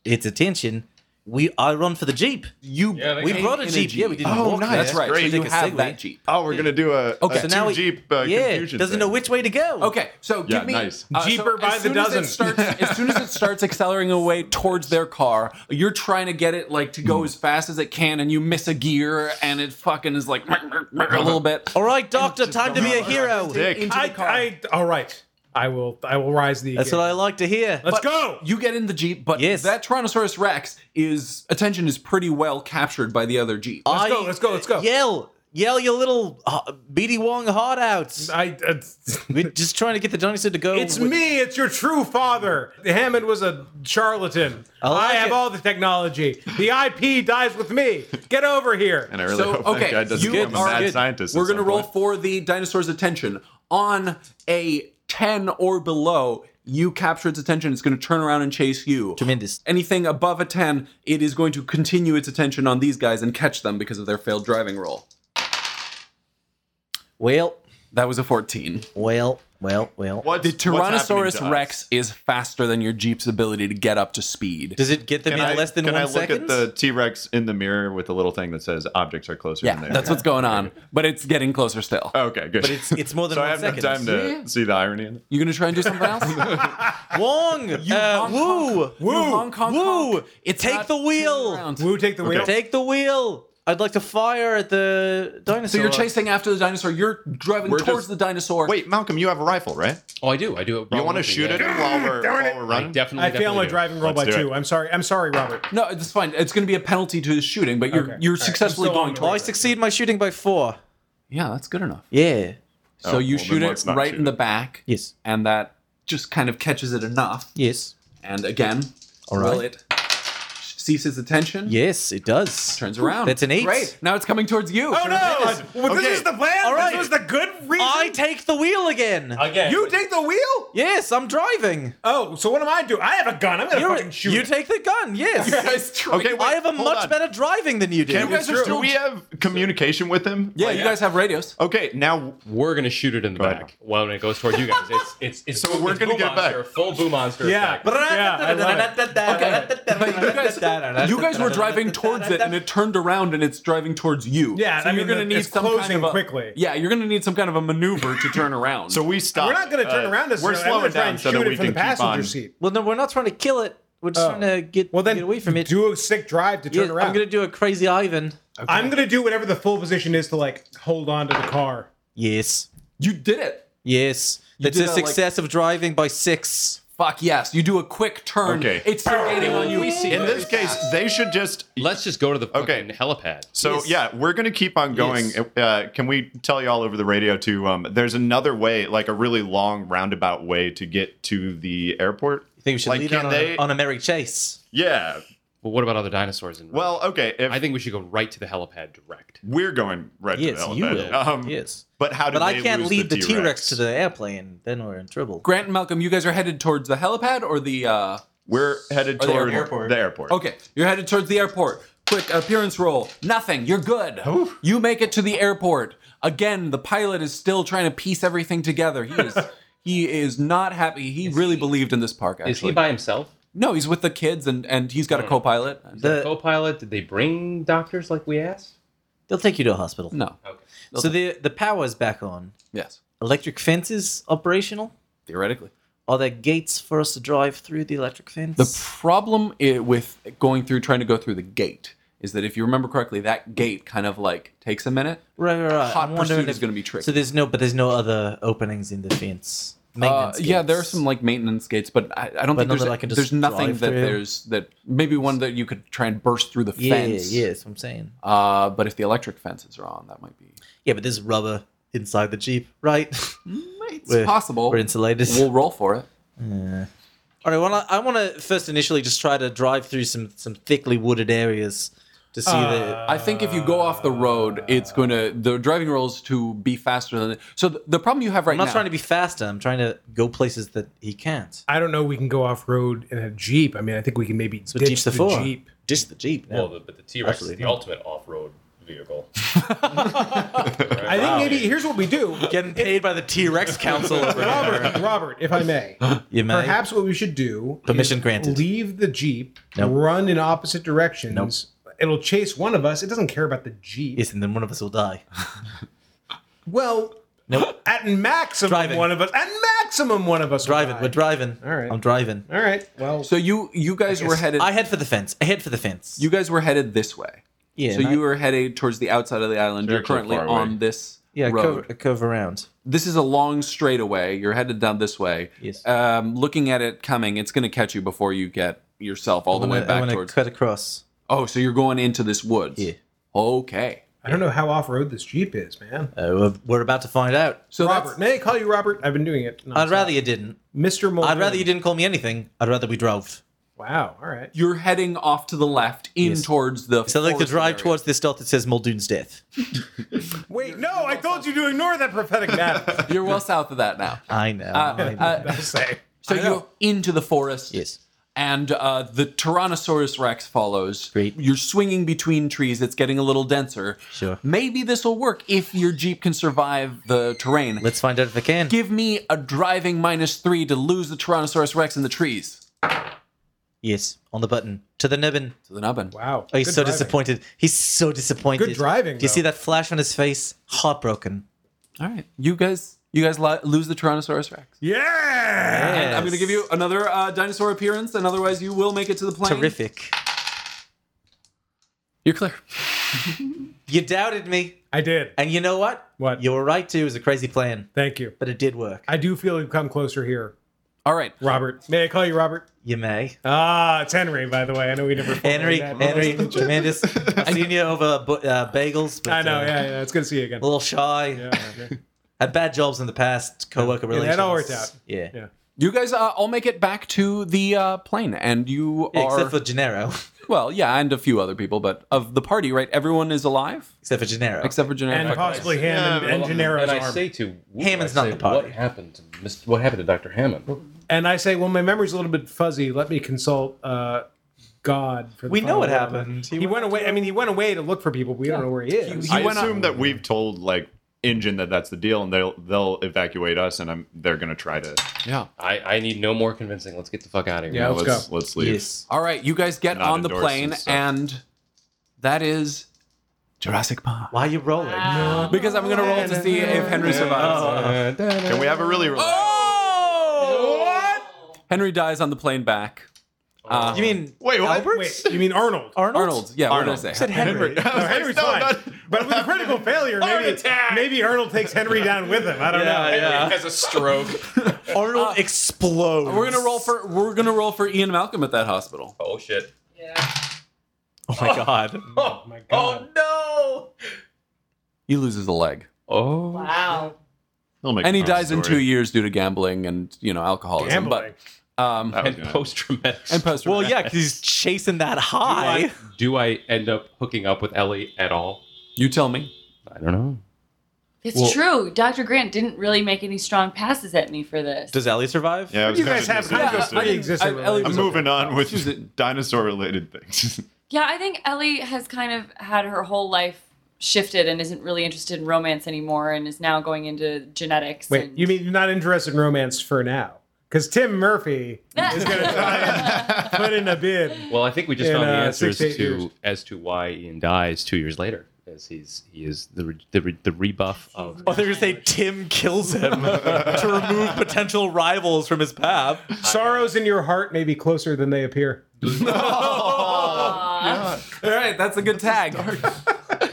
[SPEAKER 2] its attention, we I run for the jeep. You, we brought a jeep. Yeah, we didn't.
[SPEAKER 11] Oh,
[SPEAKER 2] walk
[SPEAKER 11] nice.
[SPEAKER 2] there.
[SPEAKER 11] That's right.
[SPEAKER 2] So
[SPEAKER 11] So
[SPEAKER 2] take
[SPEAKER 11] you
[SPEAKER 2] a
[SPEAKER 11] have
[SPEAKER 2] segue.
[SPEAKER 11] that Jeep. Oh, we're gonna do a- a
[SPEAKER 2] we-
[SPEAKER 11] two-Jeep, uh,
[SPEAKER 2] yeah,
[SPEAKER 11] confusion
[SPEAKER 2] doesn't
[SPEAKER 11] thing.
[SPEAKER 2] know which way to go.
[SPEAKER 1] Okay, so
[SPEAKER 11] Yeah,
[SPEAKER 1] give me
[SPEAKER 11] nice.
[SPEAKER 6] Jeeper by
[SPEAKER 1] as
[SPEAKER 6] the
[SPEAKER 1] soon as it
[SPEAKER 6] dozen. [LAUGHS]
[SPEAKER 1] starts- as soon as it starts accelerating away towards their car, you're trying to get it like to
[SPEAKER 11] Hmm.
[SPEAKER 1] go as fast as it can, and you miss a gear, and it fucking is like [LAUGHS] a little bit.
[SPEAKER 2] All right, Doctor, time to be a hero.
[SPEAKER 6] I, I, all right. I will. I will rise the.
[SPEAKER 2] That's what I like to hear.
[SPEAKER 6] Let's
[SPEAKER 1] But
[SPEAKER 6] go.
[SPEAKER 1] You get in the jeep, but that Tyrannosaurus Rex is attention is pretty well captured by the other jeep.
[SPEAKER 2] Let's go. Let's go. Let's go. Yell, yell, your little uh, BD Wong hard outs.
[SPEAKER 6] I. uh,
[SPEAKER 2] [LAUGHS] We're just trying to get the dinosaur to go.
[SPEAKER 6] It's
[SPEAKER 2] with-
[SPEAKER 6] me. It's your true father. Hammond was a charlatan. I,
[SPEAKER 2] like
[SPEAKER 6] have
[SPEAKER 2] it.
[SPEAKER 6] all the technology. The IP dies with me. Get over here.
[SPEAKER 11] And I really hope that guy doesn't
[SPEAKER 1] you
[SPEAKER 11] become a
[SPEAKER 1] are
[SPEAKER 11] mad
[SPEAKER 1] good.
[SPEAKER 11] scientist.
[SPEAKER 1] We're gonna roll for the dinosaur's attention on a ten or below. You capture its attention. It's going to turn around and chase you.
[SPEAKER 2] Tremendous.
[SPEAKER 1] Anything above a ten, it is going to continue its attention on these guys and catch them because of their failed driving roll.
[SPEAKER 2] Well,
[SPEAKER 1] that was a fourteen.
[SPEAKER 2] Well, well, well.
[SPEAKER 11] What
[SPEAKER 1] the Tyrannosaurus Rex is faster than your Jeep's ability to get up to speed.
[SPEAKER 2] Does it get
[SPEAKER 11] I, can I look at the T Rex in the mirror with a little thing that says objects are closer
[SPEAKER 1] Yeah,
[SPEAKER 11] than they are?
[SPEAKER 1] that's what's going on. But it's getting closer still.
[SPEAKER 11] Okay, good.
[SPEAKER 1] But it's-
[SPEAKER 2] it's more than
[SPEAKER 11] [LAUGHS] so I
[SPEAKER 2] one
[SPEAKER 11] have no
[SPEAKER 2] second.
[SPEAKER 11] time to
[SPEAKER 1] Yeah.
[SPEAKER 11] see the irony in it.
[SPEAKER 1] You gonna try and do something [LAUGHS] else?
[SPEAKER 2] Wong, uh, woo,
[SPEAKER 1] woo, Hong Kong, woo.
[SPEAKER 2] It take the wheel.
[SPEAKER 6] Woo, take the wheel.
[SPEAKER 2] Take the wheel. I'd like to fire at the dinosaur.
[SPEAKER 1] So you're chasing after the dinosaur. You're driving
[SPEAKER 11] We're
[SPEAKER 1] towards
[SPEAKER 11] just-
[SPEAKER 1] the dinosaur.
[SPEAKER 11] Wait, Malcolm, you have a rifle, right?
[SPEAKER 10] Oh, I do. I do.
[SPEAKER 11] You want to shoot it
[SPEAKER 1] [LAUGHS]
[SPEAKER 11] while we're
[SPEAKER 6] Darn it.
[SPEAKER 11] while we're running?
[SPEAKER 10] definitely.
[SPEAKER 6] I failed my driving roll by
[SPEAKER 11] Let's do
[SPEAKER 6] two. I'm sorry. I'm sorry, Robert.
[SPEAKER 1] No, it's fine. It's going to be a penalty to his shooting, but you're
[SPEAKER 6] Okay.
[SPEAKER 1] you're
[SPEAKER 6] All right.
[SPEAKER 1] successfully
[SPEAKER 6] I'm still
[SPEAKER 1] going
[SPEAKER 6] on the
[SPEAKER 2] Well, I
[SPEAKER 1] towards. it.
[SPEAKER 2] succeed my shooting by four.
[SPEAKER 1] Yeah, that's good enough.
[SPEAKER 2] Yeah.
[SPEAKER 1] So you
[SPEAKER 11] well,
[SPEAKER 1] shoot
[SPEAKER 11] then
[SPEAKER 1] it
[SPEAKER 11] let's not
[SPEAKER 1] right
[SPEAKER 11] shoot
[SPEAKER 1] in the back.
[SPEAKER 2] Yes.
[SPEAKER 1] And that just kind of catches it enough.
[SPEAKER 2] Yes.
[SPEAKER 1] And again,
[SPEAKER 2] All
[SPEAKER 1] will
[SPEAKER 2] right.
[SPEAKER 1] it cease its attention?
[SPEAKER 2] Yes, it does.
[SPEAKER 1] Turns around.
[SPEAKER 2] That's an eight.
[SPEAKER 1] Great. Now it's coming towards you.
[SPEAKER 6] Oh no! [LAUGHS] Well,
[SPEAKER 11] Okay.
[SPEAKER 6] This is the plan.
[SPEAKER 2] All right.
[SPEAKER 6] This was the good reason.
[SPEAKER 2] I take the wheel again.
[SPEAKER 9] Again.
[SPEAKER 6] you take the wheel.
[SPEAKER 2] yes, I'm driving.
[SPEAKER 6] Oh, so what am I doing? I have a gun. I'm gonna
[SPEAKER 2] You're-
[SPEAKER 6] fucking shoot.
[SPEAKER 2] you
[SPEAKER 6] it.
[SPEAKER 2] take the gun. Yes.
[SPEAKER 1] [LAUGHS]
[SPEAKER 11] Okay, wait,
[SPEAKER 2] I have a
[SPEAKER 11] hold
[SPEAKER 2] much
[SPEAKER 11] on.
[SPEAKER 2] better driving than you do.
[SPEAKER 11] Can we,
[SPEAKER 1] guys are
[SPEAKER 11] do
[SPEAKER 1] still-
[SPEAKER 11] we have communication with him?
[SPEAKER 1] Yeah, you guys have radios.
[SPEAKER 11] Okay, now
[SPEAKER 10] We're gonna shoot it in the
[SPEAKER 11] Go ahead.
[SPEAKER 10] back. Well, when it goes toward you guys, it's it's it's.
[SPEAKER 11] [LAUGHS] So we're
[SPEAKER 10] it's
[SPEAKER 11] gonna
[SPEAKER 10] Boo
[SPEAKER 11] get
[SPEAKER 10] monster,
[SPEAKER 11] back.
[SPEAKER 10] Full boo monster.
[SPEAKER 6] Yeah.
[SPEAKER 10] attack.
[SPEAKER 6] Yeah, I love it.
[SPEAKER 1] But [LAUGHS] you guys, you guys were driving towards it, and it turned around, and it's driving towards you.
[SPEAKER 6] Yeah,
[SPEAKER 1] so
[SPEAKER 6] I
[SPEAKER 1] you're
[SPEAKER 6] mean,
[SPEAKER 1] gonna need
[SPEAKER 6] it's
[SPEAKER 1] some kind
[SPEAKER 6] closing
[SPEAKER 1] of a,
[SPEAKER 6] quickly.
[SPEAKER 1] Yeah, you're gonna need some kind of a maneuver to
[SPEAKER 6] [LAUGHS]
[SPEAKER 1] turn around.
[SPEAKER 11] so we stop.
[SPEAKER 6] We're not gonna turn
[SPEAKER 11] Uh,
[SPEAKER 6] around. This
[SPEAKER 11] We're
[SPEAKER 6] time. I'm
[SPEAKER 11] slowing
[SPEAKER 6] gonna try
[SPEAKER 11] down
[SPEAKER 6] and
[SPEAKER 11] so
[SPEAKER 6] shoot
[SPEAKER 11] that
[SPEAKER 6] it
[SPEAKER 11] we
[SPEAKER 6] from
[SPEAKER 11] can
[SPEAKER 6] the
[SPEAKER 11] keep
[SPEAKER 6] passenger
[SPEAKER 11] on.
[SPEAKER 6] seat.
[SPEAKER 2] Well, no, we're not trying to kill it. We're just
[SPEAKER 6] Oh.
[SPEAKER 2] trying to get,
[SPEAKER 6] Well, then
[SPEAKER 2] get away from it.
[SPEAKER 6] Do a sick drive to turn
[SPEAKER 2] Yeah,
[SPEAKER 6] around.
[SPEAKER 2] I'm gonna do a crazy Ivan.
[SPEAKER 6] I'm gonna do whatever the full position is to like hold on to the car.
[SPEAKER 2] Yes.
[SPEAKER 1] you did it.
[SPEAKER 2] Yes. That's
[SPEAKER 1] did a,
[SPEAKER 2] a
[SPEAKER 1] like-
[SPEAKER 2] success of driving by six.
[SPEAKER 1] Fuck yes. You do a quick turn.
[SPEAKER 11] Okay.
[SPEAKER 1] It's still gaining on E you.
[SPEAKER 11] In this case, they should just.
[SPEAKER 10] Let's just go to the
[SPEAKER 11] Okay.
[SPEAKER 10] fucking helipad.
[SPEAKER 11] So yeah, we're gonna keep on going.
[SPEAKER 2] Yes.
[SPEAKER 11] Uh, can we tell you all over the radio to? Um, there's another way, like a really long roundabout way to get to the airport.
[SPEAKER 2] You think we should
[SPEAKER 11] Like,
[SPEAKER 2] lead on,
[SPEAKER 11] can
[SPEAKER 2] a-
[SPEAKER 11] they-
[SPEAKER 2] on a merry chase?
[SPEAKER 11] Yeah.
[SPEAKER 10] But what about other dinosaurs? In
[SPEAKER 11] Well, okay. If
[SPEAKER 10] I think we should go right to the helipad direct.
[SPEAKER 11] we're going right
[SPEAKER 2] Yes,
[SPEAKER 11] to the
[SPEAKER 2] you
[SPEAKER 11] elephant.
[SPEAKER 2] will.
[SPEAKER 11] Um,
[SPEAKER 2] yes.
[SPEAKER 11] But how do
[SPEAKER 2] But I
[SPEAKER 11] they
[SPEAKER 2] can't
[SPEAKER 11] lose
[SPEAKER 2] lead the T Rex
[SPEAKER 11] T-Rex?
[SPEAKER 2] to the airplane. Then we're in trouble.
[SPEAKER 1] Grant and Malcolm, you guys are headed towards the helipad or the. uh
[SPEAKER 11] We're headed
[SPEAKER 1] Or the
[SPEAKER 11] toward
[SPEAKER 1] airport.
[SPEAKER 11] the airport.
[SPEAKER 1] Okay, you're headed towards the airport. Quick appearance roll. Nothing. You're good. You make it to the airport. Again, the pilot is still trying to piece everything together. He is. [LAUGHS] He is not happy. He really believed in this park. Actually,
[SPEAKER 10] Is he by himself?
[SPEAKER 1] no, he's with the kids and and he's got a co-pilot.
[SPEAKER 2] The-
[SPEAKER 10] Co-pilot? Did they bring doctors like we asked?
[SPEAKER 2] They'll take you to a hospital.
[SPEAKER 1] No,
[SPEAKER 10] Okay.
[SPEAKER 2] So the the power's back on.
[SPEAKER 1] yes,
[SPEAKER 2] Electric fence is operational.
[SPEAKER 1] theoretically.
[SPEAKER 2] Are there gates for us to drive through the electric fence?
[SPEAKER 1] The problem i with going through trying to go through the gate is that if you remember correctly, that gate kind of like takes a minute.
[SPEAKER 2] right, right, right.
[SPEAKER 1] Hot
[SPEAKER 2] Uh, I'm wondering
[SPEAKER 1] pursuit is
[SPEAKER 2] if-
[SPEAKER 1] going to be tricky.
[SPEAKER 2] So there's no, but there's no other openings in the fence.
[SPEAKER 1] Uh,
[SPEAKER 2] Maintenance
[SPEAKER 1] yeah, there are
[SPEAKER 2] gates.
[SPEAKER 1] some like maintenance gates, but I, I don't
[SPEAKER 2] But
[SPEAKER 1] think
[SPEAKER 2] none
[SPEAKER 1] there's,
[SPEAKER 2] that I can just
[SPEAKER 1] there's nothing
[SPEAKER 2] drive
[SPEAKER 1] that
[SPEAKER 2] through.
[SPEAKER 1] there's that maybe one that you could try and burst through the
[SPEAKER 2] Yeah,
[SPEAKER 1] fence.
[SPEAKER 2] yeah, that's what I'm saying.
[SPEAKER 1] Uh, but if the electric fences are on, that might be.
[SPEAKER 2] Yeah, but there's rubber inside the Jeep, right? [LAUGHS]
[SPEAKER 1] It's
[SPEAKER 2] We're-
[SPEAKER 1] possible.
[SPEAKER 2] We're insulated.
[SPEAKER 1] We'll roll for it.
[SPEAKER 2] All right, well, I, I want to first initially just try to drive through some, some thickly wooded areas to to see the.
[SPEAKER 1] I think if you go off the road, it's going to the driving rolls to be faster than. So th- the problem you have right
[SPEAKER 2] I'm not
[SPEAKER 1] now.
[SPEAKER 2] trying to be faster. I'm trying to go places that he can't.
[SPEAKER 6] I don't know. We can go off road in a jeep. I mean, I think we can maybe
[SPEAKER 2] So
[SPEAKER 6] ditch
[SPEAKER 2] ditch
[SPEAKER 6] the,
[SPEAKER 2] the four.
[SPEAKER 6] jeep.
[SPEAKER 2] Ditch the jeep. yeah.
[SPEAKER 10] Well, the, but the T Rex is
[SPEAKER 2] Absolutely
[SPEAKER 10] the
[SPEAKER 2] not.
[SPEAKER 10] ultimate off road vehicle.
[SPEAKER 6] I think maybe here's what we [LAUGHS] do.
[SPEAKER 2] Getting paid by the T Rex Council. over here.
[SPEAKER 6] [LAUGHS] Robert, Robert, if I
[SPEAKER 2] [LAUGHS]
[SPEAKER 6] may,
[SPEAKER 2] You may.
[SPEAKER 6] perhaps what we should do.
[SPEAKER 2] Permission
[SPEAKER 6] is
[SPEAKER 2] granted.
[SPEAKER 6] Leave the jeep,
[SPEAKER 2] Nope.
[SPEAKER 6] run in opposite directions. It'll chase one of us. It doesn't care about the jeep.
[SPEAKER 2] Yes, and then one of us will die.
[SPEAKER 6] Well,
[SPEAKER 2] Nope.
[SPEAKER 6] at maximum,
[SPEAKER 2] Driving.
[SPEAKER 6] one of us. At maximum, one of us. will
[SPEAKER 2] Driving.
[SPEAKER 6] die.
[SPEAKER 2] We're driving.
[SPEAKER 6] All right.
[SPEAKER 2] I'm driving.
[SPEAKER 6] All right. Well,
[SPEAKER 1] so you you guys were headed.
[SPEAKER 2] I head for the fence. I head for the fence.
[SPEAKER 1] you guys were headed this way.
[SPEAKER 2] yeah.
[SPEAKER 1] so
[SPEAKER 2] and I-
[SPEAKER 1] you were headed towards the outside of the island. You're
[SPEAKER 11] They're too
[SPEAKER 1] currently
[SPEAKER 11] far away.
[SPEAKER 1] on this
[SPEAKER 2] yeah I
[SPEAKER 1] road.
[SPEAKER 2] curve, I curve around.
[SPEAKER 1] This is a long straightaway. You're headed down this way.
[SPEAKER 2] Yes.
[SPEAKER 1] Um, looking at it coming, it's going to catch you before you get yourself all the
[SPEAKER 2] I
[SPEAKER 1] way
[SPEAKER 2] wanna- I
[SPEAKER 1] back
[SPEAKER 2] wanna
[SPEAKER 1] towards.
[SPEAKER 2] cut across.
[SPEAKER 1] Oh, so you're going into this woods.
[SPEAKER 2] Yeah.
[SPEAKER 1] Okay.
[SPEAKER 6] I don't know how off road this jeep is, man.
[SPEAKER 2] Uh, we're- we're about to find out.
[SPEAKER 1] So
[SPEAKER 6] Robert,
[SPEAKER 1] that's,
[SPEAKER 6] may I call you Robert? I've been doing it. nonstop.
[SPEAKER 2] I'd rather you didn't.
[SPEAKER 6] Mr. Mulder.
[SPEAKER 2] I'd rather you didn't call me anything. I'd rather we drove.
[SPEAKER 6] Wow. All right.
[SPEAKER 1] you're heading off to the left in
[SPEAKER 2] Yes.
[SPEAKER 1] towards the.
[SPEAKER 2] So like the
[SPEAKER 1] forested
[SPEAKER 2] drive
[SPEAKER 1] area.
[SPEAKER 2] towards this dot that says Muldoon's death.
[SPEAKER 6] Wait, no, I told you to ignore that prophetic [LAUGHS] map.
[SPEAKER 1] You're well south of that
[SPEAKER 2] [LAUGHS]
[SPEAKER 1] now.
[SPEAKER 2] [LAUGHS] I know. I know.
[SPEAKER 1] Uh,
[SPEAKER 6] I'll say.
[SPEAKER 1] so
[SPEAKER 6] I know.
[SPEAKER 1] you're into the forest.
[SPEAKER 2] yes.
[SPEAKER 1] and uh, the Tyrannosaurus Rex follows.
[SPEAKER 2] Great.
[SPEAKER 1] You're swinging between trees. It's getting a little denser.
[SPEAKER 2] Sure.
[SPEAKER 1] Maybe this will work if your Jeep can survive the terrain.
[SPEAKER 2] Let's find out if I can.
[SPEAKER 1] Give me a driving minus three to lose the Tyrannosaurus Rex in the trees.
[SPEAKER 2] yes. On the button. To the nubbin.
[SPEAKER 1] To the nubbin.
[SPEAKER 6] Wow.
[SPEAKER 2] Oh, he's
[SPEAKER 6] Good
[SPEAKER 2] so
[SPEAKER 6] driving.
[SPEAKER 2] disappointed. He's so disappointed.
[SPEAKER 6] Good driving,
[SPEAKER 2] Do you see
[SPEAKER 6] though.
[SPEAKER 2] that flash on his face? Heartbroken.
[SPEAKER 1] All right. You guys, you guys li- lose the Tyrannosaurus Rex.
[SPEAKER 6] Yeah.
[SPEAKER 1] And I'm going to give you
[SPEAKER 2] Yes.
[SPEAKER 1] another uh, dinosaur appearance, and otherwise you will make it to the plane.
[SPEAKER 2] terrific.
[SPEAKER 1] You're clear.
[SPEAKER 2] You doubted me,
[SPEAKER 6] I did.
[SPEAKER 2] and you know what?
[SPEAKER 6] What?
[SPEAKER 2] You were right too. It was a crazy plan,
[SPEAKER 6] Thank you.
[SPEAKER 2] but it did work.
[SPEAKER 6] I do feel we've come closer here.
[SPEAKER 1] All right.
[SPEAKER 6] Robert. May I call you Robert?
[SPEAKER 2] You may.
[SPEAKER 6] Ah, it's Henry, by the way. I know we never
[SPEAKER 2] Henry,
[SPEAKER 6] formally met.
[SPEAKER 2] Henry,
[SPEAKER 6] [LAUGHS]
[SPEAKER 2] tremendous. I've seen you over bu- uh, bagels. But,
[SPEAKER 6] I know,
[SPEAKER 2] uh,
[SPEAKER 6] yeah, yeah. It's good to see you again.
[SPEAKER 2] A little shy.
[SPEAKER 6] Yeah, yeah.
[SPEAKER 2] [LAUGHS] Had bad jobs in the past. Coworker
[SPEAKER 6] Yeah,
[SPEAKER 2] relations.
[SPEAKER 6] that all worked out.
[SPEAKER 2] Yeah.
[SPEAKER 6] Yeah.
[SPEAKER 1] You guys uh, all make it back to the uh, plane, and you
[SPEAKER 2] Yeah,
[SPEAKER 1] are.
[SPEAKER 2] except for Gennaro. [LAUGHS]
[SPEAKER 1] Well, yeah, and a few other people, but of the party, right? Everyone is alive
[SPEAKER 2] except for Gennaro.
[SPEAKER 1] except for Gennaro.
[SPEAKER 6] And possibly him and, and
[SPEAKER 5] Well,
[SPEAKER 6] Gennaro's
[SPEAKER 5] and I
[SPEAKER 6] arm.
[SPEAKER 5] say to Wu,
[SPEAKER 2] Hammond's
[SPEAKER 5] I
[SPEAKER 2] not
[SPEAKER 5] say,
[SPEAKER 2] in the party.
[SPEAKER 5] What happened to Mr. What happened to Doctor Hammond?
[SPEAKER 6] and I say, well, my memory's a little bit fuzzy. Let me consult uh, God. For the
[SPEAKER 2] We know
[SPEAKER 6] final
[SPEAKER 2] what
[SPEAKER 6] word."
[SPEAKER 2] happened.
[SPEAKER 6] He,
[SPEAKER 2] He
[SPEAKER 6] went, away. I mean, he went away to look for people. But we don't know where he is.
[SPEAKER 1] He
[SPEAKER 11] I
[SPEAKER 1] went up-
[SPEAKER 11] assume that we've told like engine that that's the deal, and they'll they'll evacuate us, and I'm they're gonna try to.
[SPEAKER 1] Yeah.
[SPEAKER 5] I, I need no more convincing. Let's get the fuck out of here.
[SPEAKER 6] Yeah, let's
[SPEAKER 11] let's
[SPEAKER 6] go.
[SPEAKER 11] let's leave.
[SPEAKER 2] Yes.
[SPEAKER 1] All right, you guys get
[SPEAKER 11] Not
[SPEAKER 1] on the
[SPEAKER 11] endorses,
[SPEAKER 1] plane,
[SPEAKER 11] so.
[SPEAKER 1] and that is Jurassic Park.
[SPEAKER 2] Why are you rolling? Oh.
[SPEAKER 1] Because I'm gonna roll to see if Henry survives.
[SPEAKER 11] Can we have a really? Relaxed-
[SPEAKER 1] Oh! What? Henry dies on the plane back. Uh,
[SPEAKER 2] Oh. You mean
[SPEAKER 11] Wait, what?
[SPEAKER 2] Albert?
[SPEAKER 6] Wait, [LAUGHS] you mean Arnold?
[SPEAKER 2] Arnold?
[SPEAKER 1] Arnold? Yeah.
[SPEAKER 11] Arnold.
[SPEAKER 1] What did I say?
[SPEAKER 2] said Henry.
[SPEAKER 11] [LAUGHS] I was
[SPEAKER 6] No,
[SPEAKER 11] like,
[SPEAKER 6] Henry's
[SPEAKER 11] no,
[SPEAKER 6] fine.
[SPEAKER 11] not-
[SPEAKER 6] But with a critical failure, maybe maybe Arnold takes Henry down with him. I don't know.
[SPEAKER 2] Oh, yeah.
[SPEAKER 10] Has a stroke.
[SPEAKER 2] [LAUGHS] Arnold explodes.
[SPEAKER 1] Uh, We're gonna roll for we're gonna roll for Ian Malcolm at that hospital.
[SPEAKER 10] oh shit.
[SPEAKER 2] Oh my
[SPEAKER 6] [LAUGHS]
[SPEAKER 2] god.
[SPEAKER 10] Oh,
[SPEAKER 6] my
[SPEAKER 10] Oh no.
[SPEAKER 1] He loses a leg,
[SPEAKER 10] Oh.
[SPEAKER 5] [LAUGHS]
[SPEAKER 4] Wow.
[SPEAKER 11] He'll make
[SPEAKER 1] and he
[SPEAKER 11] his own
[SPEAKER 1] dies in
[SPEAKER 11] story.
[SPEAKER 1] two years due to gambling and you know alcoholism.
[SPEAKER 6] Gambling.
[SPEAKER 1] But um,
[SPEAKER 11] That was
[SPEAKER 5] And
[SPEAKER 11] gonna-
[SPEAKER 5] post traumatic.
[SPEAKER 1] and post.
[SPEAKER 2] Well, yeah, because he's chasing that high.
[SPEAKER 5] Do I end up hooking up with Ellie at all?
[SPEAKER 1] You tell me.
[SPEAKER 5] I don't know.
[SPEAKER 4] It's
[SPEAKER 5] Well-
[SPEAKER 4] true. Dr. Grant didn't really make any strong passes at me for this.
[SPEAKER 2] Does Ellie survive?
[SPEAKER 11] Yeah, I was
[SPEAKER 6] You
[SPEAKER 11] kinda
[SPEAKER 6] guys have
[SPEAKER 11] just-
[SPEAKER 6] kind of a
[SPEAKER 1] I-
[SPEAKER 6] pre-existing.
[SPEAKER 1] I- Ellie
[SPEAKER 6] relationship.
[SPEAKER 11] I'm moving on with
[SPEAKER 2] [LAUGHS]
[SPEAKER 11] dinosaur-related things.
[SPEAKER 4] yeah, I think Ellie has kind of had her whole life shifted and isn't really interested in romance anymore and is now going into genetics.
[SPEAKER 6] Wait,
[SPEAKER 4] and-
[SPEAKER 6] you mean you're not interested in romance for now? Because Tim Murphy is going to try and put in a bid.
[SPEAKER 5] Well, I think we just
[SPEAKER 6] In,
[SPEAKER 5] found the
[SPEAKER 6] uh,
[SPEAKER 5] answer as
[SPEAKER 6] six to eight
[SPEAKER 5] to
[SPEAKER 6] years.
[SPEAKER 5] as to why Ian dies two years later, as he's he is the re, the, re, the rebuff of.
[SPEAKER 2] Oh, they're gonna say Tim kills him [LAUGHS] to remove potential rivals from his path.
[SPEAKER 6] Sorrows in your heart may be closer than they appear.
[SPEAKER 2] Oh.
[SPEAKER 4] Aw.
[SPEAKER 1] All right, that's a good tag. [LAUGHS]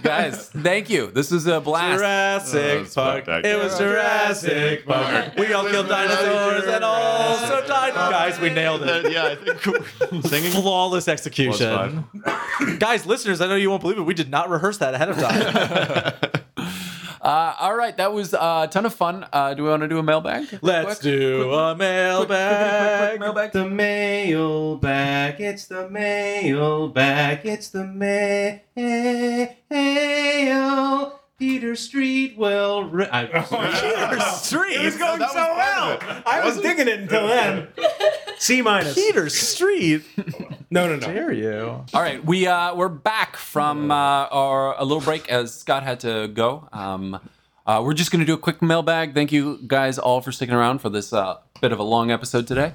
[SPEAKER 1] Guys, thank you. This is a blast.
[SPEAKER 11] Oh,
[SPEAKER 2] Jurassic
[SPEAKER 11] that's
[SPEAKER 2] Park.
[SPEAKER 11] fucked up.
[SPEAKER 2] It was Jurassic Park. We all killed dinosaurs and also died. Guys, we nailed it.
[SPEAKER 11] Uh, yeah, I
[SPEAKER 2] [LAUGHS]
[SPEAKER 11] think [LAUGHS] singing
[SPEAKER 2] Flawless
[SPEAKER 11] was [LAUGHS]
[SPEAKER 2] execution.
[SPEAKER 11] fun.
[SPEAKER 2] Guys, listeners, I know you won't believe it. We did not rehearse that ahead of time.
[SPEAKER 1] Uh, all right, that was uh, a ton of fun. Uh, do we want to do a mailbag?
[SPEAKER 2] Let's do a mailbag.
[SPEAKER 1] mailbag.
[SPEAKER 9] The mailbag. mailbag. It's the mailbag. It's the mail. Peter Street well. Ri- I-
[SPEAKER 6] [LAUGHS] Peter
[SPEAKER 2] Street.
[SPEAKER 6] It was going so well. I was digging it
[SPEAKER 2] [LAUGHS]
[SPEAKER 6] until then. C minus.
[SPEAKER 2] Peter Street.
[SPEAKER 6] No, no, no.
[SPEAKER 2] Dare you?
[SPEAKER 1] All right, we uh, we're back from uh, our a little break as Scott had to go. Um, uh, we're just gonna do a quick mailbag. Thank you guys all for sticking around for this uh, bit of a long episode today.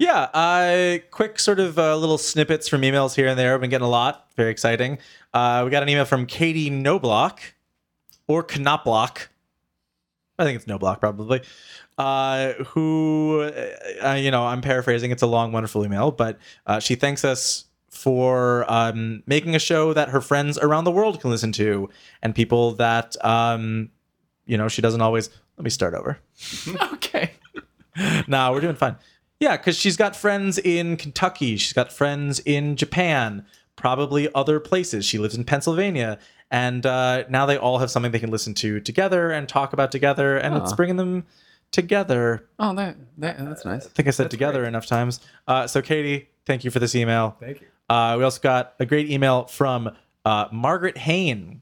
[SPEAKER 2] Yeah, uh, quick sort of uh, little snippets from emails here and there. I've been getting a lot. Very exciting. Uh, we got an email from Katie Noblock or Knoplock. I think it's Noblock probably. Uh, who, uh, uh, you know, I'm paraphrasing. It's a long, wonderful email, but uh, she thanks us for um, making a show that her friends around the world can listen to and people that, um, you know, she doesn't always. Let me start over [LAUGHS] nah, we're doing fine. Yeah, because she's got friends in Kentucky. She's got friends in Japan, probably other places. She lives in Pennsylvania. And uh, now they all have something they can listen to together and talk about together. And it's
[SPEAKER 1] Aw.
[SPEAKER 2] bringing them together.
[SPEAKER 1] Oh, that, that that's nice.
[SPEAKER 2] I think I said together enough times. Uh, so, Katie, thank you for this email.
[SPEAKER 6] Thank you.
[SPEAKER 2] Uh, we also got a great email from uh, Margaret Hain,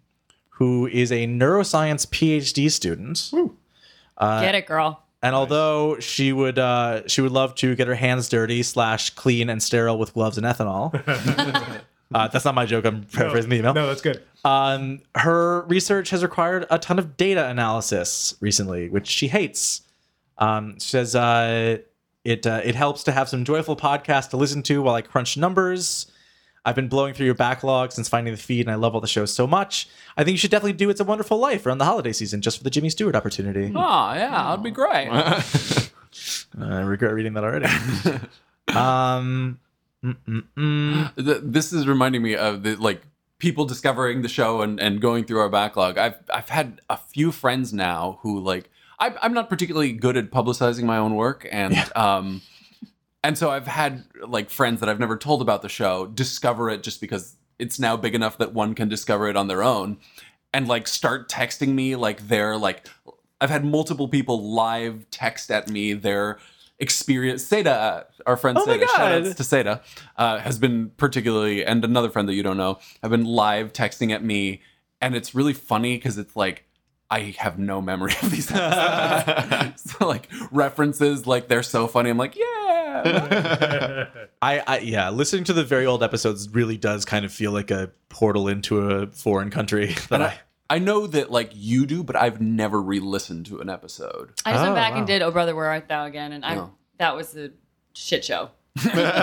[SPEAKER 2] who is a neuroscience PhD student. Uh,
[SPEAKER 4] Get it,
[SPEAKER 6] Oh,
[SPEAKER 4] girl.
[SPEAKER 2] and although she would uh, she would love to get her hands dirty slash clean and sterile with gloves and
[SPEAKER 6] [LAUGHS]
[SPEAKER 2] ethanol. uh, that's not my joke. I'm paraphrasing the email.
[SPEAKER 6] No, that's good.
[SPEAKER 2] Um, her research has required a ton of data analysis recently, which she hates. Um, she says uh, it uh, it helps to have some joyful podcast to listen to while I crunch numbers. I've been blowing through your backlog since finding the feed, and I love all the shows so much. I think you should definitely do "It's a Wonderful Life" around the holiday season, just for the Jimmy Stewart opportunity.
[SPEAKER 1] Oh yeah, that'd be great. [LAUGHS]
[SPEAKER 2] I regret reading that [LAUGHS] already. um, mm, mm, mm.
[SPEAKER 1] Th- this is reminding me of the like people discovering the show and, and going through our backlog. I've I've had a few friends now who like I, I'm not particularly good at publicizing my own work and um and so I've had like friends that I've never told about the show discover it just because it's now big enough that one can discover it on their own and like start texting me like their like I've had multiple people live text at me their experience. Seda, uh, our friend
[SPEAKER 2] Oh my
[SPEAKER 1] Seda, shout outs
[SPEAKER 2] God.
[SPEAKER 1] to Seda, uh, has been particularly, and another friend that you don't know, have been live texting at me, and it's really funny because it's like. I have no memory of
[SPEAKER 2] [LAUGHS]
[SPEAKER 1] these episodes. [LAUGHS] so like references, like they're so funny. I'm like, [LAUGHS] yeah.
[SPEAKER 2] I, I yeah, listening to the very old episodes really does kind of feel like a portal into a foreign country. [LAUGHS] That
[SPEAKER 1] And
[SPEAKER 2] I,
[SPEAKER 1] I, I know that like you do, but I've never re-listened to an episode.
[SPEAKER 4] I just
[SPEAKER 2] Oh,
[SPEAKER 4] went back
[SPEAKER 2] wow.
[SPEAKER 4] and did Oh Brother Where Art Thou again, and I
[SPEAKER 1] Oh.
[SPEAKER 4] that was a shit show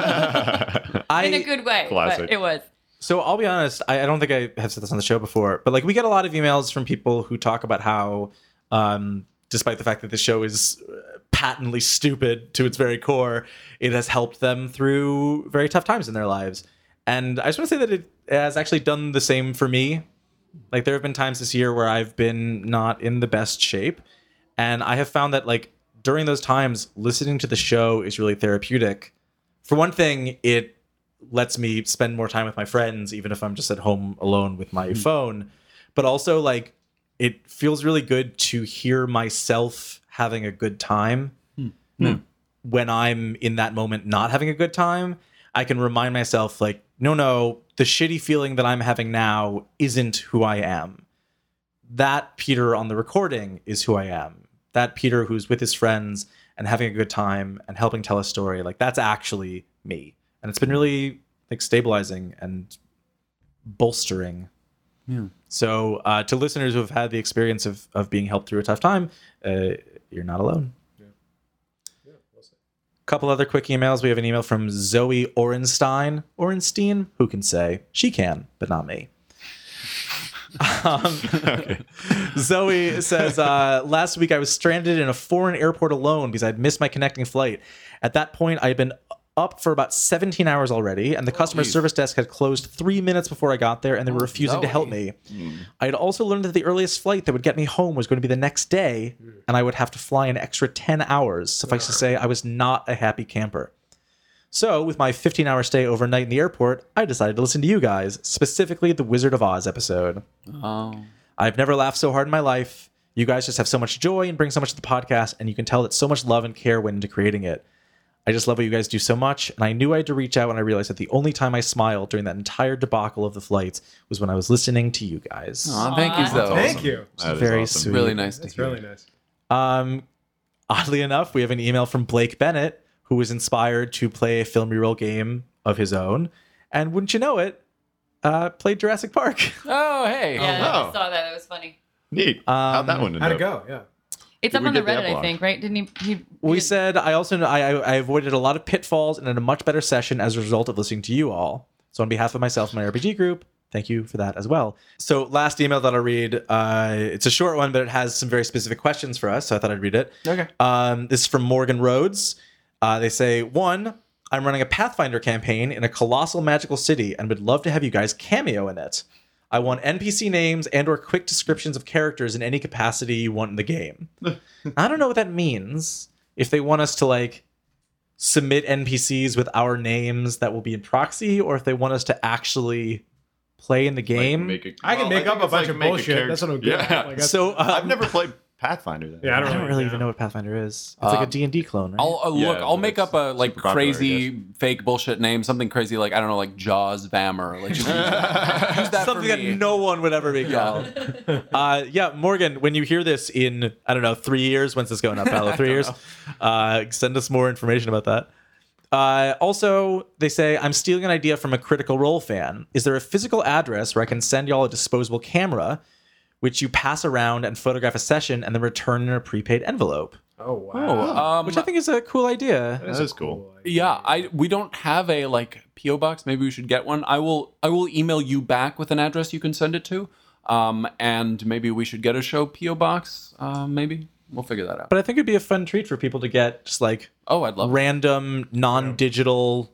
[SPEAKER 2] I,
[SPEAKER 4] in a good way,
[SPEAKER 2] Classic.
[SPEAKER 4] but it was.
[SPEAKER 11] Oh,
[SPEAKER 2] So I'll be honest, I, I don't think I have said this on the show before, but like we get a lot of emails from people who talk about how, um, despite the fact that the show is uh, patently stupid to its very core, it has helped them through very tough times in their lives. And I just want to say that it has actually done the same for me. Like there have been times this year where I've been not in the best shape, and I have found that like during those times, listening to the show is really therapeutic. For one thing, it lets me spend more time with my friends, even if I'm just at home alone with my phone. But also, like, it feels really good to hear myself having a good time. When I'm in that moment not having a good time, I can remind myself, like, no, no, the shitty feeling that I'm having now isn't who I am. That Peter on the recording is who I am. That Peter who's with his friends and having a good time and helping tell a story, like, that's actually me. And it's been really like stabilizing and bolstering.
[SPEAKER 1] Yeah.
[SPEAKER 2] So uh, to listeners who have had the experience of, of being helped through a tough time, uh, you're not alone. Couple other quick emails. We have an email from Zoe Orenstein. Orenstein, who can say? She can, but not me. [LAUGHS] Um, Zoe says, uh, last week I was stranded in a foreign airport alone because I'd missed my connecting flight. At that point, I had been up for about 17 hours already, and the customer service desk had closed three minutes before I got there, and they were refusing to help me. I had also learned that the earliest flight that would get me home was going to be the next day, and I would have to fly an extra 10 hours. Suffice to say, I was not a happy camper. So, with my 15 hour stay overnight in the airport, I decided to listen to you guys, specifically the Wizard of Oz episode.
[SPEAKER 1] Oh.
[SPEAKER 2] I've never laughed so hard in my life. You guys just have so much joy and bring so much to the podcast, and you can tell that so much love and care went into creating it. I just love what you guys do so much. And I knew I had to reach out when I realized that the only time I smiled during that entire debacle of the flights was when I was listening to you guys.
[SPEAKER 1] Aw, thank you, Aw. Zoe.
[SPEAKER 6] Thank you.
[SPEAKER 2] It's
[SPEAKER 6] That is
[SPEAKER 2] very
[SPEAKER 6] awesome.
[SPEAKER 2] sweet.
[SPEAKER 1] Really nice to That's
[SPEAKER 6] It's really nice.
[SPEAKER 2] Um, oddly enough, we have an email from Blake Bennett, who was inspired to play a film reroll game of his own, and wouldn't you know it, uh, played Jurassic Park.
[SPEAKER 1] Oh, hey.
[SPEAKER 4] Yeah, I saw that. It was funny.
[SPEAKER 11] Neat.
[SPEAKER 2] How'd
[SPEAKER 11] that one end
[SPEAKER 6] How'd it
[SPEAKER 11] up?
[SPEAKER 6] go? Yeah.
[SPEAKER 4] It's
[SPEAKER 2] Did
[SPEAKER 4] up
[SPEAKER 2] we
[SPEAKER 4] on the
[SPEAKER 2] get the
[SPEAKER 4] Reddit, I
[SPEAKER 2] epilogue?
[SPEAKER 4] think, right? Didn't he? he
[SPEAKER 2] We said I also I, I avoided a lot of pitfalls and had a much better session as a result of listening to you all. So on behalf of myself and my RPG group, thank you for that as well. So last email that I'll read, uh, it's a short one, but it has some very specific questions for us. So I thought I'd read it.
[SPEAKER 1] Okay.
[SPEAKER 2] Um, this is from Morgan Rhodes. Uh, they say one. I'm running a Pathfinder campaign in a colossal magical city and would love to have you guys cameo in it. I want NPC names and or quick descriptions of characters in any capacity you want in the game. [LAUGHS] I don't know what that means. If they want us to like submit NPCs with our names that will be in proxy, or if they want us to actually play in the game.
[SPEAKER 11] Make a-
[SPEAKER 6] I can
[SPEAKER 11] well,
[SPEAKER 6] make
[SPEAKER 11] think
[SPEAKER 6] up a
[SPEAKER 11] it's
[SPEAKER 6] bunch
[SPEAKER 11] like
[SPEAKER 6] of
[SPEAKER 11] make a
[SPEAKER 6] bullshit.
[SPEAKER 11] character-
[SPEAKER 6] That's what I'm good at.
[SPEAKER 11] Yeah.
[SPEAKER 6] Like, that's-
[SPEAKER 2] so uh,
[SPEAKER 11] I've never played Pathfinder. Though.
[SPEAKER 6] Yeah, I
[SPEAKER 2] I
[SPEAKER 11] [LAUGHS]
[SPEAKER 6] don't
[SPEAKER 2] don't
[SPEAKER 6] really.
[SPEAKER 2] really even know what Pathfinder is. It's like a D and D clone, right?
[SPEAKER 1] I'll uh, look.
[SPEAKER 11] Yeah,
[SPEAKER 1] I'll make up a like
[SPEAKER 11] super popular, I
[SPEAKER 1] crazy fake bullshit name, something crazy like I don't know, like Jaws Vammer. Like just [LAUGHS] use that use that for
[SPEAKER 2] Something that
[SPEAKER 1] me.
[SPEAKER 2] no one would ever be called. uh, yeah, Morgan, when you hear this in I don't know three years, when's this going up, Paolo? Three years. Uh, send us more information about that. Uh, also, they say I'm stealing an idea from a Critical Role fan. Is there a physical address where I can send y'all a disposable camera, which you pass around and photograph a session, and then return in a prepaid envelope?
[SPEAKER 6] Oh wow.
[SPEAKER 1] Oh, um,
[SPEAKER 2] Which I think is a cool idea.
[SPEAKER 11] That is cool.
[SPEAKER 1] yeah, I we don't have a like PO box. Maybe we should get one. I will. I will email you back with an address you can send it to. Um, and maybe we should get a show PO box. Uh, maybe we'll figure that out.
[SPEAKER 2] But I think it'd be a fun treat for people to get just like
[SPEAKER 1] Oh, I'd love. it.
[SPEAKER 2] random, non-digital,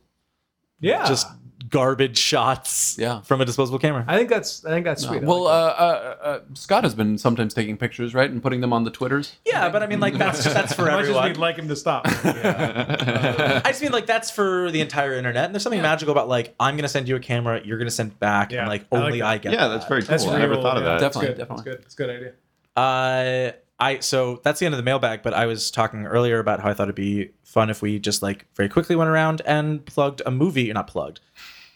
[SPEAKER 6] Yeah.
[SPEAKER 2] just garbage shots
[SPEAKER 1] Yeah.
[SPEAKER 2] from a disposable camera.
[SPEAKER 6] I think that's. I think that's sweet. I
[SPEAKER 1] Well, uh,
[SPEAKER 6] like
[SPEAKER 1] uh, uh, Scott has been sometimes taking pictures, right, and putting them on the twitters.
[SPEAKER 2] yeah, but I mean, like that's that's for
[SPEAKER 6] [LAUGHS] that. as much as we'd
[SPEAKER 2] everyone.
[SPEAKER 6] like him
[SPEAKER 2] [LAUGHS]
[SPEAKER 6] to stop. Yeah.
[SPEAKER 11] [LAUGHS]
[SPEAKER 2] I just mean like that's for the entire internet. And there's something magical about like I'm gonna send you a camera, you're gonna send back,
[SPEAKER 6] Yeah,
[SPEAKER 2] and like
[SPEAKER 6] I like
[SPEAKER 2] only
[SPEAKER 6] that.
[SPEAKER 2] I, get.
[SPEAKER 11] Yeah, that's very cool.
[SPEAKER 6] That's
[SPEAKER 11] Oh, I never
[SPEAKER 6] real,
[SPEAKER 11] thought of
[SPEAKER 6] yeah.
[SPEAKER 11] that.
[SPEAKER 1] Definitely,
[SPEAKER 6] It's good.
[SPEAKER 1] definitely.
[SPEAKER 6] It's good. It's a good idea.
[SPEAKER 2] Uh, I so that's the end of the mailbag. But I was talking earlier about how I thought it'd be fun if we just like very quickly went around and plugged a movie, not plugged,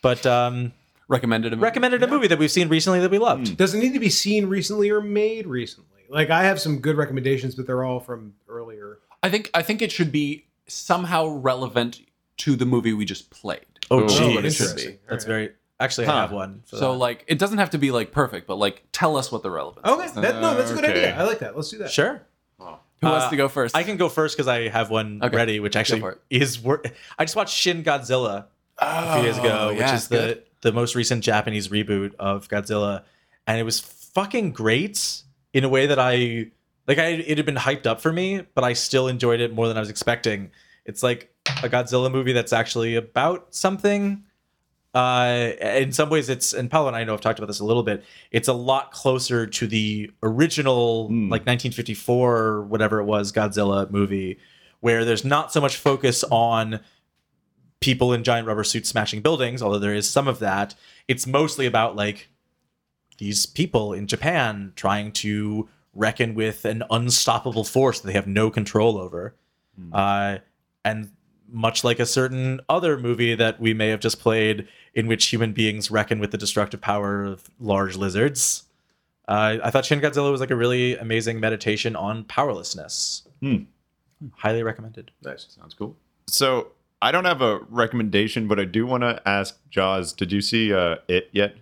[SPEAKER 2] but um,
[SPEAKER 1] Recommended him.
[SPEAKER 2] recommended a movie that we've seen recently that we loved.
[SPEAKER 6] Does it need to be seen recently or made recently? Like I have some good recommendations, but they're all from earlier.
[SPEAKER 1] I think. I think it should be somehow relevant to the movie we just played.
[SPEAKER 2] Oh,
[SPEAKER 1] That's
[SPEAKER 2] geez.
[SPEAKER 1] what it should be.
[SPEAKER 6] Interesting.
[SPEAKER 2] That's
[SPEAKER 6] All right.
[SPEAKER 2] very. Actually, I have one. for
[SPEAKER 1] So
[SPEAKER 2] that.
[SPEAKER 1] like it doesn't have to be like perfect, but like tell us what the relevance. is.
[SPEAKER 6] Okay, that, no, that's a good
[SPEAKER 11] Okay.
[SPEAKER 6] idea. I like that. Let's do that.
[SPEAKER 2] sure.
[SPEAKER 1] Who wants
[SPEAKER 2] Uh,
[SPEAKER 1] to go first?
[SPEAKER 2] I can go first because I have one
[SPEAKER 1] Okay.
[SPEAKER 2] ready, which actually
[SPEAKER 1] for it.
[SPEAKER 2] is wor- I just watched Shin Godzilla a few years ago, which
[SPEAKER 1] yeah,
[SPEAKER 2] is the
[SPEAKER 1] Oh, good.
[SPEAKER 2] the most recent Japanese reboot of Godzilla, and it was fucking great in a way that I like. I it had been hyped up for me, but I still enjoyed it more than I was expecting. It's like a Godzilla movie that's actually about something. Uh, in some ways, it's and Paolo and I know I've talked about this a little bit. It's a lot closer to the original, like 1954, or whatever it was, Godzilla movie, where there's not so much focus on people in giant rubber suits smashing buildings, although there is some of that. It's mostly about like these people in Japan trying to reckon with an unstoppable force that they have no control over. Uh, and much like a certain other movie that we may have just played, in which human beings reckon with the destructive power of large lizards. Uh, I thought Shin Godzilla was like a really amazing meditation on powerlessness.
[SPEAKER 11] Hmm.
[SPEAKER 2] Highly recommended.
[SPEAKER 11] Sounds cool. Hmm. So I don't have a recommendation, but I do want to ask Jaws. Did you see uh, it yet?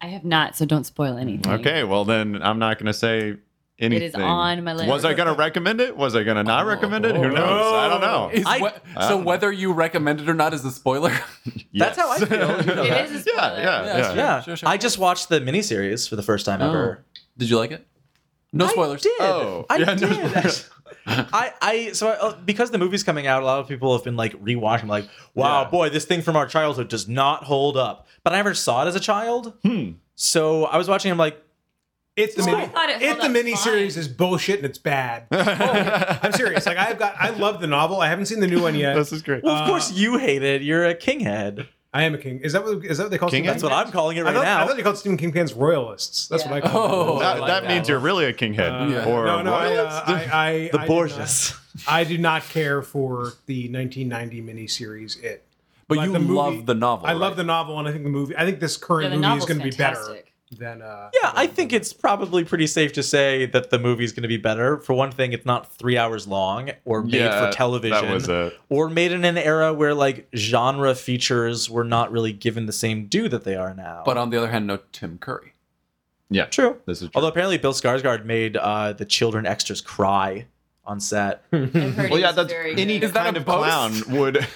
[SPEAKER 4] I have not, so don't spoil anything.
[SPEAKER 11] Okay, well then I'm not gonna say anything.
[SPEAKER 4] is on my list.
[SPEAKER 11] Was I gonna recommend it? Was I gonna not recommend it? Who knows? I don't know.
[SPEAKER 1] Is
[SPEAKER 2] I-
[SPEAKER 1] whe-
[SPEAKER 11] Oh, I
[SPEAKER 1] so
[SPEAKER 11] don't know.
[SPEAKER 1] whether you recommend it or not is a spoiler. [LAUGHS]
[SPEAKER 2] That's how I feel. You know
[SPEAKER 4] It
[SPEAKER 2] that.
[SPEAKER 4] is a spoiler.
[SPEAKER 11] [LAUGHS] yeah, yeah, yeah.
[SPEAKER 1] sure.
[SPEAKER 2] yeah.
[SPEAKER 1] sure.
[SPEAKER 2] I just watched the miniseries for the first time
[SPEAKER 1] Oh.
[SPEAKER 2] ever.
[SPEAKER 1] Did you like it? No spoilers.
[SPEAKER 2] I did.
[SPEAKER 11] Oh.
[SPEAKER 2] I
[SPEAKER 11] Yeah, no
[SPEAKER 2] did. [LAUGHS]
[SPEAKER 11] spoilers.
[SPEAKER 2] I, I so I, uh, because the movie's coming out, a lot of people have been like rewatching, like, "Wow,
[SPEAKER 11] Yeah.
[SPEAKER 2] boy, this thing from our childhood does not hold up." But I never saw it as a child,
[SPEAKER 11] Hmm.
[SPEAKER 2] so I was watching. I'm like,
[SPEAKER 6] It's the
[SPEAKER 4] Oh, I
[SPEAKER 6] mini.
[SPEAKER 4] thought it
[SPEAKER 6] It,
[SPEAKER 4] held
[SPEAKER 6] the
[SPEAKER 4] up
[SPEAKER 6] miniseries
[SPEAKER 4] fine.
[SPEAKER 6] is bullshit and it's bad. I'm serious. Like I've got. I love the novel. I haven't seen the new one yet.
[SPEAKER 11] [LAUGHS] This is great.
[SPEAKER 2] "Well, of course you hate it. You're a kinghead."
[SPEAKER 6] I am a king. Is that what is that what they call
[SPEAKER 11] King?
[SPEAKER 6] Stephen
[SPEAKER 11] That's what
[SPEAKER 6] King's?
[SPEAKER 11] I'm calling it right
[SPEAKER 6] I thought,
[SPEAKER 11] now.
[SPEAKER 6] I thought they called Stephen King fans royalists. That's what I call.
[SPEAKER 4] Oh,
[SPEAKER 6] them.
[SPEAKER 11] that, that means you're really a kinghead.
[SPEAKER 6] Uh,
[SPEAKER 11] Or
[SPEAKER 6] no, no,
[SPEAKER 11] what?
[SPEAKER 6] I, uh, I, I,
[SPEAKER 11] The
[SPEAKER 6] I do
[SPEAKER 11] Borgias.
[SPEAKER 6] not- I do not care for the 1990 miniseries It.
[SPEAKER 1] But you
[SPEAKER 6] the movie-
[SPEAKER 1] love the novel.
[SPEAKER 6] I love the novel, and I think the movie. I think this
[SPEAKER 4] Yeah,
[SPEAKER 6] current
[SPEAKER 4] the
[SPEAKER 6] movie
[SPEAKER 4] novel's
[SPEAKER 6] is going to be better
[SPEAKER 4] fantastic.
[SPEAKER 6] than. Uh,
[SPEAKER 2] [LAUGHS] Yeah, I think it's probably pretty safe to say that the movie's going to be better. For one thing, it's not three hours long or made
[SPEAKER 11] Yeah,
[SPEAKER 2] for
[SPEAKER 11] that
[SPEAKER 2] television.
[SPEAKER 11] was it.
[SPEAKER 2] Or made in an era where like genre features were not really given the same due that they are now.
[SPEAKER 1] But um, on the other hand, no Tim Curry.
[SPEAKER 11] Yeah,
[SPEAKER 2] true.
[SPEAKER 11] This is true.
[SPEAKER 2] Although apparently Bill Skarsgård made uh, the children extras cry on set.
[SPEAKER 4] Hmm.
[SPEAKER 11] well, yeah, that's any
[SPEAKER 1] Is that
[SPEAKER 11] kind
[SPEAKER 1] a
[SPEAKER 11] of
[SPEAKER 1] boast?
[SPEAKER 11] clown [LAUGHS] would.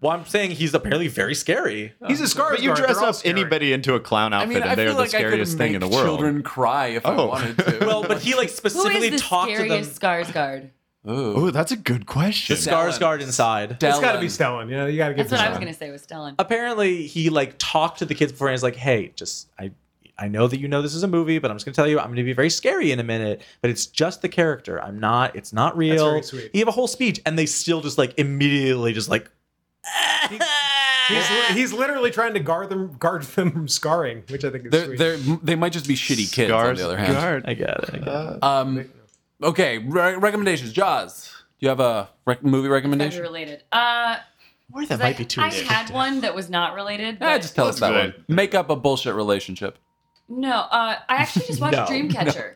[SPEAKER 2] Well, I'm saying he's apparently very scary.
[SPEAKER 6] He's a scar.
[SPEAKER 11] But you dress up anybody into a clown outfit,
[SPEAKER 1] I mean, I
[SPEAKER 11] and they're
[SPEAKER 1] feel
[SPEAKER 11] the
[SPEAKER 1] like I could
[SPEAKER 11] scariest thing
[SPEAKER 1] make
[SPEAKER 11] in the world.
[SPEAKER 1] children cry if I
[SPEAKER 11] Oh.
[SPEAKER 1] wanted
[SPEAKER 11] [LAUGHS]
[SPEAKER 1] to.
[SPEAKER 2] Well, but he like
[SPEAKER 4] Who is
[SPEAKER 2] specifically
[SPEAKER 4] the
[SPEAKER 2] talked to them.
[SPEAKER 4] scariest Skarsgård?
[SPEAKER 11] Oh, that's a good question.
[SPEAKER 2] The Skarsgård inside.
[SPEAKER 6] It's got to be Stellan. Yeah, you got to give.
[SPEAKER 4] That's what I was
[SPEAKER 6] Stellan.
[SPEAKER 4] gonna say was Stellan.
[SPEAKER 2] apparently he like talked to the kids before and was like, "Hey, just I I know that you know this is a movie, but I'm just gonna tell you I'm gonna be very scary in a minute. But it's just the character. I'm not. It's not real.
[SPEAKER 6] very sweet.
[SPEAKER 2] He have a whole speech, and they still just like immediately just like
[SPEAKER 6] He's, li- he's literally trying to guard them, guard them from scarring, which I think is
[SPEAKER 1] They're,
[SPEAKER 6] sweet.
[SPEAKER 1] they're, they might just be shitty kids, on the other hand.
[SPEAKER 2] I get it. I get it.
[SPEAKER 1] Um, okay, re- recommendations. Jaws. Do you have a rec- movie
[SPEAKER 4] Gotta be
[SPEAKER 1] recommendation?
[SPEAKER 4] related. Uh,
[SPEAKER 2] Or that
[SPEAKER 4] 'cause I, I had one that was not related.
[SPEAKER 1] Ah,
[SPEAKER 4] but-
[SPEAKER 1] just tell us that
[SPEAKER 11] That's
[SPEAKER 1] one. Make up a bullshit relationship.
[SPEAKER 4] No, uh, I actually just watched
[SPEAKER 2] No.
[SPEAKER 4] Dreamcatcher.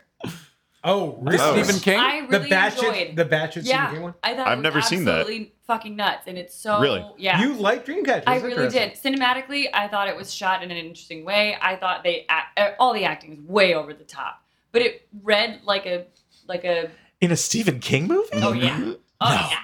[SPEAKER 6] oh, really?
[SPEAKER 11] Oh.
[SPEAKER 1] Stephen King.
[SPEAKER 4] I really
[SPEAKER 6] the batshit,
[SPEAKER 4] enjoyed.
[SPEAKER 6] the batshit Stephen King
[SPEAKER 4] yeah,
[SPEAKER 6] one.
[SPEAKER 4] I thought
[SPEAKER 11] I've
[SPEAKER 4] it was
[SPEAKER 11] never seen that.
[SPEAKER 4] Absolutely fucking nuts, and it's so
[SPEAKER 11] Really?
[SPEAKER 4] Yeah,
[SPEAKER 6] You like Dreamcatcher?
[SPEAKER 4] I
[SPEAKER 6] It's
[SPEAKER 4] really
[SPEAKER 6] interesting.
[SPEAKER 4] did. Cinematically, I thought it was shot in an interesting way. I thought they act, uh, all the acting is way over the top, but it read like a like a
[SPEAKER 2] in a Stephen King movie.
[SPEAKER 4] oh yeah oh
[SPEAKER 2] No.
[SPEAKER 4] yeah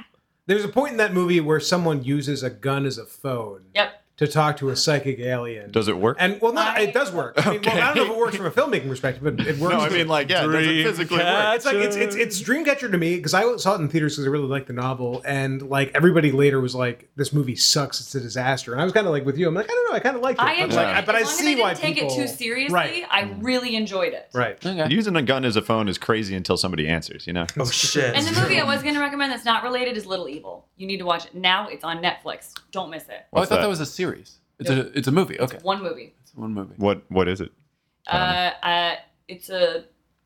[SPEAKER 6] There's a point in that movie where someone uses a gun as a phone
[SPEAKER 4] yep.
[SPEAKER 6] to talk to a psychic alien.
[SPEAKER 11] Does it work?
[SPEAKER 6] And well, not
[SPEAKER 4] I-
[SPEAKER 6] it does work. I mean, well, I don't know if it
[SPEAKER 4] [LAUGHS]
[SPEAKER 6] works from a filmmaking perspective, but it works.
[SPEAKER 11] no, I mean, like, yeah, does it
[SPEAKER 2] Dreamcatcher.
[SPEAKER 11] physically
[SPEAKER 6] Uh,
[SPEAKER 11] work?
[SPEAKER 6] It's like it's it's it's Dreamcatcher to me because I saw it in theaters because I really liked the novel and like everybody later was like this movie sucks it's a disaster and I was kind of like with you I'm like I don't know I kind of liked it
[SPEAKER 4] I
[SPEAKER 6] but,
[SPEAKER 4] enjoyed
[SPEAKER 6] like,
[SPEAKER 4] it.
[SPEAKER 6] but
[SPEAKER 4] as
[SPEAKER 6] I
[SPEAKER 4] long as
[SPEAKER 6] see
[SPEAKER 4] I didn't
[SPEAKER 6] why
[SPEAKER 4] take
[SPEAKER 6] people
[SPEAKER 4] it too seriously.
[SPEAKER 6] right Mm.
[SPEAKER 4] I really enjoyed it.
[SPEAKER 6] right
[SPEAKER 11] Using a gun as a phone is crazy until somebody answers, you know?
[SPEAKER 2] Oh shit.
[SPEAKER 4] And the movie I was going to recommend that's not related is Little Evil. You need to watch it now. It's on Netflix. Don't miss it.
[SPEAKER 1] Oh, I
[SPEAKER 11] What's
[SPEAKER 1] thought that?
[SPEAKER 11] that?
[SPEAKER 1] was a series. It's a it's a movie. Okay,
[SPEAKER 4] One movie.
[SPEAKER 1] it's one movie.
[SPEAKER 11] What What is it?
[SPEAKER 4] Uh, uh, it's a.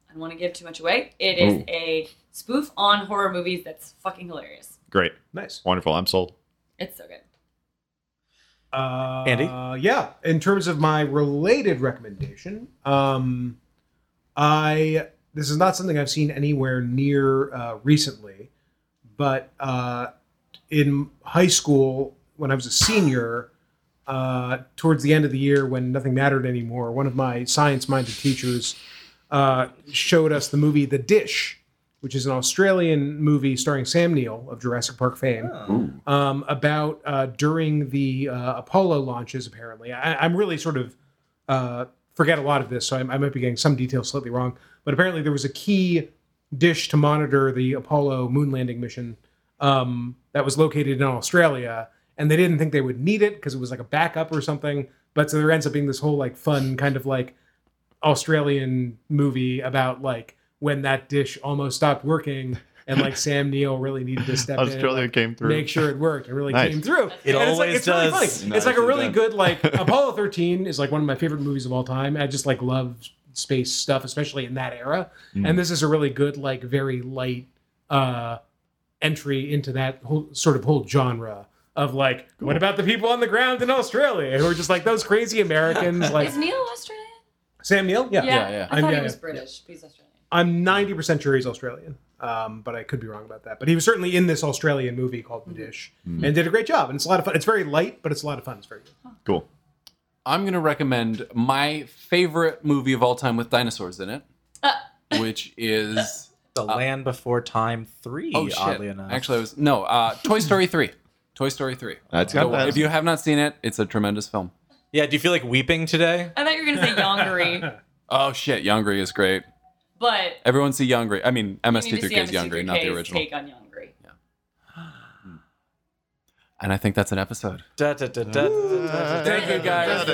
[SPEAKER 4] I don't want to give too much away. It is
[SPEAKER 11] Ooh.
[SPEAKER 4] a spoof on horror movies that's fucking hilarious.
[SPEAKER 11] Great.
[SPEAKER 6] nice
[SPEAKER 11] Wonderful. I'm sold.
[SPEAKER 4] It's so good.
[SPEAKER 6] Uh,
[SPEAKER 2] Andy?
[SPEAKER 6] Yeah. In terms of my related recommendation, um, I this is not something I've seen anywhere near uh, recently, but uh, in high school when I was a senior, uh, towards the end of the year when nothing mattered anymore, one of my science-minded teachers uh, showed us the movie The Dish, which is an Australian movie starring Sam Neill of Jurassic Park fame um, about uh, during the uh, Apollo launches. Apparently, I, I'm really sort of uh, forget a lot of this, so I, I might be getting some details slightly wrong. But apparently, there was a key dish to monitor the Apollo moon landing mission um, that was located in Australia, and they didn't think they would need it because it was like a backup or something. But so there ends up being this whole like fun kind of like Australian movie about like when that dish almost stopped working. And like Sam Neill really needed to step in. and,
[SPEAKER 11] [LAUGHS] Australia
[SPEAKER 6] like,
[SPEAKER 11] came through.
[SPEAKER 6] make sure it worked. It really
[SPEAKER 11] Nice.
[SPEAKER 6] came through.
[SPEAKER 2] It
[SPEAKER 6] And
[SPEAKER 2] always
[SPEAKER 6] it's like, it's Really
[SPEAKER 2] does.
[SPEAKER 6] funny. It's like a
[SPEAKER 11] Nicely
[SPEAKER 6] really
[SPEAKER 11] done.
[SPEAKER 2] [LAUGHS]
[SPEAKER 6] good like Apollo 13 is like one of my favorite movies of all time. I just like love space stuff, especially in that era.
[SPEAKER 2] Mm.
[SPEAKER 6] And this is a really good like very light uh entry into that whole sort of whole genre of like what about the people on the ground in Australia who are just like those
[SPEAKER 2] [LAUGHS]
[SPEAKER 6] crazy Americans like
[SPEAKER 4] Is Neil Australian?
[SPEAKER 6] Sam Neill? Yeah.
[SPEAKER 1] yeah.
[SPEAKER 4] I
[SPEAKER 6] I'm-
[SPEAKER 4] thought
[SPEAKER 6] yeah,
[SPEAKER 4] he was
[SPEAKER 6] yeah.
[SPEAKER 4] British. but He's Australian.
[SPEAKER 6] I'm 90% sure he's Australian, um, but I could be wrong about that. But he was certainly in this Australian movie called The Dish and did a great job. And it's a lot of fun. It's very light, but it's a lot of fun. It's very good.
[SPEAKER 11] Cool.
[SPEAKER 1] I'm gonna recommend my favorite movie of all time with dinosaurs in it,
[SPEAKER 4] Uh.
[SPEAKER 1] which
[SPEAKER 4] [LAUGHS]
[SPEAKER 1] is
[SPEAKER 2] the Land Before Time three.
[SPEAKER 1] oh shit.
[SPEAKER 2] Oddly enough,
[SPEAKER 1] Actually, I was no uh, Toy Story three. Toy Story three.
[SPEAKER 11] That's
[SPEAKER 1] So
[SPEAKER 11] got that.
[SPEAKER 1] if you have not seen it, it's a tremendous film.
[SPEAKER 2] yeah. Do you feel like weeping today?
[SPEAKER 4] I thought you were going to say
[SPEAKER 6] [LAUGHS]
[SPEAKER 4] Yongari,
[SPEAKER 1] Oh shit, Youngry is great.
[SPEAKER 4] but
[SPEAKER 1] Everyone see Youngry. I mean,
[SPEAKER 4] you need to see
[SPEAKER 1] MST3K is
[SPEAKER 4] MST3K's
[SPEAKER 1] Youngry, not the original.
[SPEAKER 4] Take on Yongari.
[SPEAKER 1] And I think that's an episode.
[SPEAKER 2] Da, da, da, da, da, da, da.
[SPEAKER 1] Thank you guys.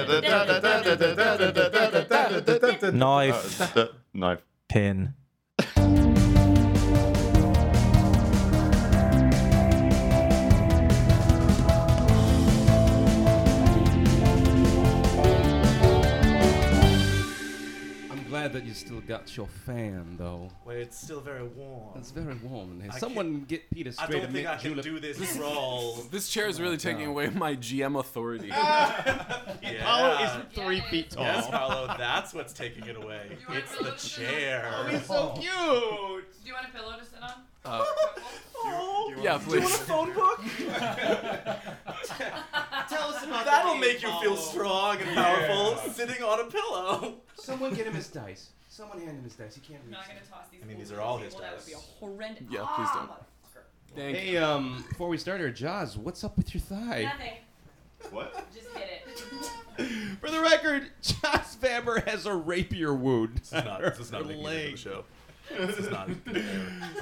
[SPEAKER 2] Knife,
[SPEAKER 11] [LAUGHS] Knife.
[SPEAKER 2] pin.
[SPEAKER 5] glad that you still got your fan, though.
[SPEAKER 12] Where it's still very warm.
[SPEAKER 5] It's very warm in here.
[SPEAKER 12] I
[SPEAKER 5] Someone get Peter
[SPEAKER 12] I
[SPEAKER 5] straight.
[SPEAKER 12] don't
[SPEAKER 5] and
[SPEAKER 12] think
[SPEAKER 5] make
[SPEAKER 12] I can
[SPEAKER 5] julep-
[SPEAKER 12] do this roll.
[SPEAKER 1] This chair is really taking away my GM
[SPEAKER 4] [LAUGHS]
[SPEAKER 1] authority. Uh,
[SPEAKER 2] Paolo
[SPEAKER 5] is three feet tall.
[SPEAKER 2] Yes, Paolo, that's what's taking it
[SPEAKER 5] [LAUGHS]
[SPEAKER 2] away. It's the chair.
[SPEAKER 4] Oh,
[SPEAKER 5] he's
[SPEAKER 1] [LAUGHS]
[SPEAKER 5] so
[SPEAKER 4] cute. Do you want a pillow to sit on?
[SPEAKER 2] Uh,
[SPEAKER 1] yeah,
[SPEAKER 2] do you want a
[SPEAKER 1] please.
[SPEAKER 2] phone
[SPEAKER 5] [LAUGHS]
[SPEAKER 2] book?
[SPEAKER 5] Tell us about
[SPEAKER 2] That'll
[SPEAKER 5] the
[SPEAKER 2] make you feel
[SPEAKER 5] Paolo.
[SPEAKER 2] strong and
[SPEAKER 5] Yeah.
[SPEAKER 2] powerful sitting on a pillow.
[SPEAKER 5] Someone get him his dice. Someone hand him his dice. He can't. I'm
[SPEAKER 4] not gonna toss these.
[SPEAKER 5] I mean, these
[SPEAKER 4] over
[SPEAKER 5] are all
[SPEAKER 4] the
[SPEAKER 5] his
[SPEAKER 4] table. That would
[SPEAKER 5] dice.
[SPEAKER 4] be a horrendous.
[SPEAKER 5] Yeah,
[SPEAKER 4] Ah,
[SPEAKER 5] please don't.
[SPEAKER 4] motherfucker.
[SPEAKER 1] Thank
[SPEAKER 5] hey, um, before we start our Jaws, what's up with your thigh?
[SPEAKER 4] Nothing.
[SPEAKER 6] What?
[SPEAKER 4] Just hit it.
[SPEAKER 5] For the record, Josh Vamber has a rapier wound.
[SPEAKER 2] is
[SPEAKER 5] This
[SPEAKER 2] not- this is
[SPEAKER 5] [LAUGHS]
[SPEAKER 2] not making it into the
[SPEAKER 5] show.
[SPEAKER 2] This is
[SPEAKER 5] [LAUGHS]
[SPEAKER 2] not.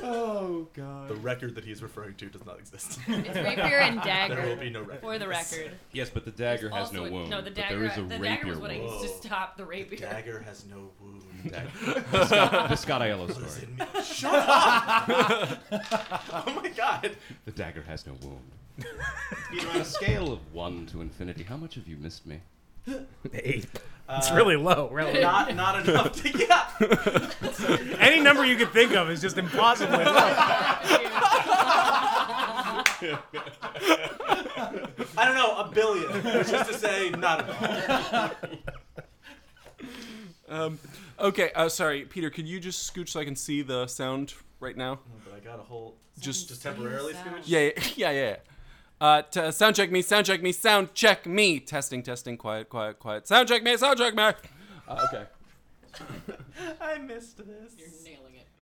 [SPEAKER 5] Oh god.
[SPEAKER 2] The record that he's referring to does not exist.
[SPEAKER 4] It's rapier and dagger.
[SPEAKER 2] [LAUGHS] There will be no record.
[SPEAKER 4] For the record.
[SPEAKER 5] Yes, but the dagger
[SPEAKER 4] There's also a- No, the dagger. the dagger was what I used to stop the rapier. [LAUGHS]
[SPEAKER 12] Dagger has no wound.
[SPEAKER 5] The Scott- the Scott Aiello story.
[SPEAKER 12] Listen, me-
[SPEAKER 2] Shut up! oh my [LAUGHS] god.
[SPEAKER 5] The dagger has no wound. [LAUGHS] On a scale of one to infinity, how much have you missed me?
[SPEAKER 8] Eight.
[SPEAKER 2] It's really low,
[SPEAKER 8] really.
[SPEAKER 2] Not, not enough to get up.
[SPEAKER 8] Any number you could think of is just impossibly
[SPEAKER 2] I don't know, a billion, which is to say, not enough.
[SPEAKER 1] Um, okay, uh, sorry, Peter. Could you just scooch so I can see the sound right now?
[SPEAKER 12] But I got a whole
[SPEAKER 1] Just-
[SPEAKER 12] just temporarily scooch.
[SPEAKER 1] Yeah, yeah, [LAUGHS] yeah. yeah. Uh, t- sound check me, sound check me, sound check me. Testing, testing. Quiet, quiet, quiet. Sound check me, sound check me. Uh, okay.
[SPEAKER 2] I missed this. You're
[SPEAKER 4] nailing it.